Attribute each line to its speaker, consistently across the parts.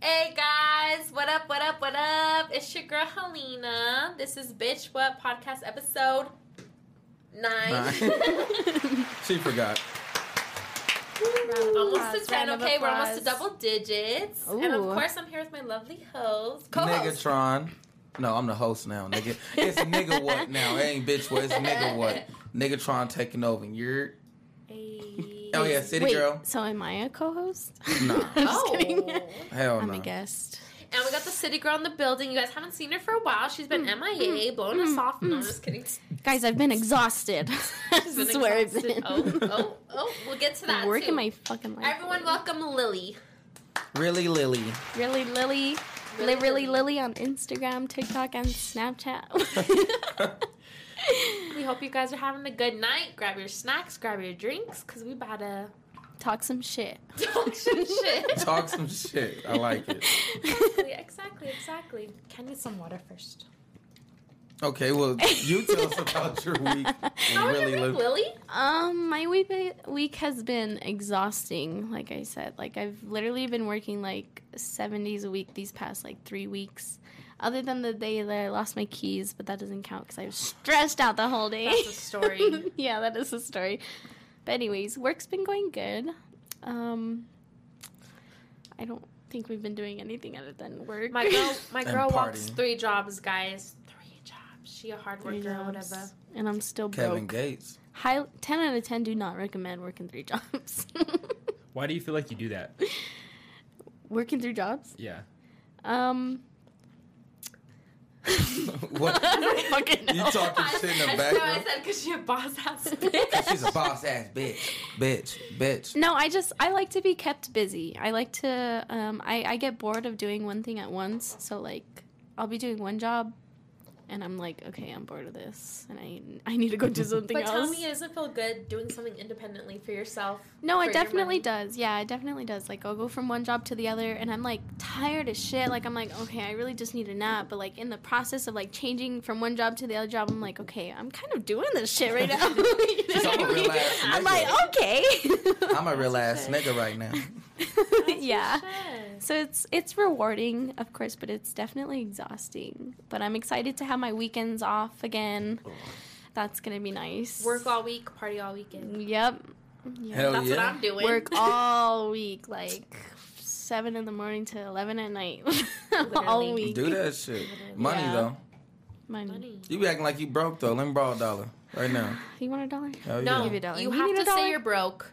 Speaker 1: Hey guys, what up, what up, what up? It's your girl Helena. This is Bitch What Podcast episode nine.
Speaker 2: Nine. She forgot.
Speaker 1: almost to
Speaker 3: Applause,
Speaker 1: ten,
Speaker 3: round of
Speaker 1: okay? We're almost to
Speaker 3: applause.
Speaker 1: double digits. And of
Speaker 3: Ooh.
Speaker 1: course, I'm here with my lovely host, co host.
Speaker 2: Negatron. No, I'm the host now, nigga. It's nigga what now? It ain't bitch what. It's nigga what. Negatron taking over. And you're. Oh, yeah, City
Speaker 3: Wait,
Speaker 2: Girl.
Speaker 3: so am I a co-host?
Speaker 2: Nah.
Speaker 3: I'm just
Speaker 1: Oh.
Speaker 3: kidding.
Speaker 2: Hell
Speaker 3: I'm
Speaker 2: no.
Speaker 3: a guest.
Speaker 1: And we got the city girl in the building. You guys haven't seen her for a while. She's been
Speaker 3: Mm-hmm.
Speaker 1: MIA, blowing us off. No, I'm just kidding.
Speaker 3: Guys, I've been exhausted.
Speaker 1: She's
Speaker 3: That's where I've
Speaker 1: exhausted.
Speaker 3: been.
Speaker 1: Oh, oh, oh. We'll get to that.
Speaker 3: Working
Speaker 1: too.
Speaker 3: my fucking life.
Speaker 1: Everyone, welcome Lily.
Speaker 2: Really, Lily.
Speaker 3: Really Lily.
Speaker 1: Really
Speaker 3: Really,
Speaker 1: Lily.
Speaker 3: really Lily on Instagram, TikTok, and Snapchat.
Speaker 1: We hope you guys are having a good night. Grab your snacks, grab your drinks, because we about to
Speaker 3: Talk some shit.
Speaker 1: talk some shit.
Speaker 2: Talk some shit. I like it.
Speaker 1: exactly, exactly, exactly. Can I get some water first?
Speaker 2: Okay, well, you tell us about your week.
Speaker 1: How was
Speaker 2: Really,
Speaker 1: your week,
Speaker 2: Lily.
Speaker 1: Lily?
Speaker 3: Um, my week week has been exhausting. Like I said, like I've literally been working like seven days a week these past like three weeks. Other than the day that I lost my keys, but that doesn't count because I was stressed out the whole day.
Speaker 1: That's a story.
Speaker 3: yeah, that is a story. But anyways, work's been going good. Um, I don't think we've been doing anything other than work.
Speaker 1: My girl, my
Speaker 2: And
Speaker 1: girl walks
Speaker 2: party.
Speaker 1: three jobs, guys. Three jobs. She a hard
Speaker 3: Three
Speaker 1: worker or
Speaker 3: jobs,
Speaker 1: whatever.
Speaker 3: and I'm still
Speaker 2: Kevin
Speaker 3: broke.
Speaker 2: Gates.
Speaker 3: High, ten out of ten. Do not recommend working three jobs.
Speaker 4: Why do you feel like you do that?
Speaker 3: working three jobs.
Speaker 4: Yeah.
Speaker 3: Um,
Speaker 2: What?
Speaker 3: fucking
Speaker 2: You
Speaker 3: know.
Speaker 2: talking shit in
Speaker 1: That's
Speaker 2: the
Speaker 1: what I
Speaker 2: background?
Speaker 1: said because she a boss ass bitch.
Speaker 2: 'Cause She's a boss ass bitch. Bitch. Bitch.
Speaker 3: No, I just I like to be kept busy. I like to um I I get bored of doing one thing at once. So like I'll be doing one job and I'm like, okay, I'm bored of this and I I need to go do something
Speaker 1: But tell
Speaker 3: else.
Speaker 1: me, it doesn't feel good doing something independently for yourself.
Speaker 3: no,
Speaker 1: for
Speaker 3: it
Speaker 1: your
Speaker 3: definitely
Speaker 1: money?
Speaker 3: does. Yeah, it definitely does. Like I'll go from one job to the other and I'm like tired as shit. Like I'm like, okay, I really just need a nap, but like in the process of like changing from one job to the other job, I'm like, okay, I'm kind of doing this shit right now. You know what
Speaker 2: I'm a real
Speaker 3: I mean?
Speaker 2: ass nigga.
Speaker 3: I'm like, oh, okay.
Speaker 2: I'm a real ass nigga right now.
Speaker 3: yeah.
Speaker 1: Shit.
Speaker 3: So it's it's rewarding, of course, but it's definitely exhausting. But I'm excited to have my weekends off again. That's gonna be nice.
Speaker 1: Work all week, party all weekend.
Speaker 3: Yep. Oh, Yeah.
Speaker 2: Hell
Speaker 1: That's
Speaker 2: yeah.
Speaker 1: what I'm doing.
Speaker 3: Work all week, like seven in the morning to eleven at night. all
Speaker 1: Literally.
Speaker 3: week.
Speaker 2: Do that shit. Money,
Speaker 3: Yeah.
Speaker 2: though.
Speaker 3: Money.
Speaker 1: Money.
Speaker 2: You be acting like you broke, though. Let me borrow a dollar right now.
Speaker 3: You want a dollar?
Speaker 2: Hell
Speaker 1: No,
Speaker 2: yeah.
Speaker 3: you a dollar.
Speaker 1: you
Speaker 3: We
Speaker 1: have
Speaker 3: need
Speaker 1: to
Speaker 3: a dollar.
Speaker 1: say you're broke.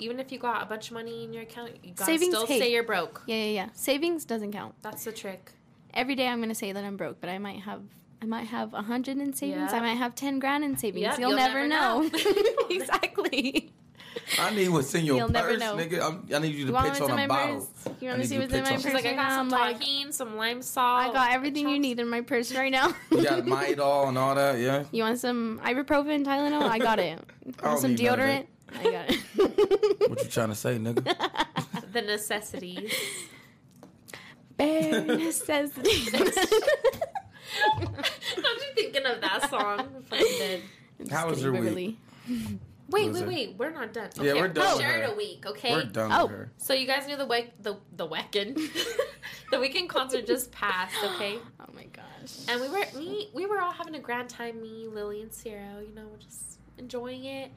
Speaker 1: Even if you got a bunch of money in your account, you gotta
Speaker 3: Savings
Speaker 1: still
Speaker 3: hate.
Speaker 1: say you're broke.
Speaker 3: Yeah, yeah, yeah. Savings doesn't count.
Speaker 1: That's the trick.
Speaker 3: Every day I'm gonna say that I'm broke, but I might have I might have a hundred in savings.
Speaker 1: Yep.
Speaker 3: I might have ten grand in savings.
Speaker 1: Yep,
Speaker 3: you'll,
Speaker 1: you'll never
Speaker 3: never, know.
Speaker 1: know.
Speaker 3: exactly.
Speaker 2: I need what's in your
Speaker 3: You'll
Speaker 2: purse,
Speaker 3: never know.
Speaker 2: nigga. I'm, I need you to
Speaker 3: You want
Speaker 2: pitch
Speaker 3: what's
Speaker 2: on
Speaker 3: in
Speaker 2: a
Speaker 3: my
Speaker 2: bottle.
Speaker 3: purse? You
Speaker 2: I
Speaker 3: want
Speaker 2: need
Speaker 3: to see
Speaker 2: you
Speaker 3: what's in
Speaker 2: pitch
Speaker 3: my
Speaker 2: on
Speaker 3: purse?
Speaker 1: She's like, I
Speaker 3: right
Speaker 1: got
Speaker 3: now?"
Speaker 1: some
Speaker 3: I'm like,
Speaker 1: tahine, some lime salt.
Speaker 3: I got everything you
Speaker 1: chops.
Speaker 3: need in my purse right now.
Speaker 2: You got Midol and all that, yeah?
Speaker 3: You want some ibuprofen, Tylenol? I got it. You
Speaker 2: I don't
Speaker 3: want some
Speaker 2: need none of that.
Speaker 3: deodorant? I got it.
Speaker 2: What you trying to say, nigga?
Speaker 1: the necessities.
Speaker 3: Bare necessities.
Speaker 1: I'm just thinking of that song. Fucking good.
Speaker 2: How was your week?
Speaker 3: Beverly.
Speaker 1: Wait, wait,
Speaker 2: Was it?
Speaker 1: wait. We're not done.
Speaker 2: Yeah, we're done with
Speaker 1: Shared
Speaker 2: her.
Speaker 1: a week, okay?
Speaker 2: We're done
Speaker 3: Oh.
Speaker 2: with her.
Speaker 1: So you guys knew the week, the the weekend, the weekend concert just passed, okay?
Speaker 3: Oh my gosh.
Speaker 1: And we were me we were all having a grand time, me, Lily, and Ciro, you know, we're just enjoying it.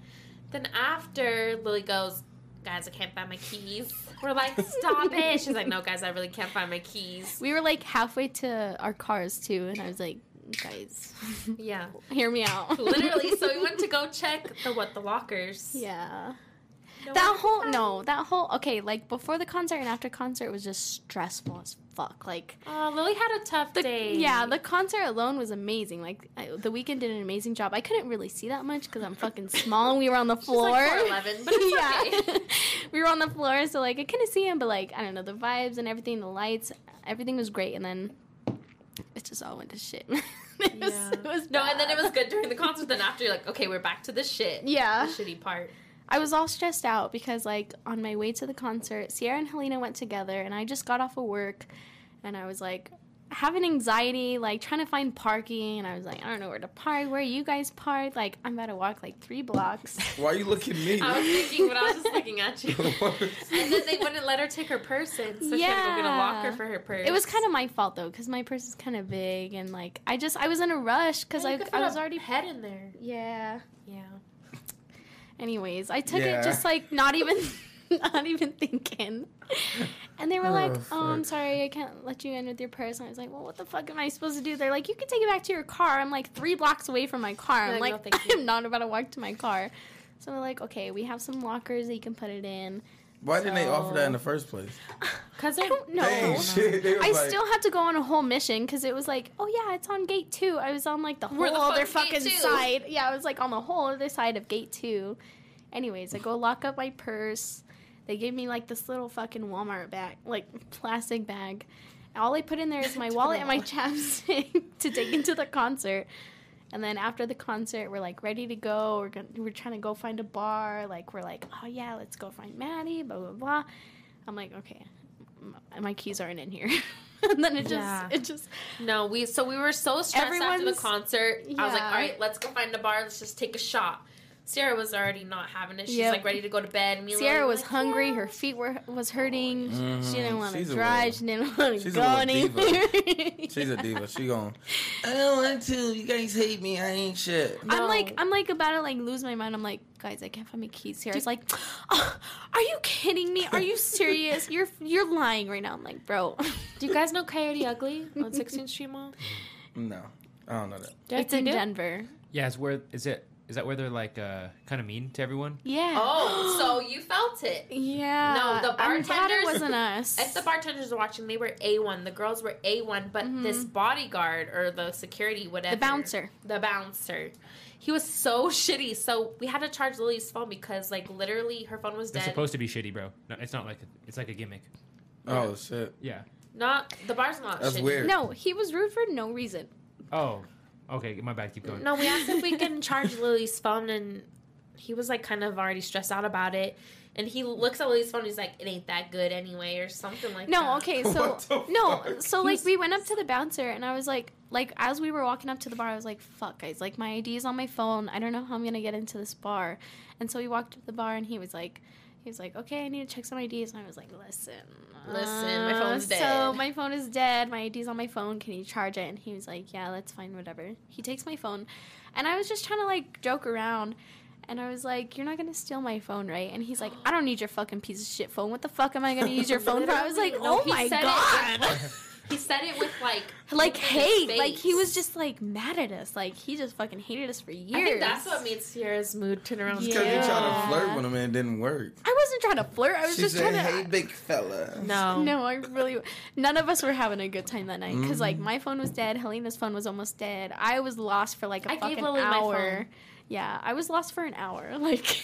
Speaker 1: Then after Lily goes, Guys, I can't find my keys. We're like, Stop it. She's like, No, guys, I really can't find my keys.
Speaker 3: We were like halfway to our cars too, and I was like, guys,
Speaker 1: Yeah.
Speaker 3: hear me out.
Speaker 1: Literally, so we went to go check the what, the lockers.
Speaker 3: Yeah.
Speaker 1: No
Speaker 3: That
Speaker 1: one-
Speaker 3: whole no, that whole okay, like before the concert and after concert was just stressful as fuck. Like
Speaker 1: Oh, Lily had a tough
Speaker 3: the,
Speaker 1: day.
Speaker 3: yeah, the concert alone was amazing. Like I, the weekend did an amazing job. I couldn't really see that much because I'm fucking small and we were on the floor.
Speaker 1: like 4'11", but it's
Speaker 3: yeah, we were on the floor, so like I couldn't see him, but like I don't know the vibes and everything, the lights, everything was great, and then it just all went to shit. it, was,
Speaker 1: Yeah.
Speaker 3: it was
Speaker 1: No, and then it
Speaker 3: bad.
Speaker 1: was good during the concert. Then after, you're like, okay, we're back to the shit.
Speaker 3: Yeah.
Speaker 1: The shitty part.
Speaker 3: I was all stressed out because, like, on my way to the concert, Sierra and Helena went together, and I just got off of work, and I was like, having anxiety, like trying to find parking, and I was like, I don't know where to park. Where you guys park? Like I'm about to walk like three blocks.
Speaker 2: Why are you looking at me?
Speaker 3: Uh,
Speaker 1: I was thinking, but I was just looking at you. And then they wouldn't let her take her purse in, so she had to go get a
Speaker 3: Yeah.
Speaker 1: locker for her purse.
Speaker 3: It was kind of my fault though, because my purse is kind of big, and like I just I was in a rush because I, I was already
Speaker 1: head in there.
Speaker 3: yeah.
Speaker 1: Yeah.
Speaker 3: Anyways, I took
Speaker 2: Yeah.
Speaker 3: it just like not even not even thinking. And they were like,
Speaker 2: Oh,
Speaker 3: "Oh, I'm
Speaker 2: fuck.
Speaker 3: sorry, I can't let you in with your purse." And I was like, "Well, what the fuck am I supposed to do?" They're like, "You can take it back to your car." I'm like three blocks away from my car. I'm
Speaker 1: Like,
Speaker 3: like,
Speaker 1: "No, thank you."
Speaker 3: I'm not about to walk to my car. So they're like, "Okay, we have some lockers that you can put it in."
Speaker 2: Why didn't they offer that in
Speaker 3: So-
Speaker 2: the first place?
Speaker 1: Because
Speaker 3: I don't know.
Speaker 2: Dang, shit. They was
Speaker 3: I
Speaker 2: like,
Speaker 3: still had to go on a whole mission because it was like, oh yeah, it's on gate two. I was on like the whole
Speaker 1: We're the
Speaker 3: other
Speaker 1: fuck gate
Speaker 3: fucking
Speaker 1: two.
Speaker 3: side. Yeah, I was like on the whole other side of gate two. Anyways, I go lock up my purse. They gave me like this little fucking Walmart bag, like plastic bag. All I put in there is my wallet and my chapstick to take into the concert. And then after the concert, we're like ready to go. We're gonna, we're trying to go find a bar. Like we're like, oh yeah, let's go find Maddie. Blah blah blah. I'm like, okay, m- my keys aren't in here. and then it just
Speaker 1: Yeah.
Speaker 3: it just
Speaker 1: No, we so we were so stressed after the
Speaker 3: Everyone's-
Speaker 1: concert. I was like,
Speaker 3: Yeah.
Speaker 1: all right, let's go find a bar. Let's just take a shot. Sierra was already not having it. She's
Speaker 3: Yep.
Speaker 1: like ready to go to bed. Me and Lily
Speaker 3: Sierra
Speaker 1: were
Speaker 3: was
Speaker 1: like,
Speaker 3: hungry.
Speaker 1: yeah.
Speaker 3: Her feet were was hurting.
Speaker 2: Mm,
Speaker 3: she didn't want to
Speaker 2: she's a
Speaker 3: drive.
Speaker 2: little-
Speaker 3: She didn't want to
Speaker 2: she's a
Speaker 3: go
Speaker 2: little diva.
Speaker 3: anywhere.
Speaker 2: She's a diva. She going, I don't want to. You guys hate me. I ain't shit.
Speaker 1: No.
Speaker 3: I'm like I'm like about to like lose my mind. I'm like, guys, I can't find my keys here. It's like, "Oh, are you kidding me? Are you serious? You're you're lying right now. I'm like, bro,
Speaker 1: Do you guys know Coyote Ugly on 16th Street Mall?
Speaker 2: No, I don't know that.
Speaker 1: Derek,
Speaker 3: it's
Speaker 1: you
Speaker 3: in
Speaker 1: do?
Speaker 3: Denver.
Speaker 4: Yeah, it's where is it? Is that where they're like uh, kind of mean to everyone?
Speaker 3: Yeah.
Speaker 1: Oh, so you felt it.
Speaker 3: Yeah.
Speaker 1: No, the
Speaker 3: I'm glad
Speaker 1: bartenders-
Speaker 3: it wasn't us.
Speaker 1: If the bartenders were watching, they were A1. The girls were A1, but this bodyguard or the security, whatever.
Speaker 3: Mm-hmm. The bouncer.
Speaker 1: The bouncer. He was so shitty. So we had to charge Lily's phone because, like, literally her phone was
Speaker 4: They're
Speaker 1: dead.
Speaker 4: supposed to be shitty, bro. No, it's not like a, it's like a gimmick.
Speaker 2: Oh shit.
Speaker 4: Yeah.
Speaker 1: Not the bar's not
Speaker 2: That's
Speaker 1: shitty.
Speaker 2: weird.
Speaker 3: Oh, No, he was rude for no reason.
Speaker 4: Oh, okay. My bad. Keep going.
Speaker 1: No, we asked if we can charge Lily's phone, and he was like kind of already stressed out about it. And he looks at Lily's phone, he's like, "It ain't that good anyway," or something like that.
Speaker 3: No, okay, so
Speaker 2: What the
Speaker 3: no,
Speaker 2: fuck?
Speaker 3: so like we went up to the bouncer and I was like, like as we were walking up to the bar, I was like, fuck, guys, like my ID is on my phone. I don't know how I'm gonna get into this bar. And so we walked up to the bar and he was like, he was like, okay, I need to check some IDs. And I was like, listen,
Speaker 1: Listen, my
Speaker 3: uh,
Speaker 1: phone's
Speaker 3: So
Speaker 1: dead."
Speaker 3: my phone is dead. My ID's on my phone. Can you charge it? And he was like, yeah, that's fine, whatever. He takes my phone, and I was just trying to like joke around. And I was like, "You're not gonna steal my phone, right?" And he's like, "I don't need your fucking piece of shit phone. What the fuck am I gonna use your phone for?" I was like,
Speaker 1: No,
Speaker 3: "Oh
Speaker 1: he
Speaker 3: my
Speaker 1: said it.
Speaker 3: god!"
Speaker 1: He said it with like, look
Speaker 3: like
Speaker 1: at his
Speaker 3: hate. Like he
Speaker 1: face.
Speaker 3: was just like mad at us. Like he just fucking hated us for years.
Speaker 1: I think that's what made Sierra's mood turn around.
Speaker 2: Because you trying to
Speaker 3: Yeah.
Speaker 2: flirt with him and it didn't work.
Speaker 3: I wasn't trying to flirt. I was
Speaker 2: she
Speaker 3: just
Speaker 2: said,
Speaker 3: trying to.
Speaker 2: "Hey, big fella."
Speaker 1: No,
Speaker 3: No, I really. None of us were having a good time that night because
Speaker 1: Mm.
Speaker 3: like my phone was dead. Helena's phone was almost dead. I was lost for like a
Speaker 1: I gave
Speaker 3: fucking
Speaker 1: Lily my
Speaker 3: hour.
Speaker 1: phone.
Speaker 3: Yeah, I was lost for an hour. Like.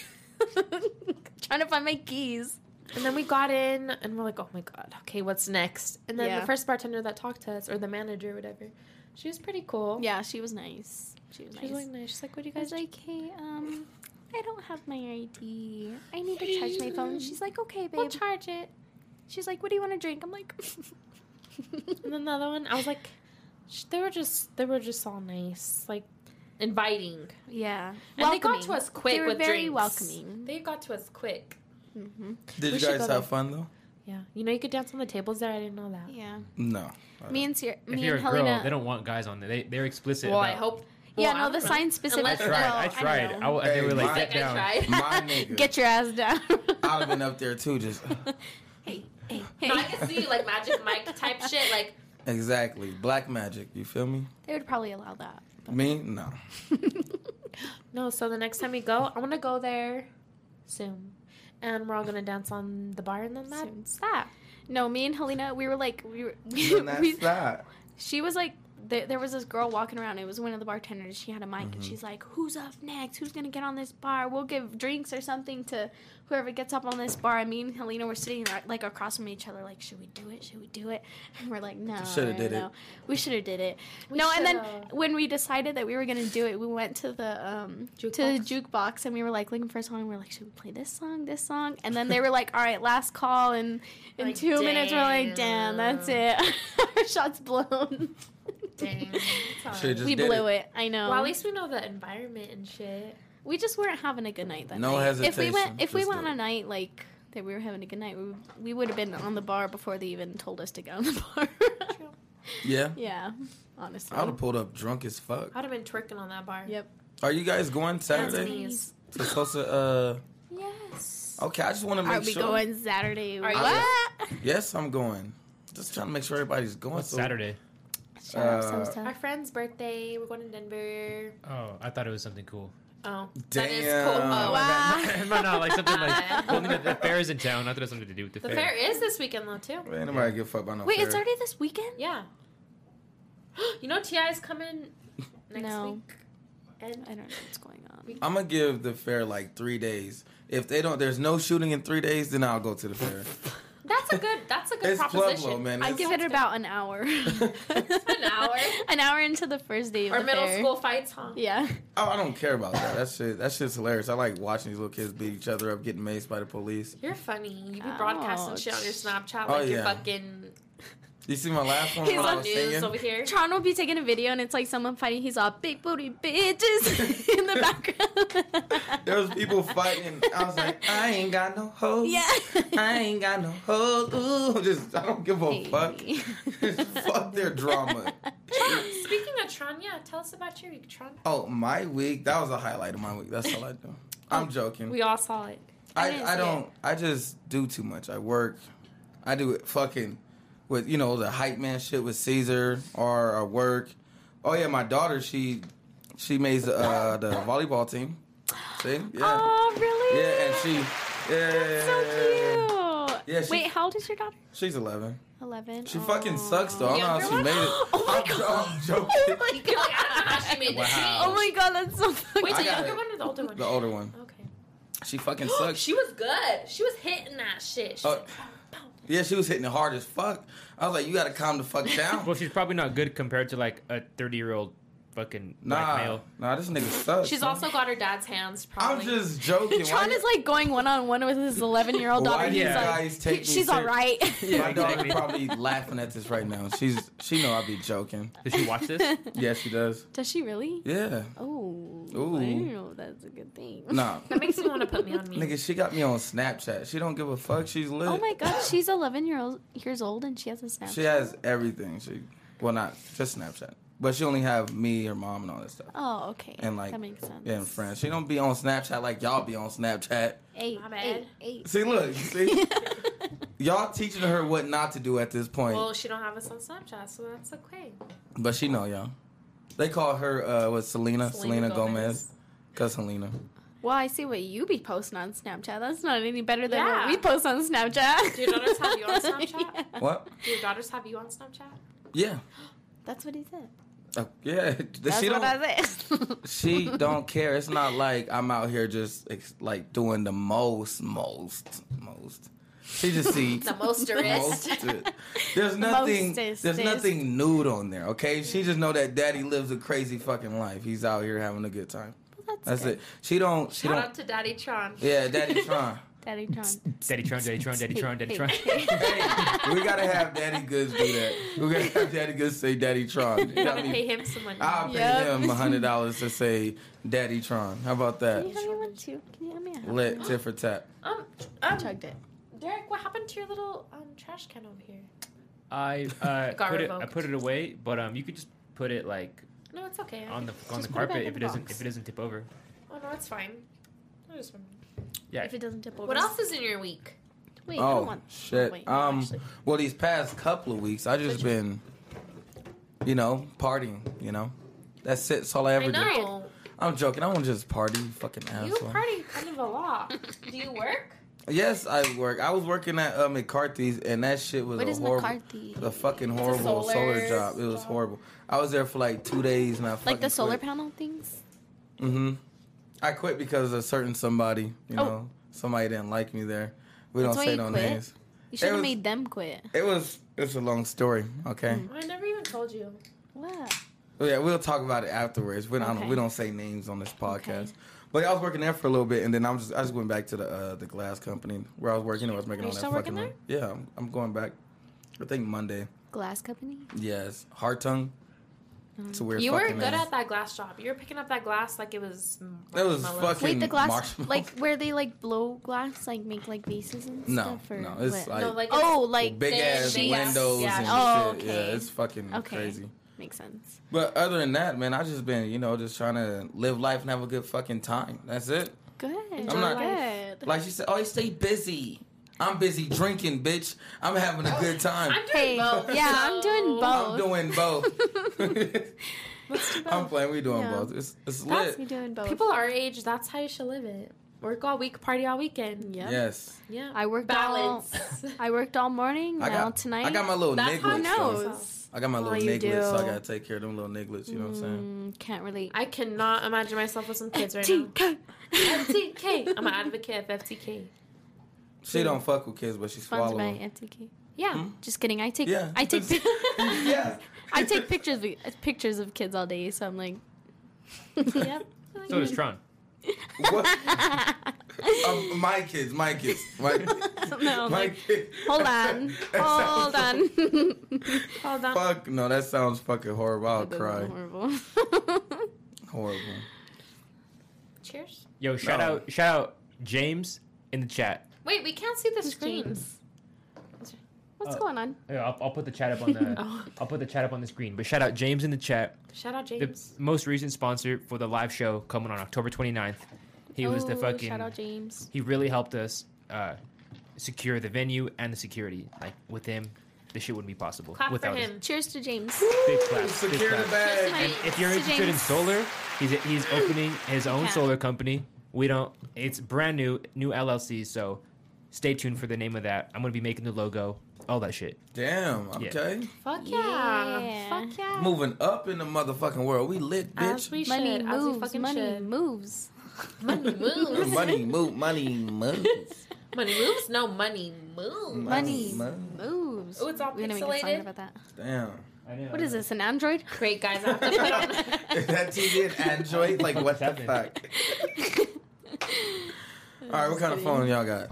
Speaker 3: trying to find my keys.
Speaker 1: And then we got in, and we're like, "Oh my god, okay, what's next?" And then
Speaker 3: Yeah.
Speaker 1: the first bartender that talked to us, or the manager, or whatever, she was pretty cool.
Speaker 3: Yeah, she was nice. She was
Speaker 1: Oh. she
Speaker 3: nice.
Speaker 1: was really nice. She's like, "What do you
Speaker 3: I was
Speaker 1: guys like?"
Speaker 3: like, hey, um, I don't have my ID. I need to charge my phone. She's like, okay,
Speaker 1: We'll
Speaker 3: babe.
Speaker 1: charge it.
Speaker 3: She's like, what do you want to drink? I'm like,
Speaker 1: And then the other one, I was like, sh- they were just they were just all nice, like inviting.
Speaker 3: yeah.
Speaker 1: And they got to us quick
Speaker 3: They were
Speaker 1: with
Speaker 3: very
Speaker 1: drinks.
Speaker 3: welcoming.
Speaker 1: They got to us quick.
Speaker 3: Mm-hmm.
Speaker 2: Did
Speaker 1: We
Speaker 2: you
Speaker 1: should go
Speaker 2: guys have
Speaker 1: there.
Speaker 2: fun though?
Speaker 1: Yeah, you know you could dance on the tables there. I didn't know that.
Speaker 3: Yeah.
Speaker 2: No.
Speaker 3: Me and Sierra,
Speaker 4: if
Speaker 3: Uh, me
Speaker 4: you're a
Speaker 3: and
Speaker 4: girl,
Speaker 3: Helena.
Speaker 4: they don't want guys on there. They they're explicit.
Speaker 1: Well, I
Speaker 4: about,
Speaker 1: hope.
Speaker 3: yeah,
Speaker 1: well, I
Speaker 3: no, the
Speaker 1: don't know.
Speaker 3: sign specifically.
Speaker 1: Unless-
Speaker 4: I tried.
Speaker 3: well,
Speaker 4: I
Speaker 3: don't
Speaker 4: tried. I,
Speaker 3: know.
Speaker 4: w- they
Speaker 2: Hey, my-
Speaker 4: were like, get
Speaker 1: Like, I
Speaker 4: down.
Speaker 1: tried.
Speaker 2: My nigga.
Speaker 3: Get your ass down.
Speaker 2: I'd have been up there too. Just
Speaker 3: hey, hey, hey.
Speaker 1: No, I can see like Magic Mike type shit. Like
Speaker 2: exactly black magic. You feel me?
Speaker 3: They would probably allow that.
Speaker 2: Me? No.
Speaker 1: no. So the next time we go, I want to go there soon, and we're all gonna dance on the bar, and then
Speaker 3: Soon.
Speaker 1: that's that.
Speaker 3: No, me and Helena, we were like, we were.
Speaker 2: Then that's that.
Speaker 3: she was like there, there was this girl walking around. It was one of the bartenders. She had a mic and
Speaker 2: Mhm.
Speaker 3: she's like, "Who's up next? Who's gonna get on this bar? We'll give drinks or something to whoever gets up on this bar." And me and Helena were sitting right- like across from each other, like, "Should we do it? Should we do it?" And we're like, "No,
Speaker 2: Shoulda
Speaker 3: no,
Speaker 2: did it.
Speaker 3: no. We should have did it." no, and then
Speaker 1: shoulda.
Speaker 3: when we decided that we were gonna do it, we went to the um to the jukebox and we were like looking for a song. We are like, "Should we play this song? This song?" And then they were like, "All right, last call." And in
Speaker 1: Like,
Speaker 3: two minutes, we're like, "Damn, that's it. Our shots blown."
Speaker 1: Dang.
Speaker 2: Should've just
Speaker 3: we
Speaker 2: did
Speaker 3: blew it. I know.
Speaker 1: Well, at least we know the environment and shit.
Speaker 3: we just weren't having a good night that
Speaker 2: No
Speaker 3: night. If we
Speaker 2: hesitation,
Speaker 3: went, if we
Speaker 2: just
Speaker 3: went
Speaker 2: do
Speaker 3: on
Speaker 2: it.
Speaker 3: a night like that, we were having a good night. We, we would have been on the bar before they even told us to go on the bar.
Speaker 2: Yeah.
Speaker 3: yeah, honestly.
Speaker 2: I would have pulled up drunk as fuck.
Speaker 1: I'd have been twerking on that bar.
Speaker 3: Yep.
Speaker 2: Are you guys going
Speaker 1: That's
Speaker 2: Saturday?
Speaker 1: me.
Speaker 2: To Sosa, uh,
Speaker 1: Yes.
Speaker 2: okay, I just want to
Speaker 3: Are
Speaker 2: make
Speaker 3: we
Speaker 2: sure.
Speaker 3: going Saturday?
Speaker 1: Are you-
Speaker 3: what?
Speaker 2: Yes, I'm going. Just trying to make sure everybody's going.
Speaker 4: What's
Speaker 2: so-
Speaker 4: Saturday?
Speaker 3: Shut up,
Speaker 2: Uh,
Speaker 3: Sosa.
Speaker 1: Our friend's birthday. We're going to Denver.
Speaker 4: Oh, I thought it was something cool.
Speaker 1: Oh,
Speaker 2: Damn.
Speaker 1: that is cool. Oh,
Speaker 3: Wow.
Speaker 4: no, no, like something like
Speaker 1: Wow.
Speaker 4: well, the, the fair is in town. I thought it was something to do with the,
Speaker 1: The
Speaker 4: fair.
Speaker 1: fair is this weekend though too.
Speaker 2: Man, nobody give a fuck about no
Speaker 3: Wait,
Speaker 2: fair.
Speaker 3: it's already this weekend.
Speaker 1: Yeah. you know Ti is coming next
Speaker 3: No.
Speaker 1: week. And
Speaker 3: I don't know what's going on.
Speaker 2: I'm gonna give the fair like three days. If they don't, there's no shooting in three days, then I'll go to the fair.
Speaker 1: that's a good. That's a good
Speaker 2: It's
Speaker 1: proposition.
Speaker 2: Pueblo, man.
Speaker 3: I
Speaker 2: It's,
Speaker 3: give it about an hour. an
Speaker 1: hour?
Speaker 3: An hour into the first day of
Speaker 1: Or
Speaker 3: the
Speaker 1: middle
Speaker 3: fair.
Speaker 1: school fights, huh?
Speaker 3: Yeah.
Speaker 2: oh, I don't care about that. That shit, that shit's hilarious. I like watching these little kids beat each other up, getting maced by the police.
Speaker 1: You're funny. You be broadcasting shit on your Snapchat like
Speaker 2: Oh,
Speaker 1: you're
Speaker 2: yeah.
Speaker 1: fucking
Speaker 2: You see my last one
Speaker 1: he's
Speaker 2: when I
Speaker 1: on
Speaker 2: was
Speaker 1: news over
Speaker 2: singing?
Speaker 1: here.
Speaker 3: Tron will be taking a video and it's like someone fighting. He's all big booty bitches in the background.
Speaker 2: There was people fighting. I was like, I ain't got no hoes.
Speaker 3: yeah.
Speaker 2: I ain't got no hoes. Ooh, just I don't give a fuck.
Speaker 3: Hey.
Speaker 2: fuck their drama.
Speaker 1: Speaking of Tron, yeah, tell us about your week, Tron.
Speaker 2: Oh, my week. That was a highlight of my week. That's all I do. I'm joking.
Speaker 1: We all saw it.
Speaker 3: Oh, I
Speaker 2: I,
Speaker 3: didn't
Speaker 2: I
Speaker 3: see
Speaker 2: don't. I just do too much. I work. I do it fucking with you know the hype man shit with Caesar or I work. Oh yeah, my daughter she she made the uh, the volleyball team. See, yeah,
Speaker 3: Oh, really?
Speaker 2: yeah, and she yeah,
Speaker 3: That's so cute.
Speaker 2: Yeah, she-
Speaker 3: Wait, how old is your daughter?
Speaker 2: she's eleven.
Speaker 3: 11.
Speaker 2: She fucking sucks though. I don't know how
Speaker 1: Younger
Speaker 2: she
Speaker 1: one?
Speaker 2: made it.
Speaker 3: Oh my
Speaker 2: I'm, jo- I'm joking.
Speaker 3: Oh my
Speaker 1: You're like, I don't know how
Speaker 3: god.
Speaker 1: she made
Speaker 4: Wow.
Speaker 1: this.
Speaker 3: Oh my god, that's so fucking
Speaker 1: Wait,
Speaker 2: I
Speaker 1: the
Speaker 2: got
Speaker 1: younger
Speaker 2: it.
Speaker 1: one or the older one?
Speaker 2: The older one.
Speaker 1: Okay.
Speaker 2: She fucking sucks.
Speaker 1: she was good. She was hitting that shit. She
Speaker 2: Oh.
Speaker 1: was like, "Pow, pow."
Speaker 2: yeah, she was hitting it hard as fuck. I was like, you gotta calm the fuck down.
Speaker 4: Well, she's probably not good compared to like a thirty-year-old fucking black
Speaker 2: Nah,
Speaker 4: male.
Speaker 2: nah, this nigga sucks.
Speaker 1: She's
Speaker 2: man.
Speaker 1: also got her dad's hands.
Speaker 2: I'm
Speaker 1: Probably.
Speaker 2: just joking.
Speaker 3: Tron
Speaker 2: Why-
Speaker 3: is like going one on one with his 11 year old daughter.
Speaker 2: Why do you
Speaker 4: Yeah.
Speaker 2: guys
Speaker 3: He's like,
Speaker 2: take
Speaker 3: "He-
Speaker 2: me
Speaker 3: she's
Speaker 2: ser-
Speaker 3: all right.
Speaker 2: My daughter's
Speaker 4: Exactly.
Speaker 2: probably laughing at this right now. She's she know I be joking.
Speaker 4: Did you watch this?
Speaker 2: Yeah, she does.
Speaker 3: Does she really?
Speaker 2: Yeah.
Speaker 3: Oh,
Speaker 2: Ooh.
Speaker 3: I didn't know that's a good thing.
Speaker 2: Nah.
Speaker 1: That makes me want to put me on mute.
Speaker 2: Nigga, she got me on Snapchat. She don't give a fuck. She's lit.
Speaker 3: Oh my god, she's 11 year old, years old and she has a Snapchat.
Speaker 2: She has everything. She well not just Snapchat. But she only have me, her mom and all that stuff.
Speaker 3: Oh, okay.
Speaker 2: And like
Speaker 3: that makes sense.
Speaker 2: and friends. She don't be on Snapchat like y'all be on Snapchat.
Speaker 3: Eight,
Speaker 1: My
Speaker 3: eight,
Speaker 1: bad.
Speaker 3: eight.
Speaker 2: See look, see y'all teaching her what not to do at this point.
Speaker 1: Well, she don't have us on Snapchat, so that's okay.
Speaker 2: but she know y'all. They call her uh what Selena? Selena, Gomez. Cause Selena.
Speaker 3: well, I see what you be posting on Snapchat. That's not any better than
Speaker 1: Yeah.
Speaker 3: what we post on Snapchat.
Speaker 1: Do your daughters have you on Snapchat?
Speaker 3: Yeah.
Speaker 2: What?
Speaker 1: Do your daughters have you on Snapchat?
Speaker 2: Yeah.
Speaker 3: That's what he said.
Speaker 2: Uh, yeah.
Speaker 3: That's
Speaker 2: she
Speaker 3: what
Speaker 2: don't
Speaker 3: I said.
Speaker 2: She don't care. It's not like I'm out here just ex- like doing the most, most, most. She just see
Speaker 1: The mosterist.
Speaker 2: most. uh, There's nothing.
Speaker 3: Mostest.
Speaker 2: There's nothing nude on there. Okay, she just know that Daddy lives a crazy fucking life. He's out here having a good time. That's
Speaker 3: good.
Speaker 2: it. She don't. She
Speaker 1: Shout
Speaker 2: don't.
Speaker 1: out to Daddy Tron.
Speaker 2: Yeah, Daddy Tron.
Speaker 3: Daddy Tron.
Speaker 4: Daddy Tron, Daddy Tron, Daddy Tron, Daddy
Speaker 3: Hey,
Speaker 4: Tron.
Speaker 3: hey,
Speaker 2: hey, we gotta have Daddy Goods do that. We gotta have Daddy Goods say Daddy Tron.
Speaker 1: You
Speaker 2: You got
Speaker 1: gotta
Speaker 2: me.
Speaker 1: pay him some money.
Speaker 2: I'll pay
Speaker 3: Yep.
Speaker 2: him a hundred dollars to say Daddy Tron. How about
Speaker 3: Can
Speaker 2: that?
Speaker 3: you have me one too? Can you have me a half?
Speaker 2: Lit tit for tat.
Speaker 1: um, um,
Speaker 3: Chugged it.
Speaker 1: Derek, what happened to your little um trash can over here?
Speaker 4: I uh,
Speaker 1: Got
Speaker 4: put it. I
Speaker 1: revoked.
Speaker 4: put it away, but um, you could just put it like
Speaker 1: No, it's okay.
Speaker 4: on the on
Speaker 3: Just
Speaker 4: the
Speaker 3: put it back
Speaker 4: carpet
Speaker 3: in
Speaker 4: if
Speaker 3: the
Speaker 4: it doesn't
Speaker 3: box.
Speaker 4: if it doesn't tip over.
Speaker 1: oh no, it's fine. I just wondered.
Speaker 4: Yeah.
Speaker 3: If it doesn't tip over.
Speaker 1: What else is in your week?
Speaker 3: Wait, I don't
Speaker 2: Oh
Speaker 3: want.
Speaker 2: shit.
Speaker 3: wait,
Speaker 2: um
Speaker 3: actually.
Speaker 2: well these past couple of weeks I just been you know, partying, you know. That's it. That's all I ever
Speaker 1: I
Speaker 2: do.
Speaker 1: know
Speaker 2: I'm joking. I want to just party, you fucking
Speaker 1: you
Speaker 2: asshole.
Speaker 1: party kind of a lot. do you work?
Speaker 2: Yes, I work. I was working at uh, McCarthy's, and that shit was
Speaker 3: What
Speaker 2: a
Speaker 3: is
Speaker 2: horrible,
Speaker 3: McCarthy?
Speaker 2: a fucking horrible solar,
Speaker 1: solar
Speaker 2: job. It was
Speaker 1: job.
Speaker 2: horrible. I was there for like two days, and I
Speaker 3: Like the solar panel things?
Speaker 2: Mm-hmm. I quit because of certain somebody. You
Speaker 3: Oh.
Speaker 2: know, somebody didn't like me there. We
Speaker 3: That's
Speaker 2: don't
Speaker 3: why
Speaker 2: say
Speaker 3: you
Speaker 2: no
Speaker 3: quit?
Speaker 2: names.
Speaker 3: You should have
Speaker 2: was-
Speaker 3: made them quit.
Speaker 2: It was. It's a long story. Okay.
Speaker 3: Mm.
Speaker 1: I never even told you.
Speaker 3: Wow.
Speaker 2: Oh, Yeah, we'll talk about it afterwards. We don't
Speaker 3: Okay.
Speaker 2: we don't say names on this podcast.
Speaker 3: Okay.
Speaker 2: But yeah, I was working there for a little bit, and then I'm just I just went back to the uh, the glass company where I was working. I was making
Speaker 1: Are you
Speaker 2: all that
Speaker 1: still
Speaker 2: fucking
Speaker 1: working
Speaker 2: money. Yeah, I'm, I'm going back. I think Monday.
Speaker 3: Glass company?
Speaker 2: Yes, hard tongue. It's a weird.
Speaker 1: You were
Speaker 2: fucking
Speaker 1: good
Speaker 2: name.
Speaker 1: at that glass job. You were picking up that glass like it was.
Speaker 2: That was
Speaker 1: marshmallows.
Speaker 2: fucking-
Speaker 3: Wait, the glass,
Speaker 2: marshmallows.
Speaker 3: like where they like blow glass, like make like vases and
Speaker 2: No,
Speaker 3: stuff? Or
Speaker 2: no, it's
Speaker 3: what?
Speaker 2: like,
Speaker 1: No, like it's-
Speaker 3: oh, like
Speaker 2: big
Speaker 1: there's
Speaker 2: ass
Speaker 1: big ass-
Speaker 2: windows
Speaker 1: yeah.
Speaker 2: and
Speaker 3: Oh,
Speaker 2: shit.
Speaker 3: okay.
Speaker 2: Yeah, it's fucking
Speaker 3: Okay.
Speaker 2: crazy.
Speaker 3: Makes sense.
Speaker 2: But other than that, man, I just been you know just trying to live life and have a good fucking time. That's it.
Speaker 3: Good.
Speaker 1: Enjoy
Speaker 2: not-
Speaker 3: good.
Speaker 2: Like she said, always stay busy. I'm busy drinking, bitch. I'm having a good time.
Speaker 1: I'm doing
Speaker 3: Hey,
Speaker 1: both.
Speaker 3: yeah, I'm doing
Speaker 1: so-
Speaker 3: both.
Speaker 2: I'm doing both.
Speaker 1: Let's do both.
Speaker 2: I'm playing. We doing
Speaker 3: Yeah.
Speaker 2: both. It's it's
Speaker 3: That's me
Speaker 2: lit.
Speaker 3: doing both.
Speaker 1: People our age, that's how you should live it. Work all week, party all weekend.
Speaker 3: Yep.
Speaker 2: Yes,
Speaker 1: Yeah.
Speaker 3: I worked
Speaker 1: Balance.
Speaker 3: all. I worked all morning.
Speaker 2: I
Speaker 3: now
Speaker 2: got
Speaker 3: tonight.
Speaker 2: I got my little
Speaker 1: That's how I
Speaker 2: nigglets. though.
Speaker 1: know.
Speaker 3: knows?
Speaker 2: I got my
Speaker 3: Oh,
Speaker 2: little
Speaker 3: you
Speaker 2: nigglets, so I
Speaker 3: do.
Speaker 2: gotta take care of them little nigglets. You know what I'm saying?
Speaker 3: Mm, can't relate.
Speaker 1: I cannot imagine myself with some kids right now.
Speaker 3: FTK.
Speaker 1: FTK. I'm an advocate of FTK.
Speaker 2: She don't fuck with kids, but she
Speaker 3: Sponsored
Speaker 2: swallow
Speaker 3: by
Speaker 2: them.
Speaker 3: FTK.
Speaker 1: Yeah.
Speaker 3: Just kidding. I take.
Speaker 2: Yeah.
Speaker 3: I take.
Speaker 2: yeah.
Speaker 3: I take pictures of, pictures of kids all day, so I'm like.
Speaker 1: Yep.
Speaker 4: So does Tron.
Speaker 2: What? Um, my kids, my kids, my
Speaker 3: no,
Speaker 2: my
Speaker 3: like,
Speaker 2: kids.
Speaker 3: hold on,
Speaker 2: That
Speaker 3: hold
Speaker 2: sounds-
Speaker 3: on.
Speaker 1: Hold on.
Speaker 2: Fuck no, that sounds fucking horrible. I'll
Speaker 3: That's
Speaker 2: cry.
Speaker 3: Horrible.
Speaker 2: Horrible.
Speaker 1: Cheers.
Speaker 4: Yo, shout
Speaker 2: No.
Speaker 4: out, shout out, James in the chat.
Speaker 1: Wait, we can't see the
Speaker 3: Who's
Speaker 1: screens.
Speaker 3: What's
Speaker 4: Uh,
Speaker 3: going on?
Speaker 4: Yeah, I'll, I'll put the chat up on the,
Speaker 1: Oh.
Speaker 4: I'll put the chat up on the screen. But shout out James in the chat,
Speaker 1: Shout out
Speaker 4: the
Speaker 1: James.
Speaker 4: most recent sponsor for the live show coming on October 29th. He was the
Speaker 3: Oh,
Speaker 4: fucking.
Speaker 3: Shout out James.
Speaker 4: he really helped us uh, secure the venue and the security. Like with him, this shit wouldn't be possible
Speaker 1: Clap
Speaker 4: without
Speaker 1: for
Speaker 4: Us.
Speaker 1: him.
Speaker 3: Cheers to James.
Speaker 4: Big claps. Big
Speaker 2: Secure the
Speaker 4: claps.
Speaker 2: bag.
Speaker 3: Just
Speaker 4: If you're
Speaker 3: To
Speaker 4: interested in
Speaker 3: James.
Speaker 4: solar, he's he's opening his own
Speaker 3: Yeah.
Speaker 4: solar company. We don't. It's brand new, new LLC. So stay tuned for the name of that. I'm gonna be making the logo, all that shit.
Speaker 2: Damn.
Speaker 4: Yeah.
Speaker 2: Okay.
Speaker 1: Fuck yeah.
Speaker 3: Yeah.
Speaker 1: Fuck yeah.
Speaker 2: Moving up in the motherfucking world. We lit,
Speaker 1: As
Speaker 2: bitch.
Speaker 1: we
Speaker 3: Money
Speaker 1: should. As we
Speaker 3: moves.
Speaker 1: fucking
Speaker 3: money
Speaker 1: should.
Speaker 3: moves.
Speaker 1: Money moves.
Speaker 2: money move. Money moves.
Speaker 1: Money moves? No, money moves.
Speaker 3: Money
Speaker 2: Money.
Speaker 3: moves.
Speaker 1: Oh, it's all
Speaker 3: We're gonna make a song
Speaker 1: pixelated.
Speaker 3: about that.
Speaker 2: Damn.
Speaker 4: I know.
Speaker 3: What is this? An Android?
Speaker 1: Great guys. I have to fucking-
Speaker 2: Is that TV and Android? Like what the
Speaker 4: Seven.
Speaker 2: fuck? All right, what kind of phone y'all got?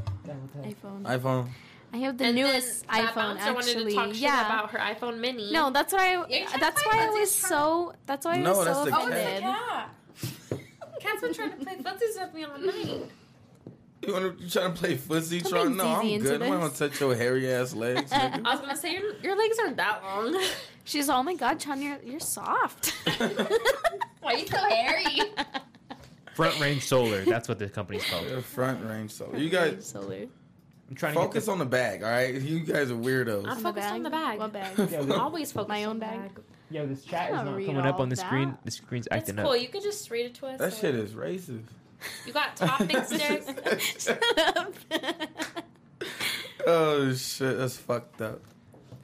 Speaker 3: iPhone.
Speaker 2: iPhone.
Speaker 3: I have the
Speaker 1: And then
Speaker 3: newest
Speaker 1: that
Speaker 3: iPhone.
Speaker 1: bouncer wanted
Speaker 3: Actually,
Speaker 1: to talk shit
Speaker 3: yeah.
Speaker 1: about her iPhone Mini.
Speaker 3: No, that's why.
Speaker 1: You're
Speaker 3: I,
Speaker 1: trying
Speaker 3: that's
Speaker 1: to
Speaker 3: why
Speaker 1: fight
Speaker 3: I was
Speaker 1: Betsy's
Speaker 3: so. That's why I
Speaker 2: No,
Speaker 3: was so
Speaker 2: that's the cat.
Speaker 1: oh, it's a
Speaker 3: offended.
Speaker 1: cat. Cat's been trying to play footsies with me all night.
Speaker 2: You want to, you trying to play footsie,
Speaker 3: Don't
Speaker 2: Tron?
Speaker 3: bring
Speaker 2: No,
Speaker 3: Zizi
Speaker 2: I'm
Speaker 3: into
Speaker 2: good. I'm not gonna
Speaker 3: this.
Speaker 2: touch your hairy ass legs. nigga.
Speaker 1: I was gonna say your, your legs aren't that long.
Speaker 3: She's oh my god, Chan, you're you're soft.
Speaker 1: Why are you so hairy?
Speaker 4: Front Range Solar. That's what the company's called.
Speaker 2: Your front range. So you guys
Speaker 3: Solar.
Speaker 4: I'm trying to get
Speaker 2: focus on the bag, all right? You guys are weirdos.
Speaker 1: I'm focused on the bag.
Speaker 3: What bag?
Speaker 1: Always focus
Speaker 3: My
Speaker 1: on
Speaker 3: own
Speaker 1: the
Speaker 3: bag.
Speaker 4: This, yo, this chat
Speaker 3: is
Speaker 4: is
Speaker 3: not
Speaker 4: not
Speaker 3: read
Speaker 4: coming up
Speaker 3: all
Speaker 4: on the screen.
Speaker 3: that.
Speaker 4: The screen's
Speaker 1: It's
Speaker 4: acting
Speaker 1: cool.
Speaker 4: up.
Speaker 1: You could just read it to us.
Speaker 2: that
Speaker 1: so-
Speaker 2: shit is racist.
Speaker 1: You got topics, Derek.
Speaker 3: Shut up.
Speaker 2: Oh shit, that's fucked up.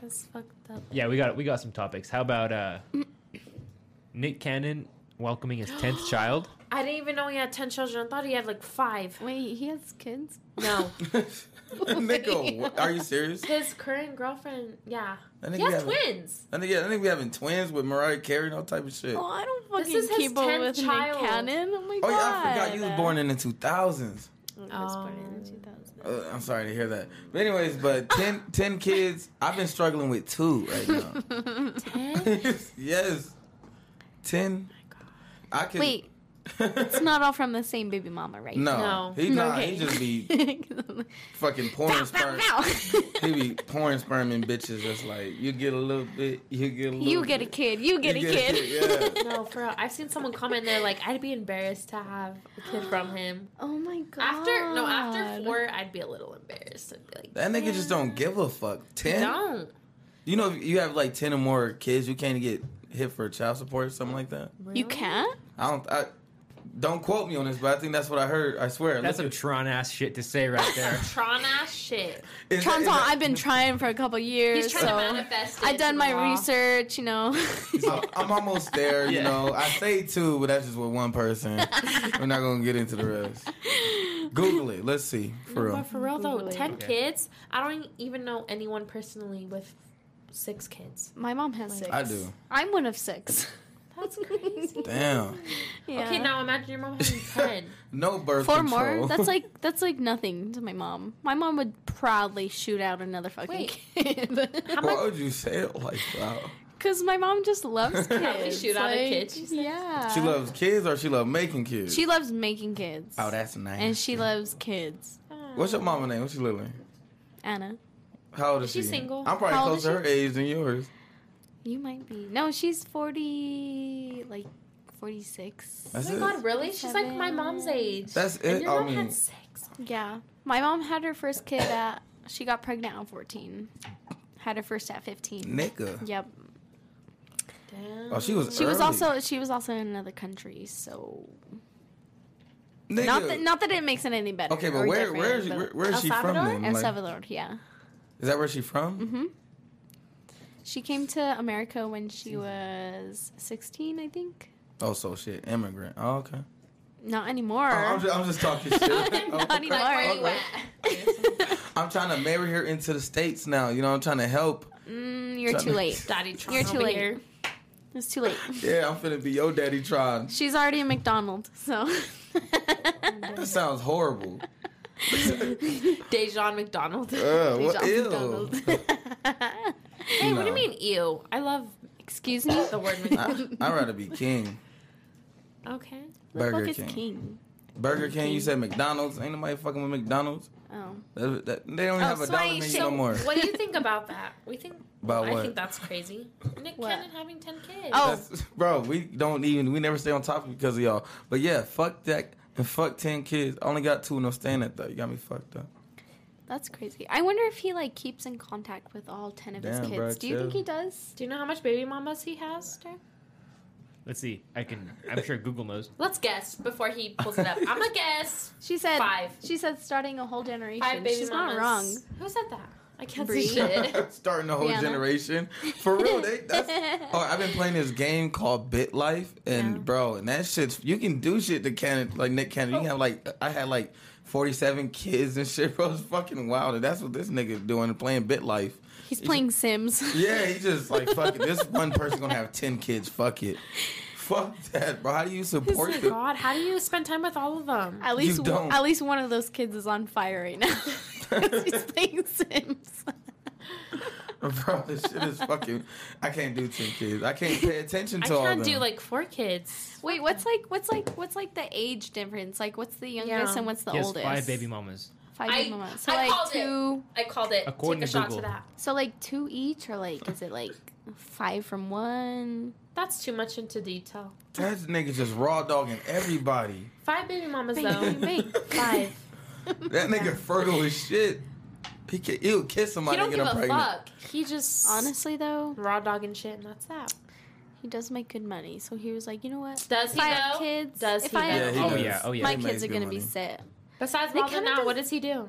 Speaker 3: That's fucked up.
Speaker 4: Yeah, we got we got some topics. How about uh, Nick Cannon welcoming his tenth child?
Speaker 1: I didn't even know he had ten children. I thought he had like five.
Speaker 3: Wait, he has kids.
Speaker 1: No,
Speaker 2: Nigga, what- are you serious?
Speaker 1: his current girlfriend. Yeah,
Speaker 2: That
Speaker 1: he
Speaker 2: nigga,
Speaker 1: has
Speaker 2: having,
Speaker 1: twins.
Speaker 2: that nigga, that nigga be having twins with Mariah Carey and all type of shit.
Speaker 3: Oh,
Speaker 2: Oh,
Speaker 3: I don't
Speaker 1: This
Speaker 3: fucking
Speaker 1: is his
Speaker 3: keep up
Speaker 1: 10th
Speaker 3: with
Speaker 1: child.
Speaker 3: Nick Cannon. Oh my god.
Speaker 2: yeah, I forgot you was born in the 2000s.
Speaker 3: I was born in
Speaker 1: Oh.
Speaker 3: 2000.
Speaker 2: Uh, I'm sorry to hear that. But anyways, but 10, 10 kids. I've been struggling with two right now.
Speaker 1: Ten?
Speaker 2: yes, ten. I can.
Speaker 3: Wait, it's not all from the same baby mama, right?
Speaker 2: no,
Speaker 1: No.
Speaker 2: he not. He just be fucking pouring
Speaker 3: Bow, bow,
Speaker 2: sperm.
Speaker 3: bow.
Speaker 2: He be pouring sperm in bitches. That's like you get a little bit. You get a little.
Speaker 3: You get a
Speaker 2: bit,
Speaker 3: kid. You get a
Speaker 2: you
Speaker 3: kid.
Speaker 2: yeah.
Speaker 1: No, for real. I've seen someone comment there like, I'd be embarrassed to have a kid from him.
Speaker 3: Oh my god.
Speaker 1: After no, after four, I'd be a little embarrassed. I'd be like,
Speaker 2: That nigga just don't give a fuck. Ten.
Speaker 1: don't.
Speaker 2: You know, if you have like ten or more kids, you can't get hit for child support or something like that.
Speaker 3: You can't?
Speaker 2: I don't. I, Don't quote me on this, but I think that's what I heard. I swear. Look
Speaker 4: That's some
Speaker 2: at-
Speaker 4: Tron ass shit to say right there.
Speaker 1: Tron ass shit.
Speaker 2: is-
Speaker 3: Tron's
Speaker 2: is
Speaker 3: all,
Speaker 2: that-
Speaker 3: I've been trying for a couple years.
Speaker 1: He's trying
Speaker 3: so
Speaker 1: to manifest. It
Speaker 3: I've done
Speaker 1: to
Speaker 3: my
Speaker 1: the law.
Speaker 3: research, you know.
Speaker 2: I'm, "Oh, I'm almost there, you
Speaker 4: Yeah.
Speaker 2: know. I say two, but that's just with one person. We're not gonna get into the rest. Google it. Let's see for
Speaker 1: But
Speaker 2: real.
Speaker 1: for real though,
Speaker 3: Googling.
Speaker 1: ten
Speaker 4: Okay.
Speaker 1: kids. I don't e, even know anyone personally with six kids.
Speaker 3: my mom has six.
Speaker 2: I do.
Speaker 3: I'm one of six.
Speaker 1: That's crazy.
Speaker 2: Damn.
Speaker 3: Yeah.
Speaker 1: Okay, now imagine your mom having ten.
Speaker 2: No birth
Speaker 3: Four
Speaker 2: control.
Speaker 3: more? That's like that's like nothing to my mom. My mom would proudly shoot out another fucking
Speaker 1: Wait.
Speaker 3: kid.
Speaker 1: How
Speaker 2: Why
Speaker 1: much?
Speaker 2: would you say it like that?
Speaker 3: Because my mom just loves kids.
Speaker 1: Proudly shoot out a
Speaker 3: like,
Speaker 1: kid, she says?
Speaker 3: Yeah.
Speaker 2: She loves kids or she loves making kids?
Speaker 3: Uh, She loves making kids.
Speaker 2: oh, that's nice.
Speaker 3: and she loves kids.
Speaker 2: What's your mama name? What's she look like?
Speaker 3: Anna,
Speaker 2: How old is,
Speaker 1: Is she
Speaker 2: she?
Speaker 1: single?
Speaker 2: I'm probably
Speaker 3: How old
Speaker 2: close
Speaker 3: is
Speaker 2: to her age than yours.
Speaker 3: you might be. No, she's forty, like forty six.
Speaker 1: Oh
Speaker 2: That's
Speaker 1: my
Speaker 2: it.
Speaker 1: god, really? She's like my mom's age.
Speaker 2: That's
Speaker 1: And
Speaker 2: it.
Speaker 1: your
Speaker 2: I
Speaker 1: mom
Speaker 2: mean,
Speaker 1: had six.
Speaker 3: Yeah, my mom had her first kid at. She got pregnant at fourteen. Had her first at fifteen.
Speaker 2: nigga.
Speaker 3: Yep.
Speaker 1: Damn.
Speaker 2: Oh, she was.
Speaker 3: She was
Speaker 2: early.
Speaker 3: also she was also in another country, so
Speaker 2: Nigga.
Speaker 3: not that not that it makes it any better.
Speaker 2: okay, but
Speaker 3: or
Speaker 2: where where
Speaker 3: different,
Speaker 2: is she,
Speaker 3: but-
Speaker 2: where, where
Speaker 1: El
Speaker 2: is she from?
Speaker 1: Salvador?
Speaker 2: Then?
Speaker 3: El
Speaker 2: Like,
Speaker 3: Salvador, yeah.
Speaker 2: is that where she from?
Speaker 3: hmm She came to America when she
Speaker 2: Mm-hmm.
Speaker 3: was 16, I think.
Speaker 2: Oh, so shit, immigrant. Oh, okay.
Speaker 3: Not anymore.
Speaker 2: Oh, I'm, just, I'm just talking shit. Oh,
Speaker 3: Not
Speaker 2: okay.
Speaker 3: anymore.
Speaker 1: Where you
Speaker 2: Okay.
Speaker 1: at?
Speaker 2: I'm trying to marry her into the states now. You know, I'm trying to help.
Speaker 3: Mm, you're
Speaker 2: Sorry.
Speaker 3: too late.
Speaker 1: Daddy Tron
Speaker 3: You're too
Speaker 1: over
Speaker 3: late.
Speaker 1: here.
Speaker 3: It's too late.
Speaker 2: Yeah, I'm finna be your daddy trying.
Speaker 3: She's already a McDonald's,
Speaker 2: Uh,
Speaker 3: so.
Speaker 2: That sounds horrible.
Speaker 1: Dejan McDonald.
Speaker 2: Uh,
Speaker 3: Good
Speaker 2: what,
Speaker 3: job,
Speaker 2: ew.
Speaker 3: McDonald's.
Speaker 1: Hey, what do
Speaker 2: No.
Speaker 1: you mean ew? I love
Speaker 3: Excuse me?
Speaker 1: the word
Speaker 2: I,
Speaker 1: McDonald.
Speaker 2: I'd rather be king.
Speaker 1: okay.
Speaker 3: Who the
Speaker 2: Burger
Speaker 3: fuck is
Speaker 2: King.
Speaker 3: King?
Speaker 2: Burger King, you
Speaker 3: King.
Speaker 2: said McDonald's. Ain't nobody fucking with McDonald's.
Speaker 3: Oh.
Speaker 2: That, that, they don't even have a
Speaker 3: so
Speaker 2: dollar
Speaker 3: wait,
Speaker 2: menu
Speaker 3: so
Speaker 2: no more.
Speaker 1: Oh, What do you think about that? We think.
Speaker 2: About
Speaker 1: I
Speaker 2: what?
Speaker 1: think that's crazy. Nick
Speaker 3: What?
Speaker 1: Cannon having ten kids.
Speaker 3: Oh.
Speaker 2: That's- bro, we don't even we never stay on topic because of y'all. But yeah, fuck that and fuck ten kids. I only got two and I'm staying at that. You got me fucked up.
Speaker 3: That's crazy. I wonder if he like keeps in contact with all ten of his
Speaker 2: Damn,
Speaker 3: kids.
Speaker 2: bro,
Speaker 3: Do you think
Speaker 2: chill.
Speaker 3: he does?
Speaker 1: Do you know how much baby mamas he has, Derek?
Speaker 4: Let's see. I can. I'm sure Google knows.
Speaker 1: Let's guess before he pulls it up. I'm a guess.
Speaker 3: She said
Speaker 1: Five.
Speaker 3: She said starting a whole generation.
Speaker 1: Five baby
Speaker 3: She's
Speaker 1: mamas.
Speaker 3: not wrong.
Speaker 1: Who said that? I can't
Speaker 3: Bree.
Speaker 1: see shit.
Speaker 2: Starting a whole
Speaker 3: Rihanna.
Speaker 2: generation. For real, they, that's Oh, I've been playing this game called Bit Life, and
Speaker 1: Yeah.
Speaker 2: bro, and that shit's you can do shit to Cannon like Nick Cannon.
Speaker 1: Oh.
Speaker 2: You can have like I had like forty seven kids and shit, bro. It's fucking wild, and that's what this nigga's doing playing Bit Life.
Speaker 3: He's playing Sims.
Speaker 2: Yeah, he just like fuck it. This one person gonna have ten kids. Fuck it. Fuck that, bro. How do you
Speaker 1: Oh
Speaker 2: support
Speaker 1: my
Speaker 2: the
Speaker 1: god, how do you spend time with all of them?
Speaker 3: At least
Speaker 2: You
Speaker 3: one,
Speaker 2: don't.
Speaker 3: at least one of those kids is on fire right now. 'Cause He's playing Sims.
Speaker 2: bro? This shit is fucking. I can't do ten kids. I can't pay attention
Speaker 1: I
Speaker 2: to all
Speaker 1: can't
Speaker 2: them.
Speaker 1: do like four kids.
Speaker 3: Wait, what's like what's like what's like the age difference? Like what's the youngest
Speaker 1: Yeah.
Speaker 3: and what's the
Speaker 4: He has
Speaker 3: oldest?
Speaker 4: five baby mamas.
Speaker 3: Five
Speaker 1: I-
Speaker 3: baby mamas. So
Speaker 1: I
Speaker 3: like
Speaker 1: called it.
Speaker 3: two
Speaker 1: I called it.
Speaker 4: According
Speaker 1: Take a
Speaker 4: to
Speaker 1: shot
Speaker 4: Google.
Speaker 1: to that.
Speaker 3: so like two each or like is it like five from one?
Speaker 1: That's too much into detail.
Speaker 2: that nigga just raw dogging everybody.
Speaker 1: Five baby mamas
Speaker 3: Bang,
Speaker 1: though.
Speaker 3: bang,
Speaker 1: Five.
Speaker 2: That nigga fertile as shit. He can, he'll kiss
Speaker 1: He
Speaker 2: somebody
Speaker 1: don't
Speaker 2: and
Speaker 1: give
Speaker 2: get
Speaker 1: a
Speaker 2: him pregnant.
Speaker 1: fuck. He just
Speaker 3: Honestly though,
Speaker 1: raw dog and shit, and that's that.
Speaker 3: he does make good money. So he was like, you know what?
Speaker 1: Does he
Speaker 3: if I have
Speaker 1: though?
Speaker 3: kids,
Speaker 1: Does
Speaker 3: if
Speaker 1: he
Speaker 3: I
Speaker 1: though?
Speaker 3: have
Speaker 2: Yeah, he
Speaker 4: Oh
Speaker 2: does.
Speaker 4: yeah. Oh yeah.
Speaker 3: my
Speaker 2: He
Speaker 3: kids
Speaker 2: makes
Speaker 3: are
Speaker 2: good
Speaker 3: gonna be
Speaker 2: money.
Speaker 3: sick.
Speaker 1: Besides
Speaker 3: They
Speaker 1: Robin
Speaker 3: kinda
Speaker 1: out,
Speaker 3: does-
Speaker 1: what does he do?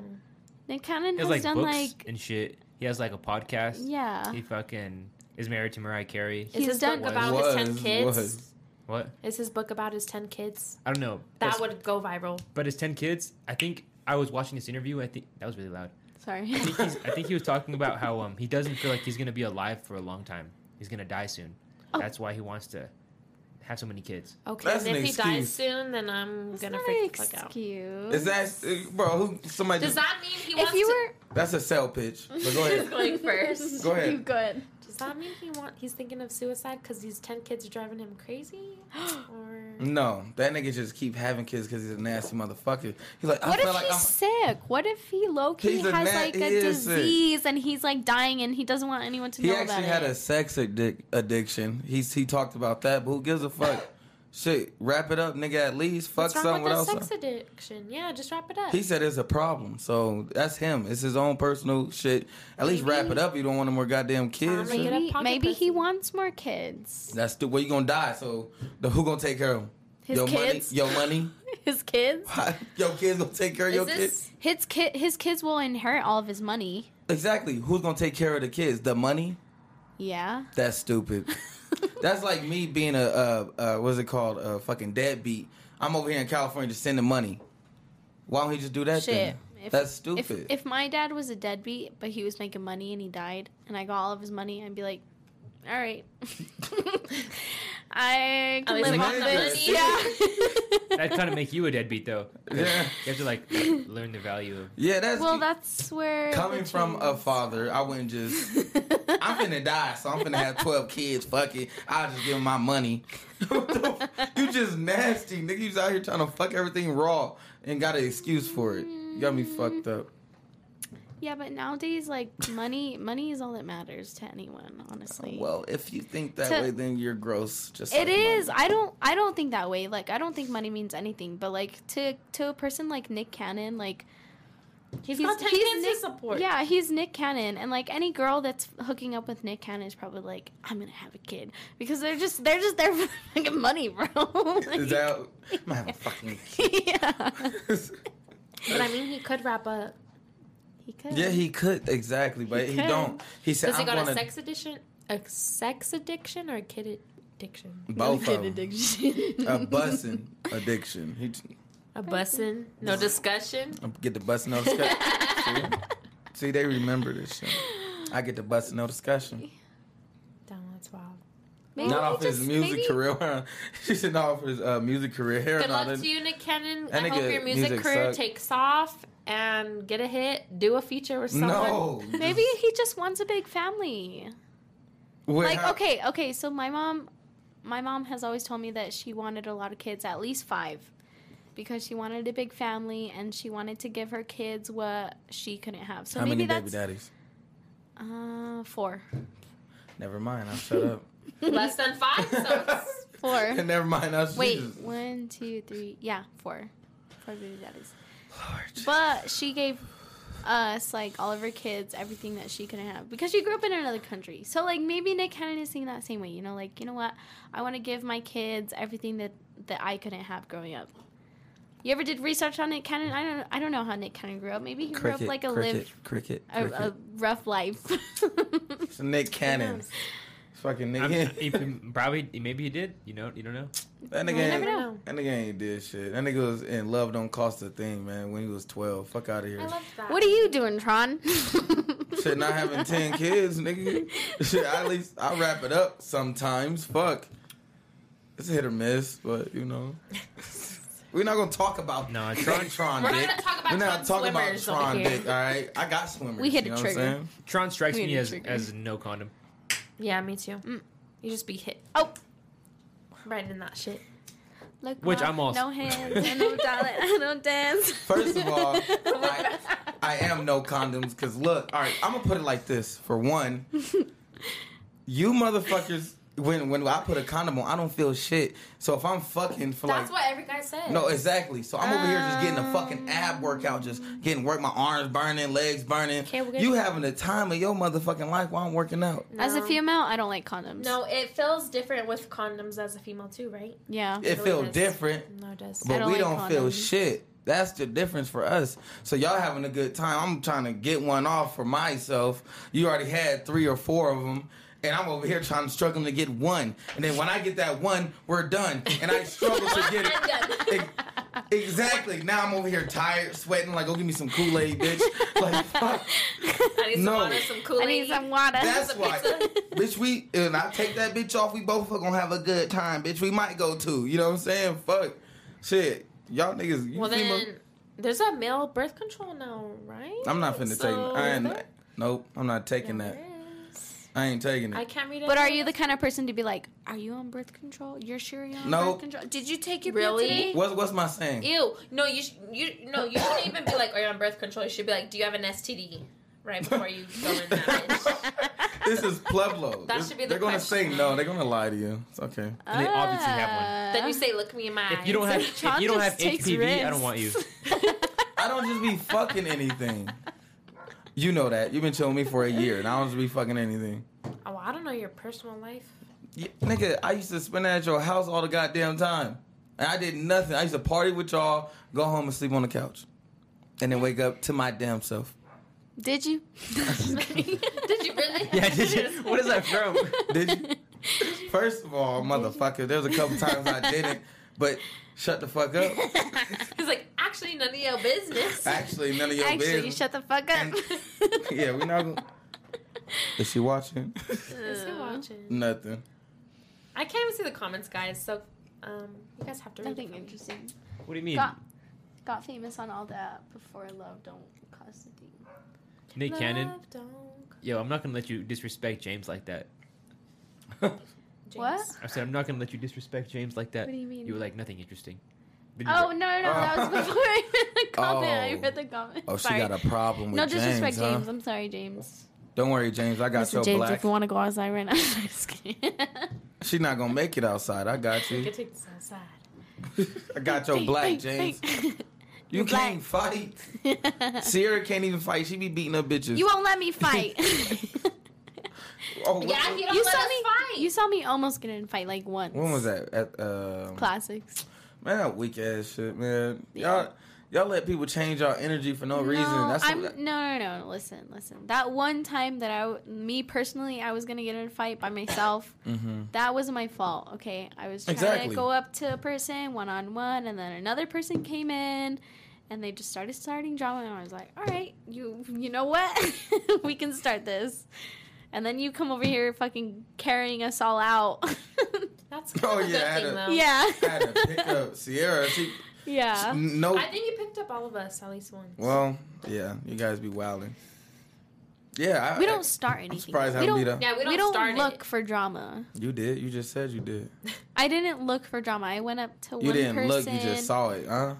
Speaker 3: Nick Cannon has
Speaker 4: He has like
Speaker 3: done
Speaker 4: books
Speaker 3: like
Speaker 4: and shit. He has like a podcast.
Speaker 3: yeah.
Speaker 4: He fucking is married to Mariah Carey.
Speaker 1: Is
Speaker 3: He's
Speaker 1: his
Speaker 3: done-
Speaker 1: book about
Speaker 2: Was,
Speaker 1: his ten kids?
Speaker 2: was.
Speaker 4: What?
Speaker 1: Is his book about his ten kids?
Speaker 4: I don't know.
Speaker 1: That
Speaker 4: That's-
Speaker 1: would go viral.
Speaker 4: But his ten kids. I think I was watching this interview. I think that was really loud.
Speaker 3: Sorry.
Speaker 4: I think, he's, I think he was talking about how um he doesn't feel like he's gonna be alive for a long time. He's gonna die soon.
Speaker 3: Oh.
Speaker 4: That's why he wants to have so many kids.
Speaker 1: Okay,
Speaker 2: That's
Speaker 1: and
Speaker 2: an
Speaker 1: if he dies
Speaker 2: excuse.
Speaker 1: soon, then I'm
Speaker 3: That's
Speaker 1: gonna
Speaker 3: not
Speaker 1: freak
Speaker 3: an
Speaker 1: the fuck out.
Speaker 3: excuse.
Speaker 2: Is that bro? Who somebody?
Speaker 1: Does
Speaker 2: Just,
Speaker 1: that mean he wants
Speaker 3: if you
Speaker 1: to?
Speaker 3: were
Speaker 2: that's a sell pitch. But go ahead.
Speaker 1: going first.
Speaker 2: Go ahead.
Speaker 3: You good.
Speaker 1: Does that mean he want? He's thinking of suicide because these ten kids are driving him crazy, or
Speaker 2: No, that nigga just keep having kids because he's a nasty motherfucker. He's like, I
Speaker 3: What
Speaker 2: feel
Speaker 3: if
Speaker 2: like
Speaker 3: he's
Speaker 2: I'm.
Speaker 3: sick? What if he low key
Speaker 2: He's a
Speaker 3: has
Speaker 2: na-
Speaker 3: like
Speaker 2: he
Speaker 3: a
Speaker 2: is sick.
Speaker 3: disease and he's like dying and he doesn't want anyone to
Speaker 2: He
Speaker 3: know
Speaker 2: actually
Speaker 3: about
Speaker 2: had
Speaker 3: it?
Speaker 2: a sex addic- addiction. He's he talked about that, but who gives a fuck? Shit, wrap it up, nigga. At least fuck
Speaker 1: what's wrong
Speaker 2: something.
Speaker 1: with
Speaker 2: What
Speaker 1: the
Speaker 2: else?
Speaker 1: sex addiction? Yeah, just wrap it up.
Speaker 2: He said it's a problem, so that's him. It's his own personal shit. At least wrap it
Speaker 3: Maybe-
Speaker 2: up. You don't want no more goddamn kids.
Speaker 1: I'ma get
Speaker 2: shit.
Speaker 1: a
Speaker 3: maybe
Speaker 1: pocket
Speaker 3: maybe he
Speaker 1: pussy.
Speaker 3: wants more kids.
Speaker 2: That's the way you gonna die. So the, who gonna take care of him?
Speaker 3: His
Speaker 2: your
Speaker 3: kids.
Speaker 2: money, your money,
Speaker 3: His kids.
Speaker 2: your kids gonna take care of
Speaker 1: Is
Speaker 2: your kids.
Speaker 1: this
Speaker 3: His ki- His kids will inherit all of his money.
Speaker 2: Exactly. Who's gonna take care of the kids? The money?
Speaker 3: Yeah.
Speaker 2: That's stupid. That's like me being a uh, uh, what's it called? A fucking deadbeat. I'm over here in California just sending money. Why don't he just do that?
Speaker 3: Shit.
Speaker 2: Then?
Speaker 3: If-
Speaker 2: That's
Speaker 3: If,
Speaker 2: stupid.
Speaker 3: if my dad was a deadbeat, but he was making money and he died, and I got all of his money, I'd be like, all right. I
Speaker 1: At
Speaker 3: can
Speaker 1: least
Speaker 3: live
Speaker 2: I
Speaker 3: off
Speaker 2: got
Speaker 3: this.
Speaker 1: the
Speaker 3: Yeah.
Speaker 4: That kind of make you a deadbeat though. 'Cause
Speaker 2: Yeah.
Speaker 4: You have to like learn the value of.
Speaker 2: yeah, that's
Speaker 3: well, that's where.
Speaker 2: coming
Speaker 3: the
Speaker 2: from a
Speaker 3: change-
Speaker 2: father. I wouldn't just. I'm finna die, so I'm finna have 12 kids. Fuck it. I'll just give them my money. you just nasty. Nigga, you's out here trying to fuck everything raw and got an excuse for it. You got me fucked up.
Speaker 3: yeah, but nowadays, like money, money is all that matters to anyone. Honestly,
Speaker 2: Oh, Well, if you think that
Speaker 3: To-
Speaker 2: way, then you're gross. Just like
Speaker 3: It is.
Speaker 2: mine.
Speaker 3: I don't. I don't think that way. Like, I don't think money means anything. But like to to a person like Nick Cannon, like
Speaker 1: he's,
Speaker 3: he's-
Speaker 1: got ten
Speaker 3: he's
Speaker 1: kids
Speaker 3: Nick-
Speaker 1: to support.
Speaker 3: yeah, he's Nick Cannon, and like any girl that's hooking up with Nick Cannon is probably like, I'm gonna have a kid because they're just they're just there for fucking money, bro. Like,
Speaker 2: Is that? I'm gonna have a fucking.
Speaker 3: yeah.
Speaker 1: but I mean, he could wrap up.
Speaker 3: He could.
Speaker 2: yeah, he could exactly, but he,
Speaker 3: could.
Speaker 2: don't. He said,
Speaker 1: Does he
Speaker 2: "I'm
Speaker 1: got
Speaker 2: gonna
Speaker 1: a sex addiction, a sex addiction, or a kid addiction?
Speaker 2: both
Speaker 3: kid
Speaker 2: of 'em.
Speaker 3: addiction.
Speaker 2: a bussing addiction. He t-
Speaker 1: A bussin? No discussion.
Speaker 2: get the bussing no discussion. See? See, they remember this shit. I get the bussing no discussion.
Speaker 1: Damn, that's wild.
Speaker 3: Maybe
Speaker 2: not
Speaker 3: he
Speaker 2: off his
Speaker 3: just-
Speaker 2: music
Speaker 3: maybe-
Speaker 2: career. she said not off his uh, music career. Hell
Speaker 1: Good
Speaker 2: no,
Speaker 1: luck
Speaker 2: that-
Speaker 1: to you, Nick Cannon.
Speaker 2: That
Speaker 1: I hope
Speaker 2: nigga
Speaker 1: your music,
Speaker 2: music
Speaker 1: career
Speaker 2: suck.
Speaker 1: takes off and get a hit. Do a feature with someone.
Speaker 2: No.
Speaker 3: Maybe he just wants a big family.
Speaker 2: Wait,
Speaker 3: like
Speaker 2: how-
Speaker 3: okay okay so my mom my mom has always told me that she wanted a lot of kids at least five because she wanted a big family and she wanted to give her kids what she couldn't have so
Speaker 2: how
Speaker 3: maybe
Speaker 2: many baby
Speaker 3: that's
Speaker 2: daddies?
Speaker 3: uh four
Speaker 2: Never mind. I'll shut up.
Speaker 1: Less than five. So it's-
Speaker 3: Four.
Speaker 2: Never mind. I'll
Speaker 3: wait
Speaker 2: Jesus.
Speaker 3: one two three yeah four four baby daddies
Speaker 2: Lord.
Speaker 3: but she gave us like all of her kids everything that she couldn't have because she grew up in another country so like maybe nick cannon is seeing that same way you know like you know what i want to give my kids everything that that i couldn't have growing up you ever did research on nick cannon i don't i don't know how nick cannon grew up maybe he grew
Speaker 2: Cricket,
Speaker 3: up like a
Speaker 2: cricket,
Speaker 3: live
Speaker 2: cricket,
Speaker 3: a,
Speaker 2: cricket.
Speaker 3: a rough life
Speaker 2: It's Nick Cannon. Fucking
Speaker 4: I'm,
Speaker 2: nigga.
Speaker 4: if he- probably maybe he did. You know. You don't know.
Speaker 2: that nigga
Speaker 3: You never
Speaker 2: ain't,
Speaker 3: know.
Speaker 2: that nigga ain't did shit. That nigga was in love don't cost a thing, man, when he was 12. Fuck out of here.
Speaker 1: I love that.
Speaker 3: what are you doing tron
Speaker 2: Shit, not having 10 kids, nigga. Shit, I at least I wrap it up sometimes. Fuck. It's a hit or miss, but you know. We're not gonna talk about
Speaker 4: No,
Speaker 2: Tron
Speaker 4: Tron-
Speaker 2: Tron
Speaker 1: We're not
Speaker 2: dick.
Speaker 1: gonna talk about
Speaker 2: We're
Speaker 1: Tron
Speaker 2: not talking about
Speaker 1: swimmers over
Speaker 2: Tron
Speaker 1: here.
Speaker 2: dick, all right? I got swimmers.
Speaker 3: We hit
Speaker 2: you
Speaker 3: a
Speaker 2: know
Speaker 3: trigger.
Speaker 2: What I'm saying?
Speaker 4: Tron strikes
Speaker 3: We
Speaker 4: me
Speaker 3: need a
Speaker 4: as
Speaker 3: trigger.
Speaker 4: as no condom.
Speaker 1: Yeah, me too. Mm. You just be hit
Speaker 3: oh
Speaker 1: right in that shit.
Speaker 3: look
Speaker 4: Which
Speaker 3: Ma,
Speaker 4: I'm also-
Speaker 3: no hands and no talent i don't dance
Speaker 2: First of all, I, I am no condoms because look, all right, I'm gonna put it like this. For one, you motherfuckers, when when I put a condom on, I don't feel shit. So if I'm fucking for like
Speaker 1: That's what Oh. every guy says.
Speaker 2: No, exactly. So I'm over here just getting a fucking ab workout, just getting work. My arms burning, legs burning.
Speaker 1: Okay, we're good.
Speaker 2: You having the time of your motherfucking life while I'm working out.
Speaker 3: As a female, I don't like condoms.
Speaker 1: No, it feels different with condoms as a female too, right?
Speaker 3: Yeah.
Speaker 2: It
Speaker 1: really
Speaker 2: feels
Speaker 1: is.
Speaker 2: different,
Speaker 1: No, it does.
Speaker 2: but
Speaker 3: don't
Speaker 2: we
Speaker 3: like
Speaker 2: don't feel
Speaker 3: condoms.
Speaker 2: shit. That's the difference for us. So y'all having a good time. I'm trying to get one off for myself. You already had three or four of them. And I'm over here trying to struggle to get one. And then when I get that one, we're done. And I struggle to get it. Ex- Exactly. Now I'm over here tired, sweating, like, go give me some Kool-Aid, bitch. Like, fuck.
Speaker 1: I need some
Speaker 2: No.
Speaker 1: water, some Kool
Speaker 3: I
Speaker 1: Aid.
Speaker 3: need some water.
Speaker 2: That's why, bitch. We and I take that bitch off. We both are gonna have a good time, bitch. We might go to. You know what I'm saying? Fuck, shit. Y'all niggas. You
Speaker 1: Well,
Speaker 2: see my-
Speaker 1: then there's a male birth control now, right?
Speaker 2: I'm not finna take.
Speaker 1: So-
Speaker 2: I ain't. Nope. I'm not taking
Speaker 1: There
Speaker 2: that.
Speaker 1: is.
Speaker 2: I ain't taking
Speaker 1: I
Speaker 2: it.
Speaker 1: can't read it.
Speaker 3: But are you the kind of person to be like, are you on birth control? You're sure you're on
Speaker 2: No.
Speaker 3: birth control? Did you take your
Speaker 1: Really?
Speaker 3: pill today?
Speaker 2: What's what's my saying?
Speaker 1: Ew. No, you sh- you no, you shouldn't even be like, are you on birth control? You should be like, do you have an STD? Right before you go in that bitch.
Speaker 2: this is Pueblo.
Speaker 1: That should be the
Speaker 2: They're gonna
Speaker 1: question.
Speaker 2: say no. They're gonna lie to you. It's okay.
Speaker 4: They obviously have one.
Speaker 1: Then you say, look me in my eyes.
Speaker 4: If you don't have if
Speaker 3: Tron
Speaker 4: you don't
Speaker 3: just
Speaker 4: have
Speaker 3: Ah. takes
Speaker 4: HPV, I
Speaker 3: risks.
Speaker 4: don't want you.
Speaker 2: I don't just be fucking anything. You know that. You've been chilling with me for a year, and I don't just be fucking anything.
Speaker 1: Oh, I don't know your personal life.
Speaker 2: Yeah, nigga, I used to spend at your house all the goddamn time. And I did nothing. I used to party with y'all, go home and sleep on the couch, and then wake up to my damn self.
Speaker 3: Did you?
Speaker 1: Did you really?
Speaker 4: Yeah, did you? What is that from?
Speaker 2: Did you? First of all, motherfucker, there's a couple times I didn't, but shut the fuck up.
Speaker 1: He's like, actually, none of your business.
Speaker 2: Actually, none of your
Speaker 3: Actually,
Speaker 2: business.
Speaker 3: you shut the fuck up.
Speaker 2: yeah, we not. Gonna... Is she watching?
Speaker 1: Is he watching?
Speaker 2: Nothing.
Speaker 1: I can't even see the comments, guys. So, um, you guys have to read.
Speaker 3: Nothing
Speaker 1: it for me.
Speaker 3: interesting.
Speaker 4: What do you mean,
Speaker 3: Got got famous on all that before love don't cause the thing.
Speaker 4: Nick Cannon?
Speaker 1: Love don't come-
Speaker 4: Yo, I'm not gonna let you disrespect James like that.
Speaker 2: Oh,
Speaker 3: What?
Speaker 1: James.
Speaker 4: I said I'm not gonna let you disrespect James like that.
Speaker 3: What do you mean?
Speaker 4: You were like nothing interesting. But you
Speaker 3: Oh
Speaker 4: were-
Speaker 3: no no no! That was before I read the comment.
Speaker 2: Oh.
Speaker 3: I read the comment.
Speaker 2: Oh, she
Speaker 3: Sorry.
Speaker 2: got a problem with
Speaker 3: no
Speaker 2: James.
Speaker 3: disrespect,
Speaker 2: huh?
Speaker 3: James. I'm sorry, James.
Speaker 2: Don't worry, James. I got
Speaker 3: Mr.
Speaker 2: your
Speaker 3: James,
Speaker 2: black.
Speaker 3: if you want to go outside right now, just kidding.
Speaker 2: She's not gonna make it outside. I got
Speaker 1: You
Speaker 2: you.
Speaker 1: can take this outside.
Speaker 2: I got your
Speaker 3: Think,
Speaker 2: black,
Speaker 3: think,
Speaker 2: James.
Speaker 3: think.
Speaker 2: You
Speaker 3: You're
Speaker 2: can't fight. Sierra can't even fight. She be beating up bitches.
Speaker 3: you won't let me fight.
Speaker 2: oh, when,
Speaker 1: Yeah, he don't
Speaker 3: you
Speaker 1: let
Speaker 3: saw
Speaker 1: us
Speaker 3: me.
Speaker 1: fight.
Speaker 3: You saw me almost get in a fight like once.
Speaker 2: when was that? At uh,
Speaker 3: Classics.
Speaker 2: man, that weak ass shit, man.
Speaker 3: Yeah.
Speaker 2: Y'all, y'all let people change y'all energy for no, reason. That's
Speaker 3: I'm,
Speaker 2: what,
Speaker 3: no, no, no. Listen, listen. That one time that I, w- me personally, I was gonna get in a fight by myself.
Speaker 2: Mhm.
Speaker 3: That was my fault. Okay, I was trying
Speaker 2: Exactly.
Speaker 3: to go up to a person one on one, and then another person came in, and they just started starting drama. And I was like, "All right, you, you know what? we can start this." And then you come over here, fucking carrying us all out.
Speaker 1: That's
Speaker 2: Oh,
Speaker 1: kind of a
Speaker 2: yeah, I
Speaker 1: good
Speaker 2: had
Speaker 1: thing,
Speaker 2: a-
Speaker 1: though.
Speaker 3: yeah,
Speaker 2: I had to pick up Sierra. She
Speaker 3: yeah.
Speaker 2: no.
Speaker 1: I think you picked up all of us at least once.
Speaker 2: Well, yeah, you guys be wilding. Yeah, I,
Speaker 3: We don't start anything.
Speaker 2: surprised
Speaker 3: we
Speaker 2: how
Speaker 3: don't,
Speaker 2: Lita-
Speaker 1: yeah, we don't,
Speaker 3: we don't
Speaker 1: start
Speaker 3: look
Speaker 1: it.
Speaker 3: for drama.
Speaker 2: You did. You just said you did.
Speaker 3: I didn't look for drama. I went up to
Speaker 2: You
Speaker 3: one
Speaker 2: didn't
Speaker 3: person.
Speaker 2: look. You just saw it, huh?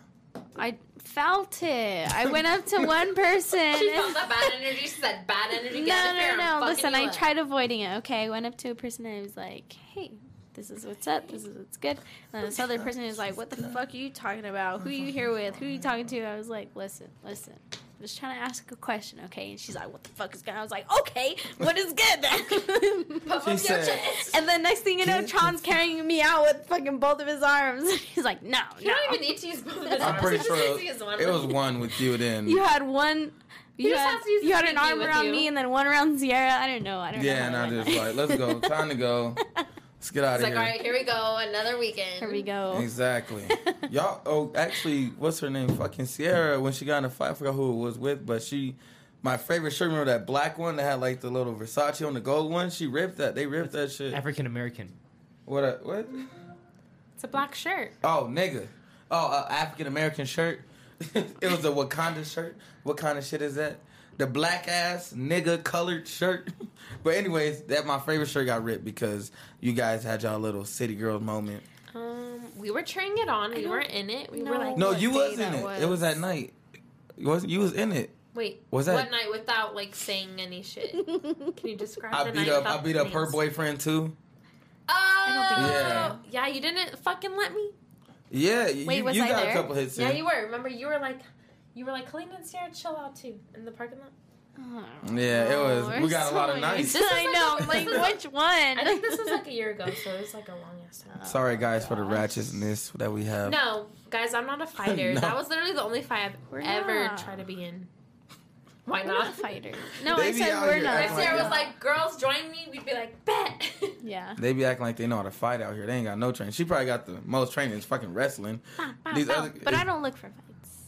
Speaker 3: I felt it. I went up to one person.
Speaker 1: She felt that bad energy. She said bad energy.
Speaker 3: no,
Speaker 1: get out of here,
Speaker 3: no,
Speaker 1: I'm
Speaker 3: no.
Speaker 1: fucking
Speaker 3: Listen,
Speaker 1: you
Speaker 3: I
Speaker 1: up."
Speaker 3: tried avoiding it. Okay, I went up to a person and I was like, "Hey, this is what's up. This is what's good." And then this other person is like, "What the fuck are you talking about? Who you here with? Who you talking to?" I was like, "Listen, listen." I'm just trying to ask a question, okay? And she's like, "What the fuck is going?" on? I was like, "Okay, what is good?" then?"
Speaker 1: Puff
Speaker 2: She
Speaker 1: up your
Speaker 2: said-
Speaker 1: chest.
Speaker 3: and then next thing you know, Tron's carrying me out with fucking both of his arms. He's like, "No,
Speaker 1: You
Speaker 3: no."
Speaker 1: don't even need to use both of his
Speaker 2: I'm
Speaker 1: arms.
Speaker 2: pretty
Speaker 1: He
Speaker 2: sure
Speaker 1: just needs
Speaker 2: it
Speaker 1: to use one.
Speaker 2: was, one with you then.
Speaker 3: You had one. You
Speaker 1: just
Speaker 3: had,
Speaker 1: has to use
Speaker 3: you had
Speaker 1: his
Speaker 3: an
Speaker 1: pinky
Speaker 3: arm
Speaker 1: with
Speaker 3: around
Speaker 1: you.
Speaker 3: me and then one around Sierra. I don't know. I don't
Speaker 2: yeah, and
Speaker 3: know. how
Speaker 2: I
Speaker 3: it went
Speaker 2: just like, let's go. Time to go. Let's get out
Speaker 1: It's like,
Speaker 2: of here.
Speaker 1: all right, here we go. Another weekend.
Speaker 3: Here we go.
Speaker 2: Exactly. Y'all. Oh, actually, what's her name? Fucking Sierra. When she got in a fight, I forgot who it was with, but she. My favorite shirt, remember that black one that had like the little Versace on the gold one? She ripped that. They ripped that shit.
Speaker 4: African American.
Speaker 2: What? A, what?
Speaker 1: It's a black shirt.
Speaker 2: Oh, nigga. Oh, uh, African American shirt. it was a Wakanda shirt. What kind of shit is that? The black ass nigga colored shirt. but anyways, that my favorite shirt got ripped because you guys had y'all little city girls moment.
Speaker 1: Um, we were cheering it on. We
Speaker 3: don't
Speaker 1: weren't in it. We
Speaker 3: know.
Speaker 1: were like,
Speaker 2: No,
Speaker 3: What
Speaker 2: you
Speaker 3: day
Speaker 2: was in
Speaker 3: that
Speaker 2: it.
Speaker 3: was?
Speaker 2: It was at night. You was you was in it.
Speaker 1: wait,
Speaker 2: Was that-
Speaker 1: what night without like saying any shit? Can you describe?
Speaker 2: I
Speaker 1: the
Speaker 2: beat
Speaker 1: night
Speaker 2: up I
Speaker 1: without
Speaker 2: beat up her
Speaker 1: names?
Speaker 2: boyfriend too.
Speaker 1: Oh,
Speaker 2: I
Speaker 1: yeah. you didn't fucking let me.
Speaker 2: Yeah, you-
Speaker 3: Wait,
Speaker 2: you,
Speaker 3: was I
Speaker 2: got a
Speaker 3: there?
Speaker 2: couple hits in.
Speaker 1: Yeah, you were. Remember, you were like, you were like, Helena and Sarah, chill out too in the parking lot.
Speaker 2: Yeah, it was- we got a lot of nights.
Speaker 3: nights. I know. I'm like, which one?
Speaker 1: I think this was like a year ago, so it was like a long ass time.
Speaker 2: Sorry guys for the
Speaker 3: gosh.
Speaker 2: ratchetness that we have.
Speaker 1: No, guys, I'm not a fighter.
Speaker 2: No.
Speaker 1: That was literally the only fight I've
Speaker 3: We're
Speaker 1: ever
Speaker 3: not.
Speaker 1: tried to be in. Why
Speaker 3: We're not
Speaker 1: not?
Speaker 3: fighters. No,
Speaker 2: They
Speaker 3: I
Speaker 2: be
Speaker 3: said
Speaker 2: out
Speaker 3: we're
Speaker 2: here
Speaker 3: not.
Speaker 1: If
Speaker 2: acting
Speaker 1: Sarah
Speaker 2: Yeah.
Speaker 1: was like, "Girls, join me," we'd be like, "Bet."
Speaker 3: yeah.
Speaker 2: They be acting like they know how to fight out here. They ain't got no training. She probably got the most training is fucking wrestling. These other-
Speaker 3: but I don't look for fights.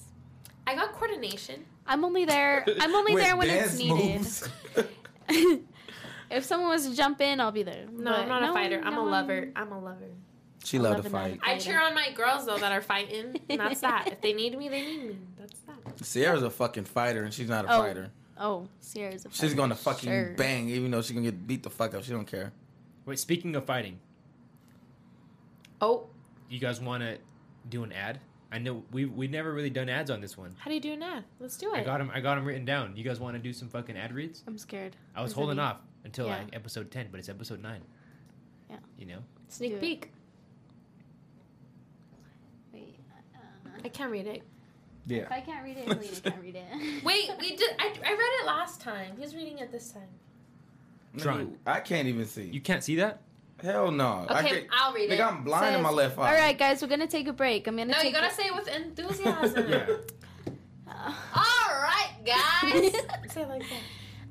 Speaker 1: I got coordination.
Speaker 3: I'm only there. I'm only
Speaker 2: With
Speaker 3: there when it's
Speaker 2: dance
Speaker 3: needed.
Speaker 2: moves.
Speaker 3: if someone was to jump in, I'll be there.
Speaker 1: No, I'm not a fighter. I'm a lover. I'm a lover.
Speaker 2: she love to
Speaker 3: Eleven out
Speaker 2: fight.
Speaker 3: of
Speaker 1: I cheer on my girls though that are fighting. And that's that. If they need me, they need me. That's that.
Speaker 2: Sierra's a fucking fighter, and she's not a
Speaker 3: Oh.
Speaker 2: fighter.
Speaker 3: Oh, Sierra's a fighter.
Speaker 2: She's gonna fucking
Speaker 3: Sure.
Speaker 2: bang, even though she can get beat the fuck up. She don't care.
Speaker 4: Wait, speaking of fighting,
Speaker 1: Oh,
Speaker 4: you guys want to do an ad? I know we we never really done ads on this one.
Speaker 1: how do you do now? Let's do
Speaker 4: I
Speaker 1: it.
Speaker 4: got them. I got 'em written down. You guys want to do some fucking ad reads?
Speaker 3: I'm scared.
Speaker 4: I was
Speaker 3: Does it
Speaker 4: holding
Speaker 3: mean-
Speaker 4: off until
Speaker 3: Yeah.
Speaker 4: like episode ten, but it's episode nine.
Speaker 3: Yeah.
Speaker 4: You know.
Speaker 3: Do
Speaker 1: Sneak
Speaker 3: it.
Speaker 1: peek.
Speaker 3: Wait. uh,
Speaker 1: I can't read it.
Speaker 2: Yeah.
Speaker 3: If I can't read it, Helena can't read it.
Speaker 1: Wait, we did. I, I read it last time. Who's reading it this time?
Speaker 4: Tron.
Speaker 2: I can't even see.
Speaker 4: You can't see that.
Speaker 2: Hell no. I
Speaker 1: Okay,
Speaker 2: can't-
Speaker 1: I'll read it.
Speaker 2: Nigga, I'm blind in my
Speaker 3: Says-
Speaker 2: left eye.
Speaker 3: All right, guys, we're gonna take a break. I'm gonna.
Speaker 1: No, you
Speaker 3: take
Speaker 1: gotta
Speaker 3: a-
Speaker 1: say it with enthusiasm.
Speaker 4: Yeah.
Speaker 3: uh,
Speaker 1: All right, guys. say it like that.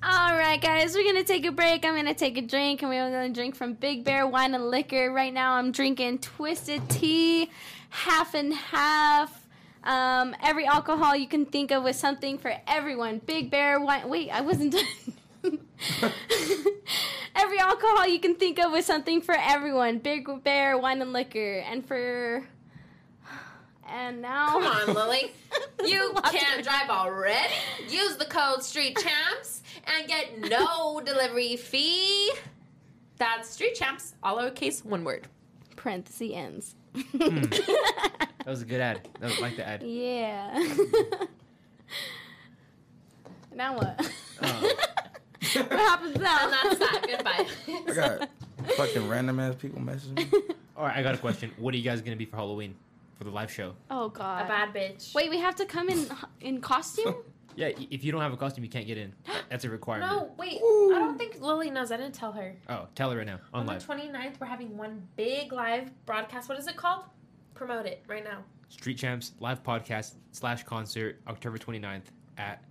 Speaker 3: All right, guys, we're gonna take a break. I'm gonna take a drink, and we're gonna drink from Big Bear Wine and Liquor. Right now, I'm drinking Twisted Tea, half and half. Um, every alcohol you can think of with something for everyone. Big Bear Wine. Wait, I wasn't done. every alcohol you can think of with something for everyone. Big Bear Wine and Liquor, and for. And now,
Speaker 1: Come on, Lily. You
Speaker 3: Lots of-
Speaker 1: can't drive already. Use the code Street Champs and get no delivery fee. That's Street Champs, all lowercase, one word.
Speaker 3: parenthesis ends.
Speaker 4: That was a good ad. That was like the ad.
Speaker 3: Yeah.
Speaker 2: Mm-hmm.
Speaker 3: now what?
Speaker 2: Uh.
Speaker 4: Oh.
Speaker 3: what happens now?
Speaker 1: And that's that.
Speaker 2: I
Speaker 1: Goodbye.
Speaker 2: got fucking random ass people messaging me.
Speaker 4: All right, I got a question. What are you guys gonna be for Halloween for the live show?
Speaker 3: Oh
Speaker 1: A
Speaker 3: god.
Speaker 1: bad bitch.
Speaker 3: Wait, we have to come in in costume.
Speaker 4: Yeah, i- if you don't have a costume, you can't get in. That's a requirement.
Speaker 1: No, wait. I don't think Lily knows. I didn't tell her.
Speaker 4: Oh, tell her right now on
Speaker 1: On the
Speaker 4: live.
Speaker 1: 29th, we're having one big live broadcast. What is it called? Promote it right now.
Speaker 4: Street Champs live podcast slash concert October 29th at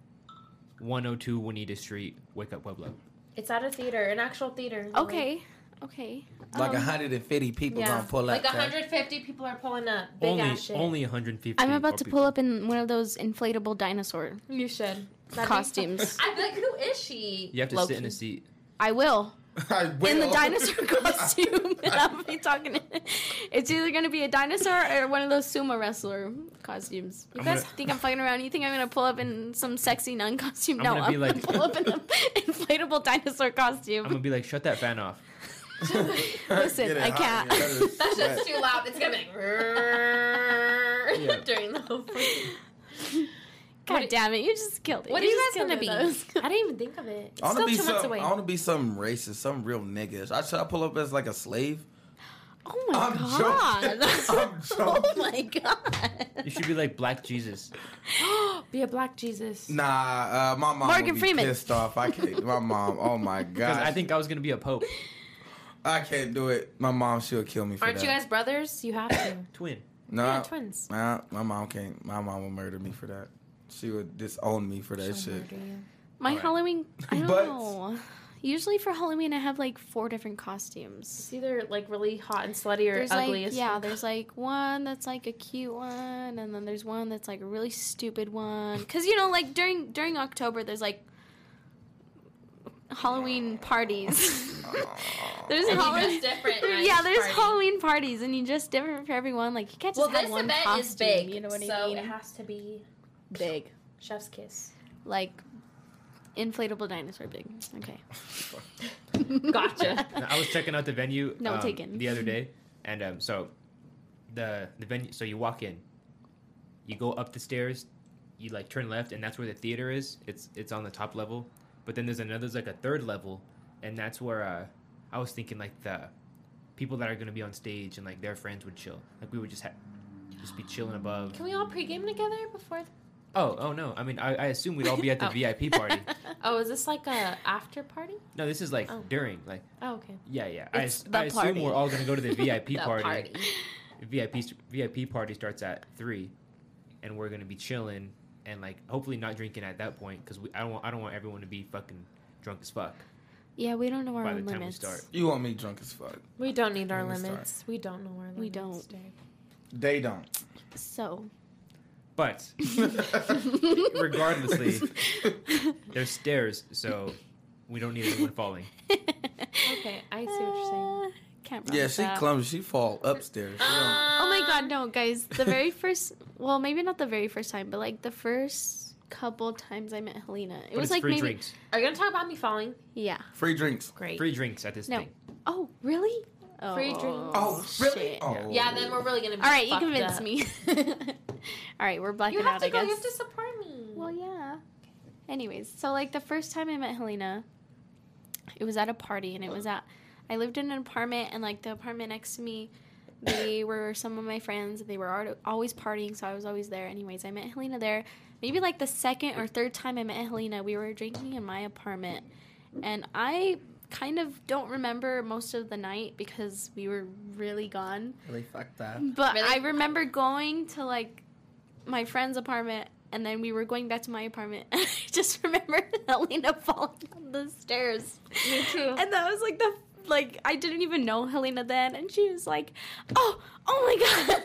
Speaker 4: 102 Juanita Street, Wake Up Pueblo.
Speaker 1: It's at a theater, an actual theater. Lily.
Speaker 3: Okay. Okay.
Speaker 2: Like
Speaker 3: Um,
Speaker 2: 150 people
Speaker 1: Yeah.
Speaker 2: gonna pull up.
Speaker 1: Like
Speaker 2: cuz.
Speaker 1: 150 people are pulling up. Big
Speaker 4: only
Speaker 1: ass shit.
Speaker 4: only 150.
Speaker 3: I'm about to pull
Speaker 4: people.
Speaker 3: up in one of those inflatable dinosaur
Speaker 1: You should.
Speaker 3: costumes.
Speaker 1: I'd be like, who is she?
Speaker 4: You have to
Speaker 3: low
Speaker 4: sit in
Speaker 3: key.
Speaker 4: a seat.
Speaker 3: I will
Speaker 2: I
Speaker 3: in the
Speaker 4: oh.
Speaker 2: will.
Speaker 3: dinosaur costume. and I'll be talking. it's either gonna be a dinosaur or one of those sumo wrestler costumes. You
Speaker 4: I'm
Speaker 3: guys
Speaker 4: gonna-
Speaker 3: think I'm fucking around? You think I'm gonna pull up in some sexy nun costume?
Speaker 4: I'm
Speaker 3: no,
Speaker 4: gonna
Speaker 3: I'm
Speaker 4: be like-
Speaker 3: gonna pull up in an inflatable dinosaur costume.
Speaker 4: I'm gonna be like, shut that fan off.
Speaker 3: Listen,
Speaker 2: Get it
Speaker 3: I
Speaker 2: hot
Speaker 3: can't.
Speaker 2: in your gutters.
Speaker 1: That's just
Speaker 2: Right.
Speaker 1: too loud. It's gonna be like
Speaker 4: Yeah.
Speaker 1: during the whole. freaking-
Speaker 3: God damn it! You just killed it.
Speaker 1: What are you
Speaker 3: just
Speaker 1: guys gonna be?
Speaker 3: killed it.
Speaker 1: I didn't even think of it. It's
Speaker 2: I wanna
Speaker 1: still
Speaker 2: be
Speaker 1: two months
Speaker 2: some.
Speaker 1: away.
Speaker 2: I wanna be some racist, some real niggas. I should I pull up as like a slave?
Speaker 3: Oh my
Speaker 2: I'm
Speaker 3: god!
Speaker 2: joking. I'm
Speaker 3: oh
Speaker 2: joking.
Speaker 3: my god!
Speaker 4: You should be like Black Jesus. Oh.
Speaker 1: be a black Jesus.
Speaker 2: Nah, uh, my mom
Speaker 3: Morgan
Speaker 2: would be
Speaker 3: Freeman.
Speaker 2: pissed off. I can't. My mom. Oh my
Speaker 4: Because
Speaker 2: god.
Speaker 4: I think I was gonna be a pope.
Speaker 2: I can't do it. My mom. She'll kill me for
Speaker 1: Aren't
Speaker 2: that.
Speaker 1: you guys brothers? You have to.
Speaker 4: Twin.
Speaker 2: No.
Speaker 1: yeah, twins.
Speaker 2: Nah, my mom can't. My mom would murder me for that. She would disown me for that
Speaker 1: She'll
Speaker 2: shit.
Speaker 1: murder you.
Speaker 3: My
Speaker 4: Alright.
Speaker 3: Halloween. I don't
Speaker 2: But-
Speaker 3: know. Usually for Halloween, I have like four different costumes.
Speaker 1: It's either like really hot and slutty or
Speaker 3: There's
Speaker 1: ugly
Speaker 3: like
Speaker 1: as
Speaker 3: yeah,
Speaker 1: fuck.
Speaker 3: there's like one that's like a cute one, and then there's one that's like a really stupid one. Cause you know, like during during October, there's like Halloween parties. there's
Speaker 1: And you
Speaker 3: Halloween.
Speaker 1: dress different. at
Speaker 3: yeah,
Speaker 1: each
Speaker 3: there's
Speaker 1: party.
Speaker 3: Halloween parties, and you just different for everyone. Like you can't
Speaker 1: Well,
Speaker 3: just
Speaker 1: this
Speaker 3: have one
Speaker 1: event
Speaker 3: costume.
Speaker 1: is big,
Speaker 3: you know what
Speaker 1: so
Speaker 3: I mean?
Speaker 1: it has to be
Speaker 3: big,
Speaker 1: chef's kiss.
Speaker 3: like inflatable dinosaur big. Okay.
Speaker 1: Gotcha.
Speaker 4: No, I was checking out the venue.
Speaker 3: No,
Speaker 4: um,
Speaker 3: taken.
Speaker 4: The other day, and um, so the the venue. So you walk in, you go up the stairs, you like turn left, and that's where the theater is. It's it's on the top level, but then there's another, there's like a third level, and that's where uh, I was thinking like the people that are gonna be on stage and like their friends would chill. Like we would just ha- just be chilling above.
Speaker 1: Can we all pregame together before?
Speaker 4: Oh oh no, I mean I, I assume we'd all be at the
Speaker 1: Oh.
Speaker 4: VIP party.
Speaker 1: Oh, is this like a after party?
Speaker 4: No, this is like
Speaker 1: Oh.
Speaker 4: during like
Speaker 1: Oh, okay.
Speaker 4: yeah yeah. I,
Speaker 3: It's
Speaker 4: as-
Speaker 3: the
Speaker 4: I assume
Speaker 3: party.
Speaker 4: we're all gonna go to the VIP
Speaker 1: party.
Speaker 4: VIP st- VIP party starts at three, and we're gonna be chilling and like hopefully not drinking at that point because I don't want I don't want everyone to be fucking drunk as fuck
Speaker 3: Yeah, we don't know our
Speaker 4: by the
Speaker 3: own
Speaker 4: time
Speaker 3: limits.
Speaker 4: we start.
Speaker 2: You want me drunk as fuck?
Speaker 1: We don't need our
Speaker 2: Let me
Speaker 1: limits. We don't know our limits.
Speaker 3: We
Speaker 1: Dave.
Speaker 2: They don't.
Speaker 3: So
Speaker 4: But regardlessly, there's stairs, so we don't need anyone falling.
Speaker 1: Okay, I see what you're saying.
Speaker 3: Uh, Can't
Speaker 2: yeah,
Speaker 3: promise
Speaker 2: she
Speaker 3: that.
Speaker 2: clumsy. She fall upstairs. She don't-
Speaker 1: Uh,
Speaker 3: Oh my god, no, guys. The very first, well, maybe not the very first time, but like the first couple times I met Helena, it
Speaker 4: But
Speaker 3: was
Speaker 4: it's
Speaker 3: like
Speaker 4: free
Speaker 3: maybe
Speaker 4: drinks,
Speaker 1: Are you gonna talk about me falling?
Speaker 3: yeah.
Speaker 2: Free drinks.
Speaker 1: Great.
Speaker 4: free drinks at this
Speaker 3: No.
Speaker 4: thing.
Speaker 3: Oh, really? Oh,
Speaker 1: Free drinks.
Speaker 2: Oh, really?
Speaker 3: shit.
Speaker 2: Oh.
Speaker 1: Yeah, then we're really gonna. Be
Speaker 3: All right, you
Speaker 1: fucked
Speaker 3: convinced
Speaker 1: up.
Speaker 3: me. All right, we're blacking
Speaker 1: You have
Speaker 3: out.
Speaker 1: to
Speaker 3: I
Speaker 1: go.
Speaker 3: guess.
Speaker 1: You have to support me.
Speaker 3: Well, yeah. Anyways, so like the first time I met Helena, it was at a party, and it was at I lived in an apartment, and like the apartment next to me, they were some of my friends. and They were al- always partying, so I was always there. Anyways, I met Helena there. Maybe like the second or third time I met Helena, we were drinking in my apartment, and I kind of don't remember most of the night because we were really gone.
Speaker 2: Really fucked up.
Speaker 3: But
Speaker 1: Really?
Speaker 3: I remember going to like my friend's apartment and then we were going back to my apartment. I just remember Helena falling down the stairs.
Speaker 1: Me too.
Speaker 3: And that was like the like I didn't even know Helena then and she was like, "Oh, oh my god."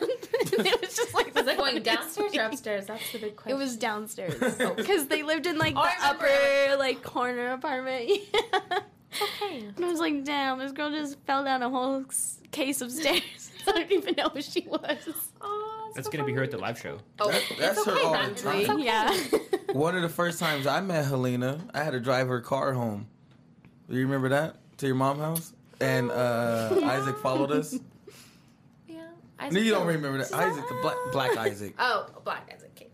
Speaker 3: and it was just like
Speaker 1: Was it going
Speaker 3: funniest
Speaker 1: downstairs or
Speaker 3: thing.
Speaker 1: upstairs? That's the big
Speaker 3: It
Speaker 1: question.
Speaker 3: was downstairs because they lived in like
Speaker 1: Oh,
Speaker 3: the
Speaker 1: I remember.
Speaker 3: upper like corner apartment.
Speaker 1: okay.
Speaker 3: And I was like, damn, this girl just fell down a whole s- case of stairs. I don't even know who she was.
Speaker 1: Oh,
Speaker 4: That's gonna be her at the live show.
Speaker 1: Oh,
Speaker 2: That- that's
Speaker 1: it's
Speaker 2: her
Speaker 1: okay,
Speaker 2: all the
Speaker 1: Randy.
Speaker 2: time.
Speaker 1: It's okay.
Speaker 3: Yeah.
Speaker 2: One of the first times I met Helena, I had to drive her car home. Do you remember that? To your mom's house? And uh, Isaac followed us.
Speaker 1: Yeah.
Speaker 2: No,
Speaker 1: Isaac
Speaker 2: you don't
Speaker 1: Hill.
Speaker 2: remember that. Isaac, the black,
Speaker 3: "Ah."
Speaker 2: black Isaac.
Speaker 1: Oh, black Isaac. Okay.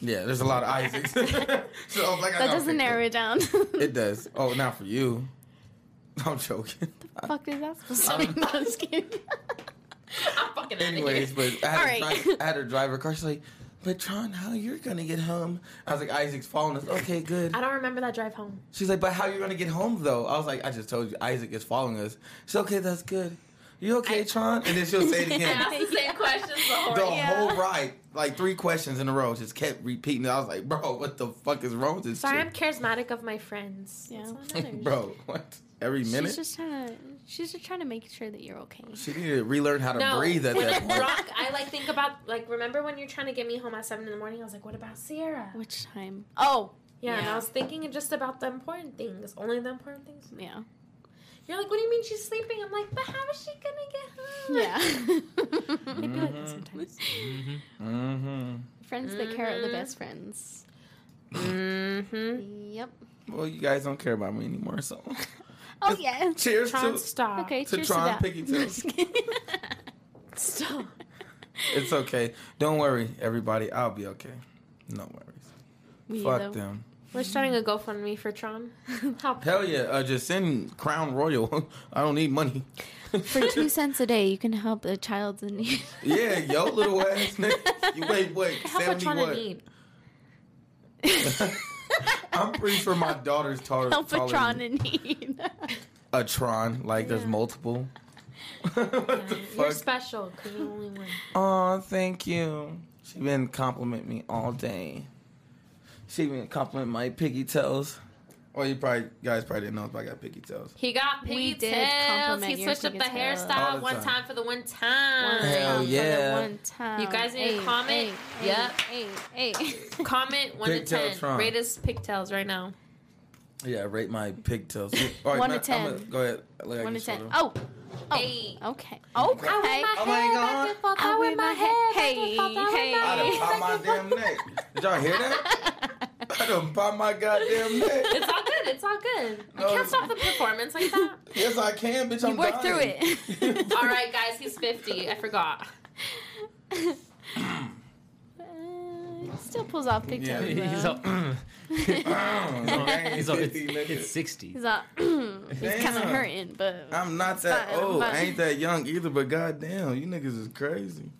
Speaker 2: Yeah, there's a lot of Isaacs. so, like, I
Speaker 3: that
Speaker 2: got
Speaker 3: doesn't
Speaker 2: picked up.
Speaker 3: narrow it down.
Speaker 2: It does. Oh, not for you. I'm joking.
Speaker 3: Fuck is that
Speaker 2: Um,
Speaker 3: supposed to be? No, I'm just kidding.
Speaker 1: I'm fucking
Speaker 2: Anyways,
Speaker 1: out of here.
Speaker 2: but I had, to
Speaker 3: All right.
Speaker 2: drive, I had her drive her car. She's like, but Tron, how you're gonna get home? I was like, Isaac's following us. Okay, good.
Speaker 1: I don't remember that drive home.
Speaker 2: She's like, but how you gonna get home though? I was like, I just told you, Isaac is following us. She's okay, that's good. You okay,
Speaker 1: I-
Speaker 2: Tron? And then she'll say it
Speaker 1: I
Speaker 2: again.
Speaker 1: asked the same
Speaker 3: Yeah.
Speaker 1: questions the whole
Speaker 2: The
Speaker 3: Yeah.
Speaker 2: whole ride, like three questions in a row, just kept repeating. it. I was like, bro, what the fuck is wrong with this
Speaker 1: Sorry, I'm charismatic of my friends.
Speaker 3: Yeah.
Speaker 1: That's what
Speaker 2: chick?
Speaker 1: matters.
Speaker 2: bro, what? Every minute?
Speaker 3: She's just trying to. She's just trying to make sure that you're okay.
Speaker 2: she needed to relearn how to
Speaker 1: No,
Speaker 2: breathe at
Speaker 1: when
Speaker 2: that
Speaker 1: I'm
Speaker 2: point.
Speaker 1: drunk, I like think about like remember when you're trying to get me home at seven in the morning? I was like, what about Sierra?
Speaker 3: Which time? Oh,
Speaker 1: Yeah, and
Speaker 3: Yeah.
Speaker 1: I was thinking just about the important things, only the important things.
Speaker 3: yeah,
Speaker 1: You're like, what do you mean she's sleeping? I'm like, but how is she gonna get home?
Speaker 3: yeah.
Speaker 1: I
Speaker 3: Friends
Speaker 1: do like that sometimes.
Speaker 2: Mhm. Mm-hmm.
Speaker 3: that care are the
Speaker 1: Mhm.
Speaker 3: best friends.
Speaker 1: Mm-hmm.
Speaker 3: Yep.
Speaker 2: Well, you guys don't care about me anymore, so.
Speaker 3: Oh yeah.
Speaker 2: Cheers
Speaker 1: Tron,
Speaker 2: to.
Speaker 1: stop.
Speaker 3: Okay.
Speaker 2: To
Speaker 3: cheers
Speaker 2: try and
Speaker 3: to that.
Speaker 2: pick it up.
Speaker 3: Just kidding.
Speaker 1: Stop.
Speaker 2: It's okay. Don't worry, everybody. I'll be okay. No worries.
Speaker 3: We,
Speaker 2: Fuck
Speaker 3: though.
Speaker 2: them.
Speaker 1: We're starting a GoFundMe for Tron. Help.
Speaker 2: Hell yeah. Uh, just send Crown Royal. I don't need money.
Speaker 3: For two cents a day, you can help a child in need.
Speaker 2: Yeah, yo, little ass nigga. You wait, what?
Speaker 1: Help what
Speaker 2: 70
Speaker 1: Tron in
Speaker 2: what?
Speaker 1: need.
Speaker 2: I'm pretty sure my daughter's taller.
Speaker 3: help
Speaker 2: taller
Speaker 3: a Tron
Speaker 2: than-
Speaker 3: in need.
Speaker 2: a Tron. Like, there's
Speaker 1: Yeah.
Speaker 2: multiple. what the
Speaker 1: Yeah, You're
Speaker 2: fuck?
Speaker 1: special because you're the only one.
Speaker 2: Aw, thank you. She been compliment me all day. She been compliment my piggy toes. Well, you probably guys probably didn't know if I got piggy toes.
Speaker 1: He got
Speaker 3: We did
Speaker 1: pigtails.
Speaker 3: compliment
Speaker 1: He
Speaker 3: your
Speaker 1: switched up the
Speaker 3: pigtails.
Speaker 2: All
Speaker 1: hairstyle
Speaker 2: the
Speaker 1: one
Speaker 2: time.
Speaker 1: time. for the one time.
Speaker 2: Hell
Speaker 3: One time for the
Speaker 2: yeah.
Speaker 3: One time.
Speaker 1: You guys need to comment? Yep.
Speaker 3: Hey, hey.
Speaker 1: Comment one to
Speaker 2: Pigtail
Speaker 1: ten.
Speaker 2: Tron.
Speaker 1: Rate us pigtails right now.
Speaker 2: Yeah, rate my pigtails. All
Speaker 3: One to
Speaker 2: Matt, I'm
Speaker 3: 10.
Speaker 2: gonna- go ahead. Look at
Speaker 3: One
Speaker 2: your
Speaker 3: to ten.
Speaker 2: shoulder.
Speaker 3: Oh, Oh.
Speaker 1: Eight.
Speaker 3: okay.
Speaker 1: I
Speaker 3: Okay.
Speaker 1: went my
Speaker 2: Oh my
Speaker 1: head
Speaker 2: God.
Speaker 1: back and forth.
Speaker 3: I
Speaker 1: I went
Speaker 3: went
Speaker 1: my
Speaker 3: my
Speaker 1: head back
Speaker 3: head.
Speaker 1: and forth.
Speaker 3: Hey,
Speaker 2: I
Speaker 1: I
Speaker 2: done
Speaker 1: went my head back
Speaker 2: popped my damn
Speaker 1: and forth.
Speaker 2: neck. Did y'all hear that? I done popped my goddamn neck.
Speaker 1: It's all good. It's all good. You
Speaker 2: No.
Speaker 1: can't stop the performance like that.
Speaker 2: Yes, I can, bitch. I'm
Speaker 3: you worked through
Speaker 2: dying.
Speaker 3: it.
Speaker 1: All right, guys, he's 50. I forgot.
Speaker 3: Uh, still pulls off
Speaker 2: Yeah,
Speaker 3: pigtails.
Speaker 4: He's
Speaker 3: though.
Speaker 4: all, mm.
Speaker 2: Mm,
Speaker 4: He's all, it's,
Speaker 2: 50, nigga.
Speaker 4: it's 60.
Speaker 3: He's all, he's kind of
Speaker 2: Damn.
Speaker 3: hurting, but
Speaker 2: I'm not that
Speaker 3: Fine, I'm
Speaker 2: old.
Speaker 3: fine.
Speaker 2: I ain't that young either, but goddamn, you niggas is crazy.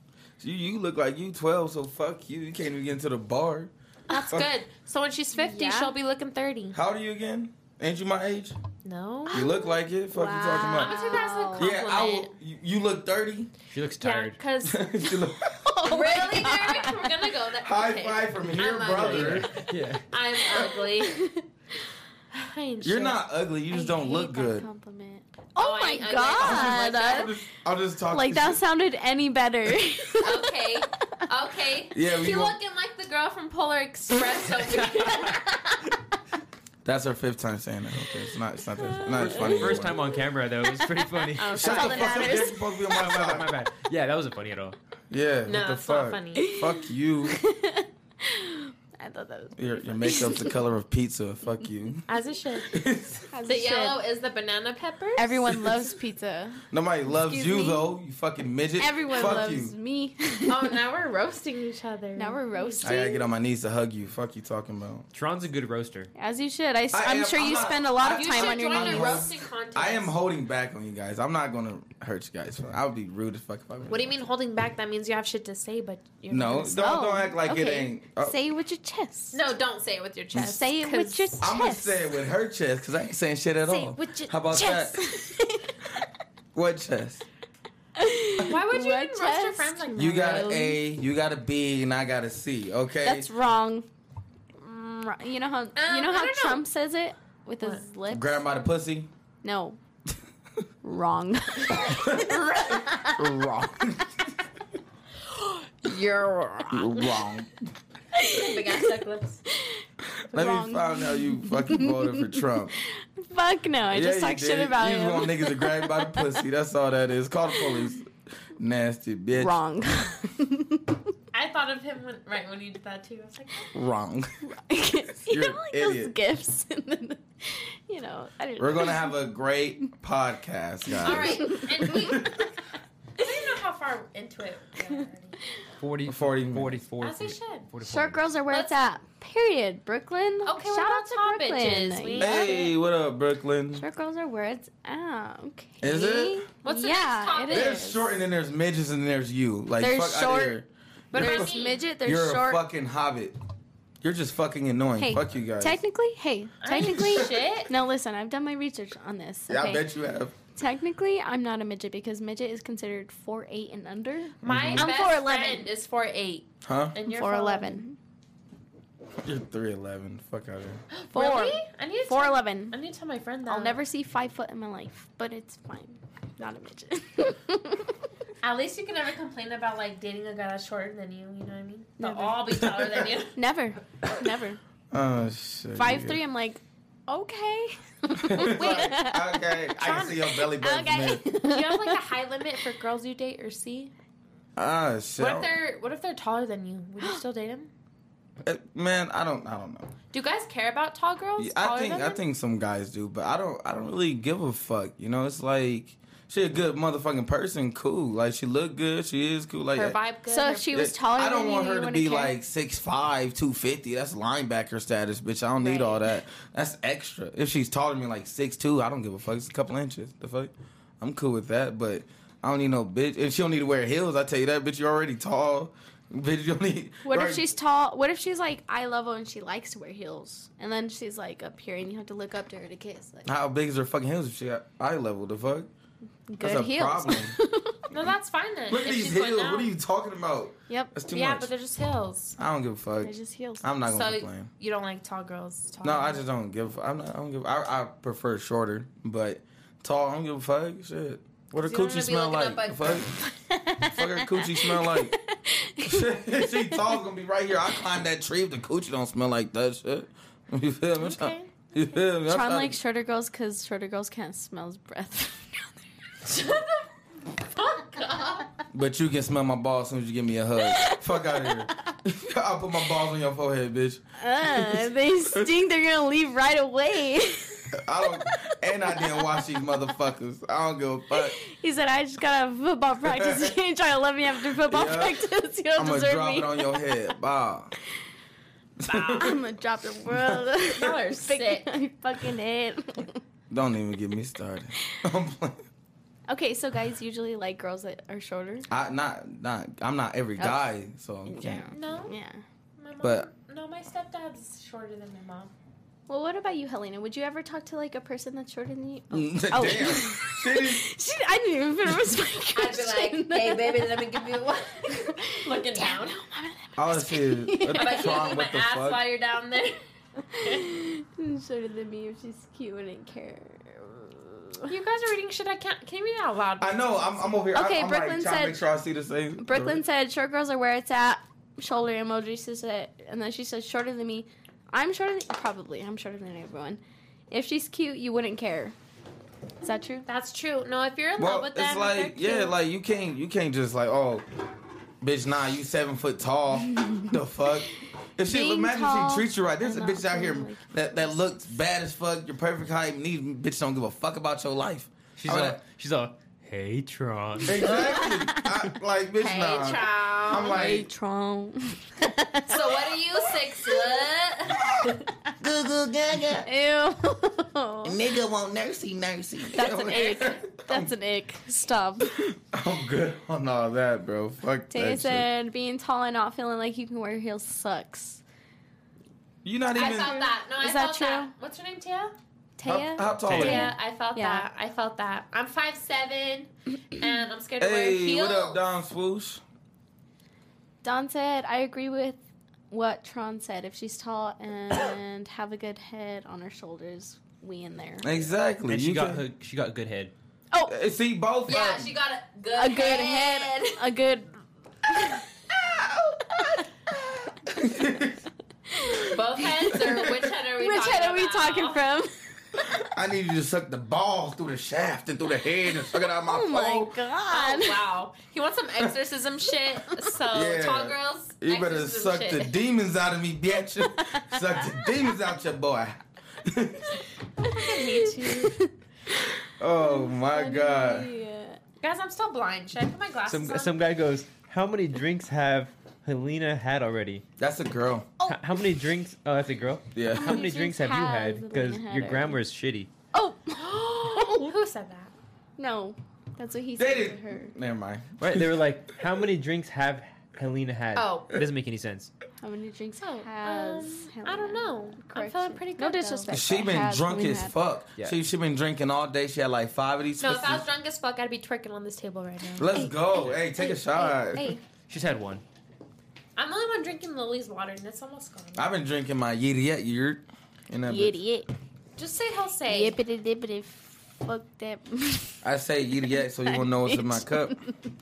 Speaker 2: You, you look like you 12, so fuck you. You can't even get into the bar.
Speaker 1: That's good. So when she's 50,
Speaker 3: Yeah.
Speaker 1: she'll be looking 30.
Speaker 2: How old are you again? Ain't you my age?
Speaker 1: No.
Speaker 2: You look like it. Fuck you talking
Speaker 3: Wow.
Speaker 1: I'm gonna
Speaker 2: about?
Speaker 1: take that as a compliment.
Speaker 2: Yeah, I will. You, you look 30.
Speaker 4: She looks
Speaker 1: Yeah,
Speaker 4: tired.
Speaker 1: because
Speaker 2: You look-
Speaker 3: Oh my
Speaker 1: really,
Speaker 3: God.
Speaker 1: Derek, we're gonna go there.
Speaker 2: high
Speaker 1: Okay.
Speaker 2: five from here,
Speaker 1: I'm ugly.
Speaker 2: brother.
Speaker 4: yeah.
Speaker 1: I'm ugly. I ain't
Speaker 2: You're
Speaker 1: shit.
Speaker 2: not ugly. You
Speaker 3: I
Speaker 2: just don't
Speaker 3: hate
Speaker 2: look
Speaker 3: that
Speaker 2: good.
Speaker 3: Compliment.
Speaker 1: Oh,
Speaker 3: Oh
Speaker 1: I-
Speaker 3: my
Speaker 1: I like
Speaker 3: god!
Speaker 1: that.
Speaker 2: I'll just, I'll just talk
Speaker 3: like
Speaker 2: this
Speaker 3: that
Speaker 2: shit.
Speaker 3: sounded any better.
Speaker 1: Okay. Okay.
Speaker 2: Yeah, we
Speaker 1: You
Speaker 2: won't-
Speaker 1: looking like the girl from Polar Express over here.
Speaker 2: That's her fifth time saying that. Okay, it's not. It's not. That, not as
Speaker 4: For
Speaker 2: funny.
Speaker 4: the first
Speaker 2: anymore.
Speaker 4: time on camera, though, it was pretty funny.
Speaker 1: Oh,
Speaker 2: Shut
Speaker 3: That's all
Speaker 2: the
Speaker 3: that
Speaker 2: fuck up.
Speaker 3: matters.
Speaker 2: You're supposed to be on my
Speaker 4: my bad,
Speaker 2: side.
Speaker 4: my bad. Yeah, that wasn't funny at all.
Speaker 2: Yeah. what
Speaker 1: no,
Speaker 2: the
Speaker 1: it's
Speaker 2: fuck?
Speaker 1: not funny.
Speaker 2: Fuck you.
Speaker 3: I thought that was
Speaker 2: Your, your makeup's the color of pizza. Fuck you.
Speaker 1: As it should. The
Speaker 3: Shit.
Speaker 1: yellow is the banana peppers.
Speaker 3: Everyone loves pizza.
Speaker 2: Nobody loves
Speaker 3: Excuse
Speaker 2: you
Speaker 3: me?
Speaker 2: though. You fucking midget.
Speaker 3: Everyone
Speaker 2: Fuck
Speaker 3: loves
Speaker 2: you.
Speaker 3: me.
Speaker 1: Oh, now we're roasting each other.
Speaker 3: now we're
Speaker 2: I gotta
Speaker 3: roasting.
Speaker 2: get on my knees to hug you. Fuck you talking about.
Speaker 4: Tron's a good roaster.
Speaker 3: As you should. I,
Speaker 2: I
Speaker 3: am
Speaker 2: am-
Speaker 3: sure
Speaker 2: I'm
Speaker 3: you
Speaker 2: not-
Speaker 3: spend a lot
Speaker 2: I-
Speaker 3: of
Speaker 1: You
Speaker 3: time
Speaker 1: should
Speaker 3: on your
Speaker 1: join
Speaker 2: knees.
Speaker 1: the roasting contest.
Speaker 2: I am holding back on you guys. I'm not gonna hurt you guys. I would be rude as fuck if I.
Speaker 1: What do you mean holding back? That means you have shit to say, but you're
Speaker 2: No,
Speaker 1: Not
Speaker 2: don't
Speaker 1: gonna
Speaker 2: don't act like it
Speaker 3: okay.
Speaker 2: ain't. Oh,
Speaker 3: Say what your chest.
Speaker 1: No, don't say it with your chest.
Speaker 3: Say it with
Speaker 1: 'cause-
Speaker 3: your chest.
Speaker 2: I'm gonna say it with her chest because I ain't saying shit at
Speaker 3: Say
Speaker 2: all.
Speaker 3: it with your
Speaker 2: How about
Speaker 3: chest.
Speaker 2: that? What chest?
Speaker 1: Why would you
Speaker 3: What
Speaker 1: even roast your
Speaker 3: chest?
Speaker 1: friends like that?
Speaker 2: You got an
Speaker 3: Really?
Speaker 2: A, you got a B, and I got a C. Okay.
Speaker 3: That's wrong. Mm, You know how you know
Speaker 1: Um, I
Speaker 3: how
Speaker 1: don't know.
Speaker 3: Trump says it with his lips.
Speaker 2: Grab by the pussy.
Speaker 3: no, wrong.
Speaker 2: Wrong.
Speaker 1: You're
Speaker 2: Wrong.
Speaker 1: big ass duck lips.
Speaker 2: Let
Speaker 3: Wrong.
Speaker 2: me find out you fucking voted for Trump.
Speaker 3: Fuck no! I just talked shit about
Speaker 2: you
Speaker 3: him.
Speaker 2: You want niggas to grab you by the pussy. That's all that is. Call the police. Nasty bitch.
Speaker 3: wrong.
Speaker 1: I thought of him when, right when you did that too. I was like,
Speaker 2: Wrong.
Speaker 3: you
Speaker 2: You're
Speaker 3: know,
Speaker 2: an
Speaker 3: like those
Speaker 2: idiot.
Speaker 3: gifts, and then the- you know, I didn't.
Speaker 2: We're gonna have a great podcast, guys.
Speaker 1: all right, and we. I don't even know how far into it we are already.
Speaker 4: 40,
Speaker 2: 40
Speaker 4: 44.
Speaker 1: As we should.
Speaker 4: 44
Speaker 3: Short girls are where
Speaker 1: Let's-
Speaker 3: it's at. Period. Brooklyn.
Speaker 1: Okay, what
Speaker 3: Shout
Speaker 1: about
Speaker 3: out to
Speaker 1: top
Speaker 3: Brooklyn.
Speaker 1: bitches? We-
Speaker 2: Hey, what up, Brooklyn?
Speaker 3: Short girls are where it's at. Okay.
Speaker 2: Is it?
Speaker 1: What's the next
Speaker 3: yeah,
Speaker 1: topic?
Speaker 3: it
Speaker 2: There's
Speaker 3: is.
Speaker 2: short and then there's midgets and there's you. Like
Speaker 3: There's
Speaker 2: fuck out
Speaker 3: short-
Speaker 2: here.
Speaker 1: What about
Speaker 3: There's
Speaker 1: me?
Speaker 3: midget. There's
Speaker 2: You're
Speaker 3: short.
Speaker 2: a fucking hobbit. You're just fucking annoying.
Speaker 3: Hey,
Speaker 2: fuck you guys.
Speaker 3: Technically, hey, technically,
Speaker 1: shit.
Speaker 3: No, listen, I've done my research on this.
Speaker 2: Yeah, I
Speaker 3: okay?
Speaker 2: bet you have.
Speaker 3: Technically, I'm not a midget because midget is considered four eight and under.
Speaker 1: My
Speaker 2: Mm-hmm.
Speaker 3: I'm
Speaker 1: best
Speaker 3: 4'11.
Speaker 1: friend is 4'8",
Speaker 2: Huh?
Speaker 1: and you're
Speaker 3: Four eleven.
Speaker 2: You're 311. Fuck out of here.
Speaker 3: Four.
Speaker 1: Really? I need to
Speaker 3: Four
Speaker 1: tell-
Speaker 3: eleven.
Speaker 1: I need to tell my friend that.
Speaker 3: I'll never see five foot in my life, but it's fine. Not a midget.
Speaker 1: At least you can never complain about like dating a guy that's shorter than you. You know what I mean? They'll
Speaker 3: Never.
Speaker 1: all be taller than you.
Speaker 3: never, never.
Speaker 2: Oh shit.
Speaker 3: Five three. I'm like, okay.
Speaker 2: Wait. okay. I can see your belly button.
Speaker 3: Okay.
Speaker 2: Okay.
Speaker 1: Do you have like a high limit for girls you date or see?
Speaker 2: Oh shit.
Speaker 1: What if they're What if they're taller than you? Would you still date them?
Speaker 2: Uh, Man, I don't. I don't know.
Speaker 1: Do you guys care about tall girls?
Speaker 2: Yeah, I
Speaker 1: taller
Speaker 2: think.
Speaker 1: than
Speaker 2: I
Speaker 1: them?
Speaker 2: think some guys do, but I don't. I don't really give a fuck. You know, it's like she a good motherfucking person. Cool. Like she look good. She is cool. Like
Speaker 1: her vibe good.
Speaker 3: so
Speaker 1: her-
Speaker 3: if she was
Speaker 2: Yeah,
Speaker 3: taller,
Speaker 2: I don't
Speaker 3: than
Speaker 2: want
Speaker 3: you,
Speaker 2: her
Speaker 3: you
Speaker 2: to
Speaker 3: wouldn't
Speaker 2: be
Speaker 3: care?
Speaker 2: like 6'5", 250. That's linebacker status, bitch. I don't need
Speaker 3: Right.
Speaker 2: all that. That's extra. If she's taller than me, like 6'2", I don't give a fuck. It's a couple inches. The fuck, I'm cool with that. But I don't need no bitch. If she don't need to wear heels, I tell you that, bitch. You're already tall, bitch. You don't need.
Speaker 3: What
Speaker 2: right.
Speaker 3: if she's tall? What if she's like eye level and she likes to wear heels, and then she's like up here and you have to look up to her to kiss? Like,
Speaker 2: How big is her fucking heels if she got eye level? The fuck.
Speaker 3: good
Speaker 2: a
Speaker 3: heels.
Speaker 2: problem.
Speaker 1: no, that's fine then.
Speaker 2: Look at
Speaker 1: If
Speaker 2: these
Speaker 1: she's going
Speaker 2: heels.
Speaker 1: down.
Speaker 2: What are you talking about?
Speaker 3: yep,
Speaker 2: That's too
Speaker 1: yeah,
Speaker 2: much.
Speaker 1: but they're just heels.
Speaker 2: I don't give a fuck.
Speaker 3: they're just heels.
Speaker 2: I'm not gonna
Speaker 1: So
Speaker 2: complain.
Speaker 1: you don't like tall girls? Tall
Speaker 2: No, I just don't give. I'm not, I don't give. I, I prefer shorter, but tall. I don't give a fuck. Shit. What her
Speaker 1: You don't wanna
Speaker 2: coochie
Speaker 1: be
Speaker 2: smell
Speaker 1: looking
Speaker 2: like?
Speaker 1: up
Speaker 2: The fuck.
Speaker 3: Fuck
Speaker 2: her coochie smell like. Shit, she tall gonna be right here. I climb that tree if the coochie don't smell like that shit. You feel me? I'm trying-
Speaker 1: Okay.
Speaker 2: You feel me? I'm
Speaker 3: Tron
Speaker 2: trying-
Speaker 3: likes shorter girls because shorter girls can't smell breath.
Speaker 1: Shut the fuck up.
Speaker 2: but you can smell my balls as soon as you give me a hug. fuck out of here. I'll put my balls on your forehead, bitch.
Speaker 3: uh, they stink. They're gonna leave right away.
Speaker 2: I don't. And I didn't watch these motherfuckers. I don't give a fuck.
Speaker 3: He said, "I just got a football practice. You ain't trying to love me after football
Speaker 2: Yeah.
Speaker 3: practice. You don't
Speaker 2: I'm gonna
Speaker 3: deserve
Speaker 2: drop
Speaker 3: me.
Speaker 2: it on your head. Bah.
Speaker 3: I'm gonna drop the world.
Speaker 1: Y'all are
Speaker 3: Pick
Speaker 1: sick.
Speaker 3: My fucking head."
Speaker 2: Don't even get me started. I'm playing.
Speaker 3: Okay, so guys usually like girls that are shorter.
Speaker 2: I not not I'm not every
Speaker 3: Oh.
Speaker 2: guy, so I can't.
Speaker 1: No,
Speaker 3: Yeah.
Speaker 1: my mom.
Speaker 2: But-
Speaker 1: no, my stepdad's shorter than my mom.
Speaker 3: Well, what about you, Helena? Would you ever talk to like a person that's shorter than you?
Speaker 2: Damn. Shitty.
Speaker 3: she, I didn't even finish my question.
Speaker 1: let me give you one. Looking
Speaker 3: Damn,
Speaker 1: down.
Speaker 3: no, mama,
Speaker 2: All I see is
Speaker 3: Am I
Speaker 2: what's wrong with the fuck.
Speaker 1: you're down there.
Speaker 3: She's shorter than me if she's cute. I didn't care.
Speaker 1: You guys are reading shit. I can't. Can you read it out loud?
Speaker 2: I know. I'm, I'm over here.
Speaker 3: Okay,
Speaker 2: I, I'm
Speaker 3: Brooklyn
Speaker 2: like, trying
Speaker 3: said-
Speaker 2: to make sure I see the same.
Speaker 3: Brooklyn said, "Short girls are where it's at." Shoulder emoji she said, and then she said, "Shorter than me." I'm shorter than probably. I'm shorter than everyone. If she's cute, you wouldn't care. Is that true?
Speaker 1: That's true. No, if you're in
Speaker 2: Well,
Speaker 1: love with
Speaker 2: it's
Speaker 1: them, if
Speaker 2: like
Speaker 1: they're
Speaker 2: yeah,
Speaker 1: cute-
Speaker 2: like you can't you can't just like oh, bitch, nah, you seven foot tall. the fuck. If she
Speaker 3: Being
Speaker 2: imagine
Speaker 3: tall
Speaker 2: she treats you right, there's a
Speaker 3: and
Speaker 2: bitch
Speaker 3: not
Speaker 2: out here
Speaker 3: feeling like-
Speaker 2: that, that looks bad as fuck. Your perfect height, and these bitch don't give a fuck about your life.
Speaker 4: She's
Speaker 2: I
Speaker 4: all,
Speaker 2: would-
Speaker 4: she's all, hey, Tron.
Speaker 2: exactly. I, like bitch,
Speaker 1: hey,
Speaker 2: nah.
Speaker 1: child.
Speaker 2: I'm like,
Speaker 3: Tron.
Speaker 1: so what are you six foot?
Speaker 2: Goo goo gaga.
Speaker 3: Ew.
Speaker 2: Nigga won't nursey nursey.
Speaker 3: That's an ick. That's an ick. Stop.
Speaker 2: I'm good on all that, bro. Fuck that
Speaker 3: Taya
Speaker 2: shit.
Speaker 3: said, being tall and not feeling like you can wear heels sucks.
Speaker 2: You're not
Speaker 1: I
Speaker 2: even.
Speaker 1: felt that. No, I
Speaker 3: Is that
Speaker 1: felt that. What's her name, Tia?
Speaker 2: How,
Speaker 3: Taya?
Speaker 2: how tall
Speaker 1: Yeah,
Speaker 2: are you?
Speaker 4: Taya.
Speaker 1: I felt
Speaker 3: Yeah.
Speaker 1: that. I felt that. I'm five seven, and I'm scared to wear
Speaker 2: Hey,
Speaker 1: heels.
Speaker 2: what up, Don Swoosh?
Speaker 3: Don said, I agree with what Tron said. If she's tall and have a good head on her shoulders, we in there.
Speaker 2: Exactly.
Speaker 4: And she
Speaker 2: you
Speaker 4: got
Speaker 2: can-
Speaker 4: her, she got a good head.
Speaker 2: Uh, See both.
Speaker 1: Yeah,
Speaker 2: of
Speaker 1: she
Speaker 2: them.
Speaker 1: got a good,
Speaker 3: A good head. A good.
Speaker 1: Both heads, or which head are we?
Speaker 3: Which
Speaker 1: talking
Speaker 3: head are we
Speaker 1: about?
Speaker 3: talking from?
Speaker 2: I need you to suck the ball through the shaft and through the head and suck it out of my
Speaker 3: Oh my
Speaker 2: phone.
Speaker 3: god.
Speaker 1: Oh, wow, he wants some exorcism shit. So
Speaker 2: Yeah.
Speaker 1: tall girls,
Speaker 2: You better
Speaker 1: exorcism
Speaker 2: suck the
Speaker 1: shit.
Speaker 2: demons out of me, bitch. suck the demons out your boy. oh my god.
Speaker 1: Guys, I'm still blind. Should I put my glasses
Speaker 4: Some
Speaker 1: on?
Speaker 4: some guy goes, "How many drinks have Helena had already?
Speaker 2: That's a girl.
Speaker 3: Oh.
Speaker 4: H- how many drinks? Oh, that's a girl.
Speaker 2: Yeah.
Speaker 4: How many drinks have you had?
Speaker 3: Helena
Speaker 4: Because
Speaker 3: had
Speaker 4: your
Speaker 3: already?"
Speaker 4: grammar is shitty.
Speaker 3: Oh.
Speaker 1: Who said that?
Speaker 3: no. That's what he
Speaker 2: They
Speaker 3: said to her.
Speaker 2: didn't. Never mind.
Speaker 4: Right? They were like, "How many drinks have Helena had?"
Speaker 1: Oh.
Speaker 4: it doesn't make any sense.
Speaker 3: How many drinks
Speaker 1: Oh,
Speaker 3: has
Speaker 1: um, I don't
Speaker 3: Helena?
Speaker 1: know. I'm feeling
Speaker 3: Correction.
Speaker 1: pretty good.
Speaker 3: No
Speaker 1: though.
Speaker 3: disrespect.
Speaker 2: She
Speaker 3: that
Speaker 2: been
Speaker 3: has
Speaker 2: drunk
Speaker 3: been
Speaker 2: as
Speaker 3: had.
Speaker 2: fuck.
Speaker 4: Yeah.
Speaker 2: She she been drinking all day. She had like five of these.
Speaker 1: No, if I was
Speaker 2: twisties.
Speaker 1: drunk as fuck, I'd be twerking on this table right now.
Speaker 2: Let's go. Hey, take
Speaker 3: Hey,
Speaker 2: a shot.
Speaker 3: Hey, hey.
Speaker 4: She's had one.
Speaker 1: I'm the only one drinking Lily's water, and it's almost gone.
Speaker 2: I've been drinking my yeti yet yurt. And that bitch.
Speaker 3: Idiot.
Speaker 1: Just say he'll say.
Speaker 3: Yippity dippity. Fuck that.
Speaker 2: I say yeti yet so you won't know what's in my cup.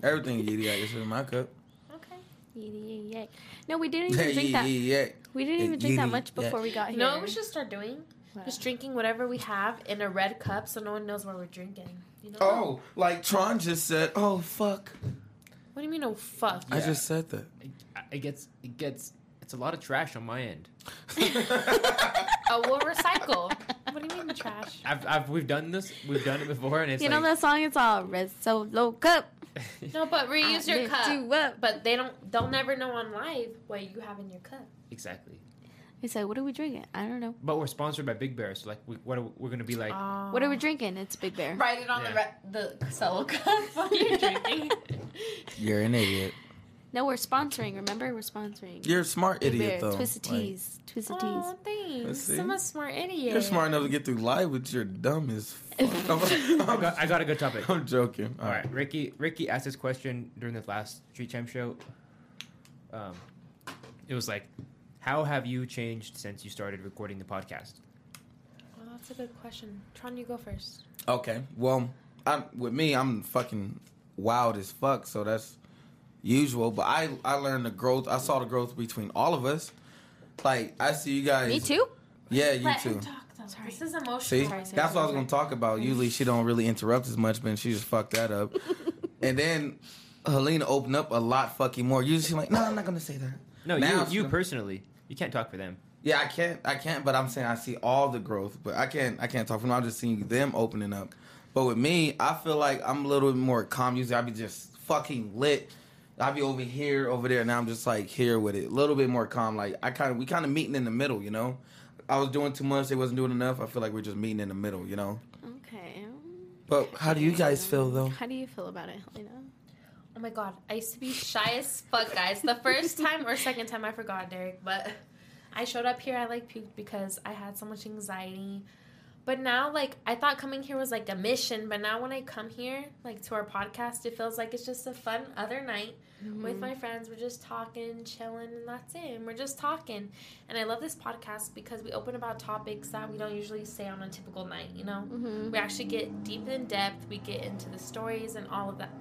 Speaker 2: Everything yeti yet is in my cup.
Speaker 1: Okay.
Speaker 3: Yidi, yay. No, we didn't even drink
Speaker 2: Yeti
Speaker 3: that.
Speaker 2: yet.
Speaker 3: We didn't even drink that
Speaker 2: Yidi,
Speaker 3: much
Speaker 2: yeah.
Speaker 3: before we got
Speaker 1: You
Speaker 3: here.
Speaker 1: know what we should start doing?
Speaker 3: What?
Speaker 1: Just drinking whatever we have in a red cup so no one knows what we're drinking. You know?
Speaker 2: Oh, like Tron just said. Oh fuck!
Speaker 1: What do you mean, oh fuck?
Speaker 2: I
Speaker 4: Yeah.
Speaker 2: just said that.
Speaker 4: It, it gets it gets it's a lot of trash on my end.
Speaker 1: Oh, we'll recycle. what do you mean, trash?
Speaker 4: I've, I've we've done this we've done it before and it's
Speaker 3: You know
Speaker 4: like
Speaker 3: that song? It's all red solo cup.
Speaker 1: No, but reuse
Speaker 3: I
Speaker 1: your
Speaker 3: lift
Speaker 1: cup.
Speaker 3: You up.
Speaker 1: But they don't, they'll never know on live what you have in your cup.
Speaker 4: exactly.
Speaker 3: He said, "What are we drinking? I don't know.
Speaker 4: But we're sponsored by Big Bear, so like we, what are, we- we're gonna be like
Speaker 1: Ah.
Speaker 3: What are we drinking? It's Big Bear.
Speaker 1: Write it on
Speaker 4: Yeah.
Speaker 1: the re- the solo cup while you're drinking.
Speaker 2: You're an idiot.
Speaker 3: No, we're sponsoring. Remember, we're sponsoring.
Speaker 2: You're a smart
Speaker 3: Big
Speaker 2: idiot
Speaker 3: Bear,
Speaker 2: though.
Speaker 3: Twisted
Speaker 2: Like,
Speaker 3: Teas, Twisted Teas.
Speaker 1: oh, thanks.
Speaker 2: see.
Speaker 1: I'm a smart idiot.
Speaker 2: you're smart enough to get through life, but you're dumb as fuck.
Speaker 4: I
Speaker 2: I'm,
Speaker 4: got, I got a good topic.
Speaker 2: I'm joking.
Speaker 4: All right, Ricky. Ricky asked this question during the last Street Champ show. Um, it was like, "How have you changed since you started recording the podcast?"
Speaker 1: Oh, that's a good question. Tron, you go first.
Speaker 2: Okay. Well, I'm with me. I'm fucking wild as fuck. So that's usual. But I I learned the growth. I saw the growth between all of us. Like I see you guys.
Speaker 3: Me too.
Speaker 2: Yeah, you
Speaker 1: Let
Speaker 2: too.
Speaker 1: him talk, though. This is emotional.
Speaker 2: See,
Speaker 3: Sorry,
Speaker 2: that's
Speaker 3: sorry,
Speaker 2: what I was
Speaker 3: sorry.
Speaker 2: gonna talk about. Usually she don't really interrupt as much, but she just fucked that up. and then Helena opened up a lot fucking more. Usually she's like, no, I'm not gonna say that.
Speaker 4: No,
Speaker 2: Now it's
Speaker 4: you, you
Speaker 2: the-
Speaker 4: personally, you can't talk for them.
Speaker 2: Yeah, I can't. I can't. But I'm saying I see all the growth, but I can't. I can't talk from. I'm just seeing them opening up. But with me, I feel like I'm a little bit more calm. Usually, I be just fucking lit. I be over here, over there, and now I'm just like here with it, a little bit more calm. Like I kind of, we kind of meeting in the middle, you know. I was doing too much. They wasn't doing enough. I feel like we're just meeting in the middle, you know.
Speaker 3: Okay.
Speaker 2: But how do you guys feel though?
Speaker 3: How do you feel about it, Helena?
Speaker 1: Oh my god, I used to be shy as fuck, guys. The first time or second time, I forgot, Derek, but I showed up here, I like puked because I had so much anxiety. But now, like, I thought coming here was like a mission, but now when I come here, like to our podcast, it feels like it's just a fun other night
Speaker 3: Mm-hmm.
Speaker 1: with my friends. We're just talking, chilling, and that's it. And we're just talking. And I love this podcast because we open about topics that we don't usually say on a typical night, you know?
Speaker 3: Mhm.
Speaker 1: We actually get deep in depth, we get into the stories and all of that.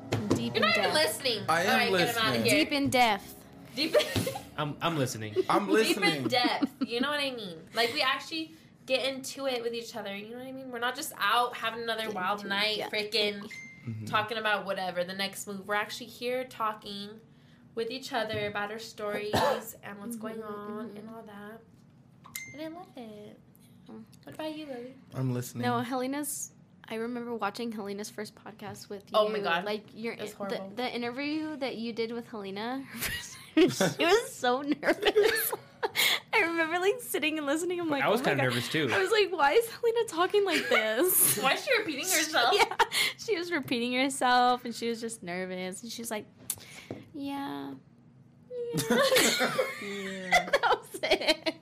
Speaker 1: You're
Speaker 3: Deep in
Speaker 1: not even
Speaker 3: depth.
Speaker 1: listening.
Speaker 2: I am
Speaker 1: All right,
Speaker 2: listening.
Speaker 3: Deep
Speaker 1: Get him
Speaker 3: in
Speaker 1: out
Speaker 3: depth.
Speaker 1: of here. Deep, deep,
Speaker 4: I'm I'm listening.
Speaker 2: I'm
Speaker 1: deep
Speaker 2: listening.
Speaker 1: in depth. You know what I mean? Like we actually get into it with each other. You know what I mean? We're not just out having another
Speaker 3: Get
Speaker 1: wild
Speaker 3: into it,
Speaker 1: night,
Speaker 3: yeah.
Speaker 1: freaking
Speaker 2: Mm-hmm.
Speaker 1: talking about whatever the next move. We're actually here talking with each other about our stories and what's going on and all that. Mm-hmm, And I love it. What about you, Lily?
Speaker 2: I'm listening.
Speaker 3: No, Helena's. I remember watching Helena's first podcast with you.
Speaker 1: Oh my God.
Speaker 3: Like your
Speaker 1: It was
Speaker 3: the,
Speaker 1: horrible.
Speaker 3: the interview that you did with Helena. she was so nervous. I remember like sitting and listening. I'm like,
Speaker 4: I was
Speaker 3: oh my
Speaker 4: kind of
Speaker 3: God.
Speaker 4: nervous too.
Speaker 3: I was like, why is Helena talking like this?
Speaker 1: Why is she repeating herself?
Speaker 3: yeah, she was repeating herself, and she was just nervous, and she was like, yeah, yeah. that was it.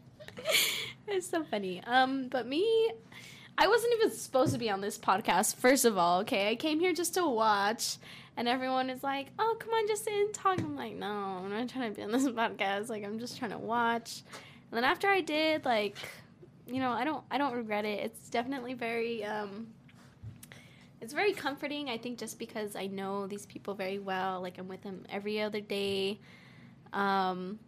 Speaker 3: It's so funny. Um, but me, I wasn't even supposed to be on this podcast. First of all, okay, I came here just to watch, and everyone is like, "Oh, come on, just sit and talk." I'm like, "No, I'm not trying to be on this podcast. Like, I'm just trying to watch." And then after I did, like, you know, I don't, I don't regret it. It's definitely very, um, it's very comforting. I think just because I know these people very well, like I'm with them every other day. Um,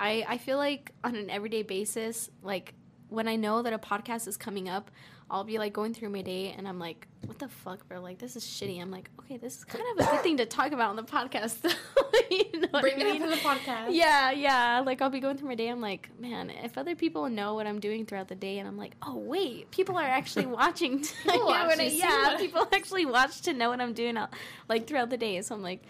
Speaker 3: I, I feel like on an everyday basis, like when I know that a podcast is coming up, I'll be like going through my day and I'm like, what the fuck, bro? Like this is shitty. I'm like, okay, this is kind of a good thing to talk about on the podcast. you know what I
Speaker 1: Bring it
Speaker 3: mean?
Speaker 1: into the podcast.
Speaker 3: Yeah, yeah. Like I'll be going through my day. I'm like, man, if other people know what I'm doing throughout the day, and I'm like, oh wait, people are actually watching. to know
Speaker 1: watch
Speaker 3: what
Speaker 1: to
Speaker 3: I-
Speaker 1: see
Speaker 3: yeah,
Speaker 1: what-
Speaker 3: people actually watch to know what I'm doing, out, like throughout the day. So I'm like,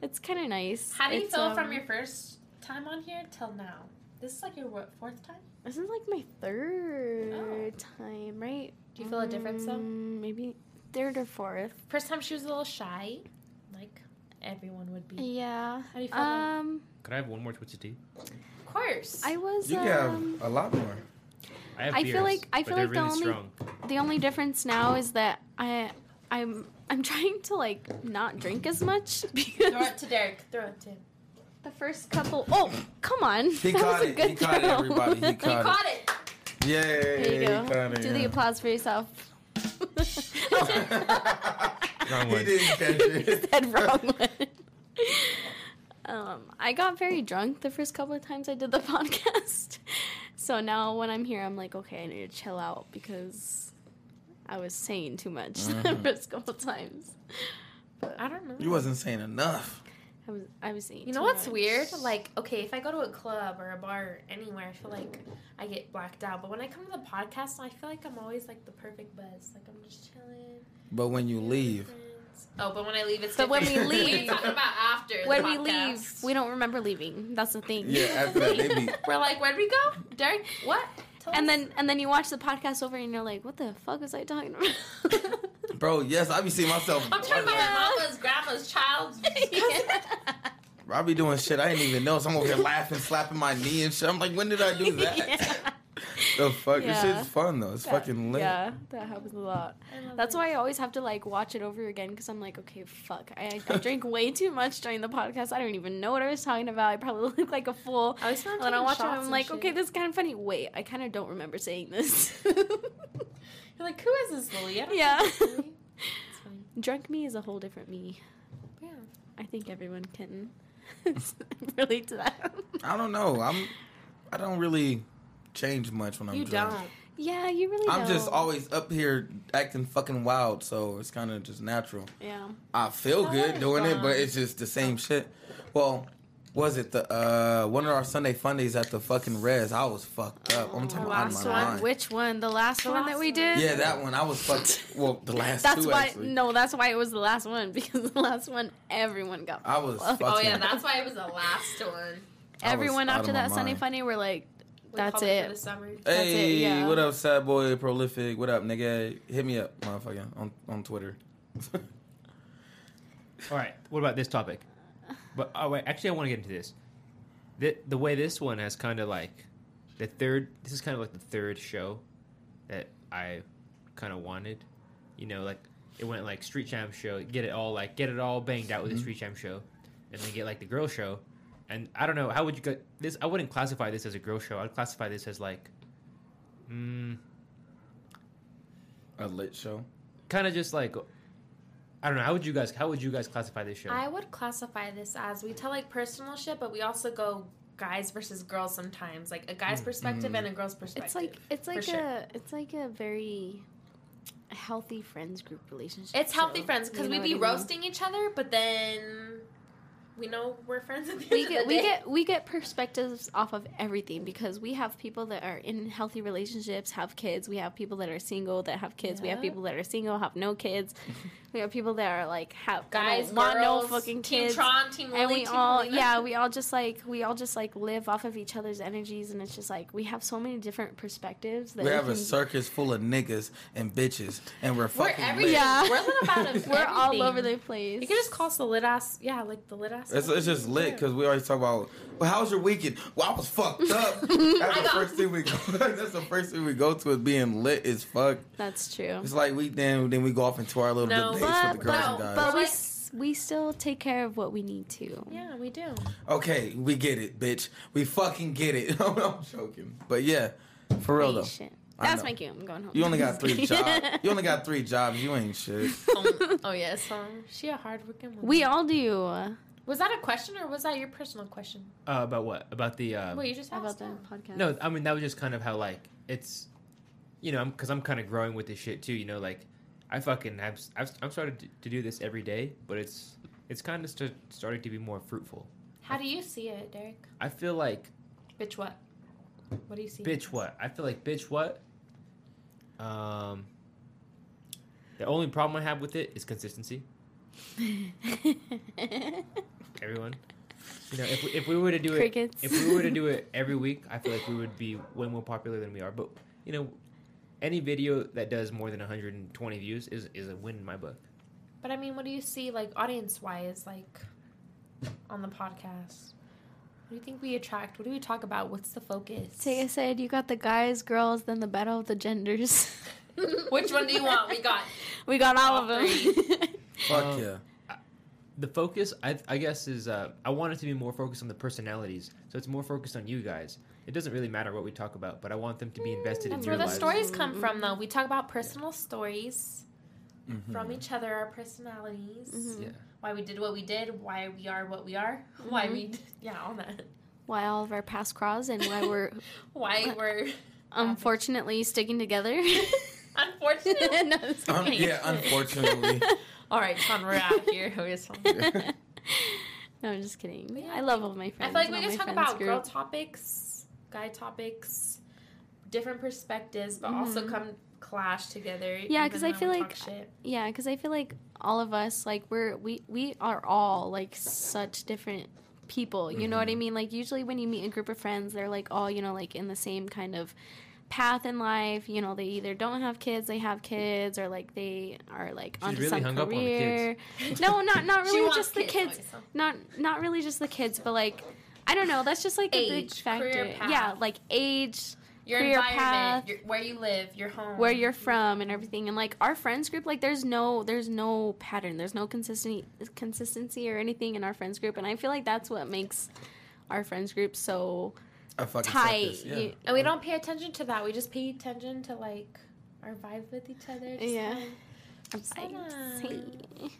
Speaker 3: it's kind of nice.
Speaker 1: How do you
Speaker 3: It's,
Speaker 1: feel from
Speaker 3: um,
Speaker 1: your first time on here till now? This is like your what, fourth time?
Speaker 3: This is like my third time, right?
Speaker 1: Oh. Do you feel a difference though?
Speaker 3: Mm, Maybe third or fourth.
Speaker 1: First time she was a little shy, like everyone would be. How
Speaker 3: Yeah.
Speaker 1: do you feel? now?
Speaker 3: Um,
Speaker 4: Could I have one more Twisted Tea?
Speaker 1: of course.
Speaker 3: I was.
Speaker 2: You can
Speaker 3: um,
Speaker 2: have a lot more.
Speaker 4: I have
Speaker 3: I
Speaker 4: beers,
Speaker 3: feel like- I
Speaker 4: but
Speaker 3: feel
Speaker 4: they're
Speaker 3: like the
Speaker 4: really
Speaker 3: only-
Speaker 4: strong.
Speaker 3: the only difference now is that I I'm I'm trying to like not drink as much
Speaker 1: Throw
Speaker 3: because
Speaker 1: it to Derek. Throw it to him.
Speaker 3: the first couple oh come on
Speaker 2: He
Speaker 3: that
Speaker 2: caught
Speaker 3: was a
Speaker 2: it.
Speaker 3: good
Speaker 2: He caught it,
Speaker 3: throw.
Speaker 2: everybody. He
Speaker 1: You
Speaker 2: Got it.
Speaker 1: caught it.
Speaker 2: Yeah.
Speaker 3: there you go
Speaker 2: He got it,
Speaker 3: do the
Speaker 2: yeah.
Speaker 3: applause for yourself
Speaker 4: Wrong
Speaker 2: He
Speaker 4: one.
Speaker 2: didn't catch
Speaker 3: You
Speaker 2: it.
Speaker 3: said wrong one um I got very drunk the first couple of times I did the podcast so now when I'm here I'm like okay I need to chill out because I was saying too much
Speaker 2: Mhm.
Speaker 3: the first couple of times
Speaker 1: I don't know.
Speaker 2: You wasn't saying enough.
Speaker 3: I was I was saying
Speaker 1: You know
Speaker 3: too
Speaker 1: what's
Speaker 3: much.
Speaker 1: weird? Like, okay, if I go to a club or a bar or anywhere, I feel like I get blacked out. But when I come to the podcast, I feel like I'm always like the perfect buzz. Like I'm just chilling.
Speaker 2: But when you leave,
Speaker 1: Oh, but when I leave, it's.
Speaker 3: But when we
Speaker 1: different.
Speaker 3: leave-
Speaker 1: we talk about after. the
Speaker 3: when we
Speaker 1: podcast.
Speaker 3: leave, we don't remember leaving. That's the thing.
Speaker 2: yeah, after that they be
Speaker 1: We're like, where'd we go, Derek? What? Tell
Speaker 3: and
Speaker 1: us.
Speaker 3: then and then you watch the podcast over and you're like, what the fuck was I talking about?
Speaker 2: bro. Yes, I be seeing myself.
Speaker 1: I'm talking about my mama's, grandma's, child's.
Speaker 2: I be doing shit I didn't even know. So I'm over here laughing, slapping my knee and shit. I'm like, when did I do that? The fuck,
Speaker 3: Yeah.
Speaker 2: this shit's fun though. It's fucking lit.
Speaker 3: Yeah, that happens a lot. That's why I always have to like watch it over again because I'm like, okay, fuck, I, I drank way too much during the podcast. I don't even know what I was talking about. I probably look like a fool.
Speaker 1: I always feel
Speaker 3: And then I watch it. and I'm like, okay, this is kind of funny. Wait, I kind of don't remember saying this.
Speaker 1: You're like, who is this Lily? I don't
Speaker 3: Yeah.
Speaker 1: know this Lily. It's funny.
Speaker 3: Drunk me is a whole different me.
Speaker 1: Yeah.
Speaker 3: I think everyone can relate to that.
Speaker 2: I don't know. I'm. I don't really change much when I'm
Speaker 1: You
Speaker 2: drunk.
Speaker 1: don't.
Speaker 3: Yeah, you really.
Speaker 2: I'm just
Speaker 3: don't.
Speaker 2: always up here acting fucking wild, so it's kind of just natural.
Speaker 3: Yeah.
Speaker 2: I feel
Speaker 3: Oh,
Speaker 1: How
Speaker 2: good
Speaker 1: is
Speaker 2: doing it,
Speaker 1: that?
Speaker 2: but it's just the same shit. Well, was it the uh one of our Sunday Fundays at the fucking res? I was fucked up. uh, I'm talking
Speaker 1: The
Speaker 2: about out of
Speaker 1: last
Speaker 2: my
Speaker 1: one?
Speaker 2: mind.
Speaker 3: Which one? The last
Speaker 1: The
Speaker 3: one
Speaker 1: last
Speaker 3: that we
Speaker 1: one.
Speaker 3: did?
Speaker 2: yeah, that one. I was fucked. Well, the last
Speaker 3: That's
Speaker 2: two
Speaker 3: why.
Speaker 2: actually.
Speaker 3: No, Oh, that's why it was the last one because the last one everyone got.
Speaker 2: I was
Speaker 3: fucked.
Speaker 1: Oh
Speaker 2: fucking-
Speaker 1: yeah, that's why it was the last one.
Speaker 2: I was
Speaker 3: everyone
Speaker 2: out
Speaker 3: after
Speaker 2: of my
Speaker 3: that Sunday
Speaker 2: mind.
Speaker 3: funny were like,
Speaker 1: We
Speaker 3: that's
Speaker 1: called For
Speaker 3: it.
Speaker 1: the summer.
Speaker 3: That's
Speaker 2: Hey,
Speaker 3: it, yeah.
Speaker 2: what up, sad boy, prolific? What up, nigga? Hit me up, motherfucker, on on Twitter.
Speaker 4: All right. What about this topic? But oh, wait, actually, I want to get into this. The, the way this one has kind of like the third. This is kind of like the third show that I kind of wanted. You know, like it went like street jam show, get it all like get it all banged out with the street jam show, and then get like the girl show. And I don't know how would you get this. I wouldn't classify this as a girl show. I'd classify this as like, mm,
Speaker 2: A lit show.
Speaker 4: kind of just like. I don't know. How would you guys? How would you guys classify this show?
Speaker 1: I would classify this as we tell like personal shit, but we also go guys versus girls sometimes, like a guy's perspective and a girl's perspective.
Speaker 3: It's like it's like a
Speaker 1: sure.
Speaker 3: it's like a very healthy friends group relationship.
Speaker 1: it's healthy
Speaker 3: so,
Speaker 1: friends because
Speaker 3: you know
Speaker 1: we
Speaker 3: what
Speaker 1: be
Speaker 3: I mean?
Speaker 1: roasting each other, but then we know we're friends at the
Speaker 3: we
Speaker 1: end
Speaker 3: get
Speaker 1: of the
Speaker 3: we
Speaker 1: day.
Speaker 3: get we get perspectives off of everything because we have people that are in healthy relationships have kids we have people that are single that have kids we have
Speaker 1: Yeah.
Speaker 3: people that are single have no kids we have people that are like have
Speaker 1: guys,
Speaker 3: don't want no
Speaker 1: girls,
Speaker 3: fucking
Speaker 1: Team
Speaker 3: kids
Speaker 1: Tron, Team Lily,
Speaker 3: and we
Speaker 1: Team
Speaker 3: all
Speaker 1: Helena.
Speaker 3: yeah we all just like we all just like live off of each other's energies and it's just like we have so many different perspectives that
Speaker 2: We have a
Speaker 3: can-
Speaker 2: circus full of niggas and bitches, and we're
Speaker 1: We're
Speaker 2: fucking
Speaker 1: every
Speaker 2: lit.
Speaker 3: Yeah.
Speaker 1: We're lit about it.
Speaker 3: we're all over
Speaker 1: everything.
Speaker 3: the place
Speaker 1: You can just call us the lit ass. Yeah, like the lit ass That's
Speaker 2: It's,
Speaker 1: what
Speaker 2: it's
Speaker 1: we
Speaker 2: just
Speaker 1: do.
Speaker 2: lit because we always talk about. Well, how was your weekend? Well, I was fucked up. That's the
Speaker 1: got-
Speaker 2: first thing we. Go, that's the first thing we go to is being lit as fuck.
Speaker 3: That's true.
Speaker 2: It's like we then then we go off into our little
Speaker 1: No,
Speaker 2: debates
Speaker 3: But,
Speaker 2: with the girls
Speaker 3: but,
Speaker 2: and guys.
Speaker 3: but we,
Speaker 1: Like-
Speaker 3: s- we still take care of what we need to.
Speaker 1: Yeah, we do.
Speaker 2: okay, we get it, bitch. We fucking get it. I'm joking, but yeah, for real though.
Speaker 3: Patient.
Speaker 2: I
Speaker 3: That's
Speaker 2: know.
Speaker 3: my cue. I'm going home.
Speaker 2: You only got
Speaker 3: Just
Speaker 2: three
Speaker 3: kidding.
Speaker 2: jobs. You only got three jobs. You ain't shit.
Speaker 1: Um, oh yes, um, she a hardworking woman.
Speaker 3: we all do.
Speaker 1: was that a question or was that your personal question?
Speaker 4: Uh, about what? About the.
Speaker 2: Um,
Speaker 4: Uh,
Speaker 1: Well, you just
Speaker 3: How about
Speaker 1: asked
Speaker 3: the
Speaker 1: them.
Speaker 3: podcast?
Speaker 4: No, I mean that was just kind of how like it's, you know, because I'm, kind of growing with this shit too. You know, like I fucking have I've, I'm started to, to do this every day, but it's it's kind of st- starting to be more fruitful.
Speaker 1: How do you see it, Derek?
Speaker 4: I feel like
Speaker 1: Bitch, what? What do you see?
Speaker 4: bitch what I feel like bitch what. Um. The only problem I have with it is consistency. Everyone, you know, if we, if we were to do it,
Speaker 3: Crickets.
Speaker 4: if we were to do it every week, I feel like we would be way more popular than we are. But you know, any video that does more than 120 views is is a win in my book.
Speaker 1: But I mean, what do you see, like audience wise, like on the podcast? What do you think we attract? What do we talk about? What's the focus?
Speaker 3: Taya said you got the guys, girls, then the battle of the genders.
Speaker 1: Which one do you want? We got.
Speaker 3: We got all,
Speaker 1: All
Speaker 3: of them.
Speaker 2: Fuck
Speaker 4: Um,
Speaker 2: yeah.
Speaker 4: The focus, I, I guess, is uh, I want it to be more focused on the personalities, so it's more focused on you guys. It doesn't really matter what we talk about, but I want them to be invested in
Speaker 1: Mm, That's
Speaker 4: your
Speaker 1: where the
Speaker 4: lives.
Speaker 1: stories come from, though. We talk about personal stories
Speaker 2: Hmm. Mm-hmm.
Speaker 1: from each other, our personalities,
Speaker 3: Mhm.
Speaker 4: Yeah.
Speaker 1: why we did what we did, why we are what we are, why
Speaker 3: Mm-hmm.
Speaker 1: we, yeah, all that.
Speaker 3: why all of our past cross and why we're
Speaker 1: Why we're
Speaker 3: unfortunately sticking together.
Speaker 1: unfortunate.
Speaker 3: No, I'm just
Speaker 2: Um,
Speaker 3: kidding.
Speaker 2: yeah, unfortunately.
Speaker 1: all right, Sean, we're out of here. We're just-
Speaker 3: no, I'm just kidding.
Speaker 1: Yeah.
Speaker 3: I love all my
Speaker 1: I
Speaker 3: friends.
Speaker 1: feel like
Speaker 3: and
Speaker 1: we
Speaker 3: all
Speaker 1: can talk
Speaker 3: my friends
Speaker 1: about girl topics, guy topics, different perspectives, but also
Speaker 3: Mhm.
Speaker 1: come clash together.
Speaker 3: Yeah,
Speaker 1: even
Speaker 3: 'cause I
Speaker 1: when
Speaker 3: feel
Speaker 1: we
Speaker 3: like-
Speaker 1: talk shit.
Speaker 3: Yeah, because I feel like all of us, like we're we we are all like such different people. You know what I
Speaker 4: Mm-hmm.
Speaker 3: mean? Like usually when you meet a group of friends, they're like all you know like in the same kind of path in life. You know, they either don't have kids, they have kids, or like they are like
Speaker 4: She's
Speaker 3: onto
Speaker 4: really
Speaker 3: some
Speaker 4: hung up on the
Speaker 3: career. No, not not
Speaker 1: She
Speaker 3: really
Speaker 1: wants
Speaker 3: just the kids.
Speaker 1: Lisa.
Speaker 3: Not not really just the kids, but like. I don't know. That's just like a big
Speaker 1: Age, career
Speaker 3: factor.
Speaker 1: path.
Speaker 3: Yeah, like age,
Speaker 1: Your
Speaker 3: career
Speaker 1: environment,
Speaker 3: path,
Speaker 1: your, where you live, your home,
Speaker 3: where you're from and everything and like our friends group like there's no there's no pattern there's no consistency consistency or anything in our friends group and i feel like that's what makes our friends group so
Speaker 2: I fucking suck
Speaker 3: tight
Speaker 2: this, yeah.
Speaker 3: You-
Speaker 1: And Oh, we don't pay attention to that. We just pay attention to like our vibe with each other. Just
Speaker 3: Yeah.
Speaker 1: like,
Speaker 3: I'm
Speaker 1: Son
Speaker 3: like,
Speaker 1: of-
Speaker 3: "Hey,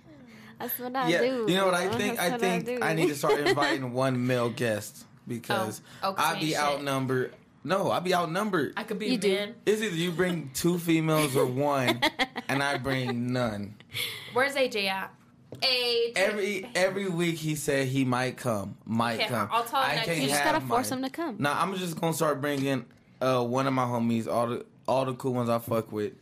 Speaker 3: that's what i
Speaker 2: yeah,
Speaker 3: do
Speaker 2: you know what I think?
Speaker 3: That's
Speaker 2: I
Speaker 3: what
Speaker 2: think
Speaker 3: do."
Speaker 2: I, need to start inviting one male guest because
Speaker 1: Oh, 'cause
Speaker 2: I
Speaker 1: we
Speaker 2: be
Speaker 1: ain't shit.
Speaker 2: outnumbered. No, I be outnumbered.
Speaker 1: I could be
Speaker 3: You
Speaker 1: a
Speaker 3: do.
Speaker 1: man.
Speaker 2: It's either you bring two females or one, and I bring none.
Speaker 1: Where's AJ at? AJ.
Speaker 2: Every every week he said he might come, might
Speaker 1: Okay,
Speaker 2: come.
Speaker 1: I'll tell him
Speaker 2: I
Speaker 1: next
Speaker 2: can't
Speaker 1: week.
Speaker 3: you just
Speaker 2: have
Speaker 3: gotta force
Speaker 2: mine.
Speaker 3: them to come
Speaker 2: Nah, I'm just gonna start bringing uh, one of my homies, all the all the cool ones I fuck with,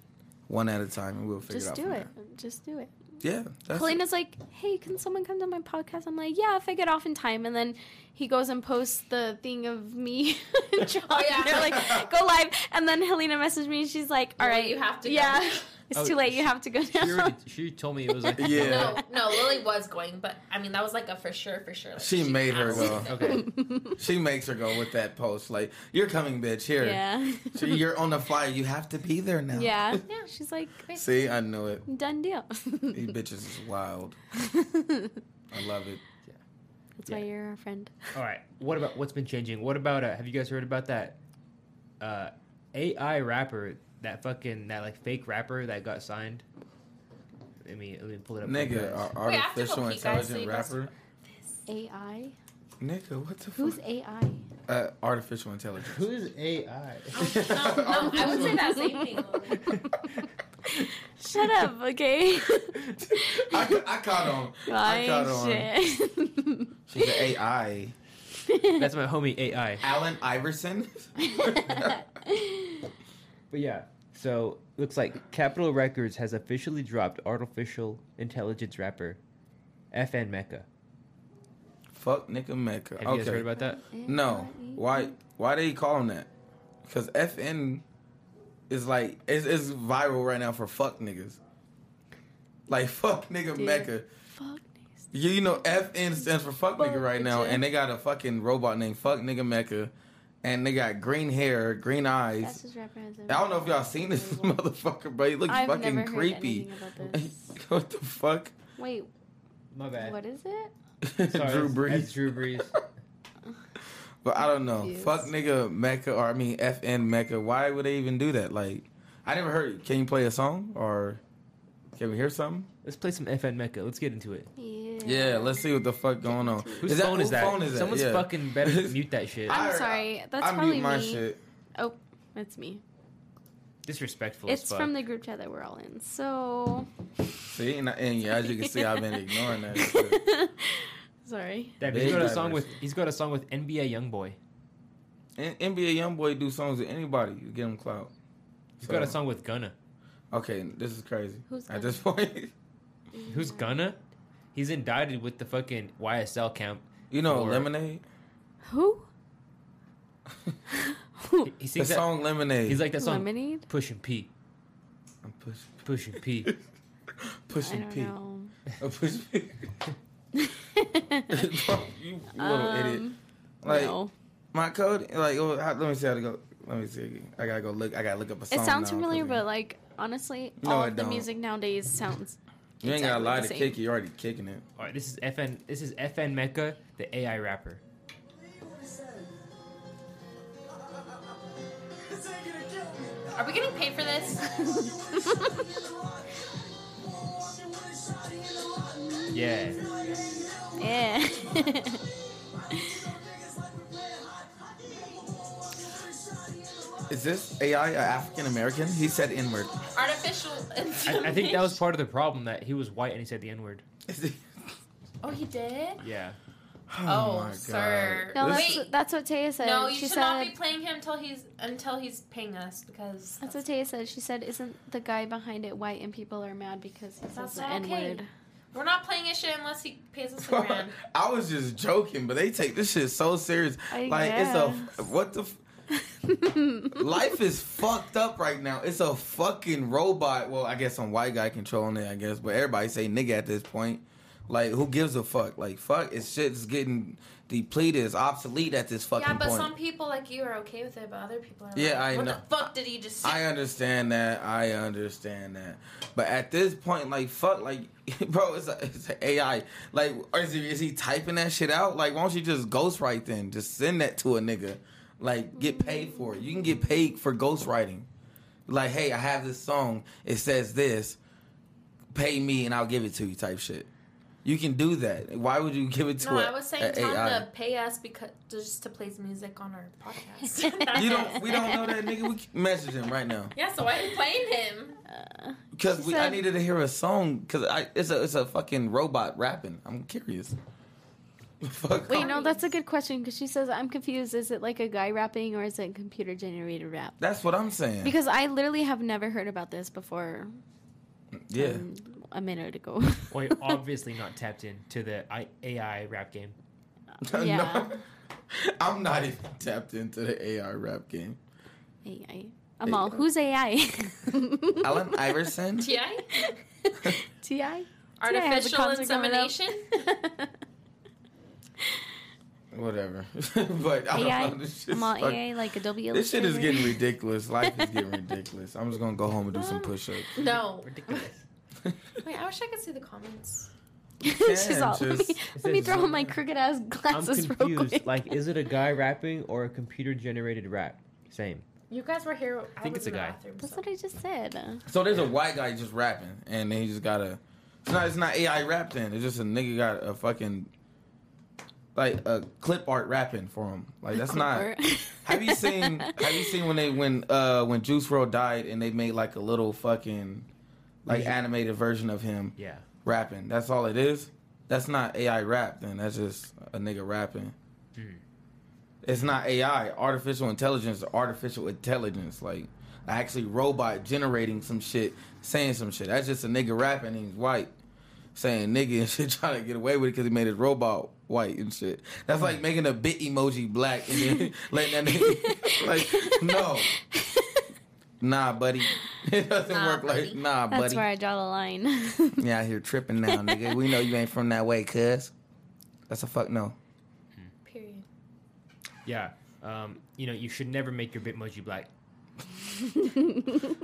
Speaker 2: one at a time, and we'll figure
Speaker 3: just
Speaker 2: it out.
Speaker 3: do
Speaker 2: from
Speaker 3: it just do it
Speaker 2: there. Yeah, that's it.
Speaker 3: Kalina's like, hey, can someone come to my podcast? I'm like, yeah, if I get off in time. And then he goes and posts the thing of me. and John.
Speaker 1: Oh, yeah.
Speaker 3: They're like, go live. And then Helena messaged me and she's like, all
Speaker 1: Well,
Speaker 3: right.
Speaker 1: you have to go.
Speaker 3: Yeah. It's
Speaker 4: Oh,
Speaker 3: too late. You have to go
Speaker 4: She,
Speaker 3: now.
Speaker 4: already, she told me it was like
Speaker 2: Yeah.
Speaker 1: No, no, Lily was going, but I mean that was like a for sure, for sure. Like,
Speaker 2: She made her
Speaker 1: absolutely-
Speaker 2: go.
Speaker 4: Okay.
Speaker 2: She makes her go with that post. Like, you're coming, bitch. Here.
Speaker 3: yeah.
Speaker 2: So you're on the flyer. You have to be there now.
Speaker 3: yeah. She's like,
Speaker 2: See, I knew it.
Speaker 3: done deal.
Speaker 2: These bitches is wild.
Speaker 3: That's
Speaker 2: I love it.
Speaker 3: why
Speaker 4: Yeah.
Speaker 3: you're our friend.
Speaker 4: All right. What about what's been changing? What about uh, have you guys heard about that uh, AI rapper that fucking that like fake rapper that got signed? Let me let me pull it up. real
Speaker 2: Nigga, uh,
Speaker 4: fast.
Speaker 2: our
Speaker 1: Wait, I have to
Speaker 2: artificial
Speaker 1: go pee, guys, so
Speaker 2: intelligent
Speaker 1: you guys-
Speaker 2: rapper.
Speaker 3: AI?
Speaker 2: Nigga, what the
Speaker 3: Who's
Speaker 2: fuck?
Speaker 3: AI?
Speaker 2: Uh, artificial intelligence.
Speaker 4: who's AI?
Speaker 1: No, no, I would say that same thing. Lily.
Speaker 3: Shut up, okay?
Speaker 2: I, I caught on. I caught on.
Speaker 3: shit.
Speaker 2: She's an AI.
Speaker 4: That's my homie AI.
Speaker 2: Alan Iverson.
Speaker 4: But yeah, so looks like Capitol Records has officially dropped artificial intelligence rapper FN Mecca.
Speaker 2: Fuck Nigga Mecca.
Speaker 4: Have you guys
Speaker 2: okay.
Speaker 4: heard about that?
Speaker 2: no. Why? Why they call him that? Because FN is like it's, it's viral right now for fuck niggas. Like fuck nigga
Speaker 3: Dude.
Speaker 2: Mecca.
Speaker 3: Fuck niggas.
Speaker 2: You, you know, FN stands for fuck nigga right now,
Speaker 3: Fuck
Speaker 2: and they got a fucking robot named Fuck Nigga Mecca, and they got green hair, green
Speaker 3: That's
Speaker 2: eyes.
Speaker 3: just reprehensible.
Speaker 2: I don't know if y'all seen this motherfucker, but he looks
Speaker 3: I've
Speaker 2: fucking
Speaker 3: never
Speaker 2: creepy.
Speaker 3: Heard anything about this.
Speaker 2: what the fuck?
Speaker 3: Wait,
Speaker 4: My bad.
Speaker 3: what is it?
Speaker 2: Drew
Speaker 4: Sorry, that's-
Speaker 2: Brees.
Speaker 4: That's Drew Brees.
Speaker 2: But I don't know.
Speaker 3: Confused.
Speaker 2: Fuck nigga Mecca or I mean FN Mecca. Why would they even do that? Like I never heard can you play a song or can we hear something?
Speaker 4: Let's play some FN Mecca. Let's get into it.
Speaker 3: Yeah.
Speaker 2: Yeah, let's see what the fuck going on.
Speaker 4: Whose phone, is
Speaker 2: whose
Speaker 4: that?
Speaker 2: phone is that?
Speaker 4: Someone's
Speaker 2: Yeah.
Speaker 4: fucking better mute that shit.
Speaker 2: I-
Speaker 3: I'm sorry. That's
Speaker 2: I
Speaker 3: probably
Speaker 2: mute my
Speaker 3: me.
Speaker 2: shit.
Speaker 3: Oh, that's me.
Speaker 4: Disrespectful as
Speaker 3: It's
Speaker 4: fuck.
Speaker 3: from the group chat that we're all in. So
Speaker 2: See, and, I, and yeah, as you can see, I've been ignoring that. shit.
Speaker 3: Sorry.
Speaker 4: Damn, he's got a
Speaker 2: Big
Speaker 4: song with
Speaker 2: diversity.
Speaker 4: he's got a song with NBA YoungBoy.
Speaker 2: N- NBA YoungBoy do songs with anybody. You get him clout.
Speaker 4: He's got a
Speaker 2: So-
Speaker 4: song with Gunna.
Speaker 2: Okay, this is crazy.
Speaker 3: Who's
Speaker 2: At this point,
Speaker 4: Who's Gunna? He's indicted with the fucking YSL camp.
Speaker 2: you know,
Speaker 4: Or-
Speaker 2: Lemonade.
Speaker 3: Who?
Speaker 4: He,
Speaker 3: Who?
Speaker 4: he
Speaker 2: The
Speaker 4: sings that.
Speaker 2: song Lemonade.
Speaker 4: He's like that song.
Speaker 3: Lemonade?
Speaker 4: Pushing P,
Speaker 2: I'm pushing,
Speaker 4: pushing P.
Speaker 3: I
Speaker 2: pushing
Speaker 3: don't
Speaker 2: P.
Speaker 3: know.
Speaker 2: I'm pushing P. Bro, you little idiot.
Speaker 3: um,
Speaker 2: Like
Speaker 3: no.
Speaker 2: my code, like oh, how, let me see how to go. Let me see. Again. I gotta go look. I gotta look up a song.
Speaker 3: It sounds
Speaker 2: now,
Speaker 3: familiar,
Speaker 2: 'cause
Speaker 3: but like honestly,
Speaker 2: No,
Speaker 3: all
Speaker 2: I
Speaker 3: of the
Speaker 2: don't.
Speaker 3: music nowadays sounds.
Speaker 2: you ain't gotta
Speaker 3: exactly
Speaker 2: lie
Speaker 3: the
Speaker 2: to
Speaker 3: same.
Speaker 2: kick it. You're already kicking it.
Speaker 4: All right, this is FN. This is FN Mecca, the AI rapper.
Speaker 1: Are we getting paid for this?
Speaker 4: Yeah,
Speaker 3: Yeah.
Speaker 2: Is this AI African American? He said inward.
Speaker 1: Artificial.
Speaker 4: I, I think that was part of the problem that he was white and he said the N word.
Speaker 1: Oh, he did.
Speaker 4: Yeah,
Speaker 1: Oh, sir.
Speaker 3: no,
Speaker 2: This-
Speaker 3: that's that's what Taya said.
Speaker 1: No, you
Speaker 3: she
Speaker 1: should
Speaker 3: said.
Speaker 1: not be playing him until he's until he's paying us because
Speaker 3: that's what Taya said. She said, "Isn't the guy behind it white?" And people are mad because he says
Speaker 1: That's
Speaker 3: the
Speaker 1: not
Speaker 3: N
Speaker 1: okay.
Speaker 3: word.
Speaker 1: we're not playing his shit unless he pays us a grand.
Speaker 2: I was just joking, but they take this shit so serious.
Speaker 3: I
Speaker 2: like it's a
Speaker 3: guess.
Speaker 2: what the f- life is fucked up right now. It's a fucking robot. Well, I guess some white guy controlling it. I guess, but everybody say nigga at this point. Like, who gives a fuck? Like, fuck, it's shit's getting depleted. It's obsolete at this fucking
Speaker 1: Yeah, but
Speaker 2: point.
Speaker 1: some people like you are okay with it, but other people are. like,
Speaker 2: Yeah, I
Speaker 1: what
Speaker 2: know.
Speaker 1: the fuck did he just say?
Speaker 2: I understand that. I understand that. But at this point, like, fuck, like, bro, it's, a, it's a AI. Like, or is he, is he typing that shit out? Like, why don't you just ghostwrite then? Just send that to a nigga. Like, get paid for it. You can get paid for ghostwriting. Like, hey, I have this song. It says this. Pay me and I'll give it to you, type shit. You can do that. Why would you give it to
Speaker 1: no,
Speaker 2: a,
Speaker 1: I was saying
Speaker 2: a
Speaker 1: tell
Speaker 2: AI?
Speaker 1: him to pay us because just to play his music on our podcast.
Speaker 2: You don't. We don't know that nigga. We can message him right now.
Speaker 1: Yeah, so why are you playing him?
Speaker 3: Uh,
Speaker 2: Because
Speaker 3: She
Speaker 2: we, I
Speaker 3: said-
Speaker 2: needed to hear a song. Because I, it's a, it's a fucking robot rapping. I'm curious. Fuck.
Speaker 3: Wait, no, that's a good question because she says, "I'm confused. Is it like a guy rapping or is it computer generated rap?"
Speaker 2: That's what I'm saying.
Speaker 3: Because I literally have never heard about this before
Speaker 2: Mm, yeah.
Speaker 3: um, a minute ago.
Speaker 4: white obviously not tapped in to the I- AI rap game.
Speaker 2: No,
Speaker 3: yeah.
Speaker 2: I'm not even tapped into the AI rap game.
Speaker 3: AI. Amal,
Speaker 2: AI.
Speaker 3: who's AI?
Speaker 2: Alan Iverson.
Speaker 1: Ti
Speaker 3: Ti.
Speaker 1: artificial insemination.
Speaker 2: Whatever. but I don't
Speaker 3: AI.
Speaker 2: know. This, shit's
Speaker 3: I'm all
Speaker 2: fuck-
Speaker 3: AI, like Adobe
Speaker 2: this shit is
Speaker 3: Illustrator.
Speaker 2: getting ridiculous. Life is getting ridiculous. I'm just gonna go home and do some push-ups.
Speaker 1: No.
Speaker 4: Ridiculous.
Speaker 1: Wait, I wish I could see the comments.
Speaker 3: She's
Speaker 2: Can
Speaker 3: all, let
Speaker 2: just-
Speaker 3: me,
Speaker 2: It
Speaker 3: let me
Speaker 4: says
Speaker 3: throw on my
Speaker 4: zoom.
Speaker 3: crooked ass
Speaker 4: I'm
Speaker 3: glasses real
Speaker 4: confused.
Speaker 3: quick.
Speaker 4: Like, is it a guy rapping or a computer generated rap? Same.
Speaker 1: You guys were here. I,
Speaker 4: think
Speaker 1: was
Speaker 4: it's a
Speaker 1: in the
Speaker 4: guy.
Speaker 1: bathroom,
Speaker 3: That's
Speaker 1: so-
Speaker 3: what I just said.
Speaker 2: So there's a white guy just rapping, and then he just got a. It's not. It's not AI rap. Then it's just a nigga got a fucking like a clip art rapping for him. Like that's not. Have you seen? Have you seen when they when uh when Juice World died and they made like a little fucking like
Speaker 4: Yeah.
Speaker 2: animated version of him
Speaker 4: Yeah.
Speaker 2: rapping? That's all it is. That's not AI rap. Then that's just a nigga rapping.
Speaker 4: Hmm.
Speaker 2: It's not AI, artificial intelligence, artificial intelligence. Like actually, robot generating some shit, saying some shit. That's just a nigga rapping. And he's white, saying nigga and shit, trying to get away with it because he made his robot white and shit. That's
Speaker 1: Hmm.
Speaker 2: like making a bit emoji black and then letting that nigga like no. Nah, buddy. It doesn't
Speaker 1: Nah,
Speaker 2: work like
Speaker 1: buddy.
Speaker 2: nah,
Speaker 3: That's
Speaker 2: buddy.
Speaker 3: where I draw the line.
Speaker 2: You out here tripping now, nigga. We know you ain't from that way, cuz. That's a fuck no.
Speaker 1: Period.
Speaker 4: Yeah. Um, you know, you should never make your bitmoji black.
Speaker 1: I'm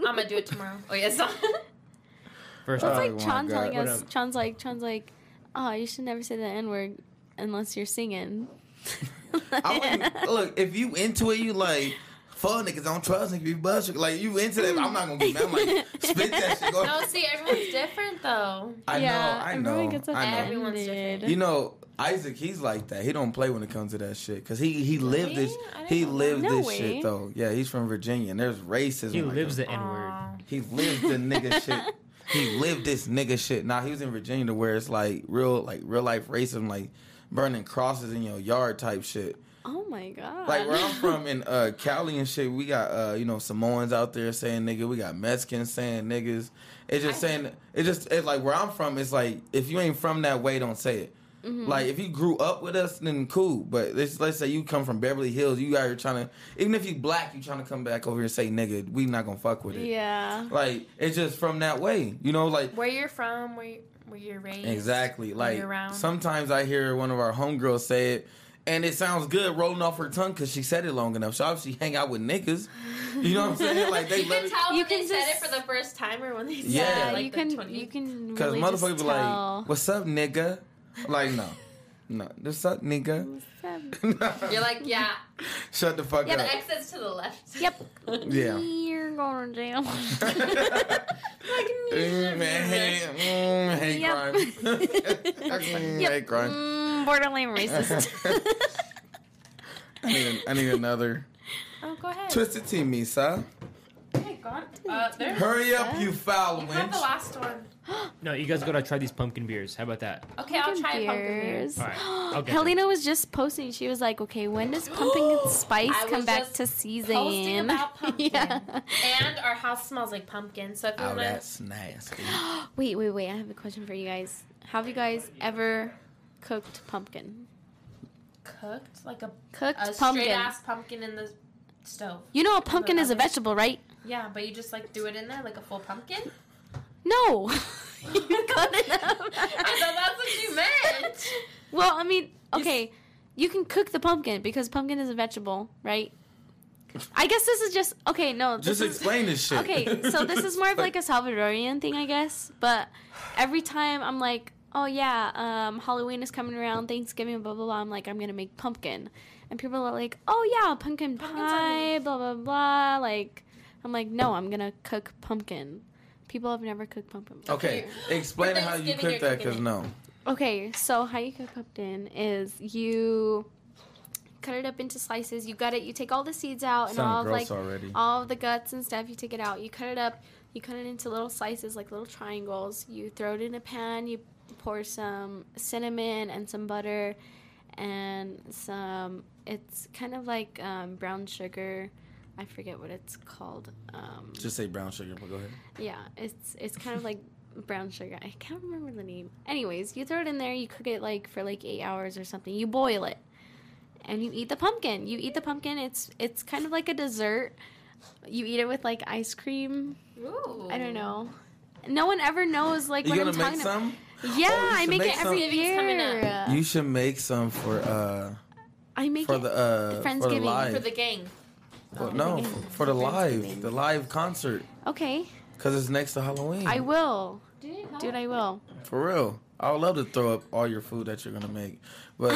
Speaker 1: gonna do it tomorrow. Oh yes.
Speaker 4: First
Speaker 3: That's
Speaker 4: off,
Speaker 2: Oh
Speaker 3: like
Speaker 2: my
Speaker 3: Chan
Speaker 2: God.
Speaker 3: telling
Speaker 4: What
Speaker 3: us.
Speaker 4: up?
Speaker 3: Chan's like, Chan's like, oh, you should never say the N word unless you're singing.
Speaker 2: I wouldn't look if you into it, you like fuck niggas don't trust niggas, be bullshit. Like you into that, I'm not gonna be mad. I'm like spit that shit. Go.
Speaker 1: no, see, everyone's different though.
Speaker 2: I
Speaker 3: yeah,
Speaker 2: know, I
Speaker 3: everyone
Speaker 2: know,
Speaker 3: gets
Speaker 2: I know.
Speaker 3: offended.
Speaker 1: Everyone's different.
Speaker 2: You know, Isaac, he's like that. He don't play when it comes to that shit because he he lived this.
Speaker 1: I didn't
Speaker 2: He
Speaker 1: know that.
Speaker 2: lived
Speaker 3: No
Speaker 2: this
Speaker 3: way.
Speaker 2: shit though. Yeah, he's from Virginia, and there's racism.
Speaker 4: he
Speaker 2: like
Speaker 4: lives
Speaker 2: that.
Speaker 4: the N word.
Speaker 1: Aw.
Speaker 2: He lived the nigga shit. He lived this nigga shit. Now he was in Virginia to where it's like real, like real life racism, like burning crosses in your yard type shit.
Speaker 3: oh my god.
Speaker 2: Like where I'm from in uh, Cali and shit, we got uh, you know Samoans out there saying nigga, we got Mexicans saying niggas. It's just
Speaker 1: I-
Speaker 2: saying it just it's like where I'm from. It's like if you ain't from that way, don't say it. Like if you grew up with us, then cool. But let's let's say you come from Beverly Hills, you out here trying to even if you black, you trying to come back over here and say nigga, we not gonna fuck with it.
Speaker 3: yeah.
Speaker 2: Like it's just from that way, you know. Like
Speaker 1: Where you're from, where you- where you're raised.
Speaker 2: Exactly.
Speaker 1: who
Speaker 2: Like
Speaker 1: you're around.
Speaker 2: sometimes I hear one of our homegirls say it, and it sounds good rolling off her tongue because she said it long enough. So obviously, hang out with niggas. You know what I'm saying? Like they
Speaker 1: You
Speaker 2: let
Speaker 1: can
Speaker 2: it.
Speaker 1: tell when
Speaker 3: You
Speaker 1: they
Speaker 3: can
Speaker 1: said it
Speaker 3: just-
Speaker 1: for the first time or when they said
Speaker 2: Yeah.
Speaker 1: it. Like
Speaker 3: you
Speaker 1: the
Speaker 3: can
Speaker 1: 20
Speaker 3: you can
Speaker 2: Because
Speaker 3: really
Speaker 2: motherfuckers
Speaker 3: just
Speaker 2: be
Speaker 3: tell.
Speaker 2: like, "What's up, nigga?" Like no, no, what's up, nigga?
Speaker 3: What's up?
Speaker 1: You're like, yeah.
Speaker 2: shut the fuck
Speaker 1: Yeah,
Speaker 2: up.
Speaker 1: the exit's to the left.
Speaker 3: Yep.
Speaker 2: Yeah.
Speaker 3: You're going to jail.
Speaker 2: Mm, man, hate, mm, hate crime.
Speaker 3: Yep.
Speaker 2: Mm, Hate crime.
Speaker 3: Mm, borderline racist.
Speaker 2: I need, I need another.
Speaker 1: Oh, go ahead.
Speaker 2: Twisted Tea, Misa.
Speaker 1: Okay, go on. Uh, there.
Speaker 2: Hurry up, you foul
Speaker 1: You have
Speaker 2: wench.
Speaker 1: the last one.
Speaker 4: No, you guys gotta try these pumpkin beers. How about that?
Speaker 1: Okay, I'll try pumpkin beers.
Speaker 3: beers.
Speaker 4: All right, I'll get
Speaker 3: Helena was just posting. She was like, "Okay, when does pumpkin spice
Speaker 1: I
Speaker 3: come
Speaker 1: was
Speaker 3: back
Speaker 1: just
Speaker 3: to season?"
Speaker 1: posting about pumpkin.
Speaker 3: yeah.
Speaker 1: And our house smells like pumpkin, so if you
Speaker 2: Oh,
Speaker 1: want to
Speaker 2: that's nasty.
Speaker 3: Wait, wait, wait! I have a question for you guys. Have you guys ever cooked pumpkin?
Speaker 1: cooked like a,
Speaker 3: Cooked
Speaker 1: a straight
Speaker 3: pumpkin.
Speaker 1: ass pumpkin in the stove.
Speaker 3: You know a pumpkin is a vegetable, right?
Speaker 1: Yeah, but you just like do it in there like a full pumpkin.
Speaker 3: No. you cut it up.
Speaker 1: I thought that's what you meant.
Speaker 3: Well, I mean, okay, you can cook the pumpkin because pumpkin is a vegetable, right? I guess this is just okay. No, this
Speaker 2: Just
Speaker 3: is,
Speaker 2: explain this shit.
Speaker 3: Okay, so this is more of like a Salvadorian thing, I guess. But every time I'm like, oh yeah, um, Halloween is coming around, Thanksgiving, blah blah blah. I'm like, I'm gonna make pumpkin, and people are like, oh yeah, pumpkin
Speaker 1: Pumpkin
Speaker 3: pie, blah blah blah. Like, I'm like, no, I'm gonna cook pumpkin. People have never cooked pumpkin. before.
Speaker 2: Okay,
Speaker 1: You-
Speaker 2: explain
Speaker 1: for
Speaker 2: how you
Speaker 1: Thanksgiving,
Speaker 2: cook
Speaker 1: you're
Speaker 2: that
Speaker 1: cooking
Speaker 2: because
Speaker 1: it.
Speaker 2: no.
Speaker 3: Okay, so how you cook pumpkin is you cut it up into slices. You gut it. You take all the seeds out and
Speaker 2: Sound
Speaker 3: all Oh, of
Speaker 2: gross
Speaker 3: like uh,
Speaker 2: already.
Speaker 3: all of the guts and stuff. You take it out. You cut it up. You cut it into little slices, like little triangles. You throw it in a pan. You pour some cinnamon and some butter and some. It's kind of like um, brown sugar. I forget what it's called. Um,
Speaker 2: Just say brown sugar, but go ahead.
Speaker 3: yeah, it's it's kind of like brown sugar. I can't remember the name. Anyways, you throw it in there, you cook it like for like 8 hours or something. You boil it. And you eat the pumpkin. You eat the pumpkin. It's it's kind of like a dessert. You eat it with like ice cream.
Speaker 1: Ooh.
Speaker 3: I don't know. No one ever knows like
Speaker 2: you
Speaker 3: what
Speaker 2: gonna
Speaker 3: I'm
Speaker 2: make
Speaker 3: talking uh, about.
Speaker 2: some?
Speaker 3: Yeah,
Speaker 2: Oh, you
Speaker 3: I
Speaker 2: should
Speaker 3: make,
Speaker 2: make
Speaker 3: it every
Speaker 1: some.
Speaker 3: year.
Speaker 1: Coming up.
Speaker 2: You should make some for uh
Speaker 3: I make
Speaker 2: for
Speaker 3: it.
Speaker 2: the uh for the
Speaker 3: Friendsgiving,
Speaker 2: live.
Speaker 1: For the gang.
Speaker 2: Well, no,
Speaker 3: Friendsgiving.
Speaker 2: for the live,
Speaker 3: Friendsgiving.
Speaker 2: the live concert
Speaker 3: okay,
Speaker 2: because it's next to Halloween.
Speaker 3: I will,
Speaker 1: Dude,
Speaker 3: dude. I will.
Speaker 2: for real. I would love to throw up all your food that you're gonna make, but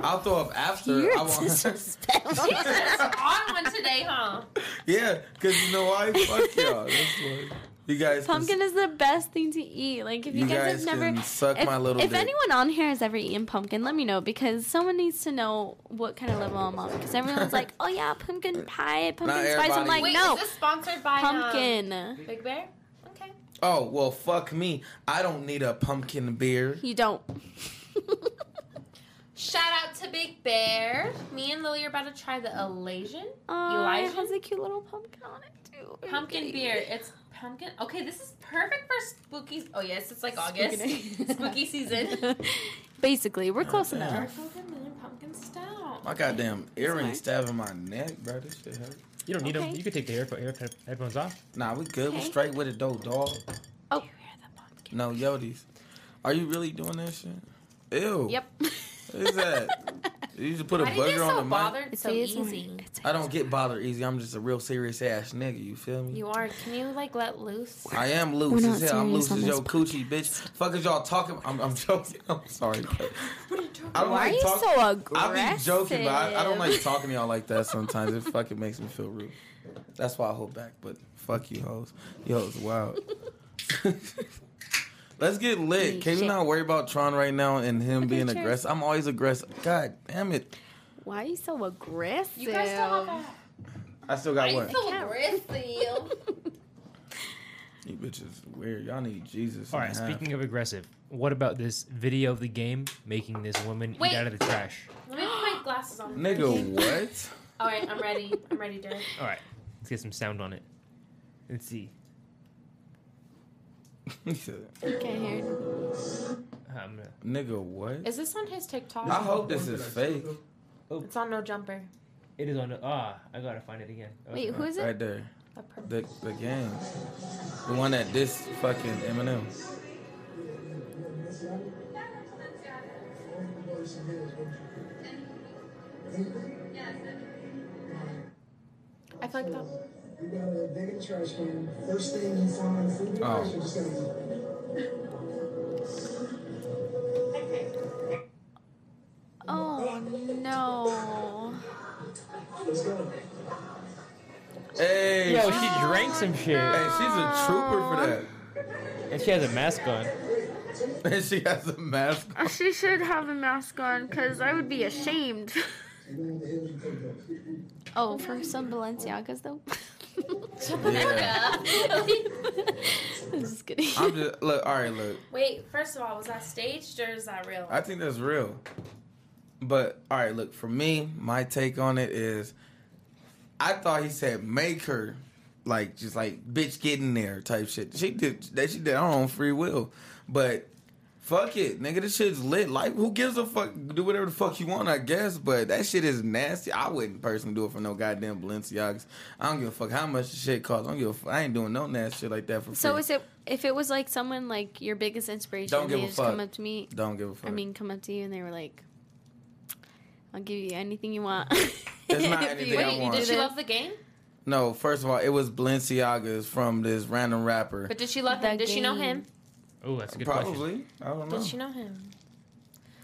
Speaker 2: I'll throw up after.
Speaker 3: You're
Speaker 2: I want,
Speaker 3: disrespectful.
Speaker 1: Jesus, on one today, huh?
Speaker 2: yeah, because you know why? Fuck y'all. That's why. You guys, can-
Speaker 3: Pumpkin is the best thing to eat. Like if you,
Speaker 2: You
Speaker 3: guys,
Speaker 2: guys
Speaker 3: have never
Speaker 2: can suck
Speaker 3: if,
Speaker 2: my little
Speaker 3: if
Speaker 2: dick.
Speaker 3: anyone on here has ever eaten pumpkin, let me know because someone needs to know what kind of level I'm on. Because everyone's like, "Oh yeah, pumpkin pie, pumpkin spice."
Speaker 2: everybody.
Speaker 3: I'm like,
Speaker 1: Wait,
Speaker 3: "No,
Speaker 1: is this sponsored by um,
Speaker 3: pumpkin."
Speaker 1: Big Bear? Okay.
Speaker 2: oh well, fuck me. I don't need a pumpkin beer.
Speaker 3: You don't.
Speaker 1: Shout out to Big Bear. Me and Lily are about to try the Elasian
Speaker 3: Oh, it
Speaker 1: Elijah?
Speaker 3: has a cute little pumpkin on it too. Are you
Speaker 1: pumpkin
Speaker 3: kidding
Speaker 1: beer.
Speaker 3: me?
Speaker 1: It's pumpkin. Okay, this is perfect for spooky. Oh yes, it's like
Speaker 3: Spooky
Speaker 1: August,
Speaker 3: day.
Speaker 1: spooky season.
Speaker 3: Basically, we're close enough.
Speaker 1: Purple vermilion pumpkin stout.
Speaker 2: My goddamn earring
Speaker 3: mine.
Speaker 2: stabbing my neck, bro. This shit hurt.
Speaker 4: You don't need them.
Speaker 3: Okay.
Speaker 4: You could take the earpho- ear- headphones off.
Speaker 2: Nah, we good. We
Speaker 3: Okay.
Speaker 2: straight with it though, dog.
Speaker 3: Oh,
Speaker 2: No yodies. Are you really doing that shit? Ew.
Speaker 3: yep.
Speaker 2: What is that? You just put a
Speaker 1: Why do you get
Speaker 2: bugger on
Speaker 1: so
Speaker 2: the mic.
Speaker 1: bothered so easy?
Speaker 2: I don't get bothered easy. I'm just a real serious ass nigga. You feel me?
Speaker 1: You are. Can you like let loose?
Speaker 2: I am
Speaker 3: We're
Speaker 2: loose
Speaker 3: not
Speaker 2: as hell. I'm
Speaker 3: serious
Speaker 2: loose
Speaker 3: on
Speaker 2: as
Speaker 3: this
Speaker 2: your coochie, bitch. Fuck is y'all talking? I'm, I'm joking. I'm sorry. I don't
Speaker 3: Why are
Speaker 2: like
Speaker 3: you
Speaker 2: talk-
Speaker 3: so aggressive?
Speaker 2: I be joking, but I, I don't like talking to y'all like that sometimes. It fucking makes me feel rude. That's why I hold back, but fuck you hoes. You hoes wild. Let's get lit. Can we
Speaker 3: Shit.
Speaker 2: not worry about Tron right now and him being
Speaker 3: cheers.
Speaker 2: aggressive? I'm always aggressive. God damn it.
Speaker 3: Why are you so aggressive?
Speaker 1: You guys still have that?
Speaker 2: I still got one.
Speaker 1: aggressive.
Speaker 2: You bitches weird. Y'all need Jesus.
Speaker 4: All right. Speaking of aggressive, what about this video of the game making this woman
Speaker 1: Wait.
Speaker 4: eat out of the trash?
Speaker 1: Let me put my glasses on.
Speaker 2: Nigga, what?
Speaker 1: All right, I'm ready. I'm ready, Derek.
Speaker 4: All right. Let's get some sound on it. Let's see.
Speaker 2: He said,
Speaker 3: Can't hear. it.
Speaker 4: Um, uh,
Speaker 2: Nigga, what?
Speaker 1: Is this on his TikTok?
Speaker 2: I hope this is fake.
Speaker 1: It's on No Jumper.
Speaker 4: it is on. the- Ah, I gotta find it again. Okay.
Speaker 3: Wait, who is it?
Speaker 2: Right there.
Speaker 1: The purple.
Speaker 2: The, the game. The one that this fucking Eminem.
Speaker 1: I feel like that.
Speaker 5: You got a big trash can. First thing you find food and trash, you're just gonna eat it.
Speaker 3: Oh no.
Speaker 5: Let's go.
Speaker 2: Hey,
Speaker 4: Yo,
Speaker 2: she-
Speaker 4: she drank some shit,
Speaker 2: hey, she's a trooper for
Speaker 4: and she has a mask on.
Speaker 2: that. And she has a mask. on.
Speaker 3: She should have a mask on, cause I would be ashamed.
Speaker 5: And then the hill you take
Speaker 3: Oh,
Speaker 5: off.
Speaker 3: for some Balenciagas though.
Speaker 2: Yeah.
Speaker 3: I'm just kidding.
Speaker 2: I'm just look. All right, look.
Speaker 1: Wait, first of all, was that staged or is that real?
Speaker 2: I think that's real. But all right, look. For me, my take on it is, I thought he said make her, like just like bitch get in there type shit. She did that. She did her own free will, but. Fuck it, nigga. This shit's lit. Like, who gives a fuck? Do whatever the fuck you want, I guess. But that shit is nasty. I wouldn't personally do it for no goddamn Balenciagas. I don't give a fuck how much the shit costs. I don't give a fuck. I ain't doing no nasty shit like that for
Speaker 3: so
Speaker 2: free.
Speaker 3: is it if it was like someone like your biggest inspiration?
Speaker 2: Don't give
Speaker 3: they
Speaker 2: a
Speaker 3: just
Speaker 2: fuck.
Speaker 3: come up to me.
Speaker 2: Don't give a fuck.
Speaker 3: I mean, come up to you and they were like, "I'll give you anything you want."
Speaker 2: That's not
Speaker 3: If
Speaker 2: anything I
Speaker 1: Wait,
Speaker 2: want.
Speaker 1: did
Speaker 3: do
Speaker 1: she
Speaker 3: this.
Speaker 1: love the game?
Speaker 2: No, first of all, it was Balenciaga's from this random rapper.
Speaker 1: But did she love
Speaker 3: The
Speaker 1: him? Did she know
Speaker 3: game.
Speaker 1: him?
Speaker 4: Oh, that's a good question.
Speaker 2: Probably. I don't know.
Speaker 1: Did she know him?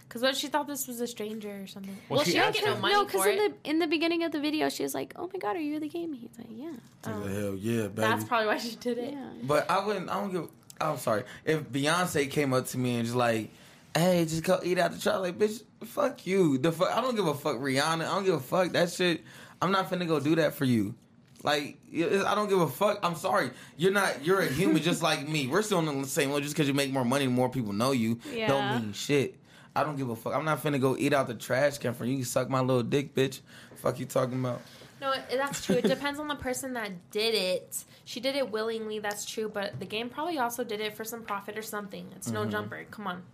Speaker 1: Because what if she thought this was a stranger or something?
Speaker 4: Well,
Speaker 1: Well,
Speaker 4: she
Speaker 1: she didn't
Speaker 4: asked
Speaker 1: get no
Speaker 4: him.
Speaker 1: money
Speaker 3: no,
Speaker 1: for
Speaker 3: in
Speaker 1: it.
Speaker 3: the in the beginning of the video, she was like, "Oh my god, are you the game?" He's like, "Yeah,
Speaker 2: She's
Speaker 1: Oh.
Speaker 2: like, hell yeah, baby.
Speaker 1: That's probably why she did it.
Speaker 3: yeah."
Speaker 2: but I wouldn't. I don't give. I'm sorry. If Beyonce came up to me and just like, "Hey, just go eat out the trash," like, bitch, fuck you. The fuck. I don't give a fuck, Rihanna. I don't give a fuck that shit. I'm not finna go do that for you. Like, it- I don't give a fuck. I'm sorry. You're not. You're a human just like me. We're still on the same level. Just because you make more money, and more people know you,
Speaker 3: Yeah.
Speaker 2: don't mean shit. I don't give a fuck. I'm not finna go eat out the trash can for you. You can suck my little dick, bitch. Fuck you talking about.
Speaker 1: No, it- that's true. It depends on the person that did it. She did it willingly, that's true, but the game probably also did it for some profit or something. It's no jumper. Come on.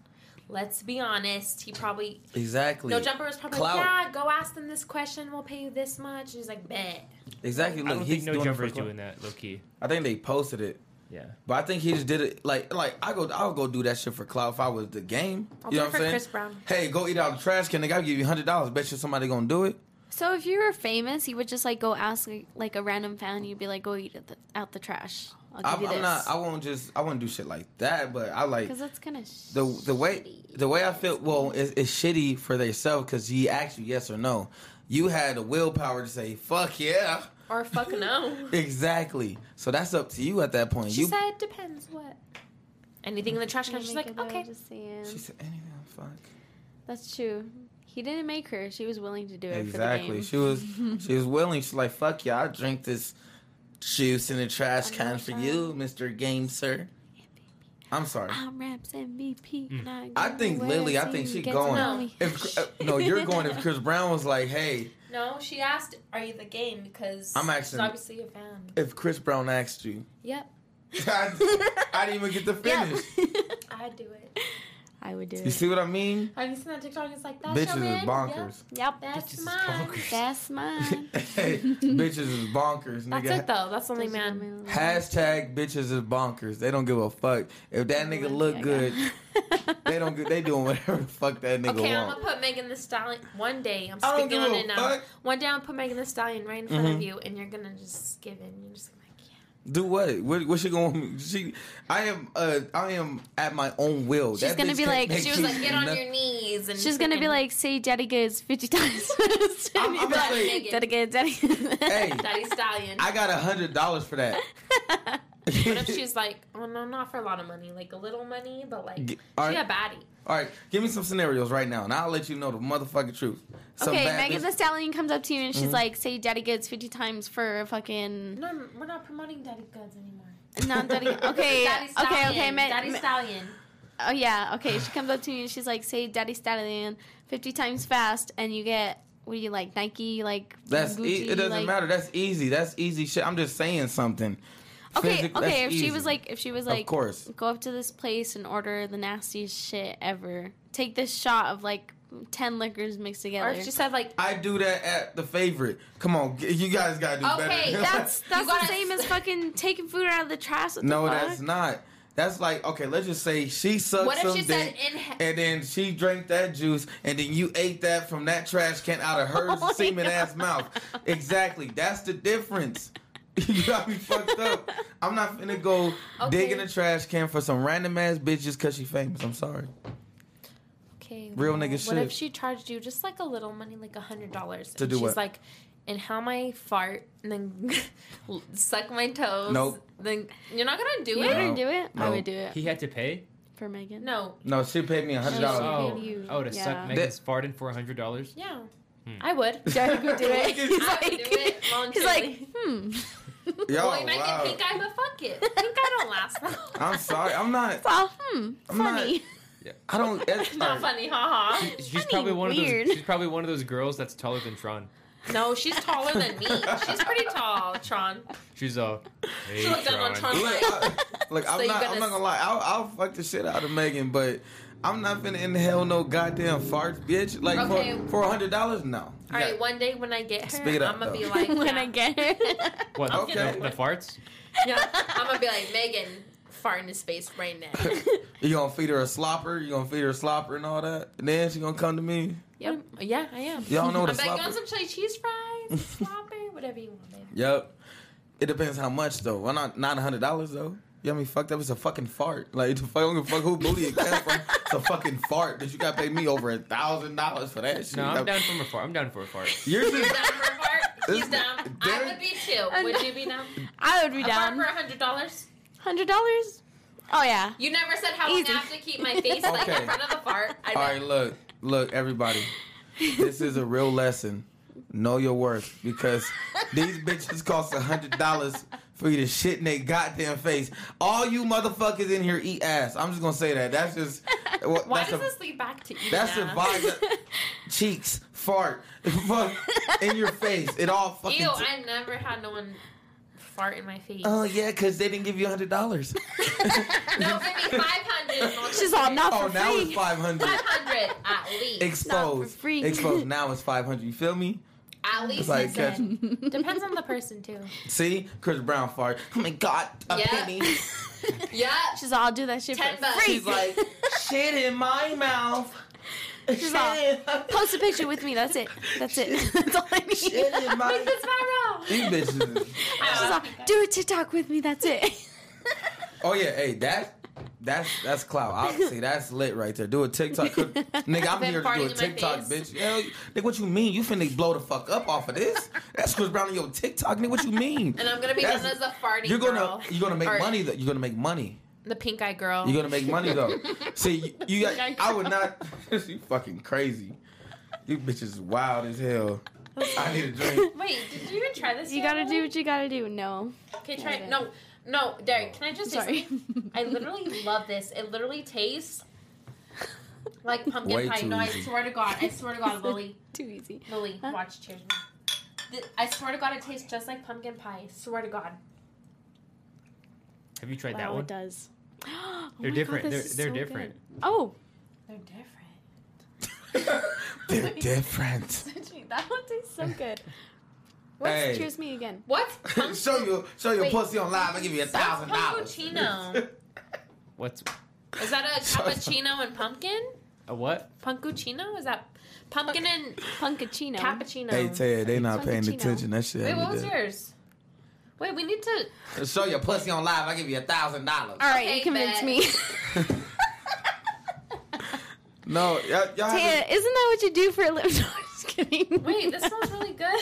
Speaker 1: Let's be honest. He probably
Speaker 2: Exactly.
Speaker 1: no jumper was probably
Speaker 2: Clout.
Speaker 1: like, Yeah, go ask them this question, we'll pay you this much. And he's like, Bet.
Speaker 2: Exactly.
Speaker 4: I
Speaker 2: Look,
Speaker 4: don't
Speaker 2: he's
Speaker 4: think no
Speaker 2: doing,
Speaker 4: jumper
Speaker 2: it
Speaker 4: is
Speaker 2: for-
Speaker 4: doing that, low key.
Speaker 2: I think they posted it,
Speaker 4: Yeah.
Speaker 2: but I think he just did it. Like, like I go, I'll go do that shit for clout if I was the game.
Speaker 1: I'll
Speaker 2: you
Speaker 1: do
Speaker 2: know
Speaker 1: it
Speaker 2: what
Speaker 1: for
Speaker 2: I'm saying?
Speaker 1: Chris Brown.
Speaker 2: Hey, go eat out the trash can. Nigga, I'll give you hundred dollars. Bet you somebody gonna do it.
Speaker 3: So if you were famous, you would just like go ask like, like a random fan. You'd be like, "Go eat at the, out the trash." I'll give
Speaker 2: I'm,
Speaker 3: you
Speaker 2: I'm
Speaker 3: this.
Speaker 2: not. I won't just. I won't do shit like that. But I like
Speaker 3: Because that's kind of
Speaker 2: the the way the way I feel. Well, it's, it's shitty for themselves because he asked you yes or no. You had the willpower to say fuck yeah.
Speaker 1: Or fuck no.
Speaker 2: Exactly. So that's up to you at that point.
Speaker 1: She
Speaker 2: you.
Speaker 1: said depends what. Anything in the trash can, she's like, Okay.
Speaker 2: she said anything. Fuck.
Speaker 3: That's true. He didn't make her. She was willing to do it for the
Speaker 2: Exactly.
Speaker 3: game.
Speaker 2: She was she was willing. She's like, fuck yeah, I drink this juice in the trash
Speaker 3: I'm
Speaker 2: can
Speaker 3: not
Speaker 2: for
Speaker 3: trying.
Speaker 2: you, Mr. Game Sir. I'm sorry.
Speaker 1: Ah.
Speaker 3: I'm Raps MVP.
Speaker 4: Mm.
Speaker 3: and
Speaker 2: I
Speaker 3: go
Speaker 2: think
Speaker 3: nowhere,
Speaker 2: Lily, I
Speaker 3: so
Speaker 2: think
Speaker 3: you
Speaker 2: she
Speaker 3: get to
Speaker 2: going.
Speaker 3: know me.
Speaker 2: If uh, no, you're going. If Chris Brown was like, hey,
Speaker 1: No, she asked, Are you the game? Because
Speaker 2: I'm
Speaker 1: she's
Speaker 2: actually-
Speaker 1: obviously a fan.
Speaker 2: if Chris Brown asked you,
Speaker 1: Yep.
Speaker 2: I, I didn't even get to finish.
Speaker 3: Yep.
Speaker 1: I'd do it.
Speaker 3: I would do
Speaker 2: You
Speaker 3: it.
Speaker 2: see what I mean?
Speaker 1: Have you seen that TikTok? It's like that's your
Speaker 2: Bitches
Speaker 1: man?
Speaker 2: is
Speaker 1: Yep,
Speaker 2: bonkers.
Speaker 3: Yep.
Speaker 1: that's
Speaker 4: Bitches is
Speaker 1: mine.
Speaker 4: bonkers.
Speaker 3: That's mine.
Speaker 2: bitches is bonkers,
Speaker 1: That's
Speaker 2: nigga.
Speaker 1: it though. That's the only
Speaker 3: Those are
Speaker 1: man.
Speaker 3: my
Speaker 2: Hashtag bitches is bonkers. They don't give a fuck if that nigga look
Speaker 3: Yeah,
Speaker 2: good.
Speaker 3: yeah.
Speaker 2: They don't. Get, they doing whatever the fuck that nigga
Speaker 1: Okay, I'm
Speaker 2: want.
Speaker 1: gonna put Megan the Stallion one day. I'm
Speaker 2: I don't
Speaker 1: sticking
Speaker 2: give
Speaker 1: on
Speaker 2: a
Speaker 1: it now.
Speaker 2: fuck.
Speaker 1: One day I'll put Megan the Stallion right in front
Speaker 2: Mhm.
Speaker 1: of you, and you're gonna just give in. You're just gonna be like, yeah.
Speaker 2: Do what? What, what she going? She, I am. Uh, I am at my own will.
Speaker 3: She's gonna
Speaker 2: bitch
Speaker 3: be
Speaker 2: can't
Speaker 3: like-
Speaker 2: make
Speaker 1: She was
Speaker 2: me
Speaker 1: like,
Speaker 2: do
Speaker 1: get on
Speaker 2: nothing.
Speaker 1: your knees, and
Speaker 3: She's gonna be
Speaker 1: freaking-
Speaker 3: like, say daddy goods fifty times.
Speaker 2: I'm- I'm
Speaker 1: Daddy
Speaker 2: like,
Speaker 1: Megan,
Speaker 3: Daddy goods, daddy. goods."
Speaker 2: Hey.
Speaker 1: Daddy Stallion.
Speaker 2: I got a hundred dollars for that.
Speaker 1: What if she's like, oh no, not for a lot of money, like a little money, but like
Speaker 2: G-
Speaker 1: she
Speaker 2: all right.
Speaker 1: a baddie.
Speaker 2: All right, give me some scenarios right now, and I'll let you know the motherfucking truth. Some
Speaker 3: okay,
Speaker 2: bad
Speaker 3: Megan
Speaker 2: bitch-
Speaker 3: the Stallion comes up to you and she's
Speaker 2: Mhm.
Speaker 3: like, say daddy goods fifty times for a fucking
Speaker 1: No, we're not promoting daddy goods anymore.
Speaker 3: non daddy. Okay,
Speaker 1: Daddy
Speaker 3: okay,
Speaker 1: Stallion,
Speaker 3: okay. Me-
Speaker 1: daddy
Speaker 3: me-
Speaker 1: Stallion.
Speaker 3: oh yeah, okay. She comes up to you and she's like, say daddy Stallion fifty times fast, and you get what do you like Nike like
Speaker 2: That's
Speaker 3: Gucci,
Speaker 2: e- it. Doesn't
Speaker 3: like-
Speaker 2: matter. That's easy. That's easy shit. I'm just saying something.
Speaker 3: Okay,
Speaker 2: Physic- that's
Speaker 3: okay. If she
Speaker 2: easy.
Speaker 3: was like, if she was like,
Speaker 2: of course.
Speaker 3: go up to this place and order the nastiest shit ever. Take this shot of like ten liquors mixed
Speaker 1: Or
Speaker 3: together.
Speaker 1: if she said like,
Speaker 2: I do that at the favorite. Come on, g- you guys gotta do better.
Speaker 1: Okay,
Speaker 3: that's that's
Speaker 1: You gotta
Speaker 3: the same as
Speaker 1: s-
Speaker 3: fucking taking food out of the trash. What
Speaker 2: no,
Speaker 3: the fuck?
Speaker 2: that's not. That's like okay. Let's just say she sucked
Speaker 1: what if
Speaker 2: some
Speaker 1: she said
Speaker 2: dick,
Speaker 1: in
Speaker 2: and then she drank that juice, and then you ate that from that trash can out of her
Speaker 3: Oh my
Speaker 2: semen
Speaker 3: God.
Speaker 2: ass mouth. Exactly. That's the difference. you got me fucked up. I'm not finna go
Speaker 1: Okay.
Speaker 2: dig in a trash can for some random ass bitch just cause she famous. I'm sorry.
Speaker 1: Okay.
Speaker 2: Real
Speaker 1: well,
Speaker 2: nigga
Speaker 1: What
Speaker 2: shit.
Speaker 1: if she charged you just like a little money, like a hundred dollars,
Speaker 2: To
Speaker 1: and
Speaker 2: do
Speaker 1: she's
Speaker 2: what?
Speaker 1: like, "Inhale my fart, and then suck my toes."
Speaker 2: Nope.
Speaker 1: Then you're not gonna do
Speaker 3: You
Speaker 1: it.
Speaker 3: wouldn't do it. I
Speaker 2: No.
Speaker 3: would do it
Speaker 4: He had to pay.
Speaker 3: for Megan.
Speaker 1: No.
Speaker 2: No, she paid me a hundred
Speaker 3: She
Speaker 2: dollars.
Speaker 4: Oh,
Speaker 3: paid you.
Speaker 4: I would have
Speaker 3: Yeah.
Speaker 4: sucked Megan's fart in for a hundred dollars.
Speaker 1: Yeah.
Speaker 4: Hmm.
Speaker 1: I would.
Speaker 3: Daddy would do it. He's
Speaker 1: I
Speaker 3: like,
Speaker 1: would do it
Speaker 3: he's like,
Speaker 1: voluntarily.
Speaker 3: hmm.
Speaker 2: Yo,
Speaker 1: well, you might
Speaker 2: wow.
Speaker 1: get pink eye, but fuck it. Pink eye don't last. long.
Speaker 2: I'm sorry. I'm not.
Speaker 3: It's all, hmm.
Speaker 2: I'm not-
Speaker 3: funny.
Speaker 2: I don't. That's
Speaker 1: not
Speaker 2: all right.
Speaker 1: funny, haha.
Speaker 4: She's
Speaker 3: Funny,
Speaker 4: probably one of
Speaker 3: weird.
Speaker 4: those. She's probably one of those girls that's taller than Tron.
Speaker 1: No, she's taller than me. She's pretty tall, Tron.
Speaker 4: She's uh. Hey,
Speaker 1: She looked down on
Speaker 4: Tron.
Speaker 1: Tron.
Speaker 2: Look, I, look
Speaker 1: So
Speaker 2: I'm
Speaker 1: you
Speaker 2: not.
Speaker 1: gonna
Speaker 2: I'm not gonna lie. I'll, I'll fuck the shit out of Megan, but I'm not gonna inhale no goddamn farts, bitch. Like
Speaker 1: Okay.
Speaker 2: for for hundred dollars, no.
Speaker 1: All right,
Speaker 2: Yeah.
Speaker 1: one day when I get her,
Speaker 2: Speak it up,
Speaker 1: I'm gonna be
Speaker 2: though.
Speaker 1: like,
Speaker 3: when
Speaker 1: yeah.
Speaker 3: I get her.
Speaker 4: What the,
Speaker 1: I'm
Speaker 2: gonna-
Speaker 4: the, the farts?
Speaker 1: yeah, I'm gonna be like Megan, fart in his face right now.
Speaker 2: You gonna feed her a slopper? You gonna feed her a slopper and all that? And then she gonna come to me.
Speaker 1: Yep. Yeah, I am.
Speaker 2: Y'all know what a
Speaker 1: I'm like, you want
Speaker 2: slopper?
Speaker 1: some chili cheese fries, slopper, whatever you want, baby.
Speaker 2: Yep. It depends how much though. Why not nine hundred dollars though? You know what I mean? Fucked up. It's a fucking fart. Like the fuck, I don't give a fuck who booty it came from. It's a fucking fart. That you gotta pay me over a thousand dollars for that shit.
Speaker 4: No, I'm
Speaker 2: Like,
Speaker 4: down for a fart. I'm down for a fart.
Speaker 2: You're
Speaker 1: You're
Speaker 2: just
Speaker 1: down for a fart? He's
Speaker 2: This-
Speaker 1: down. I would be too. Would you be down?
Speaker 3: I would be
Speaker 1: A fart
Speaker 3: down.
Speaker 1: for hundred dollars?
Speaker 3: Hundred dollars? Oh yeah.
Speaker 1: You never said how long I
Speaker 3: Easy.
Speaker 1: have to keep my face like
Speaker 2: Okay.
Speaker 1: in front of the fart. I
Speaker 2: All right, look, look, everybody. This is a real lesson. Know your worth because these bitches cost a hundred dollars for you to shit in their goddamn face. All you motherfuckers in here eat ass. I'm just gonna say that. That's just well,
Speaker 1: Why
Speaker 2: that's
Speaker 1: does
Speaker 2: a,
Speaker 1: this lead back to eating
Speaker 2: that's a
Speaker 1: ass?
Speaker 2: vibe. that- Cheeks, fart, fuck in your face. It all fucking.
Speaker 1: Ew, I never had no one fart in my face.
Speaker 2: oh yeah, because they didn't give you a hundred dollars.
Speaker 1: No, I mean five hundred.
Speaker 3: She's all not for
Speaker 2: Oh, now it's
Speaker 3: free.
Speaker 2: five hundred.
Speaker 1: Five hundred at least.
Speaker 2: Exposed,
Speaker 3: free.
Speaker 2: exposed. Now it's five hundred. You feel me?
Speaker 1: at least
Speaker 2: like,
Speaker 1: he said.
Speaker 2: catch-
Speaker 1: Depends on the person too.
Speaker 2: See, Chris Brown fart. Oh my god, a
Speaker 1: Yeah.
Speaker 2: penny.
Speaker 1: Yeah.
Speaker 3: She's all, I'll do that shit
Speaker 1: Ten
Speaker 3: for
Speaker 1: bucks.
Speaker 3: free.
Speaker 2: She's like, shit in my mouth. Shit,
Speaker 3: all,
Speaker 2: in-
Speaker 3: Post a picture with me. That's it. That's it. That's all I need.
Speaker 2: shit in my
Speaker 1: Make this viral.
Speaker 2: These bitches.
Speaker 3: She's all, do a TikTok with me. That's it.
Speaker 2: Oh yeah, hey, that that's that's clout. Obviously, that's lit right there. Do a TikTok, nigga. I'm
Speaker 1: Been
Speaker 2: here to do
Speaker 1: farting
Speaker 2: a
Speaker 1: in my
Speaker 2: TikTok,
Speaker 1: face.
Speaker 2: bitch. Hell, nigga, what you mean? You finna blow the fuck up off of this? That's Chris Brown on your TikTok, nigga. What you mean?
Speaker 1: And I'm gonna be known
Speaker 2: That's-
Speaker 1: as a farting
Speaker 2: You're gonna
Speaker 1: girl.
Speaker 2: you're gonna make
Speaker 1: Or
Speaker 2: money. Though. You're gonna make money.
Speaker 1: The pink eye girl.
Speaker 2: You're gonna make money though. See, you, you got.
Speaker 3: Like,
Speaker 2: I would not. you fucking crazy. You bitches wild as hell. I need a drink.
Speaker 1: Wait, did you even try this?
Speaker 3: You
Speaker 1: yet,
Speaker 3: gotta do
Speaker 1: Lily?
Speaker 3: what you gotta do. No.
Speaker 1: Okay, try it. No, no, Derek. Can I just say
Speaker 3: Sorry.
Speaker 1: something? I literally love this. It literally tastes like pumpkin
Speaker 2: Way
Speaker 1: pie.
Speaker 2: too
Speaker 1: No, I
Speaker 2: easy.
Speaker 1: swear to God. I swear to God, Lily.
Speaker 3: Too easy.
Speaker 1: Lily,
Speaker 3: Huh?
Speaker 1: watch. Cheers. Th- I swear to God, it tastes just like pumpkin pie. Swear to God.
Speaker 4: Have you tried
Speaker 3: wow,
Speaker 4: that one?
Speaker 3: it does. Oh
Speaker 4: They're
Speaker 3: my God,
Speaker 4: different.
Speaker 3: Oh this
Speaker 4: they're
Speaker 3: is
Speaker 4: they're
Speaker 3: so
Speaker 4: different.
Speaker 3: good. Oh, They're different.
Speaker 2: They're different.
Speaker 3: that one tastes so good. What's
Speaker 2: Hey.
Speaker 3: cheers me again?
Speaker 1: What's Kung-
Speaker 2: show you show your
Speaker 1: Wait.
Speaker 2: pussy on live. I give you a thousand dollars.
Speaker 1: Punkuccino.
Speaker 4: What's
Speaker 1: Is that a
Speaker 2: Shut up.
Speaker 1: cappuccino and pumpkin?
Speaker 4: a what?
Speaker 1: Punkuccino? Is that pumpkin and
Speaker 3: Punkaccino.
Speaker 1: cappuccino?
Speaker 2: Hey Ted, they not paying
Speaker 3: Cappuccino.
Speaker 2: attention. That shit.
Speaker 1: Wait,
Speaker 2: had
Speaker 1: what
Speaker 2: to
Speaker 1: was
Speaker 2: do-
Speaker 1: yours? Wait, we need to.
Speaker 2: Show your pussy on live. I give you a thousand dollars.
Speaker 3: All right,
Speaker 1: Okay,
Speaker 3: you convinced
Speaker 1: bet.
Speaker 3: me.
Speaker 2: No, y'all, y'all
Speaker 3: Taya,
Speaker 2: have
Speaker 3: isn't that what you do for a living? No, I'm just kidding.
Speaker 1: Wait, this smells really good.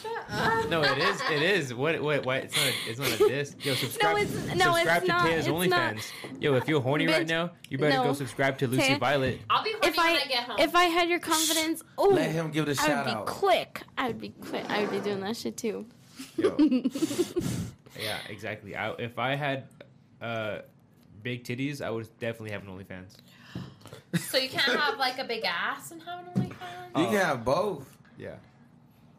Speaker 1: Shut up.
Speaker 4: No, it is. It is. What? What? Why? It's not. A, it's not a diss. Yo, subscribe.
Speaker 3: it's- no, it's
Speaker 4: subscribe to
Speaker 3: not,
Speaker 4: Taya's
Speaker 3: it's
Speaker 4: OnlyFans. Yo, if you're horny right
Speaker 3: Bitch,
Speaker 4: now, you better
Speaker 3: no.
Speaker 4: go subscribe to Lucy
Speaker 3: Taya-
Speaker 4: Violet.
Speaker 1: I'll be horny
Speaker 3: If I,
Speaker 1: when I get home.
Speaker 3: if I had your confidence, oh,
Speaker 2: let him give it a
Speaker 3: I would
Speaker 2: shout
Speaker 3: be
Speaker 2: out.
Speaker 3: quick. I would be quick. I would be doing that shit too.
Speaker 4: Yo. yeah, exactly. I, if I had uh, big titties, I would definitely have an OnlyFans.
Speaker 1: so you can't have like a big ass and have an OnlyFans.
Speaker 2: you can have both.
Speaker 4: Yeah.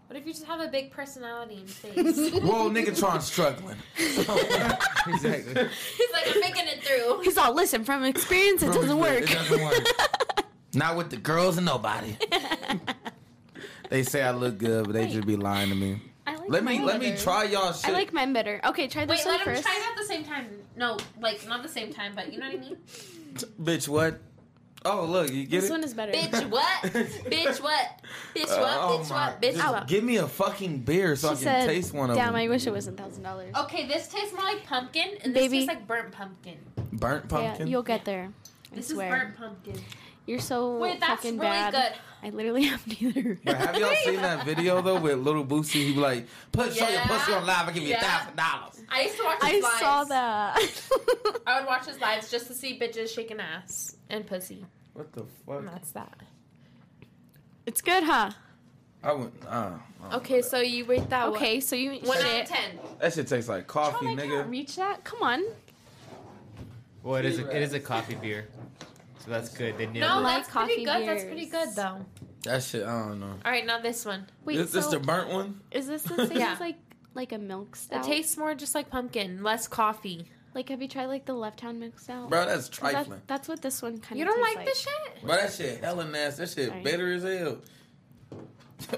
Speaker 1: What if you just have a big personality and face? He's
Speaker 2: Whoa, Nickatron's struggling.
Speaker 4: Exactly.
Speaker 1: like, I'm making it through.
Speaker 3: He's all, listen, from experience, it doesn't work.
Speaker 2: It doesn't work. Not with the girls and nobody. They say I look good, but they just be lying to me.
Speaker 3: I like
Speaker 2: Let me
Speaker 3: mine
Speaker 2: let me
Speaker 3: better.
Speaker 2: try y'all shit.
Speaker 3: I like mine better. Okay, try this
Speaker 1: Wait,
Speaker 3: one
Speaker 1: let him
Speaker 3: first.
Speaker 1: try it at the same time. No, like not the same time, but you know what I mean.
Speaker 2: Bitch, what? Oh, look, you get
Speaker 3: This
Speaker 2: it.
Speaker 3: one is better.
Speaker 1: bitch, what? Bitch, what? Bitch, what?
Speaker 2: Oh,
Speaker 1: bitch,
Speaker 2: my-
Speaker 1: what? Bitch,
Speaker 2: just
Speaker 1: what?
Speaker 2: Give me a fucking beer so
Speaker 3: she
Speaker 2: I can
Speaker 3: said,
Speaker 2: taste one of Oh,
Speaker 3: "Damn,
Speaker 2: them.
Speaker 3: I wish it wasn't thousand dollars."
Speaker 1: Okay, this tastes more like pumpkin, and this
Speaker 3: Baby.
Speaker 1: tastes like burnt pumpkin.
Speaker 2: Burnt
Speaker 3: Yeah,
Speaker 2: pumpkin.
Speaker 3: you'll get there. I
Speaker 1: This
Speaker 3: swear.
Speaker 1: is burnt pumpkin.
Speaker 3: You're so
Speaker 1: Wait, that's
Speaker 3: fucking
Speaker 1: really
Speaker 3: bad.
Speaker 1: good.
Speaker 3: I literally have neither.
Speaker 2: But have y'all seen that video though with little Boosie? He be like, "Put show your
Speaker 1: Yeah.
Speaker 2: pussy on live. I give you a
Speaker 1: Yeah.
Speaker 2: thousand dollars."
Speaker 1: I used to watch his
Speaker 3: I
Speaker 1: lives.
Speaker 3: saw that.
Speaker 1: I would watch his lives just to see bitches shaking ass and pussy.
Speaker 2: What the
Speaker 1: And
Speaker 2: fuck?
Speaker 1: that's that.
Speaker 3: it's good, huh?
Speaker 2: I wouldn't. Uh,
Speaker 1: Okay, so you rate that okay.
Speaker 3: Okay, so you eat
Speaker 1: one. One out of
Speaker 3: shit.
Speaker 1: ten.
Speaker 2: that shit tastes like coffee,
Speaker 3: Oh, I can't
Speaker 2: nigga.
Speaker 3: reach that. Come on.
Speaker 4: Well, it is. A, it is a coffee beer, so that's good. They
Speaker 1: No,
Speaker 4: nailed it.
Speaker 3: like
Speaker 1: that's pretty
Speaker 3: coffee
Speaker 1: good. That's pretty
Speaker 3: beers.
Speaker 1: good though.
Speaker 2: That shit, I don't know.
Speaker 1: All right, now this one.
Speaker 3: Wait,
Speaker 2: is this
Speaker 3: so
Speaker 2: the burnt one?
Speaker 3: is this the same
Speaker 1: Yeah.
Speaker 3: as like like a milk
Speaker 1: It
Speaker 3: stout?
Speaker 1: tastes more just like pumpkin, less coffee.
Speaker 3: like have you tried like the left hand milk stout?
Speaker 2: Bro, that's
Speaker 3: 'Cause that-
Speaker 2: trifling.
Speaker 3: that's what this one kind
Speaker 1: You
Speaker 3: of.
Speaker 1: don't like,
Speaker 3: like
Speaker 1: this shit?
Speaker 2: Bro, that shit hella nasty. That shit
Speaker 3: Sorry.
Speaker 2: bitter as hell.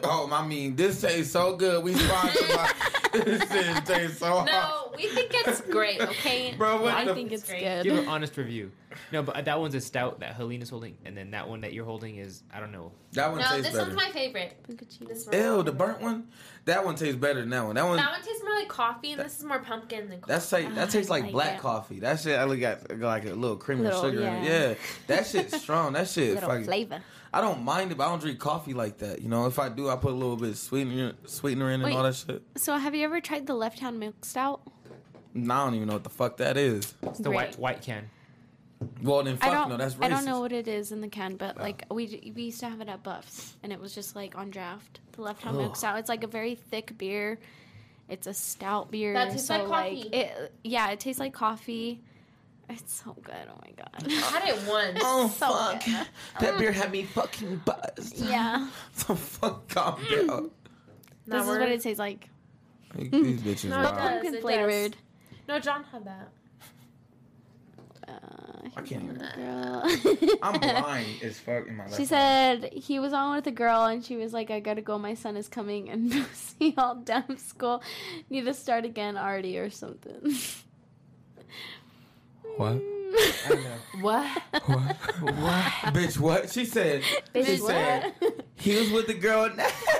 Speaker 2: Oh, I mean, this tastes so good. We sponsored by. this shit tastes so hot.
Speaker 1: No, we think it's great. Okay,
Speaker 2: Bro, what
Speaker 3: I
Speaker 2: the
Speaker 3: think
Speaker 1: It's
Speaker 3: it's
Speaker 1: great.
Speaker 3: good.
Speaker 4: Give an honest review. No, but that one's a stout that Helene is holding, and then that one that you're holding is I don't know.
Speaker 2: That one
Speaker 1: no,
Speaker 2: tastes
Speaker 1: this
Speaker 2: better.
Speaker 1: one's my favorite.
Speaker 3: Puncacino.
Speaker 1: This one.
Speaker 2: Ew, the burnt one. That one tastes better than that one. That one.
Speaker 1: That one tastes more like coffee, and this is more pumpkin than coffee.
Speaker 2: That's like that tastes like
Speaker 3: like
Speaker 2: black
Speaker 3: it.
Speaker 2: coffee. That shit, I look at like a little cream
Speaker 3: Little,
Speaker 2: and sugar in
Speaker 3: yeah.
Speaker 2: it. Yeah, that shit's strong. That shit,
Speaker 3: Little
Speaker 2: fucking,
Speaker 3: flavor.
Speaker 2: I don't mind it, but I don't drink coffee like that. You know, if I do, I put a little bit of sweetener, sweetener in and
Speaker 3: Wait.
Speaker 2: all that shit.
Speaker 3: So have you ever tried the left hand milk stout?
Speaker 2: And I don't even know what the fuck that is.
Speaker 4: It's the white white can.
Speaker 2: Well, then
Speaker 3: I
Speaker 2: fuck
Speaker 3: don't.
Speaker 2: no, that's racist.
Speaker 3: I don't know what it is in the can, but like we we used to have it at Buffs, and it was just like on draft. The left hand
Speaker 2: Ugh.
Speaker 3: milk stout. It's like a very thick beer. It's a stout beer.
Speaker 1: That tastes like coffee.
Speaker 3: it, yeah, it tastes like coffee. It's so good. Oh my
Speaker 1: I
Speaker 3: god.
Speaker 1: had it once.
Speaker 2: Oh
Speaker 3: So
Speaker 2: fuck!
Speaker 3: good.
Speaker 2: That beer had me fucking buzzed.
Speaker 3: yeah,
Speaker 2: So fuck, calm down.
Speaker 1: Now
Speaker 3: this is
Speaker 1: we're-
Speaker 3: what it tastes like.
Speaker 2: These bitches
Speaker 1: No, it
Speaker 2: wild.
Speaker 1: does.
Speaker 3: Pumpkin
Speaker 1: it
Speaker 3: flavored.
Speaker 1: No, John had that.
Speaker 3: Uh,
Speaker 2: I can't even.
Speaker 3: girl.
Speaker 2: I'm blind as fuck in my life.
Speaker 3: She said he was on with a girl and she was like, I gotta go, my son is coming and see all damn school. Need to start again already or something.
Speaker 2: What? I know.
Speaker 1: What?
Speaker 2: What? what? Bitch, what? She said. she
Speaker 3: Bitch,
Speaker 2: said
Speaker 3: what?
Speaker 2: he was with the girl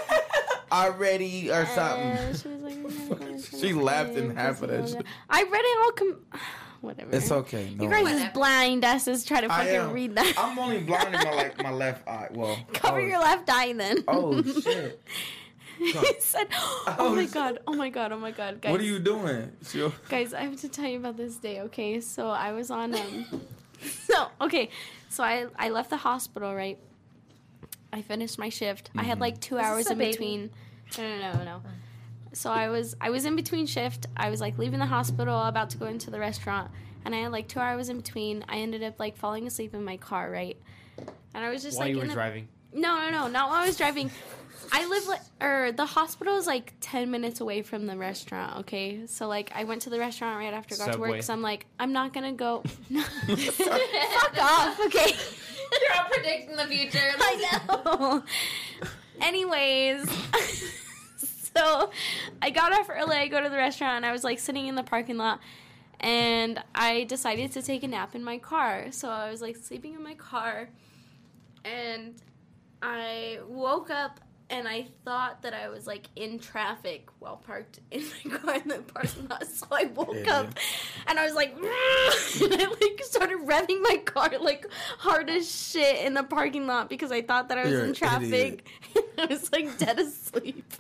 Speaker 2: already or
Speaker 3: Uh,
Speaker 2: something.
Speaker 3: she was like, "I'm gonna go, my son
Speaker 2: She
Speaker 3: is
Speaker 2: laughed
Speaker 3: coming
Speaker 2: in half of
Speaker 3: and
Speaker 2: that
Speaker 3: see all
Speaker 2: shit.
Speaker 3: damn-" I read it all com whatever.
Speaker 2: It's okay. No.
Speaker 3: You guys is
Speaker 1: Whatever.
Speaker 3: blind asses try to
Speaker 2: I am.
Speaker 3: fucking read that.
Speaker 2: I'm only blind in my like my left eye. Well,
Speaker 3: Cover
Speaker 2: oh,
Speaker 3: your left eye then.
Speaker 2: Oh shit!
Speaker 3: he said, Oh,
Speaker 2: Oh,
Speaker 3: my
Speaker 2: shit.
Speaker 3: god, oh my god, oh my god, guys.
Speaker 2: What are you doing? She-
Speaker 3: Guys, I have to tell you about this day, okay? So I was on um So, okay. So I I left the hospital, right? I finished my shift. I
Speaker 2: Mm-hmm.
Speaker 3: had like 2
Speaker 1: this
Speaker 3: hours
Speaker 1: a
Speaker 3: in
Speaker 1: baby? Oh.
Speaker 3: between. No, no, no, no. So I was I was in between shift. I was like leaving the hospital, about to go into the restaurant, and I had like 2 hours in between. I ended up like falling asleep in my car, right? And I was just
Speaker 4: while
Speaker 3: like
Speaker 4: you
Speaker 3: in
Speaker 4: were
Speaker 3: a-
Speaker 4: driving.
Speaker 3: no, no, no, not while I was driving. I live like, or the hospital is like ten minutes away from the restaurant. Okay, so like I went to the restaurant right after I got to
Speaker 4: Subway.
Speaker 3: work, so I'm like, I'm not gonna go. No. Fuck off, okay.
Speaker 1: You're all predicting the future.
Speaker 3: I know. Anyways, so I got off early. I go to the restaurant. And I was like sitting in the parking lot, and I decided to take a nap in my car. So I was like sleeping in my car, and I woke up. And I thought that I was like in traffic while parked in my car in the parking lot. So I woke
Speaker 2: Yeah.
Speaker 3: up and I was like, and I like started revving my car like hard as shit in the parking lot because I thought that I was
Speaker 2: You're
Speaker 3: in
Speaker 2: an
Speaker 3: traffic. I was like dead asleep.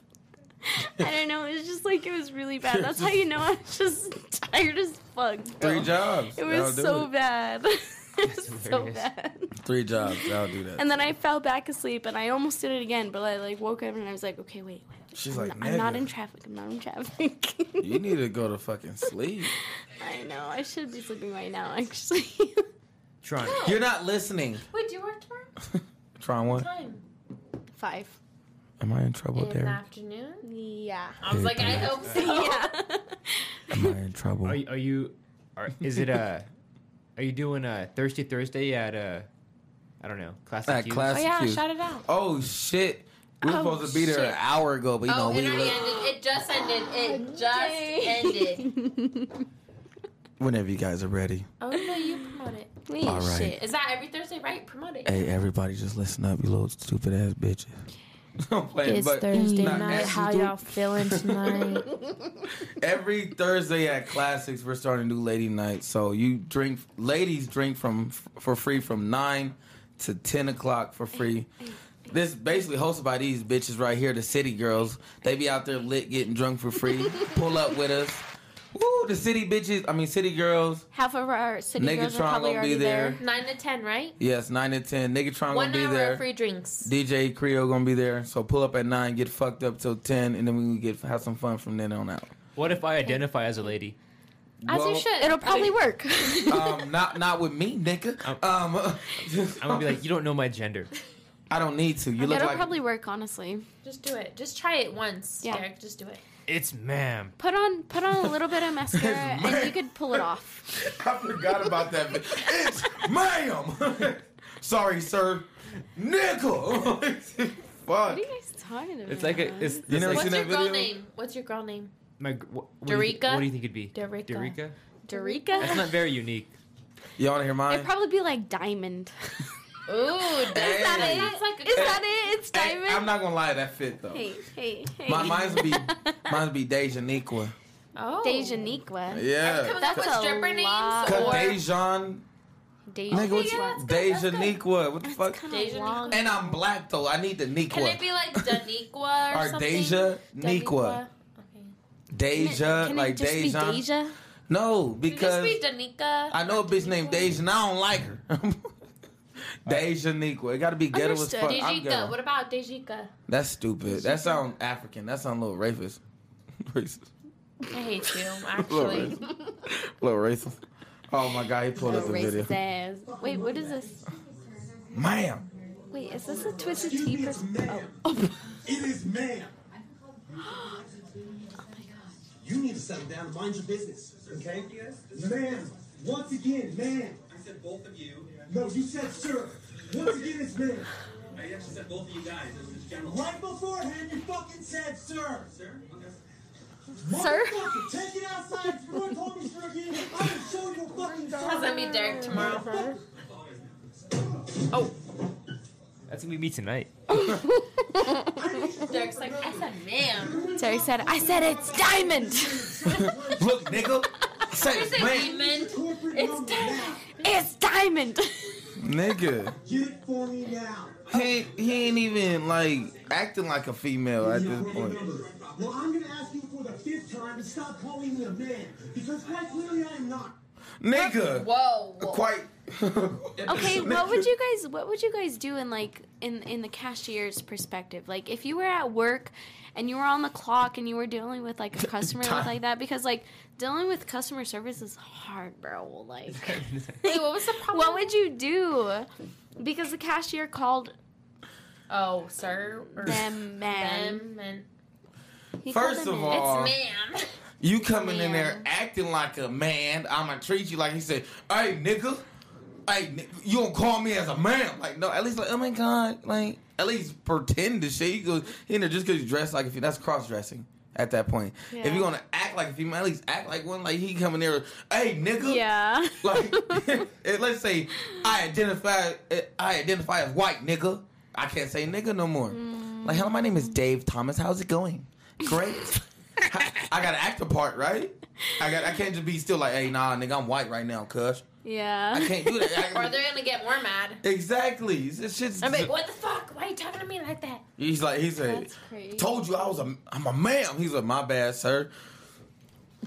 Speaker 3: I don't know. It was just like it was really bad. That's how you know I'm just tired as fuck. bro.
Speaker 2: Three jobs.
Speaker 3: It
Speaker 2: That'll
Speaker 3: was
Speaker 2: do
Speaker 3: so
Speaker 2: it.
Speaker 3: bad. it was
Speaker 4: That's
Speaker 3: so
Speaker 4: hilarious.
Speaker 3: bad.
Speaker 2: Three jobs. I'll do that.
Speaker 3: And then I fell back asleep, and I almost did it again. But I like woke up and I was like, okay, wait, wait.
Speaker 2: She's
Speaker 3: I'm,
Speaker 2: like,
Speaker 3: I'm not
Speaker 2: "Nigga,
Speaker 3: in traffic. I'm not in traffic.
Speaker 2: You need to go to fucking sleep.
Speaker 3: I know. I should be sleeping right now, actually.
Speaker 4: Tron.
Speaker 2: You're not listening.
Speaker 1: Wait, do you work tomorrow?
Speaker 2: Tron, what?
Speaker 1: Time
Speaker 3: Five.
Speaker 2: Am I in trouble,
Speaker 1: in the
Speaker 2: Derek?
Speaker 1: afternoon.
Speaker 3: Yeah.
Speaker 1: I was like, I hope so.
Speaker 2: Am I in trouble?
Speaker 4: Are you? Are you are, is it uh Are you doing uh Thirsty Thursday at uh? I don't know. Classic.
Speaker 2: At
Speaker 4: Hughes?
Speaker 1: Oh
Speaker 2: class- That's
Speaker 1: yeah,
Speaker 2: cute.
Speaker 1: shout it out.
Speaker 2: Oh shit! We were
Speaker 3: Oh,
Speaker 2: supposed to be there
Speaker 3: shit.
Speaker 2: an hour ago, but you
Speaker 1: oh,
Speaker 2: know we
Speaker 1: it already
Speaker 2: were.
Speaker 1: ended. It just ended. It just ended.
Speaker 2: Whenever you guys are ready.
Speaker 1: Oh no, you promote it.
Speaker 3: Wait,
Speaker 2: All right.
Speaker 3: shit.
Speaker 1: Is that every Thursday, right? Promote it.
Speaker 2: Hey, everybody, just listen up, you little stupid ass bitches. I'm playing,
Speaker 1: It's
Speaker 2: but
Speaker 1: Thursday
Speaker 2: not
Speaker 1: night.
Speaker 2: actually
Speaker 1: How
Speaker 2: do-
Speaker 1: y'all feeling tonight?
Speaker 2: Every Thursday at Classics, we're starting a new lady night. So you drink, ladies drink from for free from nine to ten o'clock for free. This basically hosted by these bitches right here, the city girls. They be out there lit, getting drunk for free. Pull up with us. Woo, the city bitches. I mean, city girls.
Speaker 3: Half of our city girls are
Speaker 2: Negatron
Speaker 3: probably
Speaker 2: gonna
Speaker 3: already
Speaker 2: be there.
Speaker 3: there.
Speaker 1: Nine to ten, right?
Speaker 2: Yes, nine to ten. Niggatron
Speaker 1: One
Speaker 2: gonna be
Speaker 1: hour
Speaker 2: there.
Speaker 1: of free drinks.
Speaker 2: DJ Creo gonna be there. So pull up at nine, get fucked up till ten, and then we can get have some fun from then on out.
Speaker 4: What if I identify as a lady?
Speaker 1: As
Speaker 2: Well,
Speaker 1: you should.
Speaker 3: It'll probably work.
Speaker 2: um, not not with me, nigga. Um,
Speaker 4: I'm gonna be like, you don't know my gender.
Speaker 2: I don't need to. You look
Speaker 3: It'll
Speaker 2: like
Speaker 3: probably work, honestly.
Speaker 1: Just do it. Just try it once,
Speaker 3: Yeah.
Speaker 1: Derek. Just do it.
Speaker 4: It's ma'am.
Speaker 3: Put on put on a little bit of mascara
Speaker 2: It's
Speaker 3: and
Speaker 2: mine.
Speaker 3: you could pull it off.
Speaker 2: I forgot about that. bit. It's ma'am. Sorry, sir. Nickel.
Speaker 3: What
Speaker 2: Fuck.
Speaker 3: are you guys talking about?
Speaker 4: It's like a. It's,
Speaker 2: You
Speaker 4: it's
Speaker 2: never
Speaker 4: like-
Speaker 1: What's
Speaker 2: seen
Speaker 1: your
Speaker 2: that
Speaker 1: girl
Speaker 2: video?
Speaker 1: name? What's your girl name?
Speaker 4: my. gr- What, what do you think-
Speaker 1: Dorica?
Speaker 4: What do you think it'd be?
Speaker 1: Dorica.
Speaker 4: Dorica. That's not
Speaker 3: Dorica?
Speaker 4: very unique.
Speaker 2: You want to hear mine?
Speaker 3: It'd probably be like diamond.
Speaker 1: Ooh, Derek.
Speaker 2: Hey.
Speaker 1: That sounds like a
Speaker 3: Is that it? It's
Speaker 2: Hey,
Speaker 3: diamond?
Speaker 2: I'm not gonna lie, that fit though.
Speaker 3: Hey, hey, hey.
Speaker 2: My mine's would be mine's would be Deja Nikwa.
Speaker 1: Oh.
Speaker 3: Deja Niqua.
Speaker 1: Coming
Speaker 2: Yeah.
Speaker 1: up
Speaker 3: That's
Speaker 1: with
Speaker 3: a
Speaker 1: stripper
Speaker 3: lot.
Speaker 1: names
Speaker 2: Cut
Speaker 1: or Oh,
Speaker 2: Dejan.
Speaker 3: Deja
Speaker 2: Nigga, what
Speaker 1: yeah,
Speaker 2: you,
Speaker 1: that's good, that's
Speaker 2: Deja
Speaker 1: good.
Speaker 2: Nikwa. What the fuck?
Speaker 3: It's kinda
Speaker 1: Deja
Speaker 3: long.
Speaker 2: And I'm black though. I need the Nikwa.
Speaker 1: Can it be like Daniqua or,
Speaker 2: or
Speaker 1: something?
Speaker 2: Deja Nikwa.
Speaker 1: Okay.
Speaker 2: Deja,
Speaker 3: Can it
Speaker 2: like
Speaker 3: just be
Speaker 2: Dejan.
Speaker 3: Deja?
Speaker 2: No,
Speaker 1: Because
Speaker 2: because
Speaker 1: just be Danica.
Speaker 2: I know a bitch named Deja and I don't like her. Deja Nikwa. It gotta be ghetto as
Speaker 3: Understood.
Speaker 2: fuck. I'm
Speaker 1: Dejika.
Speaker 2: ghetto.
Speaker 1: What about Dejika?
Speaker 2: That's stupid. That sound African. That sound a little racist. racist.
Speaker 1: I hate you,
Speaker 2: A little
Speaker 1: actually.
Speaker 2: racist. A little racist. Oh my god, he pulled up
Speaker 3: Little
Speaker 2: the video.
Speaker 3: racist ass. Wait, what is this?
Speaker 2: Ma'am.
Speaker 3: Wait, is this a Twisted Tea
Speaker 5: It's
Speaker 3: person?
Speaker 5: ma'am.
Speaker 3: Oh.
Speaker 5: It is ma'am. You need to settle down and mind your business, okay? Ma'am, once again, ma'am.
Speaker 6: I said both of you.
Speaker 5: No, you said sir. Once again, it's ma'am.
Speaker 6: I actually said both of you guys. It was just general.
Speaker 5: Right beforehand, you fucking said sir.
Speaker 6: Sir? Okay.
Speaker 3: Sir?
Speaker 5: Motherfucker, Take it outside. If you want to call me sir again, I'm gonna show you a fucking
Speaker 1: I'll send
Speaker 5: dog.
Speaker 1: me Derek tomorrow.
Speaker 4: Oh. That's gonna be me tonight.
Speaker 1: Derek's like, I said, ma'am.
Speaker 3: Derek said, I said it's diamond.
Speaker 2: Look, nigga. Say
Speaker 1: Is it
Speaker 2: man.
Speaker 1: demon?
Speaker 5: Corporate
Speaker 1: It's
Speaker 5: number
Speaker 1: done.
Speaker 5: now.
Speaker 3: it's diamond.
Speaker 2: Nigga.
Speaker 5: Get it for me now.
Speaker 2: He he ain't even like acting like a female at this point.
Speaker 5: Well, I'm gonna ask you for the fifth time to stop calling me a man because quite clearly I am not.
Speaker 2: Nigga.
Speaker 1: Whoa.
Speaker 2: Quite
Speaker 3: okay, what would you guys what would you guys do in like in in the cashier's perspective? Like if you were at work and you were on the clock and you were dealing with like a customer
Speaker 2: Time.
Speaker 3: like that because like dealing with customer service is hard, bro. Like
Speaker 1: Wait, what was the problem?
Speaker 3: what would you do? Because the cashier called
Speaker 1: Oh, sir. Or
Speaker 3: them man.
Speaker 1: Them and
Speaker 3: He
Speaker 2: First
Speaker 3: called
Speaker 2: of
Speaker 3: them
Speaker 2: all, Aw.
Speaker 1: ma'am.
Speaker 2: You coming in
Speaker 3: Man.
Speaker 2: there acting like a man. I'ma treat you like he said, hey nigga. Like n- you don't call me as a man. Like no, at least like oh my god, like at least pretend to shit. You go you know just because you dress like if you that's cross dressing at that point. If
Speaker 3: Yeah.
Speaker 2: you're gonna act like if you at least act like one, like he coming there, hey nigga.
Speaker 3: Yeah.
Speaker 2: Like if- let's say I identify I identify as white nigga. I can't say nigga no more. Like hello, my name is Dave Thomas. How's it going? Great. I, I gotta act the part, right? I got I can't just be still like, hey nah nigga, I'm white right now, cuss.
Speaker 3: yeah.
Speaker 2: I can't do that.
Speaker 1: Or they're gonna get more mad.
Speaker 2: Exactly. This shit's.
Speaker 1: I'm like, what the fuck? Why are you talking to me like that?
Speaker 2: he's like, he said,
Speaker 3: That's crazy.
Speaker 2: told you I was a, I'm a ma'am. He's like, my bad, sir.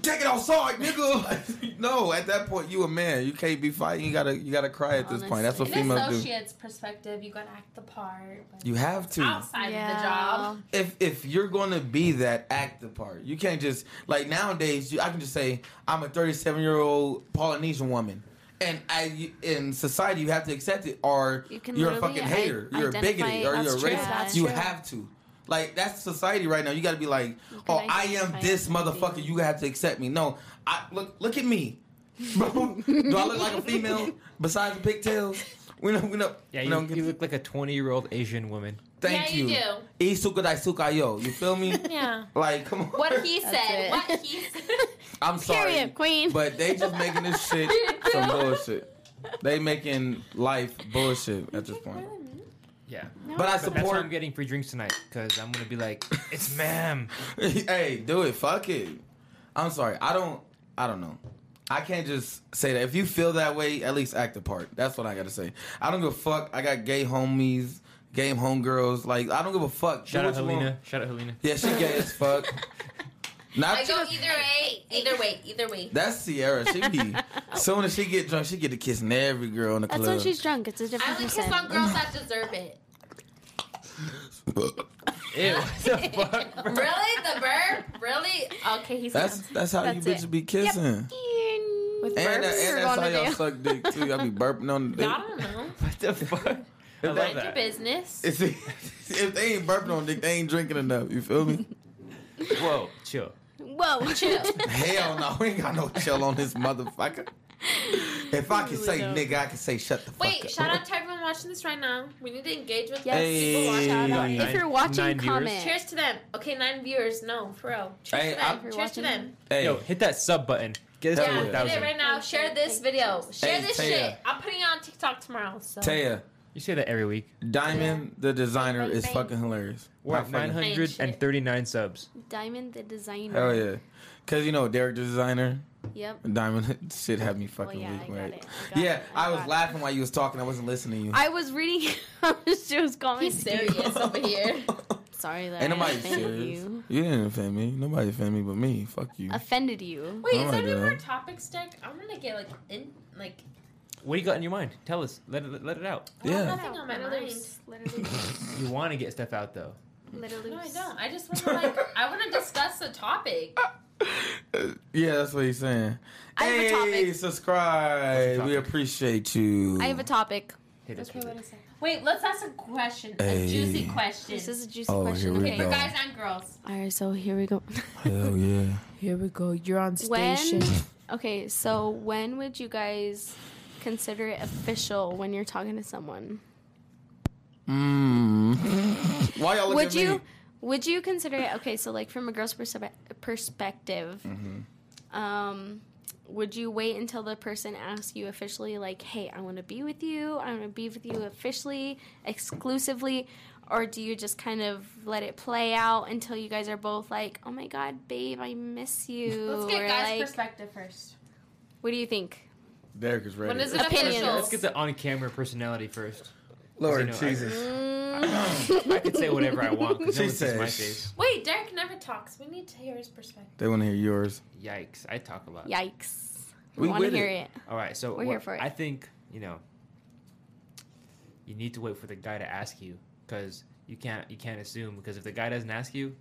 Speaker 2: Take it outside, nigga. Like, no, at that point, you a man. You can't be fighting. You gotta, you gotta cry at this point. That's what
Speaker 3: Honestly.
Speaker 1: In an
Speaker 2: females do.
Speaker 1: associate's perspective, you gotta act the part. but
Speaker 2: You have to.
Speaker 1: outside of the job.
Speaker 2: if if you're going to be that active part, you can't just like nowadays. You, I can just say I'm a 37 year old Polynesian woman, and I in society you have to accept it, or
Speaker 3: You
Speaker 2: you
Speaker 3: can
Speaker 2: are a
Speaker 3: literally
Speaker 2: fucking hater,
Speaker 3: i-
Speaker 2: you're a
Speaker 3: identify-
Speaker 2: bigoted, or you're a
Speaker 3: that's true,
Speaker 2: racist.
Speaker 3: that's
Speaker 2: You
Speaker 3: true.
Speaker 2: have to. Like that's society right now. You got to be like,
Speaker 3: can
Speaker 2: oh, I am
Speaker 3: identify
Speaker 2: this
Speaker 3: as a
Speaker 2: motherfucker.
Speaker 3: female.
Speaker 2: You have to accept me. No, I look look at me. Bro, do I look like a female besides the pigtails? We know, we know.
Speaker 4: Yeah,
Speaker 2: we
Speaker 4: you,
Speaker 2: don't get-
Speaker 4: you look like a 20 year old Asian woman.
Speaker 2: Thank
Speaker 1: Yeah, you
Speaker 2: you. Isuka daisuka yo. You feel me?
Speaker 1: Yeah.
Speaker 2: Like, come on.
Speaker 1: What he
Speaker 3: That's
Speaker 1: said.
Speaker 3: it.
Speaker 1: What he said.
Speaker 2: I'm sorry,
Speaker 3: Period, queen.
Speaker 2: but they just making this shit some bullshit. They making life bullshit at this point.
Speaker 4: Yeah.
Speaker 2: But I
Speaker 4: But that's why I'm
Speaker 2: support.
Speaker 4: getting free drinks tonight because I'm gonna be like, it's ma'am.
Speaker 2: hey, do it. Fuck it. I'm sorry. I don't. I don't know. I can't just say that. If you feel that way, at least act the part. That's what I gotta say. I don't give a fuck. I got gay homies, gay homegirls. Like I don't give a fuck. Do
Speaker 4: Shout out
Speaker 2: what you want.
Speaker 4: Helena. Shout out Helena.
Speaker 2: Yeah, she gay as fuck. Not
Speaker 1: I
Speaker 2: you.
Speaker 1: go either way. Either way. Either way.
Speaker 2: That's Sierra. She be soon as she get drunk, she get to kissing every girl in the
Speaker 3: That's
Speaker 2: club.
Speaker 3: when she's drunk. It's a
Speaker 1: I
Speaker 3: different
Speaker 1: only kiss
Speaker 3: percent.
Speaker 1: on girls that deserve it.
Speaker 4: Ew. What the fuck, bro?
Speaker 1: Really? The burp? Really? Okay, he's
Speaker 2: that's that's how you
Speaker 3: That's
Speaker 2: bitches
Speaker 3: it.
Speaker 2: be kissing. And,
Speaker 1: with
Speaker 2: that, and
Speaker 1: burps.
Speaker 3: you're
Speaker 2: that's how
Speaker 3: gonna
Speaker 2: y'all
Speaker 3: do.
Speaker 2: suck dick too. Y'all be burping on the dick.
Speaker 1: I don't know.
Speaker 4: What the fuck? I love
Speaker 1: Mind your
Speaker 4: that.
Speaker 1: business.
Speaker 2: If, if they ain't burping on dick, they ain't drinking enough. You feel me?
Speaker 4: Whoa, chill.
Speaker 3: Whoa, chill.
Speaker 2: Hell no, we ain't got no chill on this motherfucker. If I can
Speaker 3: Really
Speaker 2: say
Speaker 3: don't.
Speaker 2: nigga, I can say shut the fuck up.
Speaker 1: Wait, shout out to everyone watching this right now. We need to engage with
Speaker 3: Yes.
Speaker 2: Hey.
Speaker 1: people. Watch out.
Speaker 4: Nine-
Speaker 3: If you're watching,
Speaker 4: nine viewers.
Speaker 3: comment.
Speaker 1: Cheers to them. Okay, nine viewers. No, for real. Cheers
Speaker 2: Hey,
Speaker 1: to them.
Speaker 2: I'm-
Speaker 1: Cheers to them.
Speaker 2: Hey,
Speaker 4: Yo, hit that sub button. Get us
Speaker 2: Hell
Speaker 4: to
Speaker 1: Yeah,
Speaker 2: yeah.
Speaker 1: do it
Speaker 4: 1,000.
Speaker 1: right now. Share this video. Share
Speaker 2: Hey,
Speaker 1: this
Speaker 2: Taya.
Speaker 1: shit. I'm putting it on TikTok tomorrow. So
Speaker 2: Taya,
Speaker 4: You say that every week.
Speaker 2: Diamond the designer
Speaker 1: Bang,
Speaker 2: is
Speaker 1: bang.
Speaker 2: fucking hilarious.
Speaker 4: We're
Speaker 2: My
Speaker 4: at
Speaker 2: fucking-
Speaker 4: 939 subs.
Speaker 3: Diamond the designer.
Speaker 2: Hell yeah. Cause you know Derek the designer,
Speaker 3: Yep. Oh,
Speaker 2: Diamond shit had me fucking
Speaker 3: yeah, I
Speaker 2: weak,
Speaker 3: got
Speaker 2: right?
Speaker 3: it. I got
Speaker 2: yeah,
Speaker 3: it. I
Speaker 2: I, was
Speaker 3: got it.
Speaker 2: laughing while you was talking. I wasn't listening to you.
Speaker 3: I was reading. I was just commenting.
Speaker 1: he's serious over here.
Speaker 3: Sorry that
Speaker 2: Ain't
Speaker 3: I
Speaker 2: nobody
Speaker 3: offended
Speaker 2: serious. You.
Speaker 3: you.
Speaker 2: didn't offend me. Nobody offend me but me. Fuck you.
Speaker 3: Offended you.
Speaker 1: Wait, is
Speaker 2: Oh my
Speaker 1: there any
Speaker 2: God.
Speaker 1: more topics, Dick? I'm gonna get like in like.
Speaker 4: What do you got in your mind? Tell us. Let it, let it out.
Speaker 1: I don't have
Speaker 2: Yeah.
Speaker 1: Nothing on my
Speaker 3: Let it
Speaker 1: mind.
Speaker 3: loose. Let it loose.
Speaker 4: You want to get stuff out though.
Speaker 3: Let it
Speaker 1: No, I
Speaker 3: loose.
Speaker 1: don't. I just want to like. I want to discuss the topic.
Speaker 2: yeah, that's what he's saying.
Speaker 3: I have a
Speaker 2: hey,
Speaker 3: topic.
Speaker 2: subscribe.
Speaker 4: What's
Speaker 2: We
Speaker 4: the
Speaker 2: appreciate you.
Speaker 3: I have a topic.
Speaker 4: Hit us with it.
Speaker 1: is that? Wait, let's ask a question.
Speaker 2: Hey.
Speaker 1: A juicy question.
Speaker 3: This is a juicy
Speaker 2: Oh,
Speaker 3: question.
Speaker 2: here we
Speaker 1: okay, for
Speaker 2: go.
Speaker 3: Okay.
Speaker 1: guys and girls.
Speaker 3: All right, so here we go.
Speaker 2: Hell yeah.
Speaker 7: Here we go. You're on station.
Speaker 3: when? Okay, so when would you guys consider it official when you're talking to someone?
Speaker 2: Mm. Why y'all look
Speaker 3: would
Speaker 2: at
Speaker 3: you
Speaker 2: me?
Speaker 3: would you consider it okay so like from a girl's perspe- perspective
Speaker 2: Mm-hmm.
Speaker 3: um would you wait until the person asks you officially like hey i want to be with you i want to be with you officially exclusively or do you just kind of let it play out until you guys are both like oh my god babe i miss you
Speaker 1: Let's get
Speaker 3: or,
Speaker 1: guys'
Speaker 3: like,
Speaker 1: perspective first.
Speaker 3: what do you think
Speaker 2: Derek is ready.
Speaker 1: When is it
Speaker 3: Opinions.
Speaker 1: official?
Speaker 4: Let's get the on camera personality first.
Speaker 2: Lord
Speaker 4: You know, I-
Speaker 2: Jesus.
Speaker 4: I could say whatever I want because
Speaker 2: She
Speaker 4: no one sees my
Speaker 2: says-
Speaker 4: face.
Speaker 1: Wait, Derek never talks. We need to hear his perspective.
Speaker 2: They want to hear yours.
Speaker 4: Yikes. I talk a lot.
Speaker 3: yikes
Speaker 2: We
Speaker 3: want to
Speaker 2: with
Speaker 3: hear
Speaker 2: it.
Speaker 3: it,
Speaker 4: All right, so
Speaker 3: We're
Speaker 4: what-
Speaker 3: here for it.
Speaker 4: I think you know. You need to wait for the guy to ask you because you can't you can't assume because if the guy doesn't ask you,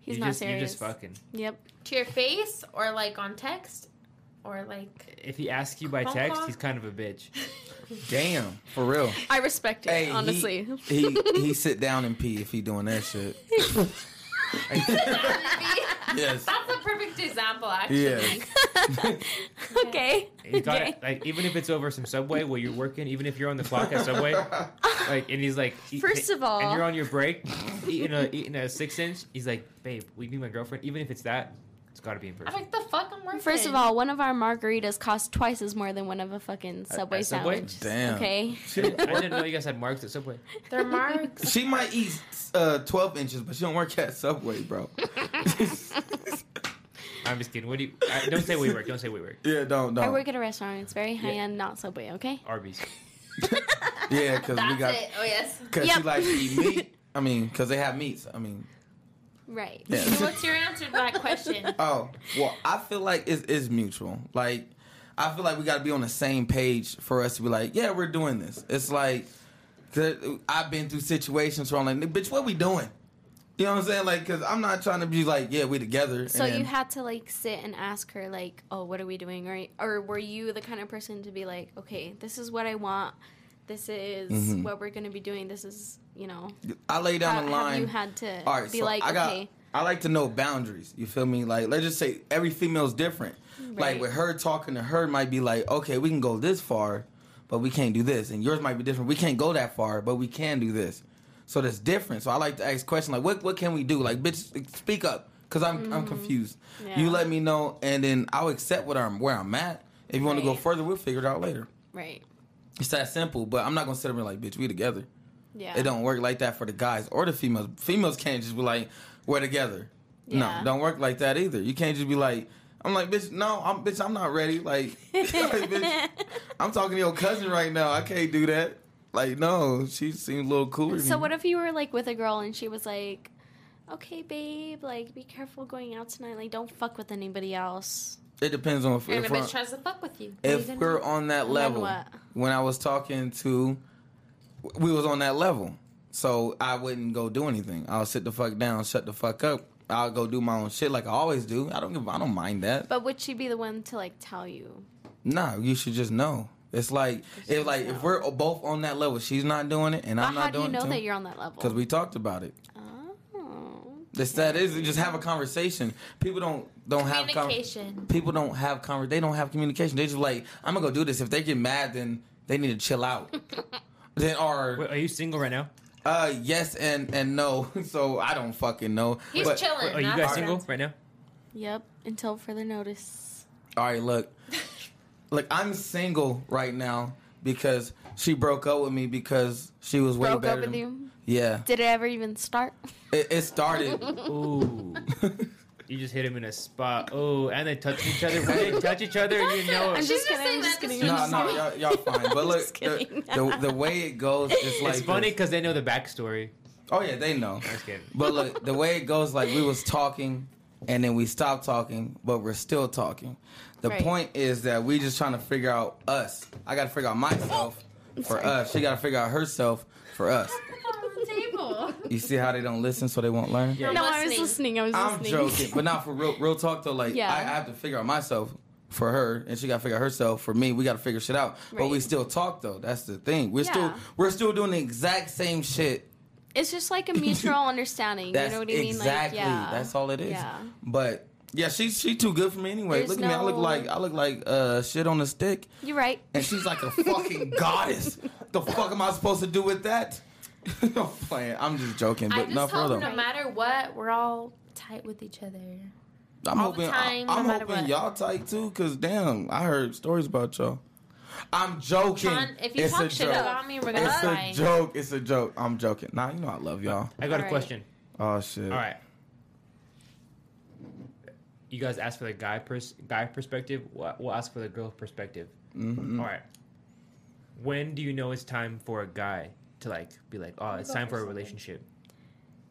Speaker 3: he's
Speaker 4: you're
Speaker 3: not
Speaker 4: just,
Speaker 3: serious
Speaker 4: You're just fucking.
Speaker 3: yep
Speaker 1: To your face, or like on text, or like.
Speaker 4: If he asks you by
Speaker 1: Call
Speaker 4: text,
Speaker 1: call?
Speaker 4: he's kind of a bitch.
Speaker 2: Damn, for real.
Speaker 3: i respect it
Speaker 2: Hey, he-
Speaker 3: honestly
Speaker 2: He he sit down and pee if he doing that shit. Yes.
Speaker 1: That's a perfect example, actually.
Speaker 2: Yes.
Speaker 3: okay.
Speaker 4: You got
Speaker 3: okay.
Speaker 4: it. Like even if it's over some subway where you're working, even if you're on the clock at subway, like and he's like, he-
Speaker 3: First of all-
Speaker 4: and you're on your break, eating a eating a six inch. He's like, babe, will you be my girlfriend? Even if it's that, it's got to be in
Speaker 1: I'm
Speaker 3: Oh
Speaker 4: person.
Speaker 1: like, the fuck I'm working.
Speaker 3: First of all, one of our margaritas costs twice as more than one of a fucking
Speaker 4: at
Speaker 3: Subway
Speaker 4: Subway?
Speaker 3: sandwich.
Speaker 2: Damn.
Speaker 3: Okay.
Speaker 4: I didn't know you guys had marks at subway.
Speaker 1: they're marks.
Speaker 2: She might eat uh, 12 inches, but she don't work at Subway, bro.
Speaker 4: I'm just kidding. What do you? I, don't say we work. Don't say we work.
Speaker 2: yeah, don't,
Speaker 3: I
Speaker 2: don't.
Speaker 3: work at a restaurant. It's very high
Speaker 4: Yeah.
Speaker 3: end, not Subway. Okay.
Speaker 4: Arby's.
Speaker 2: yeah, because we got,
Speaker 1: Oh, yes.
Speaker 2: because she
Speaker 3: Yep.
Speaker 2: likes to eat meat. I mean, because they have meats. I mean,
Speaker 3: Right.
Speaker 2: yeah.
Speaker 1: So what's your answer to that question?
Speaker 2: Oh, well, I feel like it is mutual. Like, I feel like we got to be on the same page for us to be like, yeah, we're doing this. It's like, 'cause I've been through situations where I'm like, bitch, what we doing? You know what I'm saying? Like, because I'm not trying to be like, yeah, we together.
Speaker 3: So
Speaker 2: and
Speaker 3: you
Speaker 2: then-
Speaker 3: had to like sit and ask her like, "Oh, what are we doing?" Or or were you the kind of person to be like, "Okay, this is what I want. This is
Speaker 2: Mhm.
Speaker 3: what we're going to be doing. This is, you know."
Speaker 2: I lay
Speaker 3: How,
Speaker 2: down the
Speaker 3: have
Speaker 2: line.
Speaker 3: you had to
Speaker 2: All right,
Speaker 3: be
Speaker 2: so
Speaker 3: like,
Speaker 2: I got,
Speaker 3: "Okay,
Speaker 2: I like to know boundaries. You feel me? Like, let's just say every female's different.
Speaker 3: Right.
Speaker 2: Like with her talking to her might be like, okay, we can go this far, but we can't do this, and yours might be different. We can't go that far, but we can do this. So that's different. So I like to ask questions like, what what can we do? Like, bitch, speak up, cause I'm I'm confused.
Speaker 3: Mm-hmm. Yeah.
Speaker 2: You let me know, and then I'll accept what I'm where I'm at. If you want to go
Speaker 3: Right.
Speaker 2: further, we'll figure it out later.
Speaker 3: right.
Speaker 2: It's that simple. But I'm not gonna sit there and be like, bitch, we together.
Speaker 3: Yeah.
Speaker 2: It don't work like that for the guys or the females. Females can't just be like, we're together.
Speaker 3: Yeah.
Speaker 2: No, don't work like that either. You can't just be like, I'm like, bitch, no, I'm bitch, I'm not ready. Like, like, bitch, I'm talking to your cousin right now. I can't do that. Like, no, she seems a little cooler.
Speaker 3: So what if you were like with a girl and she was like, "Okay, babe, like be careful going out tonight. Like don't fuck with anybody else."
Speaker 2: it depends on if,
Speaker 1: And a
Speaker 2: if we're,
Speaker 1: bitch tries to fuck with you. What are you
Speaker 2: uh, if
Speaker 1: gonna
Speaker 2: we're
Speaker 1: do?
Speaker 2: on that level.
Speaker 3: what?
Speaker 2: When I was talking to, we was on that level. So I wouldn't go do anything. I'll sit the fuck down, shut the fuck up. I'll go do my own shit like I always do. I don't give. I don't mind that.
Speaker 3: But would she be the one to like tell you?
Speaker 2: Nah, you should just know. It's like if like if we're both on that level, she's not doing it, and I'm
Speaker 3: but how
Speaker 2: not
Speaker 3: do you
Speaker 2: doing
Speaker 3: know
Speaker 2: it
Speaker 3: that you're on that level?
Speaker 2: because we talked about it.
Speaker 3: oh.
Speaker 2: That's that is just have a conversation. People don't don't have con-
Speaker 1: Communication.
Speaker 2: people don't have conver- They don't have communication. They just like I'm gonna go do this. If they get mad, then they need to chill out. then or
Speaker 4: Wait, are you single right now?
Speaker 2: uh yes and and no. So I don't fucking know.
Speaker 1: He's
Speaker 2: But-
Speaker 1: chilling.
Speaker 4: Wait, are you
Speaker 1: that's
Speaker 4: guys
Speaker 1: what
Speaker 4: single
Speaker 1: I'm-
Speaker 4: right now?
Speaker 3: Yep. Until further notice.
Speaker 2: All right, look. Look, I'm single right now because she broke up with me because she was way
Speaker 3: Broke
Speaker 2: better.
Speaker 3: up with
Speaker 2: than-
Speaker 3: you.
Speaker 2: Yeah,
Speaker 3: Did it ever even start?
Speaker 2: it, it started.
Speaker 4: Ooh. You just hit him in a spot. Oh, and they touch each other. When they touch each other, you know
Speaker 3: I'm
Speaker 4: it.
Speaker 1: just
Speaker 3: just kidding.
Speaker 1: saying
Speaker 3: I'm just
Speaker 1: that 'cause
Speaker 3: kidding.
Speaker 1: you're
Speaker 2: no, no, y'all, y'all fine. But look,
Speaker 3: Just kidding.
Speaker 2: the, the, the way it goes, it's like
Speaker 4: It's funny
Speaker 2: this.
Speaker 4: because they know the backstory.
Speaker 2: Oh yeah, they know.
Speaker 4: I'm just kidding.
Speaker 2: But look, the way it goes, like we was talking, and then we stopped talking, but we're still talking. The
Speaker 3: Right.
Speaker 2: point is that we just trying to figure out us. I got to figure out
Speaker 3: Oh,
Speaker 2: myself for us. She got to figure out herself for us.
Speaker 1: On the table.
Speaker 2: You see how they don't listen, so they won't learn.
Speaker 4: Yeah.
Speaker 3: No, I was
Speaker 1: listening.
Speaker 3: listening. I was
Speaker 2: I'm
Speaker 3: listening.
Speaker 2: joking, but not for real. Real talk though. Like
Speaker 3: Yeah.
Speaker 2: I, I have to figure out myself for her, and she got to figure out herself for me. We got to figure shit out. But we
Speaker 3: Right.
Speaker 2: still talk though. That's the thing. We're still
Speaker 3: Yeah.
Speaker 2: we're still doing the exact same shit.
Speaker 3: It's just like a mutual understanding.
Speaker 2: That's
Speaker 3: you know what I mean?
Speaker 2: exactly.
Speaker 3: Like, yeah.
Speaker 2: That's all it is.
Speaker 3: Yeah.
Speaker 2: But yeah, she's she too good for me anyway.
Speaker 3: There's
Speaker 2: look at me. I look
Speaker 3: no-
Speaker 2: like I look like uh shit on a stick,
Speaker 3: You're right.
Speaker 2: and she's like a fucking goddess. The fuck am I supposed to do with that? I'm playing. I'm just joking,
Speaker 1: I
Speaker 2: but
Speaker 1: just
Speaker 2: not for
Speaker 1: hope
Speaker 2: real.
Speaker 1: no
Speaker 2: though.
Speaker 1: matter what, we're all tight with each other.
Speaker 2: I'm
Speaker 1: all the
Speaker 2: hoping
Speaker 1: time,
Speaker 2: I, am
Speaker 1: no matter
Speaker 2: hoping
Speaker 1: what.
Speaker 2: y'all tight too, cause damn, I heard stories about y'all. I'm joking.
Speaker 1: Sean, if you
Speaker 2: it's a
Speaker 1: talk shit
Speaker 2: joke.
Speaker 1: about me, we're gonna
Speaker 2: it's a
Speaker 1: fight.
Speaker 2: joke. It's a joke. I'm joking. Nah, you know I love y'all.
Speaker 4: I got a
Speaker 3: Alright.
Speaker 4: question.
Speaker 2: Oh shit.
Speaker 4: All right. You guys asked for the guy pers- guy perspective. We'll we'll ask for the girl perspective.
Speaker 2: Mm. Mm-hmm.
Speaker 4: All right. When do you know it's time for a guy to like be like, oh, it's time for a relationship?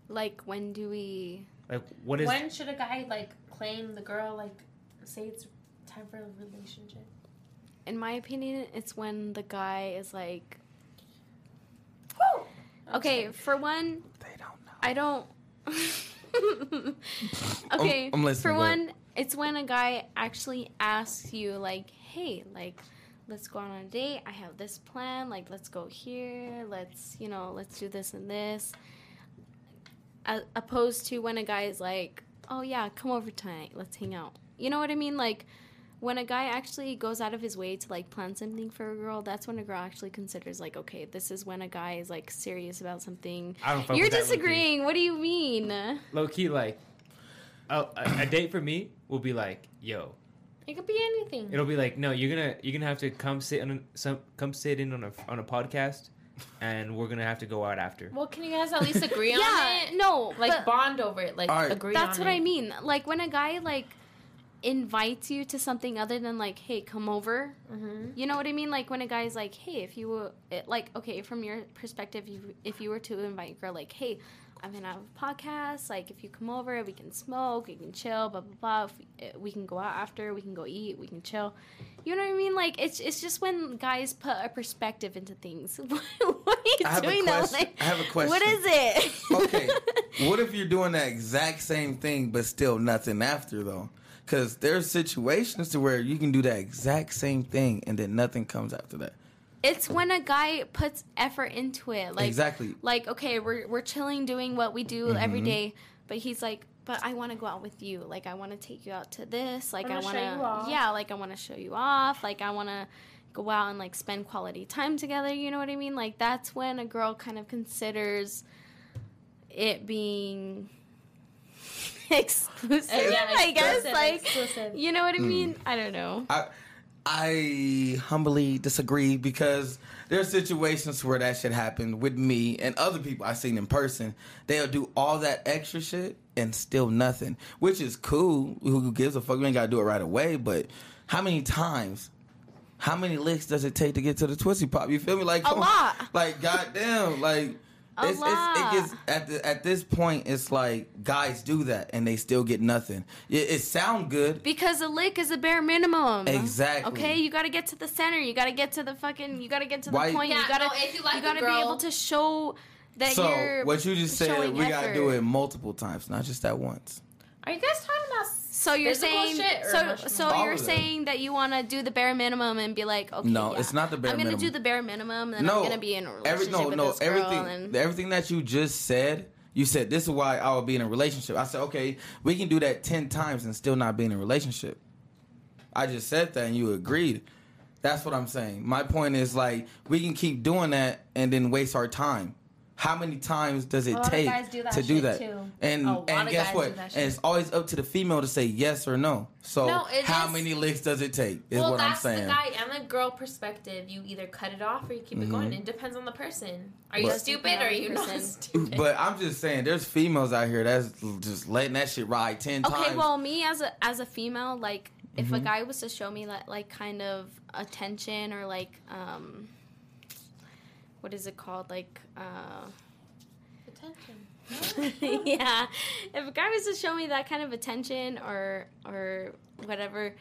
Speaker 3: Like, when do we?
Speaker 4: Like, what is?
Speaker 1: when should a guy like claim the girl? Like, say it's time for a relationship.
Speaker 3: In my opinion, it's when the guy is like, okay, for one,
Speaker 2: They don't know.
Speaker 3: I don't. okay,
Speaker 2: I'm- I'm listening,
Speaker 3: For
Speaker 2: go ahead.
Speaker 3: one, it's when a guy actually asks you, like, "Hey, like, let's go on a date. I have this plan. Like, let's go here. Let's, you know, let's do this and this." A- opposed to when a guy is like, oh yeah, come over tonight. Let's hang out. You know what I mean? Like when a guy actually goes out of his way to like plan something for a girl, that's when a girl actually considers like, okay, this is when a guy is like serious about something.
Speaker 4: I don't fuck
Speaker 3: You're
Speaker 4: with that, low-key.
Speaker 3: disagreeing. What do you mean? It
Speaker 4: Low key, like, oh, a, a date for me will be like, yo,
Speaker 1: It could be anything.
Speaker 4: it'll be like, no, you're gonna you're gonna have to come sit on a- some come sit in on a on a podcast, and we're gonna have to go out after.
Speaker 1: well, can you guys at least agree
Speaker 3: Yeah,
Speaker 1: on it?
Speaker 3: no,
Speaker 1: like
Speaker 3: but-
Speaker 1: bond over it. Like
Speaker 2: All right.
Speaker 1: agree.
Speaker 3: That's
Speaker 1: on
Speaker 3: what I
Speaker 1: it.
Speaker 3: mean. Like when a guy like invites you to something other than like, hey, come over. You know what I mean? Like when a guy's like, hey, if you were it, like, okay, from your perspective, you, if you were to invite a girl, like, hey, I'm gonna have a podcast. Like if you come over, we can smoke, we can chill, blah blah blah. If we, eh, we can go out after, we can go eat, we can chill. You know what I mean? Like it's it's just when guys put a perspective into things. what are you
Speaker 2: I have a
Speaker 3: doing though?
Speaker 2: question.
Speaker 3: Like,
Speaker 2: I have a
Speaker 3: What
Speaker 2: question.
Speaker 3: is it?
Speaker 2: okay. What if you're doing the exact same thing but still nothing after though? Because there's situations to where you can do that exact same thing and then nothing comes after that.
Speaker 3: It's when a guy puts effort into it. Like
Speaker 2: Exactly.
Speaker 3: Like okay, we're we're chilling, doing what we do every day, but he's like, but I want to go out with you. Like I want to take you out to this. Like
Speaker 1: I
Speaker 3: I
Speaker 1: wanna
Speaker 3: want
Speaker 1: show you off.
Speaker 3: to yeah. Like I want to show you off. Like I want to go out and like spend quality time together. You know what I mean? Like that's when a girl kind of considers it being exclusive. I guess
Speaker 1: Exclusive,
Speaker 3: like
Speaker 1: exclusive.
Speaker 3: you know what I mean. I don't know.
Speaker 2: I I humbly disagree because there's situations where that shit happened with me and other people I've seen in person. They'll do all that extra shit and still nothing, which is cool. Who gives a fuck? We ain't gotta do it right away. But how many times? How many licks does it take to get to the twisty pop? You feel me? Like
Speaker 3: A
Speaker 2: come on.
Speaker 3: lot.
Speaker 2: Like goddamn. Like
Speaker 3: A
Speaker 2: it's, it's, it
Speaker 3: lot.
Speaker 2: gets at the, at this point. It's like guys do that and they still get nothing. It, it sound good.
Speaker 3: Because a lick is the bare minimum.
Speaker 2: Exactly.
Speaker 3: Uh-huh. Okay, you gotta get to the center. You gotta get to the fucking. You gotta get to the
Speaker 2: Why-
Speaker 3: point.
Speaker 1: Yeah,
Speaker 3: you gotta.
Speaker 1: no, if you like a
Speaker 3: gotta
Speaker 1: girl-
Speaker 3: be able to show that
Speaker 2: So
Speaker 3: you're.
Speaker 2: what you just said,
Speaker 3: showing
Speaker 2: we gotta do
Speaker 3: effort.
Speaker 2: it multiple times, not just at once.
Speaker 1: Are you guys talking about?
Speaker 3: So you're
Speaker 1: physical
Speaker 3: saying.
Speaker 1: shit or
Speaker 3: So
Speaker 1: emotional?
Speaker 3: so
Speaker 2: All
Speaker 3: you're
Speaker 2: of it.
Speaker 3: saying that you wanna do the bare minimum and be like, okay.
Speaker 2: No,
Speaker 3: yeah,
Speaker 2: it's not the bare
Speaker 3: I'm gonna
Speaker 2: minimum.
Speaker 3: do the bare minimum, and then
Speaker 2: no,
Speaker 3: I'm gonna be in a relationship
Speaker 2: every, no,
Speaker 3: with
Speaker 2: no,
Speaker 3: this girl.
Speaker 2: everything,
Speaker 3: and,
Speaker 2: everything that you just said. You said this is why I would be in a relationship. I said, okay, we can do that ten times and still not be in a relationship. I just said that and you agreed. That's what I'm saying. My point is like we can keep doing that and then waste our time. How many times does it
Speaker 1: lot of
Speaker 2: take
Speaker 1: guys do that
Speaker 2: to do
Speaker 1: shit,
Speaker 2: that?
Speaker 1: too.
Speaker 2: And
Speaker 1: A lot
Speaker 2: and
Speaker 1: of
Speaker 2: guess
Speaker 1: guys
Speaker 2: what?
Speaker 1: do that
Speaker 2: And
Speaker 1: shit.
Speaker 2: it's always up to the female to say yes or no. So
Speaker 1: No, it
Speaker 2: how
Speaker 1: is-
Speaker 2: many licks does it take? Is
Speaker 1: well,
Speaker 2: what I'm
Speaker 1: that's
Speaker 2: saying.
Speaker 1: the guy and the girl perspective. You either cut it off or you keep it going. It depends on the person. Are you
Speaker 2: Mm-hmm. But-
Speaker 1: stupid or are you not
Speaker 3: Person.
Speaker 1: stupid?
Speaker 2: Mm, But I'm just saying, there's females out here that's just letting that shit ride ten times. Mm-hmm.
Speaker 3: Okay, well, me as a as a female, like if a guy was to show me that like kind of attention or like um, what is it called? Like uh,
Speaker 1: Attention.
Speaker 3: yeah, if a guy was to show me that kind of attention or or whatever,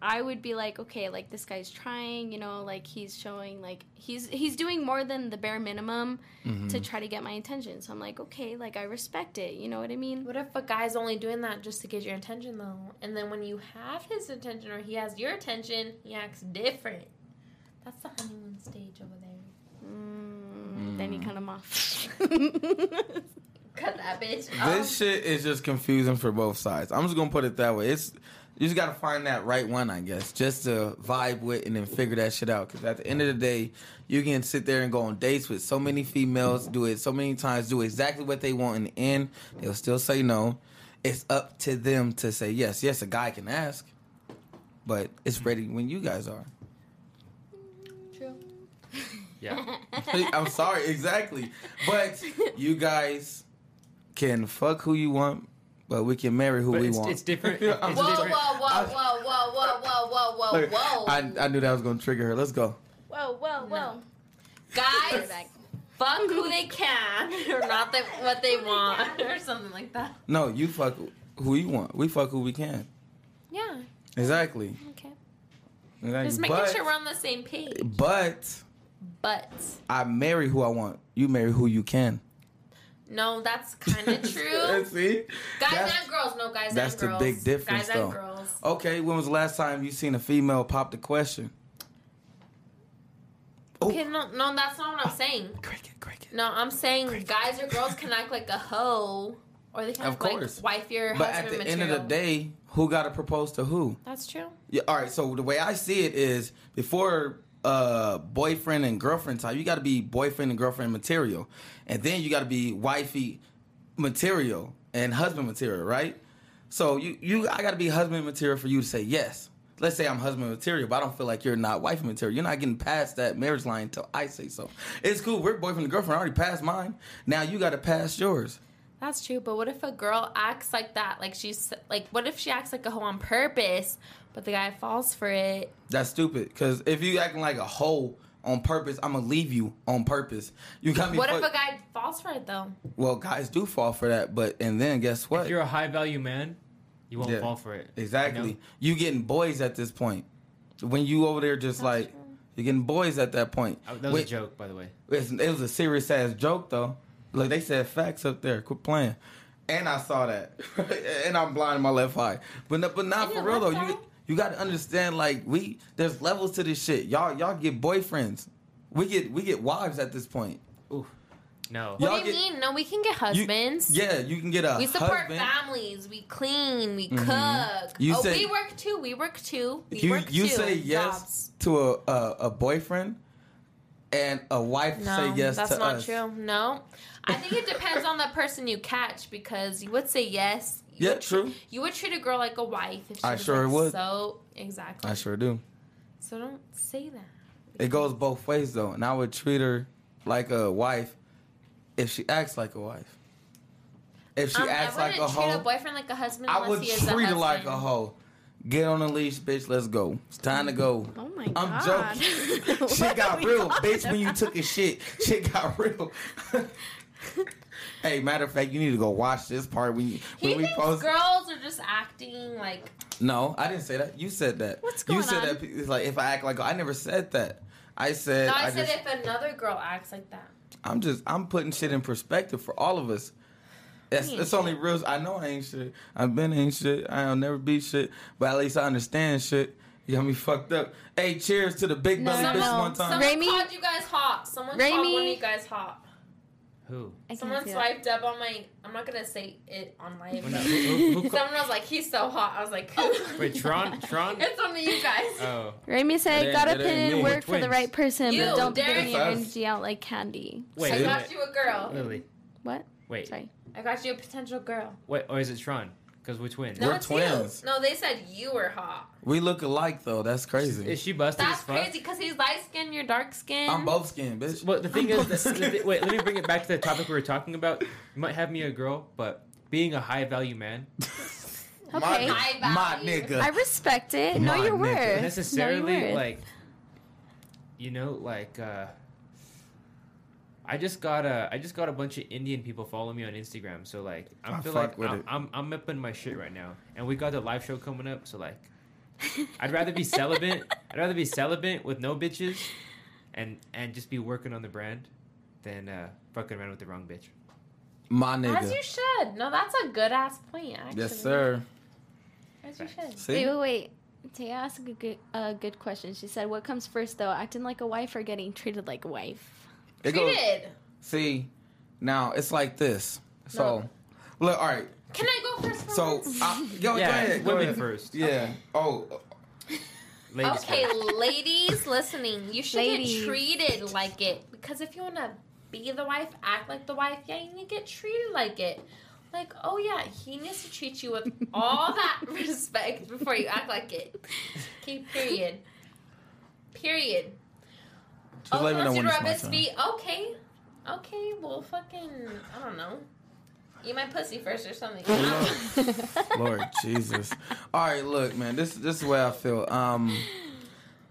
Speaker 3: I would be like, okay, like this guy's trying, you know, like he's showing, like he's he's doing more than the bare minimum to try to get my attention. So I'm like, okay, like I respect it, you know what I mean?
Speaker 1: What if a guy's only doing that just to get your attention though? And then when you have his attention or he has your attention, he acts different. That's the honeymoon stage over there.
Speaker 3: Mm, Then you cut him off.
Speaker 1: Cut that bitch. Oh.
Speaker 3: um,
Speaker 2: this shit is just confusing for both sides. I'm just gonna put it that way. It's you just gotta find that right one, I guess, just to vibe with and then figure that shit out. Because at the end of the day, you can sit there and go on dates with so many females, do it so many times, do exactly what they want. In the end, they'll still say no. It's up to them to say yes. Yes, a guy can ask, but it's ready when you guys are.
Speaker 1: True.
Speaker 4: Yeah,
Speaker 2: I'm sorry, exactly. But you guys can fuck who you want, but we can marry who
Speaker 4: but
Speaker 2: we
Speaker 4: it's,
Speaker 2: want.
Speaker 4: it's different.
Speaker 2: Yeah,
Speaker 4: It's
Speaker 2: I'm
Speaker 1: Whoa, whoa,
Speaker 4: different.
Speaker 1: whoa, whoa, whoa, whoa, whoa, whoa, whoa,
Speaker 2: Look,
Speaker 1: whoa.
Speaker 2: I, I knew that was gonna trigger her. Let's go.
Speaker 3: whoa, whoa, whoa.
Speaker 1: Guys, fuck who they can or not the, what they want or something like that.
Speaker 2: No, you fuck who you want. We fuck who we can.
Speaker 1: Yeah.
Speaker 2: Exactly.
Speaker 3: Okay.
Speaker 2: Exactly.
Speaker 1: Just making
Speaker 2: but,
Speaker 1: sure we're on the same page.
Speaker 2: But
Speaker 1: But
Speaker 2: I marry who I want. You marry who you can.
Speaker 1: no, that's kind of true.
Speaker 2: See,
Speaker 1: guys
Speaker 2: That's-
Speaker 1: and girls, no guys
Speaker 2: that's
Speaker 1: and
Speaker 2: the
Speaker 1: girls.
Speaker 2: big difference,
Speaker 1: guys and
Speaker 2: though.
Speaker 1: girls.
Speaker 2: okay. When was the last time you seen a female pop the question? Oh,
Speaker 1: Okay, no, no, that's not what I'm saying.
Speaker 2: cricket, cricket.
Speaker 1: No, I'm saying guys or girls can act like a hoe Or they can
Speaker 2: Of
Speaker 1: of like
Speaker 2: course.
Speaker 1: wife your
Speaker 2: But
Speaker 1: husband
Speaker 2: at the
Speaker 1: material.
Speaker 2: end of the day, who got to propose to who?
Speaker 1: that's true.
Speaker 2: Yeah, all right. So the way I see it is before uh boyfriend and girlfriend time, you got to be boyfriend and girlfriend material, and then you got to be wifey material and husband material, right? So you you I got to be husband material for you to say yes. Let's say I'm husband material, but I don't feel like you're not wife material. You're not getting past that marriage line until I say so. It's cool. We're boyfriend and girlfriend. I already passed mine. Now you got to pass yours.
Speaker 1: That's true. But what if a girl acts like that? Like she's like, what if she acts like a hoe on purpose, but the guy falls for it?
Speaker 2: That's stupid. Because if you acting like a hoe on purpose, I'm gonna leave you on purpose. You got me.
Speaker 1: What if
Speaker 2: fuck-
Speaker 1: a guy falls for it though?
Speaker 2: well, guys do fall for that, but and then guess what?
Speaker 4: If you're a high value man, you won't
Speaker 2: Yeah.
Speaker 4: fall for it.
Speaker 2: exactly.
Speaker 4: You
Speaker 2: You,
Speaker 4: know?
Speaker 2: getting boys at this point. When you over there just like you're getting boys at that point.
Speaker 4: I- Oh, that was
Speaker 2: Wait,
Speaker 4: a joke, by the way.
Speaker 2: it's- it was a serious ass joke though. Look, they said facts up there. Quit playing. And I saw that, and I'm blind in my left eye. But no, but not
Speaker 1: In
Speaker 2: for
Speaker 1: your
Speaker 2: real though.
Speaker 1: left eye?
Speaker 2: You you got to understand like we there's levels to this shit. Y'all y'all get boyfriends. We get we get wives at this point.
Speaker 4: Ooh, no.
Speaker 2: Yeah.
Speaker 1: What
Speaker 2: Y'all
Speaker 1: do you
Speaker 2: get-
Speaker 1: mean? No, we can get
Speaker 2: You-
Speaker 1: husbands.
Speaker 2: yeah, you can get a
Speaker 1: We support
Speaker 2: husband. Mm-hmm.
Speaker 1: families. We clean. We cook.
Speaker 2: You
Speaker 1: oh,
Speaker 2: say-
Speaker 1: we work too. We work too. We
Speaker 2: you
Speaker 1: work
Speaker 2: you
Speaker 1: too.
Speaker 2: say yes
Speaker 1: Jobs.
Speaker 2: to a, a a boyfriend, and a wife
Speaker 1: No,
Speaker 2: say yes
Speaker 1: that's
Speaker 2: to
Speaker 1: not
Speaker 2: us.
Speaker 1: true. No, I think it depends on the person you catch because you would say yes. You
Speaker 2: Yeah,
Speaker 1: would,
Speaker 2: true.
Speaker 1: You would treat a girl like a wife. If she
Speaker 2: I
Speaker 1: was,
Speaker 2: sure
Speaker 1: like,
Speaker 2: would.
Speaker 1: So exactly.
Speaker 2: I sure do.
Speaker 1: So don't say that.
Speaker 2: It goes both ways though, and I would treat her like a wife if she acts like a wife. If she
Speaker 1: Um,
Speaker 2: acts
Speaker 1: I
Speaker 2: like
Speaker 1: wouldn't
Speaker 2: a
Speaker 1: treat a
Speaker 2: hoe,
Speaker 1: boyfriend like a husband.
Speaker 2: I
Speaker 1: unless
Speaker 2: would
Speaker 1: he is a
Speaker 2: treat her like a
Speaker 1: husband.
Speaker 2: hoe. Get on the leash, bitch. Let's go. It's time to go.
Speaker 3: Oh my
Speaker 2: I'm
Speaker 3: god.
Speaker 2: joking.
Speaker 3: What are
Speaker 2: Shit got
Speaker 3: we
Speaker 2: real,
Speaker 3: talking
Speaker 2: bitch. When you
Speaker 3: about?
Speaker 2: took a shit, shit got real. hey, matter of fact, you need to go watch this part when you,
Speaker 1: He
Speaker 2: when we
Speaker 1: thinks
Speaker 2: post.
Speaker 1: girls are just acting like
Speaker 2: no, I didn't say that. You said that.
Speaker 3: What's
Speaker 2: You
Speaker 3: going
Speaker 2: said
Speaker 3: on?
Speaker 2: that. It's like if I act like I never said that. I said.
Speaker 1: No, I,
Speaker 2: I,
Speaker 1: said
Speaker 2: just,
Speaker 1: if another girl acts like that.
Speaker 2: I'm just. I'm putting shit in perspective for all of us. That's,
Speaker 3: ain't
Speaker 2: that's only real. I know I ain't shit. I've been ain't shit. I'll never be shit. But at least I understand shit. You got me fucked up. Hey, cheers to the big
Speaker 3: No,
Speaker 2: belly
Speaker 3: no,
Speaker 2: bitch
Speaker 3: no.
Speaker 2: one time.
Speaker 1: Someone
Speaker 3: Raimi-
Speaker 1: called you guys hot. Someone called one of
Speaker 3: Raimi-
Speaker 1: you guys hot.
Speaker 4: Who?
Speaker 3: I can't
Speaker 1: Someone
Speaker 3: do it.
Speaker 1: swiped up on my. I'm not gonna say it on live.
Speaker 4: Well,
Speaker 1: but
Speaker 4: no, who, who, who ca-
Speaker 1: Someone was like, "He's so hot." I was like,
Speaker 2: Oh.
Speaker 4: Wait, Tron? Tron?
Speaker 1: "It's only you guys."
Speaker 2: Uh,
Speaker 4: Oh,
Speaker 3: Raimi
Speaker 2: It
Speaker 3: said,
Speaker 2: ain't-
Speaker 3: "Gotta
Speaker 2: it
Speaker 3: put
Speaker 2: ain't
Speaker 3: in
Speaker 2: me.
Speaker 4: We're
Speaker 3: work for the
Speaker 4: twins.
Speaker 3: right person,
Speaker 1: You,
Speaker 3: but don't be
Speaker 1: Derek.
Speaker 3: giving your
Speaker 2: That's us.
Speaker 3: energy out like candy."
Speaker 4: wait,
Speaker 1: I
Speaker 2: See?
Speaker 1: got
Speaker 4: wait,
Speaker 1: you a
Speaker 2: Uh,
Speaker 1: girl.
Speaker 4: Lily.
Speaker 3: What?
Speaker 4: Wait,
Speaker 3: Sorry.
Speaker 1: I got you a potential girl.
Speaker 4: wait, or is it Tron? Because we're twins.
Speaker 1: No,
Speaker 2: We're
Speaker 1: it's
Speaker 2: twins.
Speaker 1: You. No, they said you were hot.
Speaker 2: We look alike though. That's crazy.
Speaker 4: Is she busted
Speaker 1: That's
Speaker 4: as fuck?
Speaker 1: crazy because he's light skinned, you're dark skinned.
Speaker 2: I'm both skin, bitch.
Speaker 4: Well, the thing
Speaker 2: I'm both
Speaker 4: is, the, the,
Speaker 2: skin.
Speaker 4: thi- wait. Let me bring it back to the topic we were talking about. You might have me a girl, but being a high value man,
Speaker 3: Okay.
Speaker 1: High
Speaker 2: my
Speaker 1: value.
Speaker 2: nigga.
Speaker 3: I respect it. Know
Speaker 2: My
Speaker 3: your
Speaker 2: nigga.
Speaker 3: worth. know
Speaker 4: necessarily
Speaker 3: your worth.
Speaker 4: like, you know, like. uh I just got a I just got a bunch of Indian people follow me on Instagram, so like I'm
Speaker 2: I
Speaker 4: feel
Speaker 2: Ah, fuck
Speaker 4: like
Speaker 2: with
Speaker 4: I'm,
Speaker 2: it.
Speaker 4: I'm I'm up in my shit right now, and we got the live show coming up, so like I'd rather be celibate. I'd rather be celibate with no bitches, and and just be working on the brand, than uh, fucking around with the wrong bitch.
Speaker 2: my
Speaker 1: As you
Speaker 2: nigga.
Speaker 1: should. No, that's a good ass point, actually.
Speaker 2: Yes, sir.
Speaker 1: As you should.
Speaker 2: See,
Speaker 3: Wait, wait, wait. Taya asked a good, a good question. She said, "What comes first, though? Acting like a wife or getting treated like a wife?"
Speaker 2: it goes.
Speaker 1: Treated.
Speaker 2: See, now it's like this. So, look. All right.
Speaker 1: Can I go first? For
Speaker 2: So,
Speaker 1: once?
Speaker 2: I, yo,
Speaker 4: Yeah,
Speaker 2: go ahead. Go
Speaker 4: women
Speaker 2: ahead.
Speaker 4: first.
Speaker 2: Yeah. Oh,
Speaker 4: Ladies
Speaker 1: okay,
Speaker 4: first.
Speaker 1: ladies listening, you should
Speaker 3: Ladies.
Speaker 1: get treated like it because if you want to be the wife, act like the wife, yeah, you need to get treated like it. Like, oh yeah, he needs to treat you with all that respect before you act like it. Okay, period. Period.
Speaker 2: just
Speaker 1: Oh,
Speaker 2: let
Speaker 1: he
Speaker 2: me know
Speaker 1: wants you
Speaker 2: when
Speaker 1: to rub
Speaker 2: it's
Speaker 1: his
Speaker 2: my turn.
Speaker 1: feet. Okay, okay, well, fucking, I don't know. Eat my pussy first or something.
Speaker 2: Lord Jesus. All right, look, man. This this is the way I feel. Um,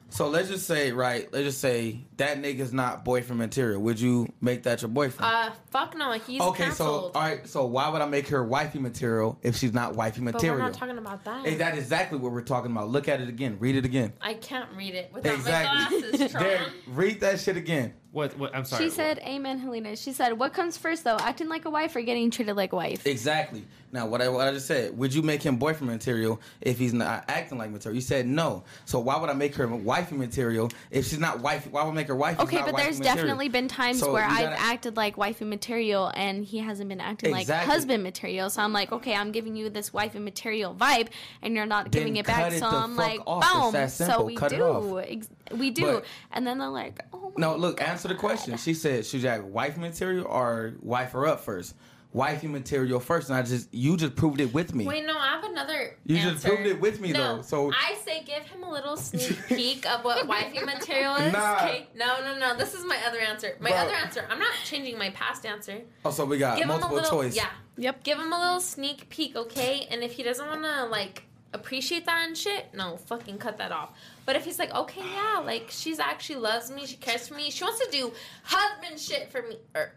Speaker 2: so let's just say, right? Let's just say that nigga's not boyfriend material. Would you make that your boyfriend?
Speaker 1: uh, fuck no, he's
Speaker 2: okay.
Speaker 1: canceled.
Speaker 2: So, uh, all right. So why would I make her wifey material if she's not wifey
Speaker 1: but
Speaker 2: material?
Speaker 1: we're not talking about that.
Speaker 2: Hey, that is exactly what we're talking about. Look at it again. Read it again.
Speaker 1: I can't read it without
Speaker 2: Exactly.
Speaker 1: my glasses, Tron.
Speaker 2: Derek, read that shit again.
Speaker 4: What? What? I'm sorry.
Speaker 3: she
Speaker 4: what-
Speaker 3: said, "Amen, Helena." She said, "What comes first, though? Acting like a wife or getting treated like a wife?"
Speaker 2: Exactly. Now, what I, what I just said, would you make him boyfriend material if he's not acting like material? You said no. So why would I make her wifey material if she's not wife? Why would I make her wifey? if
Speaker 3: Okay,
Speaker 2: not
Speaker 3: but
Speaker 2: wifey
Speaker 3: there's
Speaker 2: material?
Speaker 3: definitely been times
Speaker 2: So
Speaker 3: where
Speaker 2: you
Speaker 3: I've
Speaker 2: gotta-
Speaker 3: acted like wifey material and he hasn't been acting like
Speaker 2: Exactly.
Speaker 3: husband material. So I'm like, okay, I'm giving you this wifey material vibe and you're not
Speaker 2: Then
Speaker 3: giving it back.
Speaker 2: cut it
Speaker 3: so
Speaker 2: the
Speaker 3: I'm
Speaker 2: fuck
Speaker 3: like,
Speaker 2: off. It's
Speaker 3: boom.
Speaker 2: that
Speaker 3: So
Speaker 2: simple.
Speaker 3: we
Speaker 2: Cut it
Speaker 3: do.
Speaker 2: off.
Speaker 3: Ex- we do.
Speaker 2: But-
Speaker 3: and then they're like, oh my
Speaker 2: No, look, answer the question. She said should you have wife material or wife her up first? Wifey material first, and I just you just proved it with me.
Speaker 1: Wait, no, I have another.
Speaker 2: You just
Speaker 1: answer.
Speaker 2: proved it with me,
Speaker 1: no,
Speaker 2: though, so-
Speaker 1: I say give him a little sneak peek of what wifey material is.
Speaker 2: Nah.
Speaker 1: Okay? No, no, no. This is my other answer. My
Speaker 2: Bro.
Speaker 1: other answer. I'm not changing my past answer.
Speaker 2: Oh, so we got
Speaker 1: Give him a
Speaker 2: multiple
Speaker 1: little.
Speaker 2: choice.
Speaker 1: Yeah.
Speaker 7: Yep.
Speaker 1: Give him a little sneak peek, okay? And if he doesn't want to like appreciate that and shit, no, fucking cut that off. But if he's like, okay, yeah, like she's actually loves me, she cares for me, she wants to do husband shit for me, or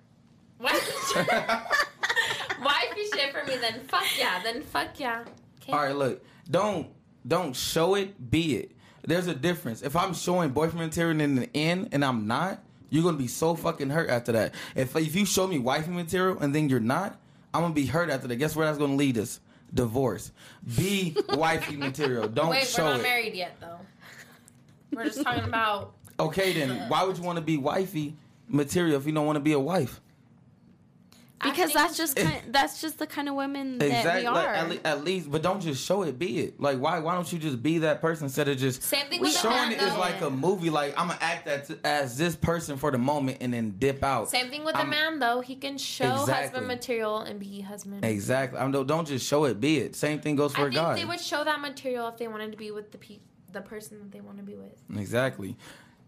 Speaker 1: wife shit, wifey shit for me, then fuck yeah, then fuck yeah. Okay.
Speaker 2: All right, look, don't don't show it, be it. There's a difference. If I'm showing boyfriend material in the end and I'm not, you're gonna be so fucking hurt after that. If if you show me wifey material and then you're not, I'm gonna be hurt after that. Guess where that's gonna lead us? Divorce. Be wifey material. Don't
Speaker 1: Wait,
Speaker 2: show
Speaker 1: we're not
Speaker 2: it.
Speaker 1: married yet, though. We're just talking about.
Speaker 2: Okay, then why would you want to be wifey material if you don't want to be a wife?
Speaker 3: Because
Speaker 1: acting-
Speaker 3: that's just kind, that's just the kind of women that we
Speaker 2: Exactly. Like,
Speaker 3: are.
Speaker 2: at, le- at least, but don't just show it. Be it. Like why? Why don't you just be that person instead of just
Speaker 1: Same thing
Speaker 3: We
Speaker 1: with the
Speaker 2: showing
Speaker 1: man,
Speaker 2: it is
Speaker 1: though.
Speaker 2: like a movie. Like I'm gonna act as, as this person for the moment and then dip out.
Speaker 1: Same thing with the
Speaker 2: I'm-
Speaker 1: man, though. He can show
Speaker 2: Exactly.
Speaker 1: husband material and be husband.
Speaker 2: Exactly. I'm, don't don't just show it. Be it. Same thing goes
Speaker 1: I
Speaker 2: for
Speaker 1: think
Speaker 2: God.
Speaker 1: they would show that material if they wanted to be with the pe- the person that they want to be with.
Speaker 2: Exactly.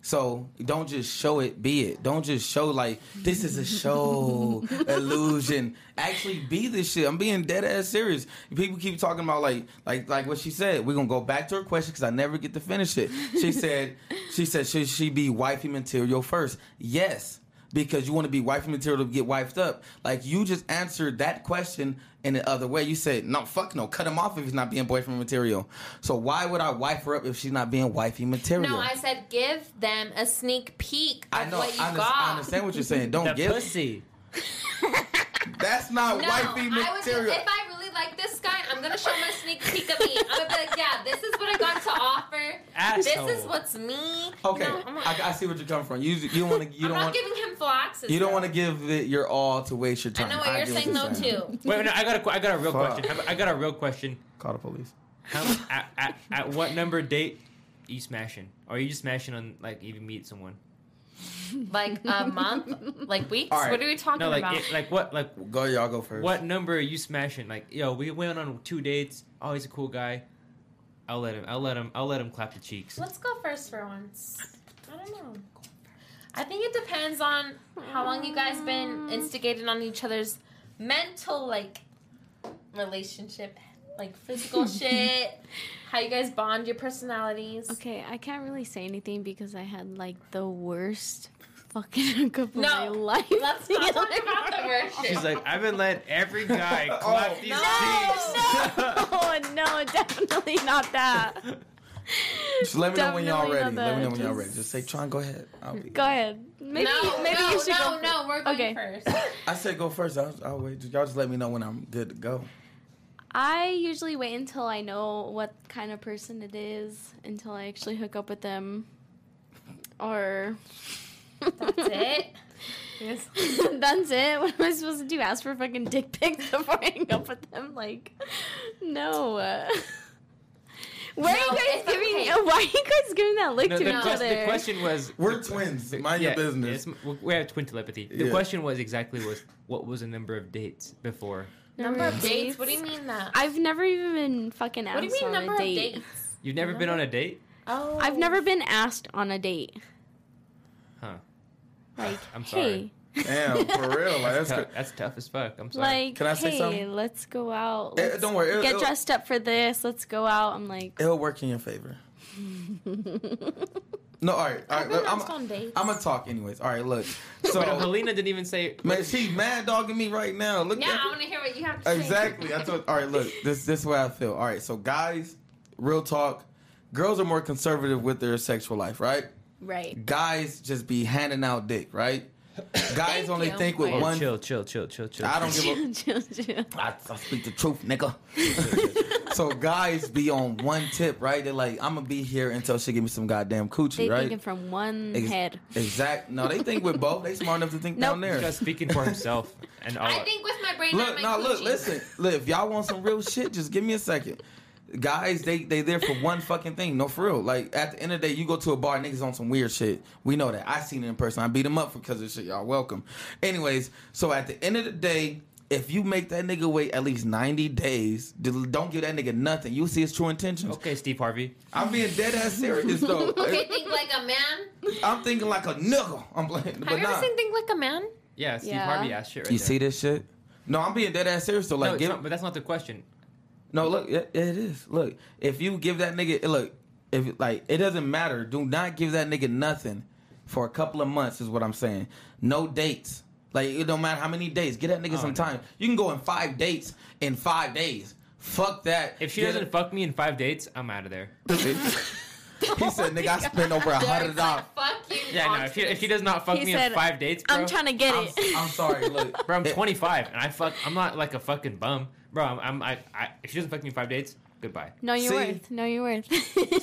Speaker 2: So don't just show it. Be it. Don't just show like this is a show illusion. Actually, be this shit. I'm being dead ass serious. People keep talking about like like like what she said. We're gonna go back to her question because I never get to finish it. She said she said should she be wifey material first? Yes because you want to be wifey material to get wifed up. Like you just answered that question in the other way. You said, no, fuck no, cut him off if he's not being boyfriend material. So why would I wife her up if she's not being wifey material?
Speaker 1: No, I said give them a sneak peek of
Speaker 2: I know.
Speaker 1: what you
Speaker 2: I, under-
Speaker 1: got.
Speaker 2: I understand what you're saying. Don't
Speaker 4: The
Speaker 2: give.
Speaker 4: pussy.
Speaker 2: That's not
Speaker 1: No,
Speaker 2: wifey
Speaker 1: I was,
Speaker 2: material.
Speaker 1: if I really like this guy, I'm gonna show him a sneak peek of me. I'm gonna be like, yeah, this is what I got to offer.
Speaker 4: Asshole.
Speaker 1: This is what's me.
Speaker 2: okay,
Speaker 1: No, I'm, not,
Speaker 2: I, I see what you're coming from. You you want to you
Speaker 1: I'm
Speaker 2: don't
Speaker 1: not
Speaker 2: want
Speaker 1: giving him full access.
Speaker 2: you don't
Speaker 1: though.
Speaker 2: want to give it your all to waste your
Speaker 1: I
Speaker 2: time.
Speaker 1: know what you're
Speaker 2: get
Speaker 1: saying though too.
Speaker 4: Wait, no, I got a, que- I got a real
Speaker 2: Fuck.
Speaker 4: question. I I got a real question.
Speaker 2: Call the police.
Speaker 4: How at, at, at what number date you smashing? Or are you just smashing on like even meet someone?
Speaker 1: Like a month, like weeks.
Speaker 2: All right.
Speaker 1: What are we talking
Speaker 4: No, like
Speaker 1: about?
Speaker 4: it, like what like
Speaker 2: Go y'all go first.
Speaker 4: what number are you smashing? Like yo, we went on two dates. Oh, he's a cool guy. I'll let him. I'll let him. I'll let him clap the cheeks.
Speaker 1: Let's go first for once. I don't know. I think it depends on how long you guys been
Speaker 3: Mm.
Speaker 1: instigated on each other's mental like relationship, like physical shit, how you guys bond, your personalities.
Speaker 3: Okay, I can't really say anything because I had like the worst fucking hookup
Speaker 1: No,
Speaker 3: of my life.
Speaker 1: Let's not talk about the worst shit.
Speaker 4: She's like, I've been letting every guy clap
Speaker 2: Oh,
Speaker 4: these
Speaker 1: no,
Speaker 4: cheeks.
Speaker 3: Oh no, definitely not that.
Speaker 2: Just let me know when y'all ready.
Speaker 3: Definitely not
Speaker 2: Let me know
Speaker 3: that.
Speaker 2: when y'all
Speaker 3: Just-
Speaker 2: ready. Just say, Tron, go ahead. I'll be.
Speaker 3: Go ahead. Maybe
Speaker 1: no,
Speaker 3: maybe
Speaker 1: no,
Speaker 3: you should
Speaker 1: no,
Speaker 3: go.
Speaker 1: no, we're going
Speaker 3: Okay.
Speaker 1: first.
Speaker 2: I said go first. I'll, I'll wait. Y'all just let me know when I'm good to go.
Speaker 3: I usually wait until I know what kind of person it is until I actually hook up with them. Or
Speaker 1: That's it. Yes.
Speaker 3: That's it. What am I supposed to do? Ask for fucking dick pics before I hang up with them? Like, no. Where are
Speaker 1: No,
Speaker 3: you guys
Speaker 1: it's
Speaker 3: giving?
Speaker 1: okay.
Speaker 3: Why are you guys giving that look
Speaker 4: No,
Speaker 3: to
Speaker 4: the,
Speaker 3: each
Speaker 4: quest-
Speaker 3: other?
Speaker 4: the question was
Speaker 2: We're twins. Mind
Speaker 4: yeah,
Speaker 2: your business.
Speaker 4: it's- we- we have twin telepathy. The
Speaker 2: Yeah.
Speaker 4: question was exactly was what was the number of dates before
Speaker 1: Number of dates? What do you mean that?
Speaker 3: I've never even been fucking asked
Speaker 1: what do you mean
Speaker 3: on
Speaker 1: number
Speaker 3: a
Speaker 1: of
Speaker 3: date.
Speaker 1: dates?
Speaker 4: You've never been on a date?
Speaker 1: Oh,
Speaker 3: I've never been asked on a date.
Speaker 4: Huh.
Speaker 3: Like,
Speaker 4: I'm
Speaker 3: hey,
Speaker 4: sorry.
Speaker 2: Damn, for real. Like, that's
Speaker 4: That's,
Speaker 2: cra-
Speaker 4: tou- that's tough as fuck. I'm sorry.
Speaker 3: like,
Speaker 2: Can I say
Speaker 3: hey,
Speaker 2: something?
Speaker 3: let's go out.
Speaker 2: Eh,
Speaker 3: Let's
Speaker 2: don't worry, it'll-
Speaker 3: get
Speaker 2: it'll-
Speaker 3: dressed up for this. Let's go out. I'm like,
Speaker 2: it'll work in your favor. No, all right,
Speaker 1: I've
Speaker 2: all right.
Speaker 1: been
Speaker 2: Look,
Speaker 1: asked
Speaker 2: I'm
Speaker 1: on dates.
Speaker 2: I'm gonna talk anyways. All right, look. So
Speaker 4: But Helena didn't even say.
Speaker 2: man, she's mad dogging me right now. Look.
Speaker 1: Yeah,
Speaker 2: at
Speaker 1: I want to hear what you have to say.
Speaker 2: Exactly. I told. All right, look. This this is what I feel. All right. So guys, real talk. Girls are more conservative with their sexual life, right?
Speaker 3: Right.
Speaker 2: Guys just be handing out dick, right? Guys only
Speaker 3: you.
Speaker 2: think with
Speaker 3: Wait.
Speaker 2: one.
Speaker 4: Chill, chill, chill, chill, chill.
Speaker 2: I don't give a.
Speaker 3: Chill, chill, chill.
Speaker 2: I, I speak the truth, nigga. so guys be on one tip, right? They're like, I'm gonna be here until she give me some goddamn coochie,
Speaker 3: They
Speaker 2: right?
Speaker 3: thinking from one
Speaker 2: Ex-
Speaker 3: head.
Speaker 2: Exact. No, they think with both. They smart enough to think
Speaker 3: Nope.
Speaker 2: down there.
Speaker 4: He's just speaking for himself and all.
Speaker 1: I think with my brain. not
Speaker 2: Look,
Speaker 1: my
Speaker 2: no, look,
Speaker 1: coochie.
Speaker 2: listen. Look, if y'all want some real shit, just give me a second. Guys, they they there for one fucking thing. No, for real. Like at the end of the day, you go to a bar, niggas on some weird shit. We know that. I seen it in person. I beat them up because of shit. Y'all welcome. Anyways, so at the end of the day, if you make that nigga wait at least ninety days, d- don't give that nigga nothing. You'll see his true intentions.
Speaker 4: Okay, Steve Harvey.
Speaker 2: I'm being dead ass serious though.
Speaker 1: Okay, think like a man.
Speaker 2: I'm thinking like a nigga. I'm playing,
Speaker 1: Have
Speaker 2: but
Speaker 1: you
Speaker 2: nah.
Speaker 1: ever seen Think Like a Man?
Speaker 4: Yeah, Steve
Speaker 3: Yeah.
Speaker 4: Harvey asked shit right
Speaker 2: You
Speaker 4: there.
Speaker 2: see this shit? No, I'm being dead ass serious though.
Speaker 4: No,
Speaker 2: Like,
Speaker 4: it's
Speaker 2: give,
Speaker 4: not- but that's not the question.
Speaker 2: No, look, yeah, yeah, it is. Look, if you give that nigga, look, if like it doesn't matter. Do not give that nigga nothing for a couple of months. Is what I'm saying. No dates. Like it don't matter how many dates. Get that nigga
Speaker 4: Oh,
Speaker 2: some
Speaker 4: no.
Speaker 2: time. You can go in five dates in five days. Fuck that.
Speaker 4: If she
Speaker 2: Get
Speaker 4: doesn't fuck me in five dates, I'm out of there.
Speaker 2: a- he said, "Nigga, I spent over a
Speaker 1: Derek's
Speaker 2: hundred dollars."
Speaker 1: like, fuck you.
Speaker 4: Yeah, no. If she, if she does not fuck
Speaker 3: He
Speaker 4: me
Speaker 3: said,
Speaker 4: in five dates, bro,
Speaker 3: I'm trying to get
Speaker 2: I'm,
Speaker 3: it.
Speaker 2: I'm sorry. Look,
Speaker 4: Bro, I'm
Speaker 2: It-
Speaker 4: 25 and I fuck. I'm not like a fucking bum, bro. I'm, I'm I, I. If she doesn't fuck me in five dates, goodbye.
Speaker 3: know your
Speaker 2: See?
Speaker 3: worth. Know your worth.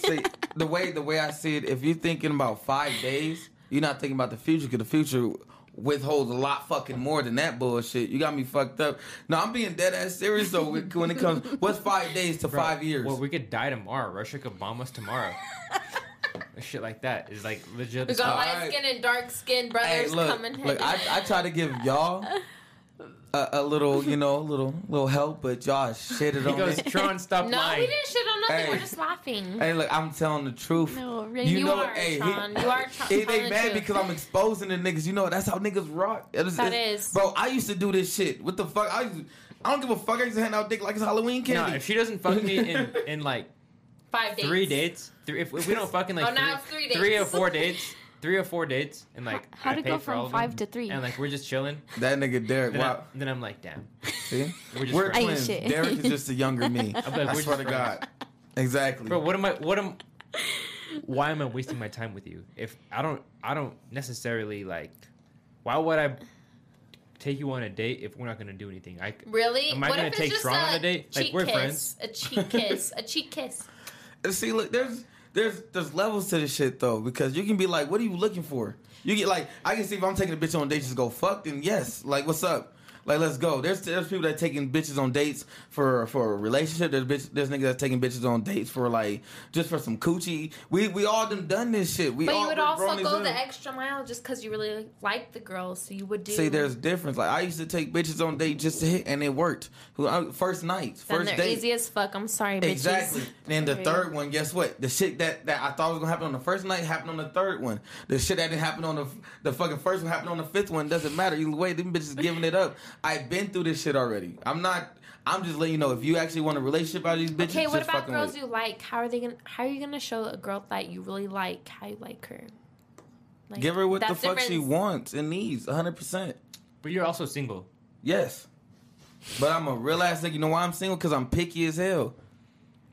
Speaker 2: See, the way the way I see it, if you're thinking about five days, you're not thinking about the future because the future withholds a lot fucking more than that bullshit. You got me fucked up. No, I'm being dead ass serious though. with- When it comes, what's five days to
Speaker 4: Bro,
Speaker 2: five years?
Speaker 4: Well, we could die tomorrow. Russia could bomb us tomorrow. Shit like that is like legit.
Speaker 1: We got
Speaker 2: All
Speaker 1: light
Speaker 2: right.
Speaker 1: skin and dark skin brothers
Speaker 2: hey, look,
Speaker 1: coming.
Speaker 2: look, I, I try to give y'all. A, a little, you know, a little, little help, but y'all shitted
Speaker 4: He
Speaker 2: on
Speaker 4: goes,
Speaker 2: me.
Speaker 4: Tron, stop
Speaker 1: no,
Speaker 4: lying.
Speaker 1: we didn't shit on nothing.
Speaker 2: Hey.
Speaker 1: We're just laughing.
Speaker 2: Hey, look, I'm telling the truth.
Speaker 3: No, Randy,
Speaker 2: you,
Speaker 1: You
Speaker 2: know,
Speaker 1: are,
Speaker 2: hey,
Speaker 1: Tron.
Speaker 2: he-
Speaker 1: You are Tron-
Speaker 2: Hey,
Speaker 1: telling
Speaker 2: they
Speaker 1: the
Speaker 2: mad
Speaker 1: truth.
Speaker 2: because I'm exposing the niggas. You know, that's how niggas rock. It is-
Speaker 1: That
Speaker 2: it's-
Speaker 1: is.
Speaker 2: bro. I used to do this shit. What the fuck? I, used to, I don't give a fuck. I used to hand out dick like it's Halloween
Speaker 4: No,
Speaker 2: candy.
Speaker 4: if she doesn't fuck me in in like
Speaker 1: Five days.
Speaker 4: three dates, three, if, if we don't fucking like
Speaker 1: Oh, now it's three
Speaker 4: three or
Speaker 1: dates.
Speaker 4: four dates, three or four dates, and like
Speaker 3: How
Speaker 4: I
Speaker 3: to
Speaker 4: pay
Speaker 3: go
Speaker 4: for all
Speaker 3: from
Speaker 4: of them,
Speaker 3: five to three?
Speaker 4: and like we're just chilling.
Speaker 2: that nigga Derek,
Speaker 4: Then,
Speaker 2: wow.
Speaker 4: I, then I'm like, damn.
Speaker 2: See,
Speaker 4: We're just
Speaker 2: we're
Speaker 4: friends.
Speaker 3: I ain't
Speaker 2: twins.
Speaker 3: shit.
Speaker 2: Derek is just a younger me.
Speaker 4: like,
Speaker 2: I
Speaker 4: we're
Speaker 2: swear to
Speaker 4: just friends.
Speaker 2: God. Exactly.
Speaker 4: bro what am i what am why am i wasting my time with you if i don't i don't necessarily like why would i take you on a date if we're not gonna do anything i
Speaker 1: Really?
Speaker 4: Am I
Speaker 1: what
Speaker 4: gonna
Speaker 1: if
Speaker 4: take
Speaker 1: it's just
Speaker 4: Tron
Speaker 1: a
Speaker 4: on a date? Like,
Speaker 1: cheek
Speaker 4: we're
Speaker 1: kiss,
Speaker 4: friends.
Speaker 1: A cheek kiss. A cheek kiss.
Speaker 2: See, look, there's there's there's levels to this shit though, because you can be like, what are you looking for? You get like, I can see if I'm taking a bitch on a date, just go fuck, then yes, like what's up? Like let's go. There's there's people that taking bitches on dates for for a relationship. There's bitch, there's niggas that's taking bitches on dates for like just for some coochie. We we all done done this shit. We
Speaker 1: But
Speaker 2: all
Speaker 1: you would
Speaker 2: we're
Speaker 1: also
Speaker 2: grown as
Speaker 1: go
Speaker 2: hell.
Speaker 1: the extra mile just because you really like the girl, so you would do.
Speaker 2: See, there's difference. Like I used to take bitches on date just to hit, and it worked. Who- I- First night,
Speaker 1: Then
Speaker 2: first
Speaker 1: they're
Speaker 2: date.
Speaker 1: easy as fuck. I'm sorry, bitches.
Speaker 2: Exactly. Then the
Speaker 3: Okay.
Speaker 2: third one, guess what? The shit that, that I thought was gonna happen on the first night happened on the third one. The shit that didn't happen on the the fucking first one happened on the fifth one. Doesn't matter. Either way, them bitches giving it up. I've been through this shit already. I'm not. I'm just letting you know if you actually want a relationship out of these bitches.
Speaker 1: Okay, what
Speaker 2: just
Speaker 1: about
Speaker 2: fucking
Speaker 1: girls
Speaker 2: wait.
Speaker 1: you like? How are they gonna? How are you gonna show a girl that you really like how you like her? Like,
Speaker 2: Give her what the
Speaker 1: that's
Speaker 2: fuck she
Speaker 1: different.
Speaker 2: wants and needs. 100. percent
Speaker 4: but you're also single
Speaker 2: Yes. But I'm a real ass nigga. You know why I'm single? Cause I'm picky as hell.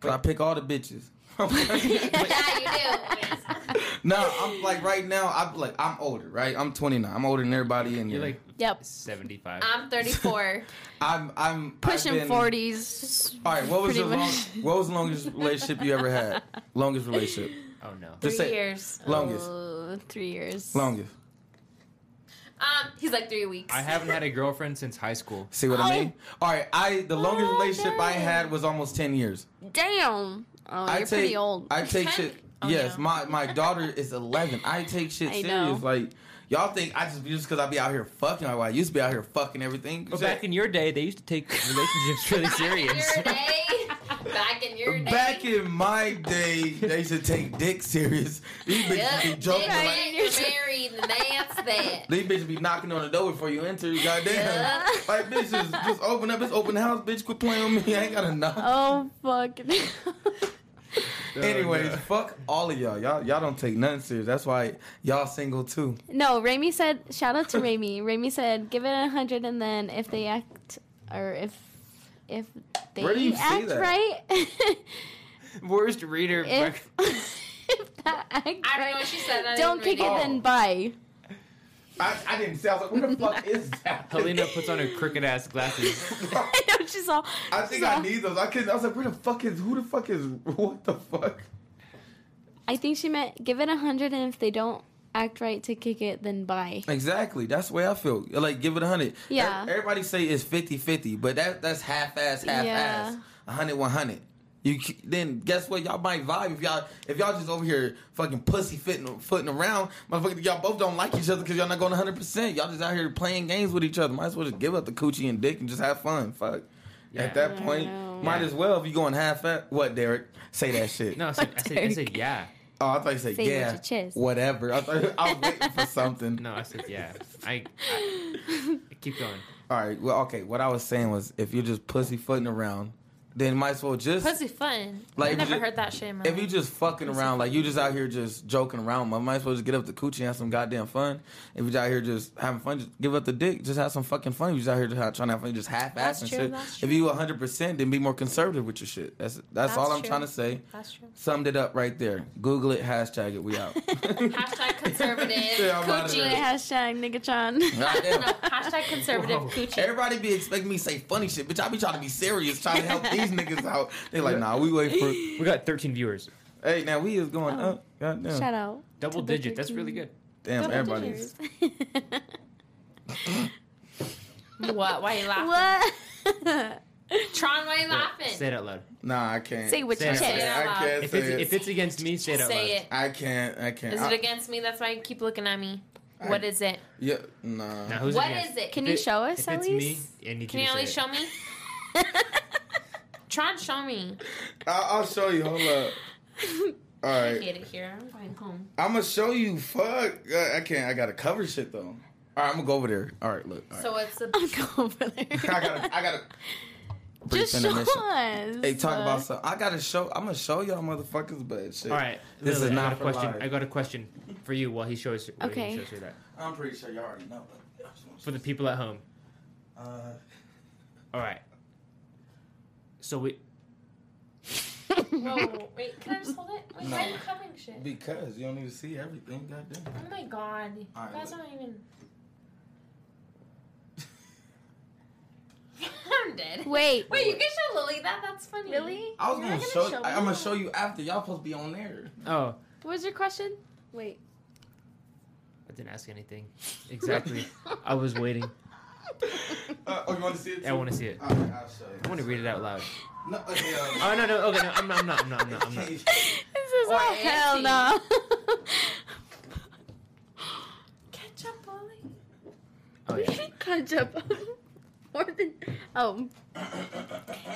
Speaker 2: Cause I pick all the bitches.
Speaker 1: yeah, you do.
Speaker 2: no, I'm like right now. I'm like I'm older, right? I'm 29. I'm older than everybody in
Speaker 4: you're
Speaker 2: here.
Speaker 4: like
Speaker 3: Yep.
Speaker 4: 75
Speaker 1: I'm 34.
Speaker 2: I'm I'm I've
Speaker 3: Pushing
Speaker 2: been-
Speaker 3: forties.
Speaker 2: All right, what was
Speaker 3: pretty
Speaker 2: the long,
Speaker 3: much.
Speaker 2: what was the longest relationship you ever had? Longest relationship,
Speaker 4: oh no
Speaker 2: Just
Speaker 1: Three
Speaker 2: say-
Speaker 1: years.
Speaker 2: longest,
Speaker 3: Oh, three years.
Speaker 2: longest.
Speaker 1: Um, he's like three weeks.
Speaker 4: i haven't had a girlfriend since high school
Speaker 2: See what I mean? All right, I the longest
Speaker 3: Oh,
Speaker 2: relationship I
Speaker 3: dang.
Speaker 2: had was almost 10 years.
Speaker 3: Damn. Oh,
Speaker 2: I
Speaker 3: you're
Speaker 2: take
Speaker 3: pretty old.
Speaker 2: I take
Speaker 1: 10?
Speaker 2: shit.
Speaker 1: Oh,
Speaker 2: yes,
Speaker 1: no.
Speaker 2: my my daughter is 11. I take shit
Speaker 3: I
Speaker 2: serious.
Speaker 3: know.
Speaker 2: Like y'all think I just just because I be out here fucking. Like, I used to be out here fucking everything.
Speaker 4: but back in your day they used to take relationships really serious
Speaker 1: Your day. Back in your day.
Speaker 2: Back in my day, they should take dick serious. These bitches
Speaker 1: Yep.
Speaker 2: be joking.
Speaker 1: Dick
Speaker 2: Like,
Speaker 1: and you're married, and that's that.
Speaker 2: These bitches be knocking on the door before you enter. Goddamn.
Speaker 1: Yeah.
Speaker 2: Like, bitch, just, just open up. It's open house, bitch. Quit playing with me. I ain't got to knock.
Speaker 3: oh fuck.
Speaker 2: Anyways, fuck all of y'all. Y'all y'all don't take nothing serious. That's why y'all single too.
Speaker 3: no, Raimi said. Shout out to Raimi. Raimi said, give it a hundred, and then if they act or if if they
Speaker 2: Where do you see
Speaker 3: act
Speaker 2: that?
Speaker 3: right,
Speaker 4: worst reader
Speaker 3: if if
Speaker 1: I don't know what she said. I
Speaker 3: Don't
Speaker 1: didn't
Speaker 3: kick
Speaker 1: read
Speaker 3: it,
Speaker 2: it.
Speaker 3: then bye.
Speaker 2: I, I didn't say. I was like, "What the fuck is that?"
Speaker 4: Helena puts on her crooked ass glasses.
Speaker 3: I know she's all.
Speaker 2: I think
Speaker 3: she's
Speaker 2: I
Speaker 3: all-
Speaker 2: need those. I could. I was like, "Where the fuck is? Who the fuck is? What the fuck?"
Speaker 3: I think she meant give it a hundred, and if they don't act right to kick it, then bye.
Speaker 2: Exactly. That's the way I feel. Like, give it a hundred.
Speaker 3: Yeah.
Speaker 2: Ev- Everybody say it's 50-50, but that that's half ass, half ass.
Speaker 3: Yeah.
Speaker 2: A hundred, one hundred. You c- then guess what? Y'all might vibe if y'all if y'all just over here fucking pussy fitting footing around, motherfucker. Y'all both don't like each other because y'all not going hundred percent. Y'all just out here playing games with each other. Might as well just give up the coochie and dick and just have fun. Fuck.
Speaker 4: Yeah.
Speaker 2: At that
Speaker 3: I
Speaker 2: point,
Speaker 3: know.
Speaker 2: might as well if you going half ass. What, Derek? Say that shit.
Speaker 4: No, I said, I said, I said yeah.
Speaker 2: Oh, I thought you said
Speaker 3: Say it with
Speaker 2: yeah.
Speaker 3: your chest.
Speaker 2: Whatever. I, thought, I was waiting for something.
Speaker 4: No, I said yeah. I, I keep going.
Speaker 2: All right. Well, okay. What I was saying was, if you're just pussyfooting around, then might as well just
Speaker 1: Pussy fun.
Speaker 2: Like,
Speaker 1: I
Speaker 2: if
Speaker 1: never
Speaker 2: you-
Speaker 1: heard that shit. In my
Speaker 2: if you
Speaker 1: life.
Speaker 2: just fucking around, like you just out here just joking around, man, might as well just get up the coochie and have some goddamn fun. If you're out here just having fun, just give up the dick, just have some fucking fun. If you're just out here just ha- trying to have fun, just half
Speaker 1: That's
Speaker 2: ass and
Speaker 1: true,
Speaker 2: shit.
Speaker 1: that's
Speaker 2: If you 100, percent then be more conservative with your shit. That's that's, all
Speaker 1: That's
Speaker 2: I'm
Speaker 1: true.
Speaker 2: trying to say.
Speaker 1: That's true.
Speaker 2: Summed it up right there. Google it, hashtag it. We out.
Speaker 1: Hashtag conservative.
Speaker 2: Yeah, I'm outta
Speaker 1: coochie.
Speaker 2: there.
Speaker 3: Hashtag niggatron.
Speaker 1: No,
Speaker 2: Goddamn.
Speaker 1: hashtag conservative
Speaker 4: Whoa.
Speaker 1: coochie.
Speaker 2: Everybody be expecting me to say funny shit, bitch. I be trying to be serious, trying to help these niggas out. They like, nah, we wait for.
Speaker 4: We got 13 viewers.
Speaker 2: Hey, now we is going
Speaker 3: Oh.
Speaker 2: up. Goddamn.
Speaker 3: Shout out.
Speaker 4: Double
Speaker 3: to the
Speaker 4: digit. That's really
Speaker 3: 13.
Speaker 4: good.
Speaker 2: Damn,
Speaker 3: Double
Speaker 2: everybody's.
Speaker 3: digits.
Speaker 1: What? Why you laughing?
Speaker 3: what?
Speaker 1: Tron, why you laughing?
Speaker 4: Say it out loud.
Speaker 2: Nah, I can't.
Speaker 3: Say what
Speaker 4: Say
Speaker 3: you
Speaker 4: it.
Speaker 2: I
Speaker 1: Say
Speaker 3: said.
Speaker 1: it. out
Speaker 2: can't
Speaker 4: If
Speaker 2: say
Speaker 4: it's,
Speaker 2: it.
Speaker 4: if it's against me, say it out
Speaker 1: Say
Speaker 4: loud.
Speaker 1: it.
Speaker 2: I can't. I can't.
Speaker 1: Is
Speaker 2: I,
Speaker 1: it against me? That's why you keep looking at me. What is it?
Speaker 2: yeah, nah.
Speaker 4: Now, who's
Speaker 1: What
Speaker 4: against?
Speaker 1: is it?
Speaker 3: Can
Speaker 1: Can,
Speaker 4: If
Speaker 3: you show us
Speaker 4: if
Speaker 3: at
Speaker 4: it's
Speaker 3: least?
Speaker 4: me, I need
Speaker 1: can
Speaker 4: you
Speaker 1: you
Speaker 4: to
Speaker 1: at
Speaker 4: say
Speaker 1: least show
Speaker 4: it.
Speaker 1: me? Tron, show me.
Speaker 2: I'll, I'll show you. Hold up. All
Speaker 1: I
Speaker 2: right,
Speaker 1: get it here. I'm going home.
Speaker 2: I'm gonna show you. Fuck, I, I can't. I gotta cover shit though. All right, I'm gonna go over there. All right, look. All right.
Speaker 1: So it's a.
Speaker 3: I'm going over there.
Speaker 2: I gotta. I gotta. Brief
Speaker 3: Just show
Speaker 2: intermission.
Speaker 3: us. uh,
Speaker 2: Hey, talk about something. I gotta show. I'm gonna show y'all motherfuckers, but shit.
Speaker 4: All right.
Speaker 2: This
Speaker 4: Lily,
Speaker 2: is not
Speaker 4: I got a
Speaker 2: for
Speaker 4: question.
Speaker 2: live.
Speaker 4: I got a question for you while he shows. while he
Speaker 3: Okay.
Speaker 4: shows her that.
Speaker 2: I'm pretty sure y'all already know. But I just wanna-
Speaker 4: For the people at home.
Speaker 2: uh,
Speaker 4: All right. So we.
Speaker 1: Whoa, wait, can I just hold it? Wait, why are you covering shit?
Speaker 2: because you don't need to see everything. Goddamn.
Speaker 1: Oh my god. You
Speaker 2: All right,
Speaker 1: guys
Speaker 2: look.
Speaker 1: aren't even. I'm dead.
Speaker 3: Wait.
Speaker 1: Wait, you can show Lily that? That's funny.
Speaker 3: Really?
Speaker 2: I was
Speaker 3: You're
Speaker 2: gonna,
Speaker 3: not
Speaker 2: show. I, I'm
Speaker 3: me?
Speaker 2: gonna show you after. Y'all supposed to be on there.
Speaker 4: Oh,
Speaker 3: What was your question? Wait.
Speaker 4: I didn't ask anything. Exactly. I was waiting.
Speaker 2: Uh, oh, you want to see it?
Speaker 4: I want to see it.
Speaker 2: All right, I'll show
Speaker 4: I
Speaker 2: you.
Speaker 4: want to read it out loud.
Speaker 2: No, okay, um,
Speaker 4: Oh no no okay no I'm not I'm not I'm not I'm not. I'm not.
Speaker 3: This is
Speaker 1: Or
Speaker 3: all
Speaker 1: is
Speaker 3: hell
Speaker 1: he?
Speaker 3: no.
Speaker 1: Catch up, Lily.
Speaker 4: Oh
Speaker 3: We
Speaker 4: yeah.
Speaker 3: can catch up. More than oh,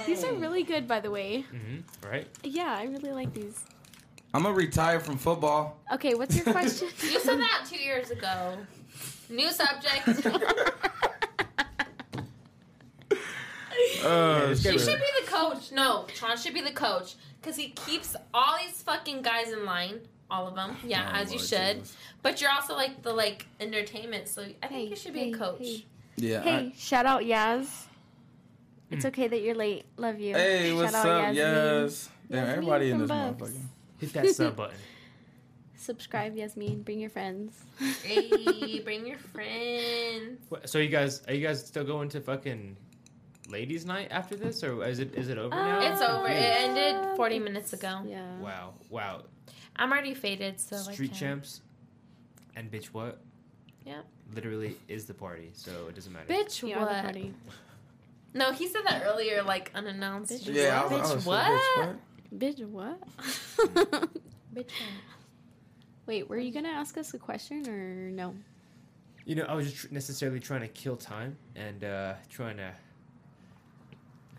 Speaker 3: these are really good, by the way.
Speaker 4: Mm-hmm. All right.
Speaker 3: Yeah, I really like these.
Speaker 2: I'm gonna retire from football.
Speaker 3: Okay, what's your question?
Speaker 1: You said that two years ago. New subject.
Speaker 4: Oh,
Speaker 2: Uh,
Speaker 4: this guy
Speaker 1: You
Speaker 4: Sure.
Speaker 1: should be the coach. No, Tron should be the coach because he keeps all these fucking guys in line. All of them. Yeah,
Speaker 2: Oh,
Speaker 1: as you
Speaker 2: Lord
Speaker 1: should.
Speaker 2: Jesus.
Speaker 1: But you're also like the like entertainment. So I think
Speaker 3: Hey,
Speaker 1: you should be
Speaker 3: hey,
Speaker 1: a coach.
Speaker 3: hey.
Speaker 2: yeah.
Speaker 3: hey,
Speaker 2: I- Hmm.
Speaker 3: shout out Yaz. It's okay that you're late. Love you.
Speaker 2: Hey,
Speaker 3: shout
Speaker 2: what's
Speaker 3: out
Speaker 2: up?
Speaker 3: Yasmin.
Speaker 2: Yes. Damn,
Speaker 3: Yasmin
Speaker 2: everybody in
Speaker 3: from
Speaker 2: this
Speaker 3: Bucks.
Speaker 2: motherfucker.
Speaker 4: Hit that sub button.
Speaker 3: Subscribe, Yasmin. Bring your friends.
Speaker 1: hey, bring your friends.
Speaker 4: What, so you guys are you guys still going to fucking ladies' night after this, or is it is it over now?
Speaker 1: Uh, It's over. It ended 40
Speaker 3: Um,
Speaker 1: minutes ago.
Speaker 3: Yeah.
Speaker 4: Wow wow.
Speaker 1: I'm already faded, so
Speaker 4: Street
Speaker 1: I can't.
Speaker 4: champs, and bitch what?
Speaker 1: Yep.
Speaker 4: Literally is the party, so it doesn't matter.
Speaker 1: Bitch,
Speaker 3: You are the
Speaker 1: what?
Speaker 3: party.
Speaker 1: No, he said that earlier, like unannounced.
Speaker 3: Bitch,
Speaker 2: Yeah,
Speaker 3: what?
Speaker 2: I was,
Speaker 1: Bitch,
Speaker 2: I was
Speaker 1: what?
Speaker 2: Bitch,
Speaker 3: Bitch, what?
Speaker 1: Bitch,
Speaker 3: Wait, were you gonna ask us a question or no?
Speaker 4: You know, I was just tr- necessarily trying to kill time and uh, trying to.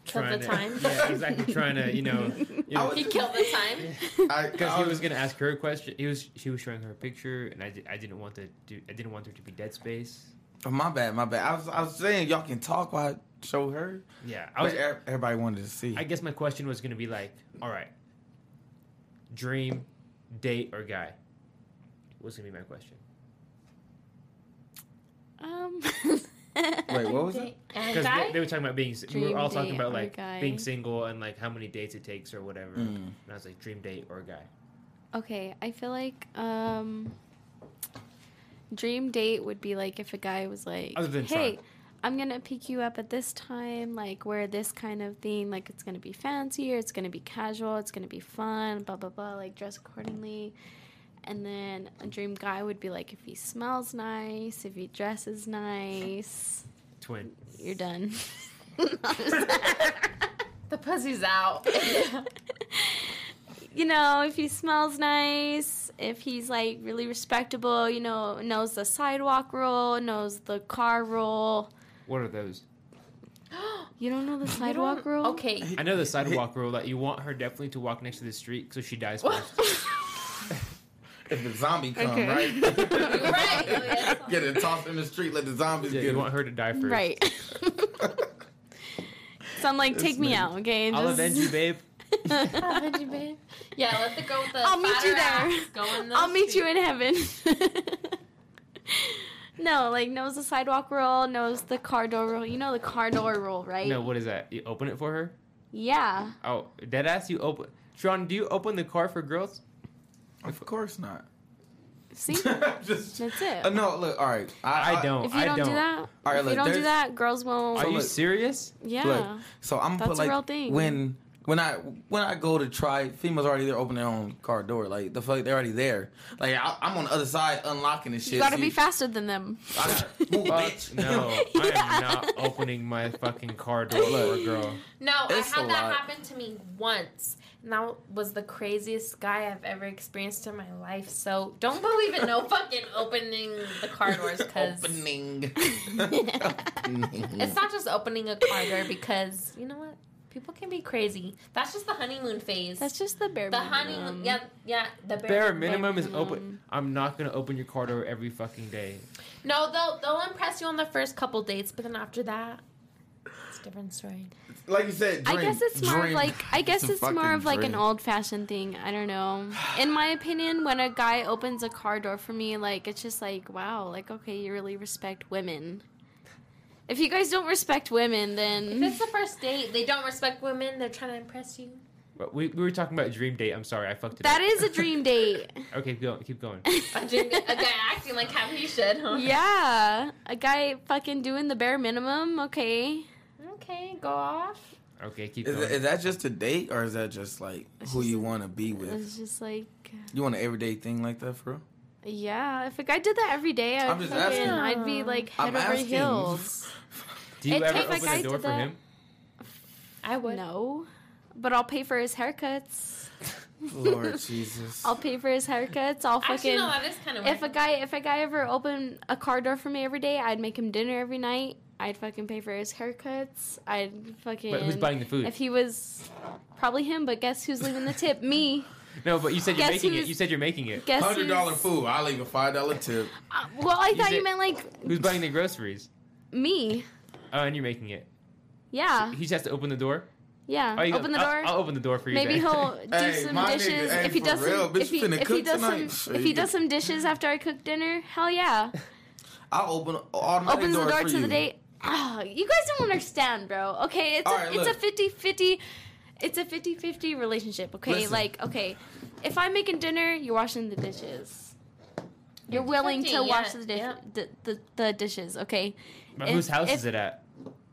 Speaker 1: Kill the
Speaker 4: trying to-
Speaker 1: time?
Speaker 4: Yeah, exactly. Trying to, you know, you
Speaker 2: I
Speaker 4: know
Speaker 2: was-
Speaker 1: He killed the time.
Speaker 2: what? I,
Speaker 4: because
Speaker 2: I
Speaker 4: he was gonna ask her a question. He was she was showing her a picture, and I, di- I didn't want to do I didn't want there to be dead space.
Speaker 2: Oh, my bad, my bad. I was, I was saying y'all can talk while I show her.
Speaker 4: Yeah, I
Speaker 2: I
Speaker 4: was.
Speaker 2: everybody wanted to see.
Speaker 4: I guess my question was gonna be like, all right, dream, date or guy. Was gonna be my question.
Speaker 3: Um.
Speaker 2: Wait, what was it?
Speaker 1: Date And
Speaker 4: Because
Speaker 1: guy?
Speaker 4: they, they were talking about being. we
Speaker 3: Dream
Speaker 4: were all talking
Speaker 3: date
Speaker 4: about
Speaker 3: or
Speaker 4: like
Speaker 3: guy.
Speaker 4: being single and like how many dates it takes or whatever.
Speaker 2: Mm.
Speaker 4: And I was like, dream date or guy.
Speaker 3: Okay, I feel like um dream date would be like if a guy was like,
Speaker 4: Other than
Speaker 3: "Hey,
Speaker 4: Sean.
Speaker 3: I'm going to pick you up at this time, like wear this kind of thing, like it's going to be fancier, it's going to be casual, it's going to be fun, blah blah blah, like dress accordingly." And then a dream guy would be like if he smells nice, if he dresses nice,
Speaker 4: Twin.
Speaker 3: you're done.
Speaker 1: The pussy's out.
Speaker 3: you know, if he smells nice, if he's like really respectable, you know, knows the sidewalk rule, knows the car rule.
Speaker 4: What are those?
Speaker 3: You don't know the sidewalk rule?
Speaker 1: Okay.
Speaker 4: I know the sidewalk rule that you want her definitely to walk next to the street so she dies first.
Speaker 2: If the zombie come,
Speaker 3: Okay.
Speaker 2: right?
Speaker 3: Oh,
Speaker 1: right.
Speaker 2: get it tossed in the street, let the zombies
Speaker 4: yeah,
Speaker 2: get
Speaker 4: you
Speaker 2: it.
Speaker 4: want her to die first.
Speaker 3: Right. so I'm like,
Speaker 2: This
Speaker 3: take me
Speaker 2: man.
Speaker 3: out, okay?
Speaker 4: I'll
Speaker 3: Just-
Speaker 4: avenge you, babe.
Speaker 1: I'll meet you, babe. Yeah, let the girl with the
Speaker 3: I'll meet you
Speaker 1: fatter
Speaker 3: there.
Speaker 1: ass Go in the
Speaker 3: I'll meet you
Speaker 1: street.
Speaker 3: in heaven. no, like knows the sidewalk rule, knows the car door rule. You know the car door rule, right?
Speaker 4: No, what is that? You open it for her?
Speaker 3: Yeah.
Speaker 4: Oh, dead ass. You open. Sean, do you open the car for girls?
Speaker 2: Of course not.
Speaker 3: See?
Speaker 2: Just
Speaker 3: That's it.
Speaker 2: Uh, no, look, all right.
Speaker 4: I don't.
Speaker 3: If you don't, do that,
Speaker 2: All right,
Speaker 3: if you
Speaker 2: look,
Speaker 3: don't do
Speaker 2: there's-
Speaker 3: that, girls won't.
Speaker 4: Are
Speaker 2: So
Speaker 4: you
Speaker 2: look-
Speaker 4: serious?
Speaker 3: yeah.
Speaker 2: Look, so I'm
Speaker 3: That's
Speaker 2: put
Speaker 3: a
Speaker 2: like
Speaker 3: real thing.
Speaker 2: when when I when I go to try females already there open their own car door like the fuck they're already there like I, I'm on the other side unlocking and shit.
Speaker 3: You gotta
Speaker 2: See,
Speaker 3: be faster than them.
Speaker 2: I gotta move,
Speaker 4: Fuck
Speaker 2: bitch.
Speaker 4: no, I
Speaker 3: Yeah.
Speaker 4: am not opening my fucking car door for a girl.
Speaker 1: No,
Speaker 2: It's
Speaker 1: I
Speaker 2: a
Speaker 1: had that
Speaker 2: lot.
Speaker 1: happen to me once. And that was the craziest guy I've ever experienced in my life. So don't believe in no fucking opening the car doors because
Speaker 2: opening.
Speaker 1: it's not just opening a car door because you know what? People can be crazy. That's just the honeymoon phase.
Speaker 3: That's just the bare
Speaker 1: the
Speaker 3: minimum.
Speaker 1: honeymoon. Yeah, yeah. The bare,
Speaker 4: Bare minimum is
Speaker 3: minimum.
Speaker 4: open. I'm not gonna open your car door every fucking day.
Speaker 1: No, they'll they'll impress you on the first couple dates, but then after that, it's a different story.
Speaker 2: like you said,
Speaker 3: I
Speaker 2: drink,
Speaker 3: guess it's more of
Speaker 2: drink.
Speaker 3: like I guess
Speaker 2: a
Speaker 3: it's, more
Speaker 2: fucking
Speaker 3: of like an
Speaker 2: drink.
Speaker 3: old fashioned thing. I don't know. In my opinion, when a guy opens a car door for me, like it's just like wow, like okay, you really respect women. If you guys don't respect women,
Speaker 1: If
Speaker 3: then
Speaker 1: it's the first date, they don't respect women. They're trying to impress you.
Speaker 4: But we, we were talking about dream date. I'm sorry, I fucked it
Speaker 3: that
Speaker 4: up.
Speaker 3: is a dream date.
Speaker 4: Okay, keep going. Keep going.
Speaker 1: A dream- a guy acting like how he should. Huh?
Speaker 3: yeah, a guy fucking doing the bare minimum. Okay,
Speaker 1: Okay, go off.
Speaker 4: Okay, keep
Speaker 2: Is,
Speaker 4: going.
Speaker 2: that- is that just a date or is that just like
Speaker 3: It's
Speaker 2: who
Speaker 3: just-
Speaker 2: you want to be with?
Speaker 3: it's just like
Speaker 2: You want an everyday thing like that for real?
Speaker 3: yeah. If a guy did that every day, I'd
Speaker 2: I'm just
Speaker 3: fucking-
Speaker 2: asking.
Speaker 3: I'd be like head
Speaker 2: I'm
Speaker 3: over
Speaker 2: asking.
Speaker 3: heels.
Speaker 4: Do you
Speaker 3: it
Speaker 4: ever
Speaker 3: takes-
Speaker 4: open
Speaker 3: like, I
Speaker 4: the door
Speaker 3: did
Speaker 4: for
Speaker 3: that.
Speaker 4: him?
Speaker 1: I would.
Speaker 3: No, but I'll pay for his haircuts.
Speaker 2: Lord Jesus.
Speaker 3: I'll pay for his haircuts. I'll
Speaker 1: Actually,
Speaker 3: fucking.
Speaker 1: no, that is kind of
Speaker 3: if a guy, if a guy ever opened a car door for me every day, I'd make him dinner every night. I'd fucking pay for his haircuts. I'd fucking.
Speaker 4: But who's buying the food?
Speaker 3: If he was, probably him. But guess who's leaving the tip? Me.
Speaker 4: No, but you said you're
Speaker 3: Guess
Speaker 4: making it.
Speaker 3: who's-
Speaker 4: You said you're making it.
Speaker 3: Guess
Speaker 2: Hundred dollar
Speaker 3: who's-
Speaker 2: food. I'll leave a five dollar tip.
Speaker 3: Uh, well, I
Speaker 4: You
Speaker 3: thought you
Speaker 4: said-
Speaker 3: meant like
Speaker 4: Who's buying the groceries?
Speaker 3: me.
Speaker 4: Oh, and you're making it.
Speaker 3: Yeah,
Speaker 4: He just has to open the door.
Speaker 3: yeah.
Speaker 4: Oh, you
Speaker 3: Open the
Speaker 4: I'll-
Speaker 3: door.
Speaker 4: I'll, Uh, open the door for you.
Speaker 3: Maybe
Speaker 4: then.
Speaker 3: he'll do
Speaker 2: Hey,
Speaker 3: some
Speaker 2: my nigga,
Speaker 3: dishes
Speaker 2: hey,
Speaker 3: if he
Speaker 2: for
Speaker 3: does.
Speaker 2: real,
Speaker 3: Some,
Speaker 2: bitch,
Speaker 3: if he,
Speaker 2: finna
Speaker 3: if he
Speaker 2: cook
Speaker 3: does
Speaker 2: tonight.
Speaker 3: some,
Speaker 2: Shit,
Speaker 3: if
Speaker 2: you
Speaker 3: he does
Speaker 2: could-
Speaker 3: some dishes after I cook dinner, hell yeah.
Speaker 2: I'll open all my
Speaker 3: opens
Speaker 2: door
Speaker 3: the door
Speaker 2: for
Speaker 3: to
Speaker 2: you.
Speaker 3: the date. Oh, you guys don't understand, bro. Okay, it's
Speaker 2: All
Speaker 3: a,
Speaker 2: right,
Speaker 3: it's a
Speaker 2: look.
Speaker 3: 50 50 it's a 50 50 relationship, okay?
Speaker 2: Listen.
Speaker 3: Like, okay, if I'm making dinner, you're washing the dishes. You're willing to
Speaker 1: 50, yeah,
Speaker 3: wash the, dish,
Speaker 1: yeah.
Speaker 3: the, the the dishes, okay?
Speaker 4: But
Speaker 3: If-
Speaker 4: whose house
Speaker 3: if-
Speaker 4: is it at?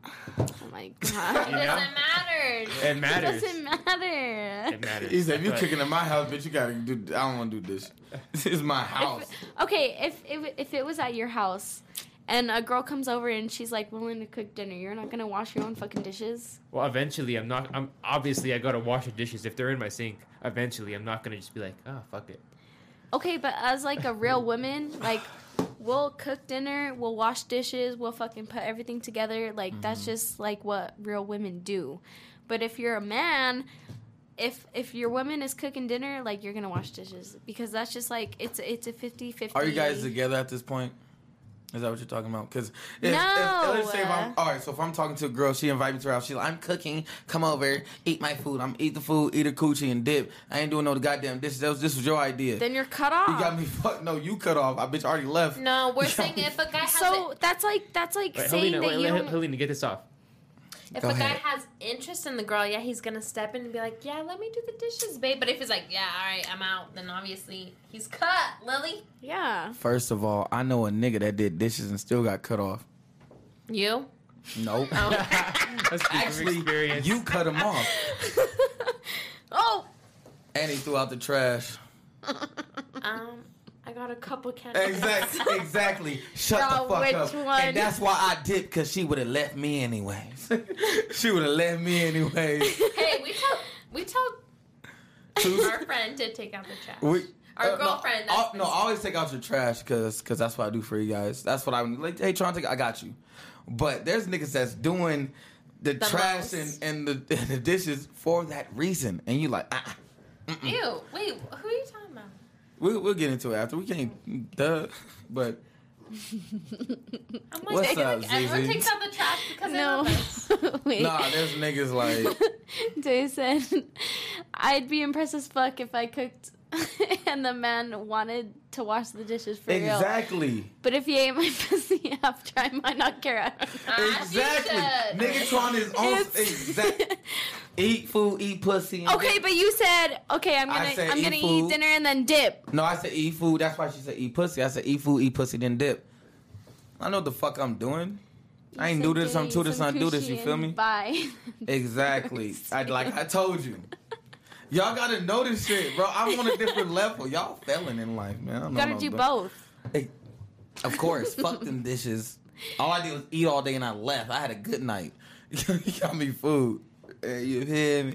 Speaker 3: Oh my god.
Speaker 1: It
Speaker 4: You know?
Speaker 1: doesn't matter.
Speaker 4: It
Speaker 3: it
Speaker 4: matters.
Speaker 3: doesn't matter.
Speaker 4: It matters.
Speaker 2: He said, "If you
Speaker 4: But-
Speaker 2: kicking in my house, bitch, you gotta do. I don't want to do this. This is my house.
Speaker 3: If, okay, if, if if it was at your house and a girl comes over and she's like willing to cook dinner, you're not gonna wash your own fucking dishes?
Speaker 4: Well, eventually, I'm not. I'm obviously I gotta wash the dishes if they're in my sink. Eventually, I'm not gonna just be like, oh fuck it.
Speaker 3: Okay, but as like a real woman, like we'll cook dinner, we'll wash dishes, we'll fucking put everything together. Like that's
Speaker 2: Mm-hmm.
Speaker 3: just like what real women do. But if you're a man, if if your woman is cooking dinner, like you're gonna wash dishes because that's just like it's it's a 50-50.
Speaker 2: Are you guys together at this point? Is that what you're talking about? Because if,
Speaker 3: No.
Speaker 2: if, let's say if I'm all right, so if I'm talking to a girl, she invites me to her house. She's like, "I'm cooking. Come over, eat my food. I'm eat the food, eat a coochie and dip. I ain't doing no goddamn dishes. That was, this was your idea.
Speaker 3: Then you're cut off.
Speaker 2: you got me fucked. No, you cut off. I bitch already left.
Speaker 1: No, we're saying if a guy has
Speaker 3: so that's like that's like
Speaker 4: Wait,
Speaker 3: saying
Speaker 4: Helena,
Speaker 3: that
Speaker 4: wait,
Speaker 3: you
Speaker 4: wait,
Speaker 3: don't.
Speaker 4: Helena, get this off.
Speaker 1: if
Speaker 2: Go
Speaker 1: a guy
Speaker 2: ahead.
Speaker 1: has interest interest in the girl, yeah, he's gonna step in and be like, "Yeah, let me do the dishes, babe." But if he's like, "Yeah, all right, I'm out," then obviously he's cut, Lily.
Speaker 3: Yeah.
Speaker 2: First of all, I know a nigga that did dishes and still got cut off.
Speaker 1: You?
Speaker 2: Nope.
Speaker 4: That's
Speaker 2: Actually, you cut him off,
Speaker 3: Oh.
Speaker 2: and he threw out the trash.
Speaker 1: Um, I got a couple candles.
Speaker 2: Exactly. Exactly. Shut
Speaker 3: Bro,
Speaker 2: the fuck
Speaker 3: which
Speaker 2: up.
Speaker 3: one?
Speaker 2: And that's why I did, because she would have left me anyways. she would have left me anyways.
Speaker 1: hey, we tell we tell
Speaker 2: Two-
Speaker 1: our friend to take out the trash.
Speaker 2: we-
Speaker 1: our
Speaker 2: uh, no,
Speaker 1: girlfriend.
Speaker 2: I-
Speaker 1: that's
Speaker 2: No,
Speaker 1: been-
Speaker 2: I always take out your trash, because that's what I do for you guys. That's what I'm like. Hey, Tron, take, I got you. But there's niggas that's doing the, trash
Speaker 1: most.
Speaker 2: and, and, the, and the dishes for that reason. And you like, ah.
Speaker 1: Ew. Wait, who are you talking about?
Speaker 2: We'll, we'll get into it after. We can't, duh. But
Speaker 1: I'm like,
Speaker 2: What's
Speaker 1: I feel
Speaker 2: up,
Speaker 1: like everyone
Speaker 2: Zizi?
Speaker 1: takes out the trash because they
Speaker 3: No.
Speaker 1: love us.
Speaker 3: Wait.
Speaker 2: nah, there's niggas like,
Speaker 3: They said, I'd be impressed as fuck if I cooked and the man wanted to wash the dishes for real.
Speaker 2: exactly.
Speaker 3: But if he ate my pussy after, I might not care. I don't know.
Speaker 1: As you
Speaker 2: Exactly.
Speaker 1: should.
Speaker 2: Nigga trying his own.
Speaker 3: It's-
Speaker 2: Oh, Exact. eat food, eat pussy. and
Speaker 3: okay,
Speaker 2: dip.
Speaker 3: but you said, okay, I'm
Speaker 2: I
Speaker 3: gonna,
Speaker 2: said
Speaker 3: I'm
Speaker 2: eat
Speaker 3: gonna eat
Speaker 2: food.
Speaker 3: dinner and then dip.
Speaker 2: No, I said eat food. That's why she said eat pussy. I said eat food, eat pussy, then dip. I know what the fuck I'm doing. I ain't do this, I'm to this, I do this. You feel me?
Speaker 3: Bye.
Speaker 2: Exactly. I like I told you. Y'all gotta know this shit, bro. I'm on a different level. Y'all failing in life, man. I don't
Speaker 3: Gotta
Speaker 2: know,
Speaker 3: do
Speaker 2: bro.
Speaker 3: both.
Speaker 2: Hey, Of course, fuck them dishes. All I did was eat all day and I left. I had a good night. you got me food. Hey, you hear me?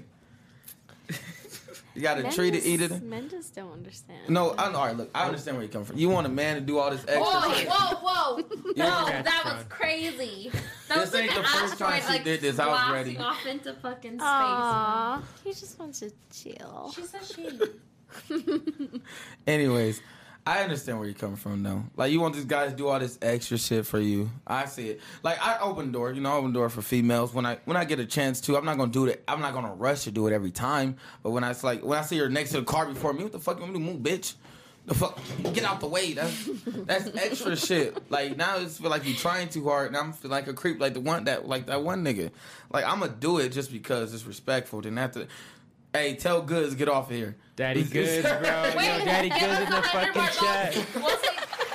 Speaker 2: you got to
Speaker 3: Men
Speaker 2: treat it,
Speaker 3: just-
Speaker 2: eat it.
Speaker 3: Men just don't understand.
Speaker 2: No, I know. All right, look, I understand where you come from. You want a man to do all this extra.
Speaker 1: Whoa,
Speaker 2: shit.
Speaker 1: whoa, whoa.
Speaker 2: Yeah.
Speaker 1: Oh, No,
Speaker 4: That's
Speaker 1: that
Speaker 4: fine.
Speaker 1: was crazy. That
Speaker 2: This
Speaker 1: was like
Speaker 2: ain't
Speaker 1: an
Speaker 2: the first time
Speaker 1: asteroid,
Speaker 2: she
Speaker 1: like,
Speaker 2: did this. I was
Speaker 1: blasting
Speaker 2: ready.
Speaker 1: off into fucking space.
Speaker 3: Aww, he just wants to chill.
Speaker 1: She's a she.
Speaker 2: Anyways, I understand where you come from though. Like you want these guys to do all this extra shit for you. I see it. Like I open door, you know, I open door for females when I when I get a chance to. I'm not gonna do it. I'm not gonna rush to do it every time. But when I it's like when I see her next to the car before me, what the fuck you want me to move, bitch? The fuck, get out the way. That's that's extra shit. Like now, it's feel like you trying too hard, and I'm feel like a creep, like the one that like that one nigga. Like I'm gonna do it just because it's respectful. Then after, hey, tell goods get off of here.
Speaker 4: Daddy Goods, bro. Yo,
Speaker 1: Wait,
Speaker 4: Daddy
Speaker 1: give
Speaker 4: Goods
Speaker 1: us
Speaker 4: in the
Speaker 1: 100 more
Speaker 4: fucking chat.
Speaker 1: bucks. We'll say,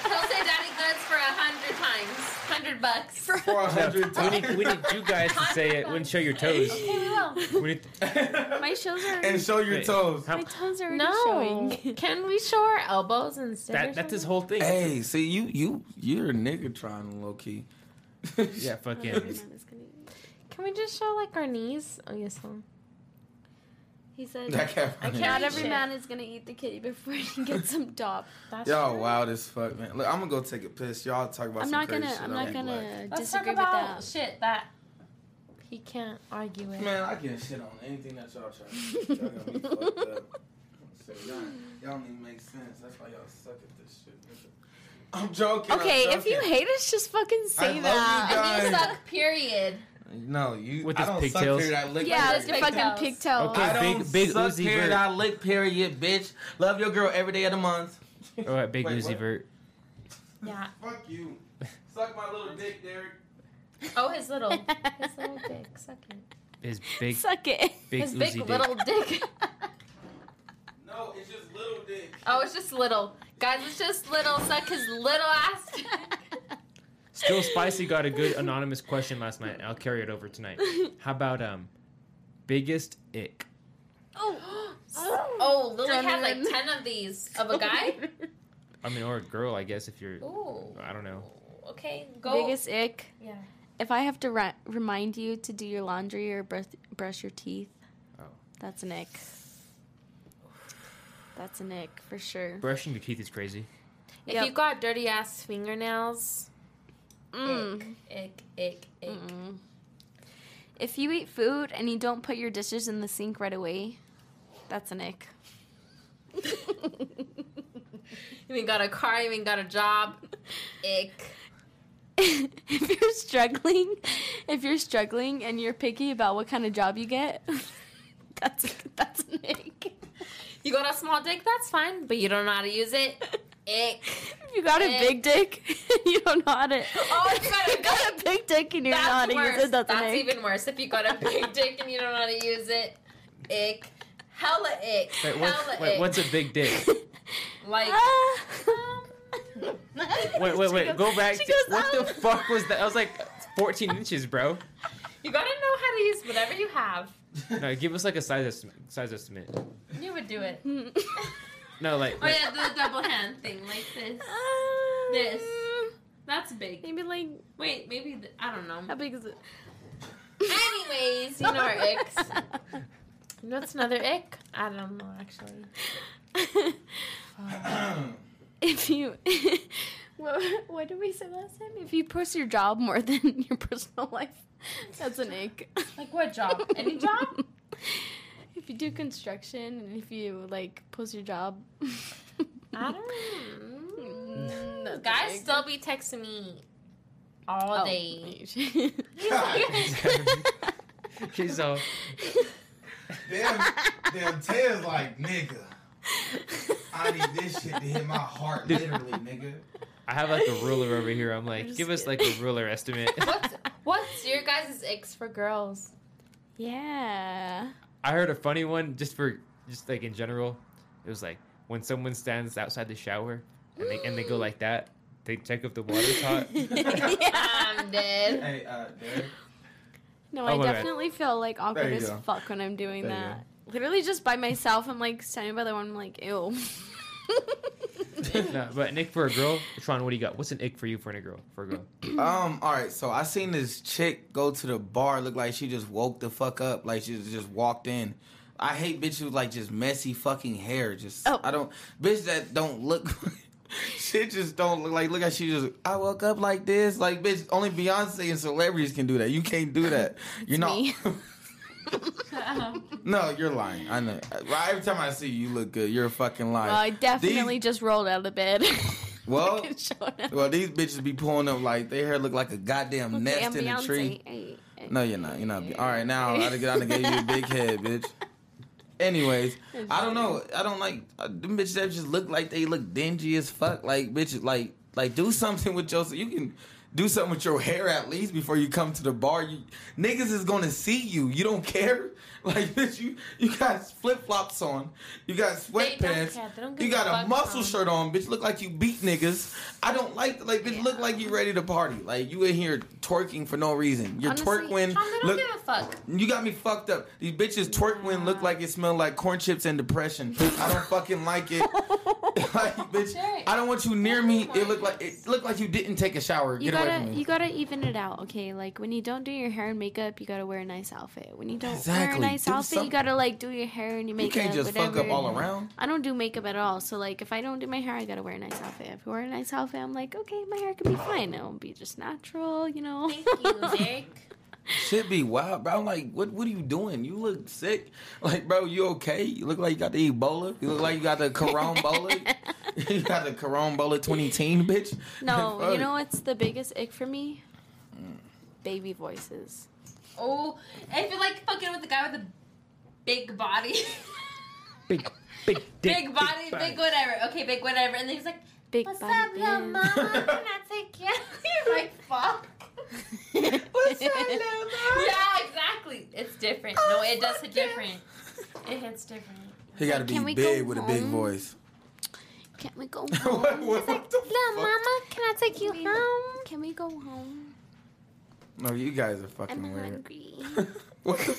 Speaker 1: we'll say daddy goods for a hundred times. Hundred bucks.
Speaker 2: for a hundred
Speaker 4: We need, we need you guys to say it when show your toes.
Speaker 1: okay, we will.
Speaker 4: We need
Speaker 3: My shoulders are
Speaker 2: and show your
Speaker 4: Wait,
Speaker 2: toes.
Speaker 4: how-
Speaker 3: my toes are already
Speaker 1: No.
Speaker 3: showing.
Speaker 1: Can we show our elbows instead?
Speaker 4: that, that's his whole thing.
Speaker 2: Hey, see you, you, you're a nigga trying low key.
Speaker 4: Yeah,
Speaker 3: Oh,
Speaker 4: fucking.
Speaker 3: my mom is gonna-
Speaker 1: Can we just show like our knees? Oh yes. huh.
Speaker 3: He said,
Speaker 2: That cat.
Speaker 1: I can't-
Speaker 3: "Not
Speaker 1: Eat
Speaker 3: every
Speaker 1: shit.
Speaker 3: man is gonna eat the kitty before he gets some top."
Speaker 1: That's
Speaker 2: Y'all
Speaker 1: true.
Speaker 2: wild as fuck, man. Look, I'm gonna go take a piss. Y'all talk about.
Speaker 3: I'm
Speaker 2: some
Speaker 3: not
Speaker 2: crazy
Speaker 3: gonna.
Speaker 2: shit.
Speaker 3: I'm
Speaker 2: I'll
Speaker 3: not
Speaker 2: be
Speaker 3: gonna
Speaker 1: Let's talk
Speaker 3: disagree with
Speaker 1: about
Speaker 3: that.
Speaker 1: shit that he can't argue with.
Speaker 2: black. Man, I can shit on anything that y'all try. to do. Y'all got me fucked up. So y'all, y'all don't even make sense. That's why y'all suck at this shit. nigga. I'm joking. I'm
Speaker 3: Okay, if you
Speaker 2: joking.
Speaker 3: hate us, just fucking
Speaker 2: I
Speaker 3: say
Speaker 2: love
Speaker 3: that.
Speaker 2: you
Speaker 1: And you
Speaker 2: Guys.
Speaker 1: suck, period.
Speaker 2: no, you.
Speaker 4: With
Speaker 2: I
Speaker 4: his
Speaker 2: don't
Speaker 4: pigtails.
Speaker 2: suck period. I lick
Speaker 3: Yeah,
Speaker 2: period.
Speaker 3: with your fucking
Speaker 1: Pigtails.
Speaker 3: pigtails.
Speaker 4: Okay.
Speaker 2: I don't
Speaker 4: Big- big
Speaker 2: suck
Speaker 4: Uzi
Speaker 2: period.
Speaker 4: Vert.
Speaker 2: I lick period, bitch. Love your girl every day of the month.
Speaker 4: All right, Big
Speaker 2: Wait,
Speaker 4: Uzi
Speaker 2: what?
Speaker 4: Vert.
Speaker 1: Yeah.
Speaker 2: Fuck you. Suck my little dick, Derek.
Speaker 1: Oh, his little, his little dick. Suck it.
Speaker 4: His big,
Speaker 3: Suck it.
Speaker 4: big
Speaker 1: his
Speaker 4: Uzi
Speaker 1: big
Speaker 4: dick.
Speaker 1: little dick.
Speaker 2: No, it's just little dick.
Speaker 1: Oh, it's just little. Guys, it's just little. Suck his little ass. dick.
Speaker 4: Still spicy. Got a good anonymous question last night. I'll carry it over tonight. How about um, biggest ick?
Speaker 1: oh, oh, Lily had like
Speaker 3: Dun-dun.
Speaker 1: ten of these of a guy.
Speaker 4: I mean, or a girl, I guess. If you're,
Speaker 1: Ooh.
Speaker 4: I don't know.
Speaker 1: Okay, go.
Speaker 3: Biggest ick.
Speaker 1: Yeah.
Speaker 3: If I have to ri- remind you to do your laundry or brush, brush your teeth,
Speaker 4: Oh.
Speaker 3: that's an ick. That's an ick for sure.
Speaker 4: Brushing your teeth is crazy.
Speaker 1: If
Speaker 3: Yep.
Speaker 1: you got dirty ass fingernails,
Speaker 3: Mm.
Speaker 1: ick, ick, ick. ick.
Speaker 3: Mm. If you eat food and you don't put your dishes in the sink right away, that's an ick.
Speaker 1: You ain't got a car, you ain't got a job. Ick.
Speaker 3: if you're struggling, if you're struggling and you're picky about what kind of job you get, that's that's an ick.
Speaker 1: You got a small dick, that's fine, but you don't know how to use it. Ick.
Speaker 3: If you got a big dick, you don't know how to.
Speaker 1: Oh, it's better.
Speaker 3: you got a big dick and you don't know how
Speaker 1: That's
Speaker 3: to
Speaker 1: worse.
Speaker 3: use it. That's,
Speaker 1: That's
Speaker 3: an egg.
Speaker 1: even worse. If you got a big dick and you don't know how to use it, ick. Hella ick.
Speaker 4: Wait, what-
Speaker 1: Hella
Speaker 4: wait,
Speaker 1: ick.
Speaker 4: what's a big dick?
Speaker 1: like?
Speaker 3: Ah.
Speaker 4: Wait, wait,
Speaker 3: She
Speaker 4: wait.
Speaker 3: goes-
Speaker 4: Go back.
Speaker 3: she
Speaker 4: To,
Speaker 3: goes,
Speaker 4: what the
Speaker 3: "Ah."
Speaker 4: fuck was that? I was like 14 inches, bro.
Speaker 1: You gotta know how to use whatever you have.
Speaker 4: No, give us like a size estimate. Size estimate.
Speaker 1: You would do it.
Speaker 4: No, like,
Speaker 1: Oh
Speaker 4: like-
Speaker 1: yeah, the double hand thing, like this. This. That's big.
Speaker 3: Maybe like
Speaker 1: Wait, maybe th- I don't know.
Speaker 3: how big is it?
Speaker 1: Anyways, you know our icks. You know what's another ick? I don't know actually.
Speaker 3: if you what, what did we say last time? If you post your job more than your personal life, that's an ick.
Speaker 1: Like what job? Any job?
Speaker 3: If you do construction and if you like post your job,
Speaker 1: I don't.
Speaker 3: Mm, that's an
Speaker 1: Guys
Speaker 3: ick.
Speaker 1: still be texting me all
Speaker 3: Oh.
Speaker 1: day.
Speaker 4: she's all.
Speaker 2: Damn, damn Taylor's like, nigga. I need this shit to hit my heart, literally, nigga.
Speaker 4: I have like a ruler over here. I'm like,
Speaker 3: just
Speaker 4: give us like a ruler estimate.
Speaker 1: What's what's your guys' icks for girls?
Speaker 3: yeah.
Speaker 4: I heard a funny one just for just like in general. It was like when someone stands outside the shower and they and they go like that. They check if the water's hot.
Speaker 1: I'm dead.
Speaker 2: Hey, uh, Derek.
Speaker 3: No,
Speaker 4: Oh,
Speaker 3: I
Speaker 4: my bad.
Speaker 3: definitely feel like awkward
Speaker 2: you
Speaker 3: as
Speaker 2: go.
Speaker 3: fuck when I'm doing
Speaker 4: There you
Speaker 3: that. Literally just by myself, I'm like standing by the one, I'm like, ew.
Speaker 4: no, but Nick for a girl, Tron, what do you got? What's an ick for you for a girl? For a girl,
Speaker 2: Um, all right, so I seen this chick go to the bar, look like she just woke the fuck up, like she just walked in. I hate bitches with like just messy fucking hair. Just
Speaker 3: Oh.
Speaker 2: I don't bitch that don't look shit just don't look like look at she just I woke up like this. Like bitch, only Beyonce and celebrities can do that. You can't do that. You're not
Speaker 3: me.
Speaker 2: No, you're lying. I know. Right, Every time I see you, you look good. You're a fucking liar.
Speaker 3: Well, I definitely just rolled out of bed.
Speaker 2: Well-
Speaker 3: Fucking showing up.
Speaker 2: Well, these bitches be pulling up like their hair look like a goddamn
Speaker 3: Okay,
Speaker 2: nest
Speaker 3: I'm
Speaker 2: in a
Speaker 3: Beyonce.
Speaker 2: tree.
Speaker 3: Ay, ay.
Speaker 2: No, you're not. You're not. Be- All right, now I done- I done gave you a big head, bitch. Anyways, I don't know. I don't like uh, them bitches that just look like they look dingy as fuck. Like bitches, like like do something with your. You can do something with your hair at least before you come to the bar. You niggas is gonna see you. You don't care. Like bitch, you you got flip flops on. You
Speaker 1: They
Speaker 2: got
Speaker 1: don't
Speaker 2: sweatpants.
Speaker 1: care. They don't give
Speaker 2: You
Speaker 1: a
Speaker 2: got a
Speaker 1: fuck,
Speaker 2: muscle
Speaker 1: son.
Speaker 2: shirt on, bitch. Look like you beat niggas. I don't like like bitch. Look like you ready to party. Like you in here twerking for no reason. You're
Speaker 3: Honestly,
Speaker 2: twerking.
Speaker 1: Tom, Um, they don't
Speaker 2: look,
Speaker 1: give a fuck.
Speaker 2: you got me fucked up. These bitches twerk when look like it smell like corn chips and depression. I don't fucking like it. like, bitch, I don't want you near me. It look like it look like you didn't take a shower.
Speaker 3: You
Speaker 2: Get away
Speaker 3: gotta
Speaker 2: from me.
Speaker 3: you gotta even it out, okay? Like when you don't do your hair and makeup, you gotta wear a nice outfit. When you don't wear a
Speaker 2: Exactly.
Speaker 3: nice
Speaker 2: Do
Speaker 3: outfit,
Speaker 2: something.
Speaker 3: you gotta like do your hair and your
Speaker 2: you
Speaker 3: makeup.
Speaker 2: can't just
Speaker 3: whatever.
Speaker 2: fuck up all around.
Speaker 3: I don't do makeup at all, so like if I don't do my hair, I gotta wear a nice outfit. If I wear a nice outfit, I'm like, okay, my hair can be fine. It'll be just natural, you know.
Speaker 1: Thank you, Nick.
Speaker 2: Should be wild, bro. I'm like, what what are you doing? You look sick. Like, bro, you okay? You look like you got the Ebola. You look like you got the Corona. you got the Corona 2010, bitch.
Speaker 3: No, you
Speaker 2: Fuck.
Speaker 3: know what's the biggest ick for me? Baby voices.
Speaker 1: Oh, if you're like fucking with the guy with the big body,
Speaker 4: big, big, dick,
Speaker 1: big body, big, whatever. Okay, big whatever. And then he's like,
Speaker 3: Big
Speaker 1: "What's
Speaker 3: body
Speaker 1: up, little
Speaker 3: bitch.
Speaker 1: mama? Can I take care?" of you?" You're like, "Fuck." What's up, little mama? Yeah, exactly. It's different. no, it does hit different. It hits different.
Speaker 2: he got to be
Speaker 3: Can we
Speaker 2: big
Speaker 3: go
Speaker 2: with a big
Speaker 3: home?
Speaker 2: voice.
Speaker 3: Can't we go
Speaker 2: what,
Speaker 3: home?
Speaker 2: what, what the fuck?
Speaker 3: can I take you home? Can we go home?
Speaker 2: No, you guys are
Speaker 3: I'm
Speaker 2: fucking weird.
Speaker 3: hungry.
Speaker 2: what the?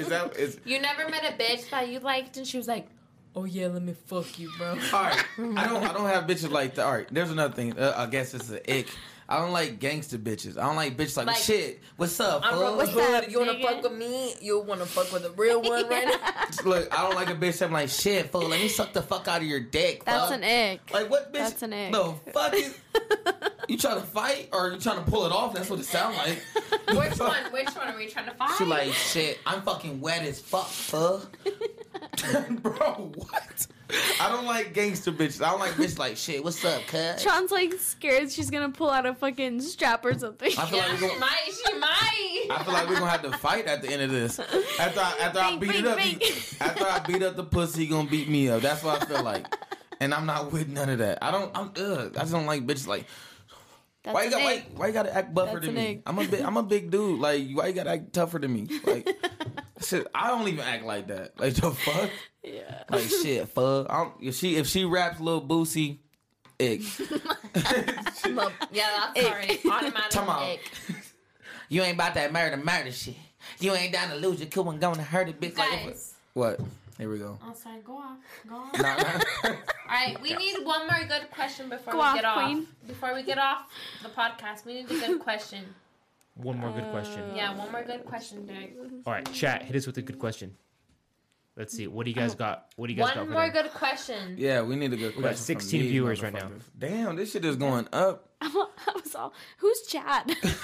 Speaker 2: Is that is
Speaker 1: You never met a bitch that you liked, and she was like,
Speaker 7: Oh yeah, let me fuck you, bro.
Speaker 2: all right? I don't I don't have bitches like that. All right, there's another thing. Uh, I guess it's an ick. I don't like gangster bitches. I don't like bitches like,
Speaker 1: Like,
Speaker 2: shit. What's up?
Speaker 1: "I'm
Speaker 2: fool?"
Speaker 1: real- what's
Speaker 7: But
Speaker 1: up,
Speaker 7: you wanna
Speaker 1: nigga?"
Speaker 7: fuck with me? You wanna fuck with a real one right now?
Speaker 2: Look, I don't like a bitch. I'm like shit, fool. Let me suck the fuck out of your dick.
Speaker 3: That's
Speaker 2: fool."
Speaker 3: an ick.
Speaker 2: Like what, bitch?
Speaker 3: That's an ick.
Speaker 2: No, fuck it. You trying to fight or you trying to pull it off? That's what it sounds like.
Speaker 1: "Which one? Which one are we trying to find?"
Speaker 2: She like shit. I'm fucking wet as fuck, fuck. Bro, what? I don't like gangster bitches. I don't like bitches like shit. What's up, cuz?
Speaker 3: Tron's like scared she's gonna pull out a fucking strap or something.
Speaker 2: I feel
Speaker 1: yeah,
Speaker 2: like we're
Speaker 1: she
Speaker 2: gonna.
Speaker 1: might. She might.
Speaker 2: I feel like we're gonna have to fight at the end of this. After I, after I
Speaker 3: Bing,
Speaker 2: beat
Speaker 3: bing,
Speaker 2: it up,
Speaker 3: bing.
Speaker 2: after I beat up the pussy, he gonna beat me up. That's what I feel like. and I'm not with none of that. I don't. I'm. Ugh, I just don't like bitches like. why you
Speaker 3: an
Speaker 2: got why,
Speaker 3: egg.
Speaker 2: why you gotta act buffer
Speaker 3: That's
Speaker 2: to
Speaker 3: an
Speaker 2: me?
Speaker 3: egg.
Speaker 2: I'm a big I'm a big dude. Like why you gotta act tougher to me? Like shit, I don't even act like that. Like the fuck?
Speaker 3: Yeah.
Speaker 2: Like shit, fuck. I don't, if she if she raps little Boosie, ick.
Speaker 7: Look,
Speaker 1: Yeah, that's already automatic.
Speaker 2: Come on.
Speaker 1: ick.
Speaker 2: You ain't about that murder murder shit. You ain't down to lose your cool and going to hurt a bitch
Speaker 1: Guys,
Speaker 2: what? Here we go.
Speaker 1: I'm sorry. Go off. Go off.
Speaker 2: Nah, nah.
Speaker 1: All right, we need one more good question before
Speaker 3: Go
Speaker 1: we
Speaker 3: off,
Speaker 1: get off.
Speaker 3: queen.
Speaker 1: Before we get off the podcast, we need a good question.
Speaker 4: One more good question.
Speaker 1: Yeah, one more good question, Derek.
Speaker 4: All right, chat, hit us with a good question. Let's see. What do you guys got? What do you guys got?
Speaker 1: Oh. One
Speaker 4: for
Speaker 1: more
Speaker 4: them?
Speaker 1: good question.
Speaker 2: yeah, we need a good question.
Speaker 4: We got
Speaker 2: from
Speaker 4: 16
Speaker 2: these
Speaker 4: viewers right now.
Speaker 2: motherfuckers. Damn, this shit is going up.
Speaker 3: I was all, who's Chad?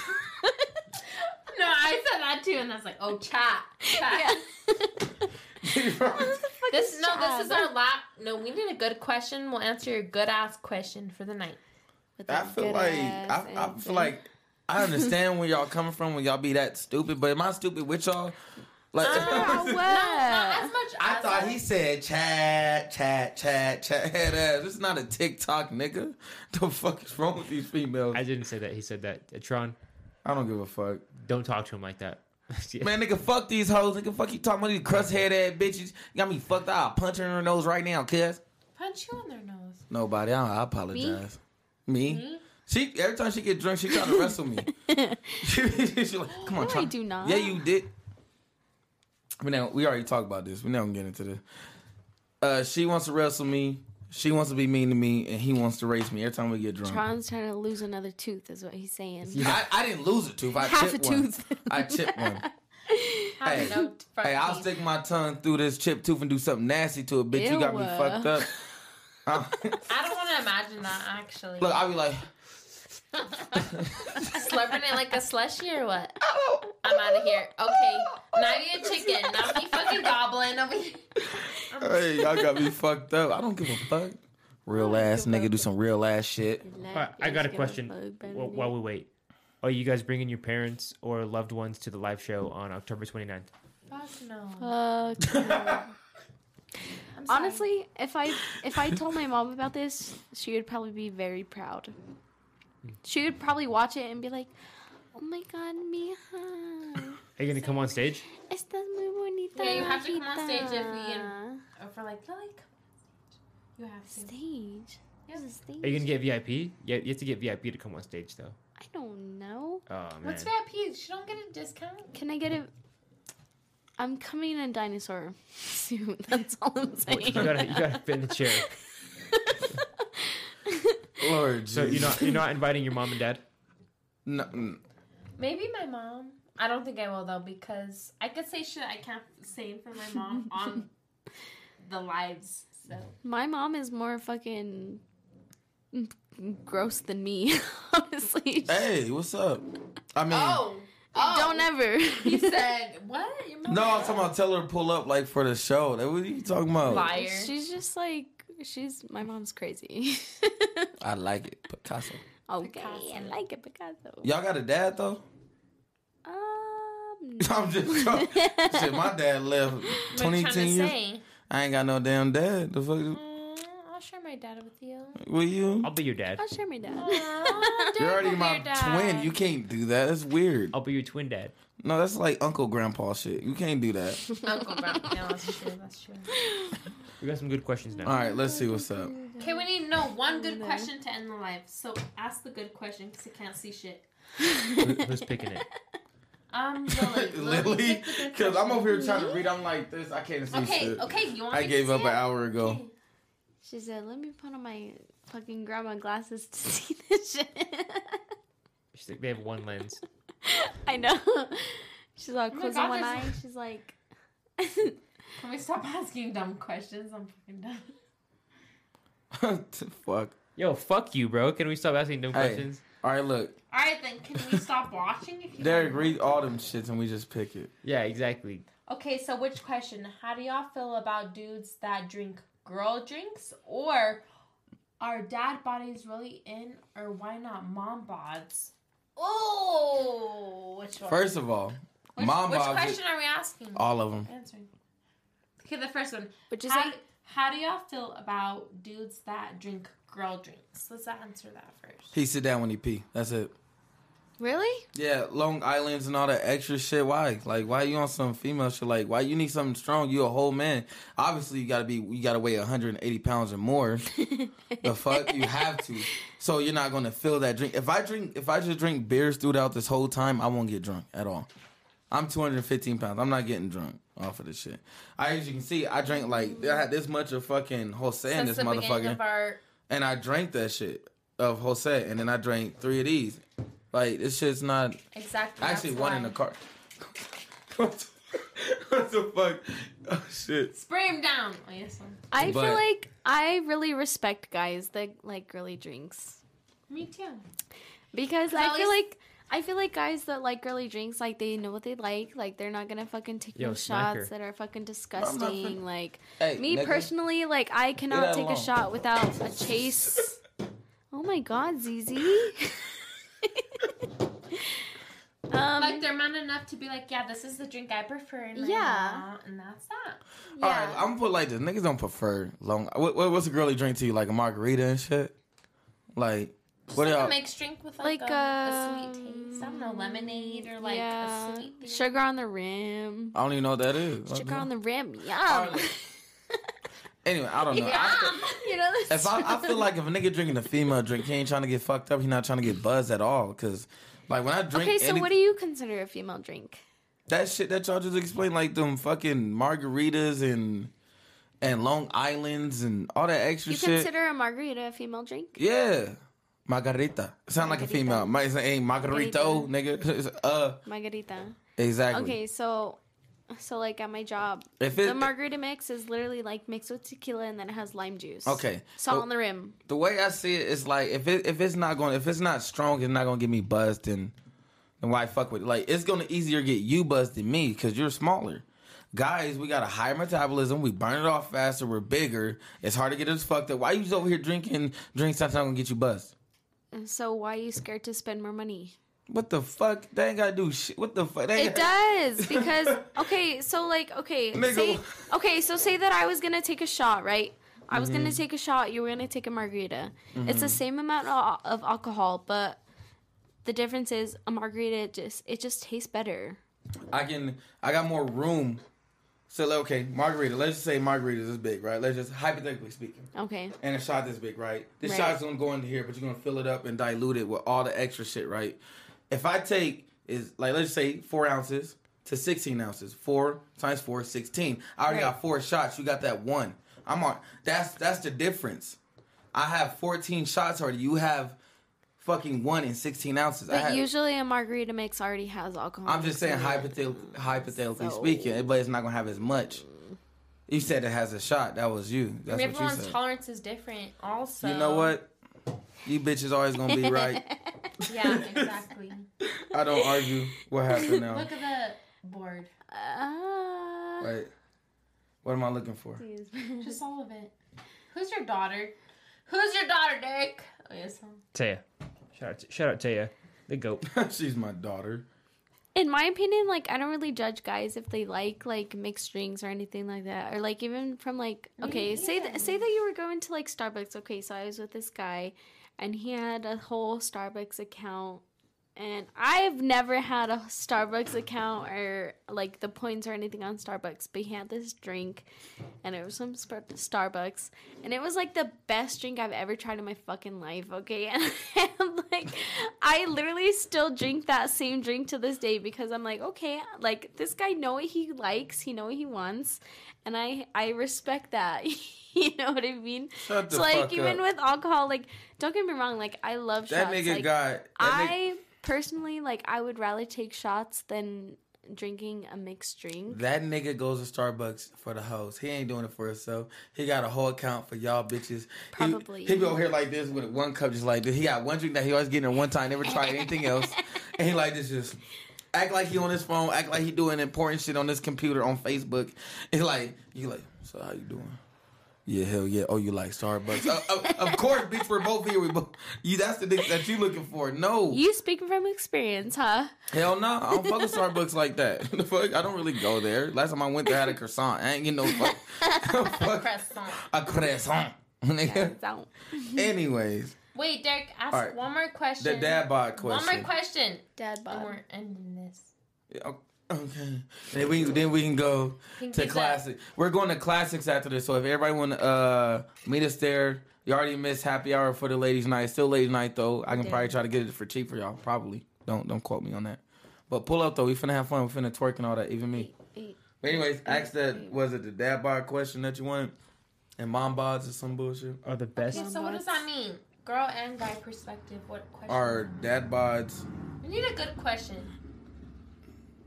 Speaker 1: No, I said that too, and I was like, oh, chat. chat. This no, this is our lap. No, we need a good question. We'll answer your good ass question for the night.
Speaker 2: I feel like I, I feel like I understand where y'all coming from when y'all be that stupid, but am I stupid with y'all? Like
Speaker 1: Ah, Not as much.
Speaker 2: I
Speaker 1: as
Speaker 2: thought
Speaker 1: us.
Speaker 2: he said chat, chat, chat, chat head ass. This is not a TikTok nigga. The fuck is wrong with these females?
Speaker 4: I
Speaker 2: I,
Speaker 4: didn't say that. He said that. Uh, Tron,
Speaker 2: don't give a fuck.
Speaker 4: don't talk to him like that. Yeah.
Speaker 2: Man, nigga, fuck these hoes. Nigga, fuck you talking about these crust head ass bitches. You got me fucked up. I'll punch her in her nose right now, cuz.
Speaker 1: punch you on their nose.
Speaker 2: Nobody. I, I apologize. Me? She every time she get drunk, she try to wrestle me. she like, come on,
Speaker 3: No,
Speaker 2: try-
Speaker 3: I do not.
Speaker 2: Yeah, you did. But now we already talked about this. We're not gonna get into this. Uh, she wants to wrestle me. She wants to be mean to me, and he wants to race me every time we get drunk.
Speaker 3: Tron's trying to lose another tooth, is what he's saying.
Speaker 2: I, I didn't lose a tooth. I
Speaker 3: Half
Speaker 2: chipped
Speaker 3: a
Speaker 2: one.
Speaker 3: tooth.
Speaker 2: I chipped one.
Speaker 1: Have
Speaker 2: Hey.
Speaker 1: no front
Speaker 2: Hey, I'll
Speaker 1: teeth.
Speaker 2: stick my tongue through this chipped tooth and do something nasty to a bitch. You got me
Speaker 3: Ew.
Speaker 2: fucked up. I'm-
Speaker 1: I don't want to imagine that actually.
Speaker 2: Look, I'll be like,
Speaker 1: Slurping it like a slushy or what? I'm out of here. Okay, now you a chicken. Now you fucking goblin over here.
Speaker 2: hey, y'all got me fucked up. I don't give a fuck. Real ass nigga do some real ass shit.
Speaker 4: All right, I got a question while, while we wait. Are you guys bringing your parents or loved ones to the live show on October 29th?
Speaker 1: Fuck no.
Speaker 3: Fuck no.
Speaker 1: I'm sorry.
Speaker 3: Honestly, if I if I told my mom about this, she would probably be very proud. She would probably watch it and be like, "Oh my god, mija,
Speaker 4: Are you going to come on stage?
Speaker 3: estás muy bonita."
Speaker 1: Yeah, you have to come on stage if we-
Speaker 3: mijita."
Speaker 1: Oh, for like Lily, come on stage.
Speaker 3: stage.
Speaker 1: You have
Speaker 3: There's
Speaker 1: to.
Speaker 3: a stage.
Speaker 4: Are you going to get VIP? Yeah, you have to get VIP to come on stage, though.
Speaker 3: I don't know.
Speaker 4: Oh, man.
Speaker 1: What's VIP? She don't get a discount.
Speaker 3: Can I get a? I'm coming in a dinosaur soon. That's all I'm saying.
Speaker 4: Oh, you gotta, you gotta fit in the chair.
Speaker 2: Lord,
Speaker 4: So you're not, you're not inviting your mom and dad.
Speaker 2: No, mm.
Speaker 1: Maybe my mom. I don't think I will though because I could say shit I can't say for my mom on the lives. So
Speaker 2: Mm.
Speaker 3: My mom is more fucking gross than me, honestly.
Speaker 2: hey, what's up? I mean,
Speaker 1: Oh.
Speaker 3: Don't ever.
Speaker 1: He said what? Your mom
Speaker 2: no, I'm talking about tell her to pull up like for the show. That- What are you talking about?
Speaker 1: liar.
Speaker 3: She's just like she's my mom's crazy.
Speaker 2: I like it, Picasso.
Speaker 3: okay, I
Speaker 1: Picasso.
Speaker 3: like it Picasso.
Speaker 2: Y'all got a dad though?
Speaker 3: Um,
Speaker 2: I'm just joking. Shit, my dad left
Speaker 1: What are you
Speaker 2: 20
Speaker 1: trying to
Speaker 2: 10 years.
Speaker 1: say?
Speaker 2: I ain't got no damn dad. The fuck
Speaker 1: Mm, I'll share my dad with you.
Speaker 2: with you?
Speaker 4: I'll be your dad.
Speaker 3: I'll share my dad.
Speaker 1: Aw,
Speaker 2: You're
Speaker 1: Derek
Speaker 2: already
Speaker 1: will be
Speaker 2: my
Speaker 1: your dad.
Speaker 2: twin. You can't do that. That's weird.
Speaker 4: I'll be your twin dad.
Speaker 2: No, that's like Uncle Grandpa shit. You can't do that.
Speaker 1: Uncle Brown. Yeah, that's true. That's true.
Speaker 4: We got some good questions now.
Speaker 2: All right, let's see what's up.
Speaker 1: Okay, we need to know one good question to end the live. So ask the good question because I can't see shit.
Speaker 4: Who- who's picking it?
Speaker 1: Um, Lily.
Speaker 2: Lily,
Speaker 1: pick the good
Speaker 2: because I'm
Speaker 1: question.
Speaker 2: over here trying to read. I'm like this. I can't see
Speaker 1: Okay,
Speaker 2: shit.
Speaker 1: okay. You want
Speaker 2: I
Speaker 1: me to
Speaker 2: gave
Speaker 1: see
Speaker 2: up an
Speaker 1: it?
Speaker 2: hour ago.
Speaker 1: Okay.
Speaker 3: She said, "Let me put on my fucking grandma glasses to see this shit."
Speaker 4: She's like, they have one lens.
Speaker 3: I know. She's
Speaker 1: my
Speaker 3: all closing
Speaker 1: God,
Speaker 3: one eye.
Speaker 1: there's-
Speaker 3: She's like,
Speaker 1: Can we stop asking dumb questions? I'm fucking done.
Speaker 2: Fuck.
Speaker 4: Yo, fuck you, bro. Can we stop asking dumb
Speaker 2: Hey.
Speaker 4: questions?
Speaker 2: All right, look.
Speaker 1: All right, then. Can we stop watching? If you
Speaker 2: Derek,
Speaker 1: don't-
Speaker 2: read all them shits and we just pick it.
Speaker 4: Yeah, exactly.
Speaker 1: Okay, so which question? How do y'all feel about dudes that drink girl drinks or are dad bodies really in or why not mom bods? Oh, which one?
Speaker 2: First of all,
Speaker 1: which,
Speaker 2: mom
Speaker 1: Which
Speaker 2: bods.
Speaker 1: question are we asking?
Speaker 2: All of them.
Speaker 1: Answering. Okay, the first one.
Speaker 3: "Which is
Speaker 1: How,
Speaker 3: like,
Speaker 1: How do y'all feel about dudes that drink girl drinks? Let's answer that first.
Speaker 2: He sit down when he pee. That's it.
Speaker 3: Really?
Speaker 2: Yeah, Long Island's and all that extra shit. Why? Like, why you on some female shit? Like, why you need something strong? You a whole man. Obviously, you gotta be. You gotta weigh 180 pounds or more. the fuck, you have to. So you're not gonna feel that drink. If I drink, if I just drink beers throughout this whole time, I won't get drunk at all. I'm 215 pounds. I'm not getting drunk off of this shit. I, as you can see, I drank like I had this much of fucking Jose in
Speaker 1: Since
Speaker 2: this
Speaker 1: the beginning
Speaker 2: motherfucker
Speaker 1: of our
Speaker 2: and I drank that shit of Jose, and then I drank three of these. Like this shit's not
Speaker 1: exactly
Speaker 2: actually
Speaker 1: that's
Speaker 2: one
Speaker 1: why.
Speaker 2: in the car. what the- what the fuck? Oh shit!
Speaker 1: Spray him down. Oh, yes, one.
Speaker 3: I
Speaker 2: But-
Speaker 3: feel like I really respect guys that like girly drinks
Speaker 1: Me too.
Speaker 3: because
Speaker 1: I
Speaker 3: I feel
Speaker 1: always-
Speaker 3: like I feel like guys that like girly drinks like they know what they like. Like they're not gonna fucking take
Speaker 4: Yo,
Speaker 3: no
Speaker 4: smack her.
Speaker 3: shots that are fucking
Speaker 2: not fin-
Speaker 3: disgusting. like
Speaker 2: Hey,
Speaker 3: me
Speaker 2: nigga.
Speaker 3: personally, like I
Speaker 2: out
Speaker 3: cannot take
Speaker 2: alone.
Speaker 3: a shot without a chase. oh my god, Zizi. um,
Speaker 1: Like they're man enough to be like, yeah, this is the drink I prefer. And
Speaker 3: Yeah.
Speaker 1: and that's that.
Speaker 2: All right, I'm gonna put it like this: niggas don't prefer long. What, what- what's a girly drink to you? Like a margarita and shit. Like what
Speaker 1: like a
Speaker 2: y'all?
Speaker 1: mixed drink with like,
Speaker 3: Like,
Speaker 1: a, a sweet
Speaker 3: um,
Speaker 1: taste. I don't know, lemonade or like
Speaker 3: yeah.
Speaker 1: a sweet
Speaker 3: sugar on the rim.
Speaker 2: I don't even know what that is.
Speaker 3: Sugar on the rim,
Speaker 2: All right.
Speaker 3: yum.
Speaker 2: Anyway, I don't know. I feel-
Speaker 3: you know,
Speaker 2: if I, I feel like if a nigga drinking a female drink, he ain't trying to get fucked up. He not trying to get buzzed at all. Cause like when I drink,
Speaker 3: okay, so
Speaker 2: any-
Speaker 3: what do you consider a female drink?
Speaker 2: that shit that y'all just explained, like them fucking margaritas and and Long Islands and all that extra
Speaker 3: You
Speaker 2: shit.
Speaker 3: consider a margarita a female drink?
Speaker 2: yeah, margarita. Sound like a
Speaker 3: Margarita.
Speaker 2: female. My it ain't margarito, nigga. It's, uh,
Speaker 3: Margarita.
Speaker 2: exactly.
Speaker 3: Okay, so so like at my job,
Speaker 2: If
Speaker 3: the
Speaker 2: it
Speaker 3: margarita mix is literally like mixed with tequila and then it has lime juice.
Speaker 2: okay, Oh.
Speaker 3: Salt
Speaker 2: Well,
Speaker 3: on the rim.
Speaker 2: the way I see it is like if it if it's not going if it's not strong, it's not gonna get me buzzed and and why fuck with it. Like it's gonna easier get you buzzed than me because you're smaller. Guys, we got a higher metabolism. We burn it off faster. We're bigger. It's hard to get us fucked up. Why you just over here drinking drinks that's not gonna get you buzzed?
Speaker 3: So why are you scared to spend more money?
Speaker 2: What the fuck? They ain't gotta do shit. What the fuck? They
Speaker 3: It
Speaker 2: ain't-
Speaker 3: does because okay, so like okay,
Speaker 2: Nigga.
Speaker 3: say, okay, so say that I was gonna take a shot, right? I was
Speaker 2: Mm-hmm.
Speaker 3: gonna take a shot. You were gonna take a margarita. It's the same amount of, of alcohol, but the difference is a margarita just it just tastes better.
Speaker 2: I can. I got more room. So like, okay, margarita. Let's just say margarita's this big, right? Let's just hypothetically speaking.
Speaker 3: Okay,
Speaker 2: and a shot this big, right? This
Speaker 3: Right.
Speaker 2: shot's gonna go into here, but you're gonna fill it up and dilute it with all the extra shit, right? If I take is like let's say four ounces to sixteen ounces, four times four is sixteen. I already got four shots. You got that one. I'm on. That's that's the difference. I have fourteen shots already. You have fucking one and sixteen ounces. I
Speaker 3: but
Speaker 2: have,
Speaker 3: usually a margarita mix already has alcohol.
Speaker 2: I'm just saying
Speaker 3: mixed in it.
Speaker 2: hypothet- hypothetically
Speaker 3: So-
Speaker 2: speaking, but it's not gonna have as much. You said it has a shot. That was you. That's what you
Speaker 1: Everyone's
Speaker 2: said.
Speaker 1: tolerance is different, also.
Speaker 2: You know what? You bitches always gonna be right.
Speaker 1: Yeah, exactly.
Speaker 2: I don't argue. What happened now?
Speaker 1: Look at the board.
Speaker 3: Ah.
Speaker 2: Wait. What am I looking for?
Speaker 1: Just all of it. Who's your daughter? Who's your daughter, Derek? Oh, yes, one.
Speaker 4: Taya. Shout out, shout out Taya, the goat.
Speaker 2: She's my daughter.
Speaker 3: in my opinion, like I don't really judge guys if they like like mixed drinks or anything like that, or like even from like okay, say that say that you were going to like Starbucks. Okay, so I was with this guy, and he had a whole Starbucks account, and I've never had a Starbucks account or like the points or anything on Starbucks, but he had this drink, and it was from Spar- Starbucks, and it was like the best drink I've ever tried in my fucking life. Okay, and I'm like, I literally still drink that same drink to this day because I'm like, okay, like this guy know what he likes, he know what he wants, and I I respect that. you know what I mean?
Speaker 2: Shut the
Speaker 3: It's like
Speaker 2: fuck
Speaker 3: even
Speaker 2: up.
Speaker 3: with alcohol, like don't get me wrong, like I love
Speaker 2: that
Speaker 3: shots.
Speaker 2: nigga
Speaker 3: like,
Speaker 2: got. That nigga-
Speaker 3: I personally like I would rather take shots than drinking a mixed drink.
Speaker 2: that nigga goes to Starbucks for the hoes. He ain't doing it for himself. He got a whole account for y'all bitches.
Speaker 3: Probably.
Speaker 2: He, he be over here like this with one cup, just like this. He got one drink that he always getting at one time, never tried anything else. And he like this just act like he on his phone, act like he doing important shit on this computer on Facebook. It's like you like, so how you doing? Yeah, hell yeah. Oh, you like Starbucks? Uh, of- of course, bitch. We're both here. We both. You. That's the dick that you looking for. No,
Speaker 3: You speaking from experience, huh?
Speaker 2: hell no. I don't fuck with Starbucks like that. The fuck? I don't really go there. Last time I went there, I had a croissant. I ain't getting no fuck. fuck
Speaker 1: Croissant.
Speaker 2: a croissant. Nigga.
Speaker 3: Don't.
Speaker 2: Anyways,
Speaker 1: Wait, Derek, ask
Speaker 2: All right.
Speaker 1: one more question.
Speaker 2: the dad bod
Speaker 1: One
Speaker 2: question.
Speaker 1: more question.
Speaker 3: Dad
Speaker 1: And
Speaker 3: bod.
Speaker 1: we're ending this.
Speaker 2: Yeah, Okay. Then we then we can go
Speaker 1: Pinkies
Speaker 2: to
Speaker 1: up.
Speaker 2: classic. We're going to classics after this. So if everybody want to uh, meet us there, you already missed happy hour for the ladies' night. Still ladies' night though. I can probably try to get it for cheap for y'all. Probably. Don't don't quote me on that. But pull up though. We finna have fun. We finna twerk and all that. Even me.
Speaker 3: Eight.
Speaker 2: But anyways, ask that was it the dad bod question that you wanted, and mom bods or some bullshit.
Speaker 4: Are the best.
Speaker 1: Okay, so what does that mean? Girl and guy perspective. What question?
Speaker 2: Or dad bods.
Speaker 1: We need a good question.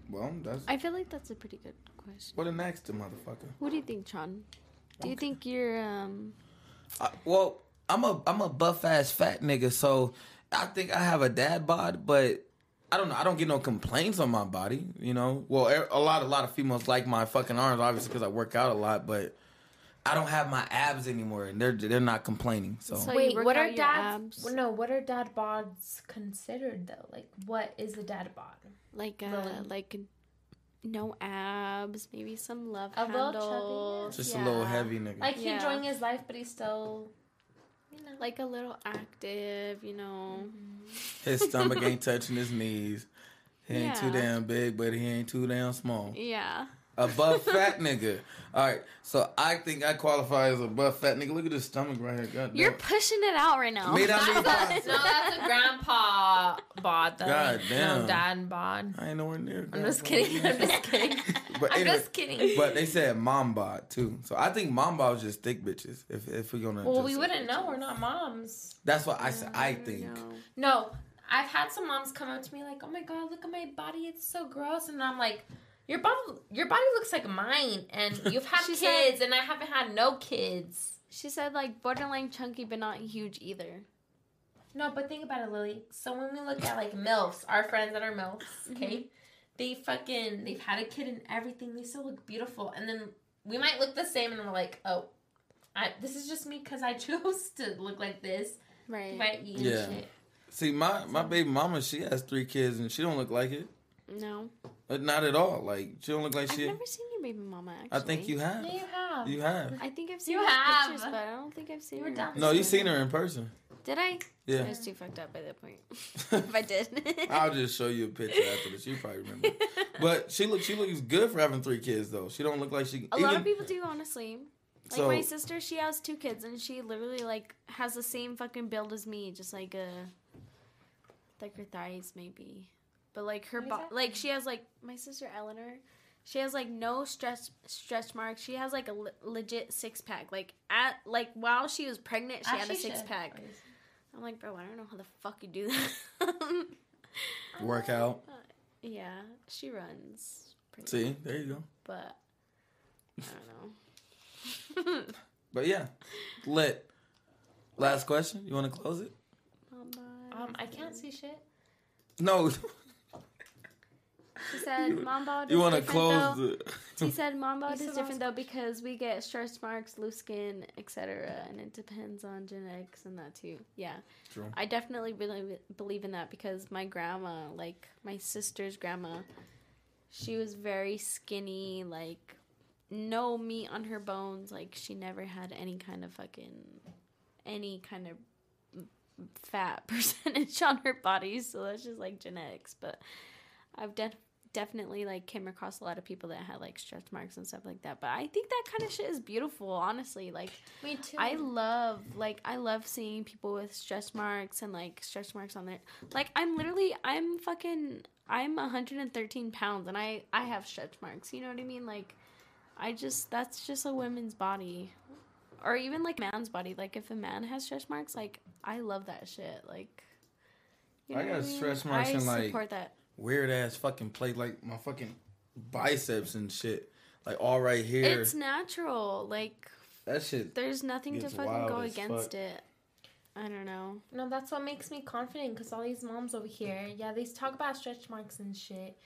Speaker 2: Well, that's
Speaker 3: I feel like that's a pretty good question.
Speaker 2: what an next motherfucker.
Speaker 3: What do you think, Sean? Do you think you're um?
Speaker 2: I, well, I'm a I'm a buff ass fat nigga, so I think I have a dad bod, but I don't know. I don't get no complaints on my body, you know. Well, er- a lot a lot of females like my fucking arms, obviously, because I work out a lot, but I don't have my abs anymore, and they're they're not complaining. So,
Speaker 3: So- you
Speaker 1: Wait,
Speaker 3: work
Speaker 1: what
Speaker 3: out
Speaker 1: are
Speaker 3: your
Speaker 1: dads?
Speaker 3: abs.
Speaker 1: well, No, what are dad bods considered though? Like, what is a dad bod?
Speaker 3: like uh
Speaker 1: Lily.
Speaker 3: like no abs maybe some love
Speaker 1: A little chubby,
Speaker 3: handles
Speaker 2: just a little
Speaker 3: yeah.
Speaker 2: heavy nigga.
Speaker 1: Like he
Speaker 3: Yeah.
Speaker 1: enjoying his life, but he's still, you know,
Speaker 3: like a little active you know
Speaker 1: Mm-hmm.
Speaker 2: his stomach ain't touching his knees. He ain't too
Speaker 3: Yeah.
Speaker 2: damn big, but he ain't too damn small.
Speaker 3: yeah
Speaker 2: A buff fat nigga. All right, so I think I qualify as a buff fat nigga. Look at his stomach right here. God damn.
Speaker 3: you're pushing it out right now
Speaker 2: Me, that
Speaker 3: That's
Speaker 2: means-
Speaker 1: No, that's a grandpa bod though.
Speaker 2: God damn.
Speaker 1: No, dad bod.
Speaker 2: I ain't nowhere near.
Speaker 1: I'm just kidding. I'm just kidding.
Speaker 2: But
Speaker 1: I'm
Speaker 2: anyway-
Speaker 1: just kidding.
Speaker 2: But they said mom bod too, so I think mom bod is just thick bitches. If if we're gonna,
Speaker 1: Well,
Speaker 2: just-
Speaker 1: we wouldn't know. We're not moms.
Speaker 2: That's what I said. I
Speaker 3: what-
Speaker 2: think.
Speaker 3: No.
Speaker 1: No, I've had some moms come up to me like, "Oh my god, look at my body. It's so gross." And I'm like, "Your body, your body looks like mine." And you've had
Speaker 3: She
Speaker 1: kids,
Speaker 3: said-
Speaker 1: and I haven't had no kids.
Speaker 3: she said like borderline chunky but not huge either
Speaker 1: No, but think about it, Lily. So when we look at like MILFs, our friends that are MILFs, okay, they fucking they've had a kid and everything. They still look beautiful, and then we might look the same, and we're like, oh, I, this is just me because I chose to look like this.
Speaker 3: right
Speaker 1: Right? You
Speaker 2: Yeah.
Speaker 1: shit.
Speaker 2: See, my my baby mama, she has three kids and she don't look like it.
Speaker 3: no
Speaker 2: Uh, Not at all. Like she don't look like
Speaker 3: i've
Speaker 2: she.
Speaker 3: never seen your baby mama actually
Speaker 2: I think you have.
Speaker 1: Yeah, you have.
Speaker 2: You have.
Speaker 3: i think i've seen
Speaker 1: You
Speaker 3: her
Speaker 1: have.
Speaker 3: pictures but i don't think i've seen
Speaker 1: You
Speaker 3: you
Speaker 1: were
Speaker 3: her
Speaker 1: down
Speaker 2: No, you seen her in person.
Speaker 3: did i i
Speaker 2: Yeah.
Speaker 3: was too fucked up by that point if i did
Speaker 2: I'll just show you a picture after this. You probably remember. But she look she looks good for having three kids though. She don't look like she.
Speaker 3: A lot
Speaker 2: even-
Speaker 3: of people do, honestly. Like
Speaker 2: So-
Speaker 3: my sister, she has two kids, and she literally like has the same fucking build as me, just like a thicker thighs maybe, but like her bo-
Speaker 1: Exactly.
Speaker 3: like she has like my sister Eleanor, she has like no stretch stretch marks. She has like a le- legit six pack. Like at like while she was pregnant,
Speaker 1: Ah,
Speaker 3: she had a six pack. I'm like, bro, I don't know how the fuck you do that.
Speaker 2: work out.
Speaker 3: yeah, she runs. Pretty
Speaker 2: See, there you go.
Speaker 3: but I don't know.
Speaker 2: But yeah, lit. Last question. You want to close it?
Speaker 1: Um, I can't see shit.
Speaker 2: No.
Speaker 3: She said, "Mom bod."
Speaker 2: You
Speaker 3: is
Speaker 2: want to
Speaker 3: different,
Speaker 2: close
Speaker 3: Though.
Speaker 2: the.
Speaker 3: She said, "Mom bod
Speaker 1: You said that
Speaker 3: is
Speaker 1: was
Speaker 3: different though because we get stretch marks, loose skin, etc., and it depends on genetics and that too." Yeah,
Speaker 2: True.
Speaker 3: I definitely really believe in that because my grandma, like my sister's grandma, she was very skinny, like no meat on her bones. Like she never had any kind of fucking any kind of fat percentage on her body, so that's just like genetics. But I've def- definitely like came across a lot of people that had like stretch marks and stuff like that. But I think that kind of shit is beautiful, honestly. Like
Speaker 1: Me too.
Speaker 3: I love like I love seeing people with stretch marks and like stretch marks on their like I'm literally I'm fucking I'm 113 pounds and I I have stretch marks. You know what I mean? Like I just that's just a woman's body or even like man's body. Like if a man has stretch marks, like I love that shit. Like you
Speaker 2: I
Speaker 3: know
Speaker 2: got
Speaker 3: what mean?
Speaker 2: stretch marks
Speaker 3: I
Speaker 2: in, like-
Speaker 3: support that.
Speaker 2: weird ass fucking plate like my fucking biceps and shit. Like all right here.
Speaker 3: It's natural. Like
Speaker 2: that shit.
Speaker 3: there's nothing to
Speaker 2: It's
Speaker 3: fucking
Speaker 2: wild
Speaker 3: go
Speaker 2: as
Speaker 3: against
Speaker 2: fuck.
Speaker 3: it. I don't know.
Speaker 1: No, that's what makes me confident because all these moms over here, yeah, they talk about stretch marks and shit.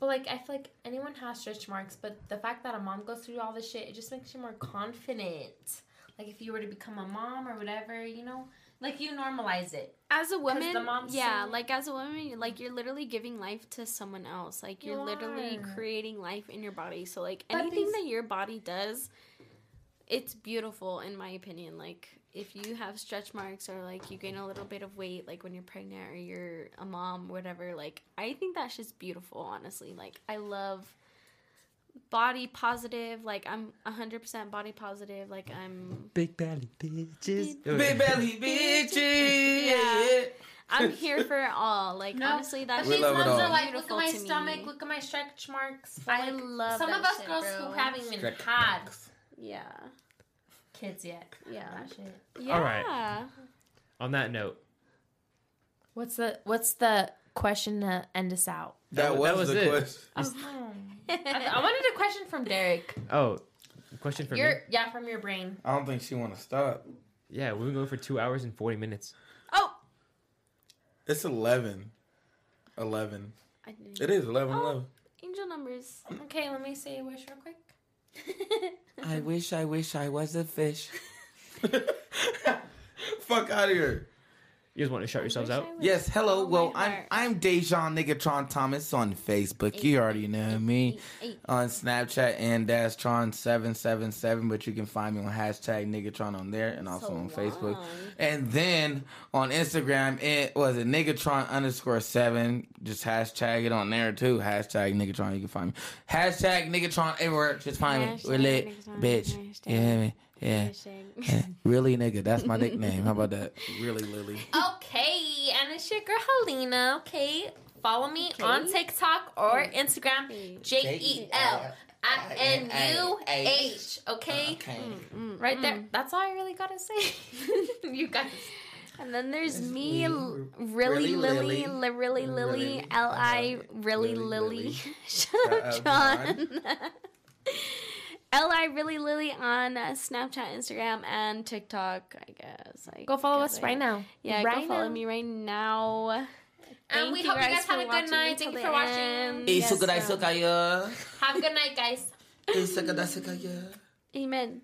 Speaker 1: But like, I feel like anyone has stretch marks, but the fact that a mom goes through all this shit, it just makes you more confident. like if you were to become a mom or whatever, you know, like you normalize it.
Speaker 3: as a woman
Speaker 1: the mom's
Speaker 3: yeah
Speaker 1: saying-
Speaker 3: like as a woman like you're literally giving life to someone else like you're
Speaker 1: You
Speaker 3: literally
Speaker 1: are.
Speaker 3: creating life in your body so like
Speaker 1: But
Speaker 3: anything
Speaker 1: these-
Speaker 3: that your body does it's beautiful in my opinion like if you have stretch marks or like you gain a little bit of weight like when you're pregnant or you're a mom whatever like i think that shit's beautiful honestly like i love body positive like i'm 100% body positive like i'm
Speaker 4: Big belly bitches.
Speaker 2: Big belly bitches.
Speaker 3: Yeah. I'm here for it all. Like
Speaker 1: No,
Speaker 3: honestly, that
Speaker 2: We
Speaker 3: shit
Speaker 2: love it
Speaker 1: moms
Speaker 2: all.
Speaker 1: are
Speaker 3: sounds
Speaker 1: like,
Speaker 3: like,
Speaker 1: look at
Speaker 3: beautiful
Speaker 1: my
Speaker 3: to
Speaker 1: stomach,
Speaker 3: me.
Speaker 1: look at my stretch marks.
Speaker 3: I
Speaker 1: Like,
Speaker 3: love
Speaker 1: some
Speaker 3: that
Speaker 1: of us
Speaker 3: shit,
Speaker 1: girls
Speaker 3: bro.
Speaker 1: who haven't even
Speaker 4: Stretch
Speaker 1: had
Speaker 3: yeah,
Speaker 1: kids yet.
Speaker 3: yeah,
Speaker 1: That shit.
Speaker 3: yeah.
Speaker 4: right. On that note,
Speaker 1: What's the What's the question to end us out?
Speaker 2: That,
Speaker 4: That
Speaker 2: was,
Speaker 4: was- that was
Speaker 2: the
Speaker 4: it.
Speaker 2: question.
Speaker 1: I, I wanted a question from Derek.
Speaker 4: oh, question for me.
Speaker 1: Your yeah, from your brain.
Speaker 2: I don't think she want to stop.
Speaker 4: Yeah, we've been going for two hours and forty minutes.
Speaker 1: Oh,
Speaker 2: It's 11. 11.
Speaker 3: I didn't-
Speaker 2: It is 11 11.
Speaker 3: Angel numbers.
Speaker 1: okay. Let me say a wish real quick.
Speaker 2: I wish, I wish I was a fish. Fuck out of here.
Speaker 4: You guys want to shout yourselves out?
Speaker 2: Yes, hello.
Speaker 3: Oh, my
Speaker 2: well, I'm
Speaker 3: heart.
Speaker 2: I'm Dejan Nigatron Thomas on Facebook. You already know me
Speaker 3: eight.
Speaker 2: on Snapchat and Dastron seven seven seven. But you can find me on hashtag Nigatron on there and also
Speaker 3: So
Speaker 2: on Facebook.
Speaker 3: long.
Speaker 2: And then on Instagram, it was a Nigatron underscore seven. Just hashtag it on there too. Hashtag Nigatron. You can find me. Hashtag Nigatron everywhere. Just find
Speaker 3: Hashtag
Speaker 2: me. We're lit,
Speaker 3: Nigatron.
Speaker 2: bitch. You hear me?
Speaker 3: Eh.
Speaker 2: Yeah.
Speaker 3: Hashtag.
Speaker 2: really nigga. That's my nickname. How about that? Really Lily.
Speaker 1: Okay, and it's your girl Helena. Okay, follow me
Speaker 3: Okay.
Speaker 1: on TikTok or Instagram
Speaker 3: Okay.
Speaker 1: J E L I N U H. Okay,
Speaker 3: Mm,
Speaker 1: right there. That's all I really gotta say. you guys,
Speaker 3: And then there's
Speaker 2: me,
Speaker 3: me, l-
Speaker 2: really
Speaker 3: really Lily,
Speaker 2: Lily,
Speaker 3: li- really Lily,
Speaker 2: really,
Speaker 3: L I,
Speaker 2: really
Speaker 3: really
Speaker 2: Lily.
Speaker 3: Lily. Shut up,
Speaker 2: Shut up,
Speaker 3: John. L I really Lily on uh, Snapchat, Instagram, and TikTok. I guess. I
Speaker 1: go follow
Speaker 3: guess
Speaker 1: us
Speaker 3: I-
Speaker 1: right now.
Speaker 3: Yeah,
Speaker 1: right
Speaker 3: go follow
Speaker 1: now.
Speaker 3: me right now.
Speaker 1: And we hope you guys
Speaker 3: for
Speaker 1: have a good
Speaker 3: watching
Speaker 1: night.
Speaker 3: until
Speaker 1: Thank you
Speaker 3: the
Speaker 1: for watching.
Speaker 3: end.
Speaker 2: Yes,
Speaker 3: Yes, um,
Speaker 2: Eh,
Speaker 1: Have a good night, guys.
Speaker 2: Isakadasakaya.
Speaker 3: Amen.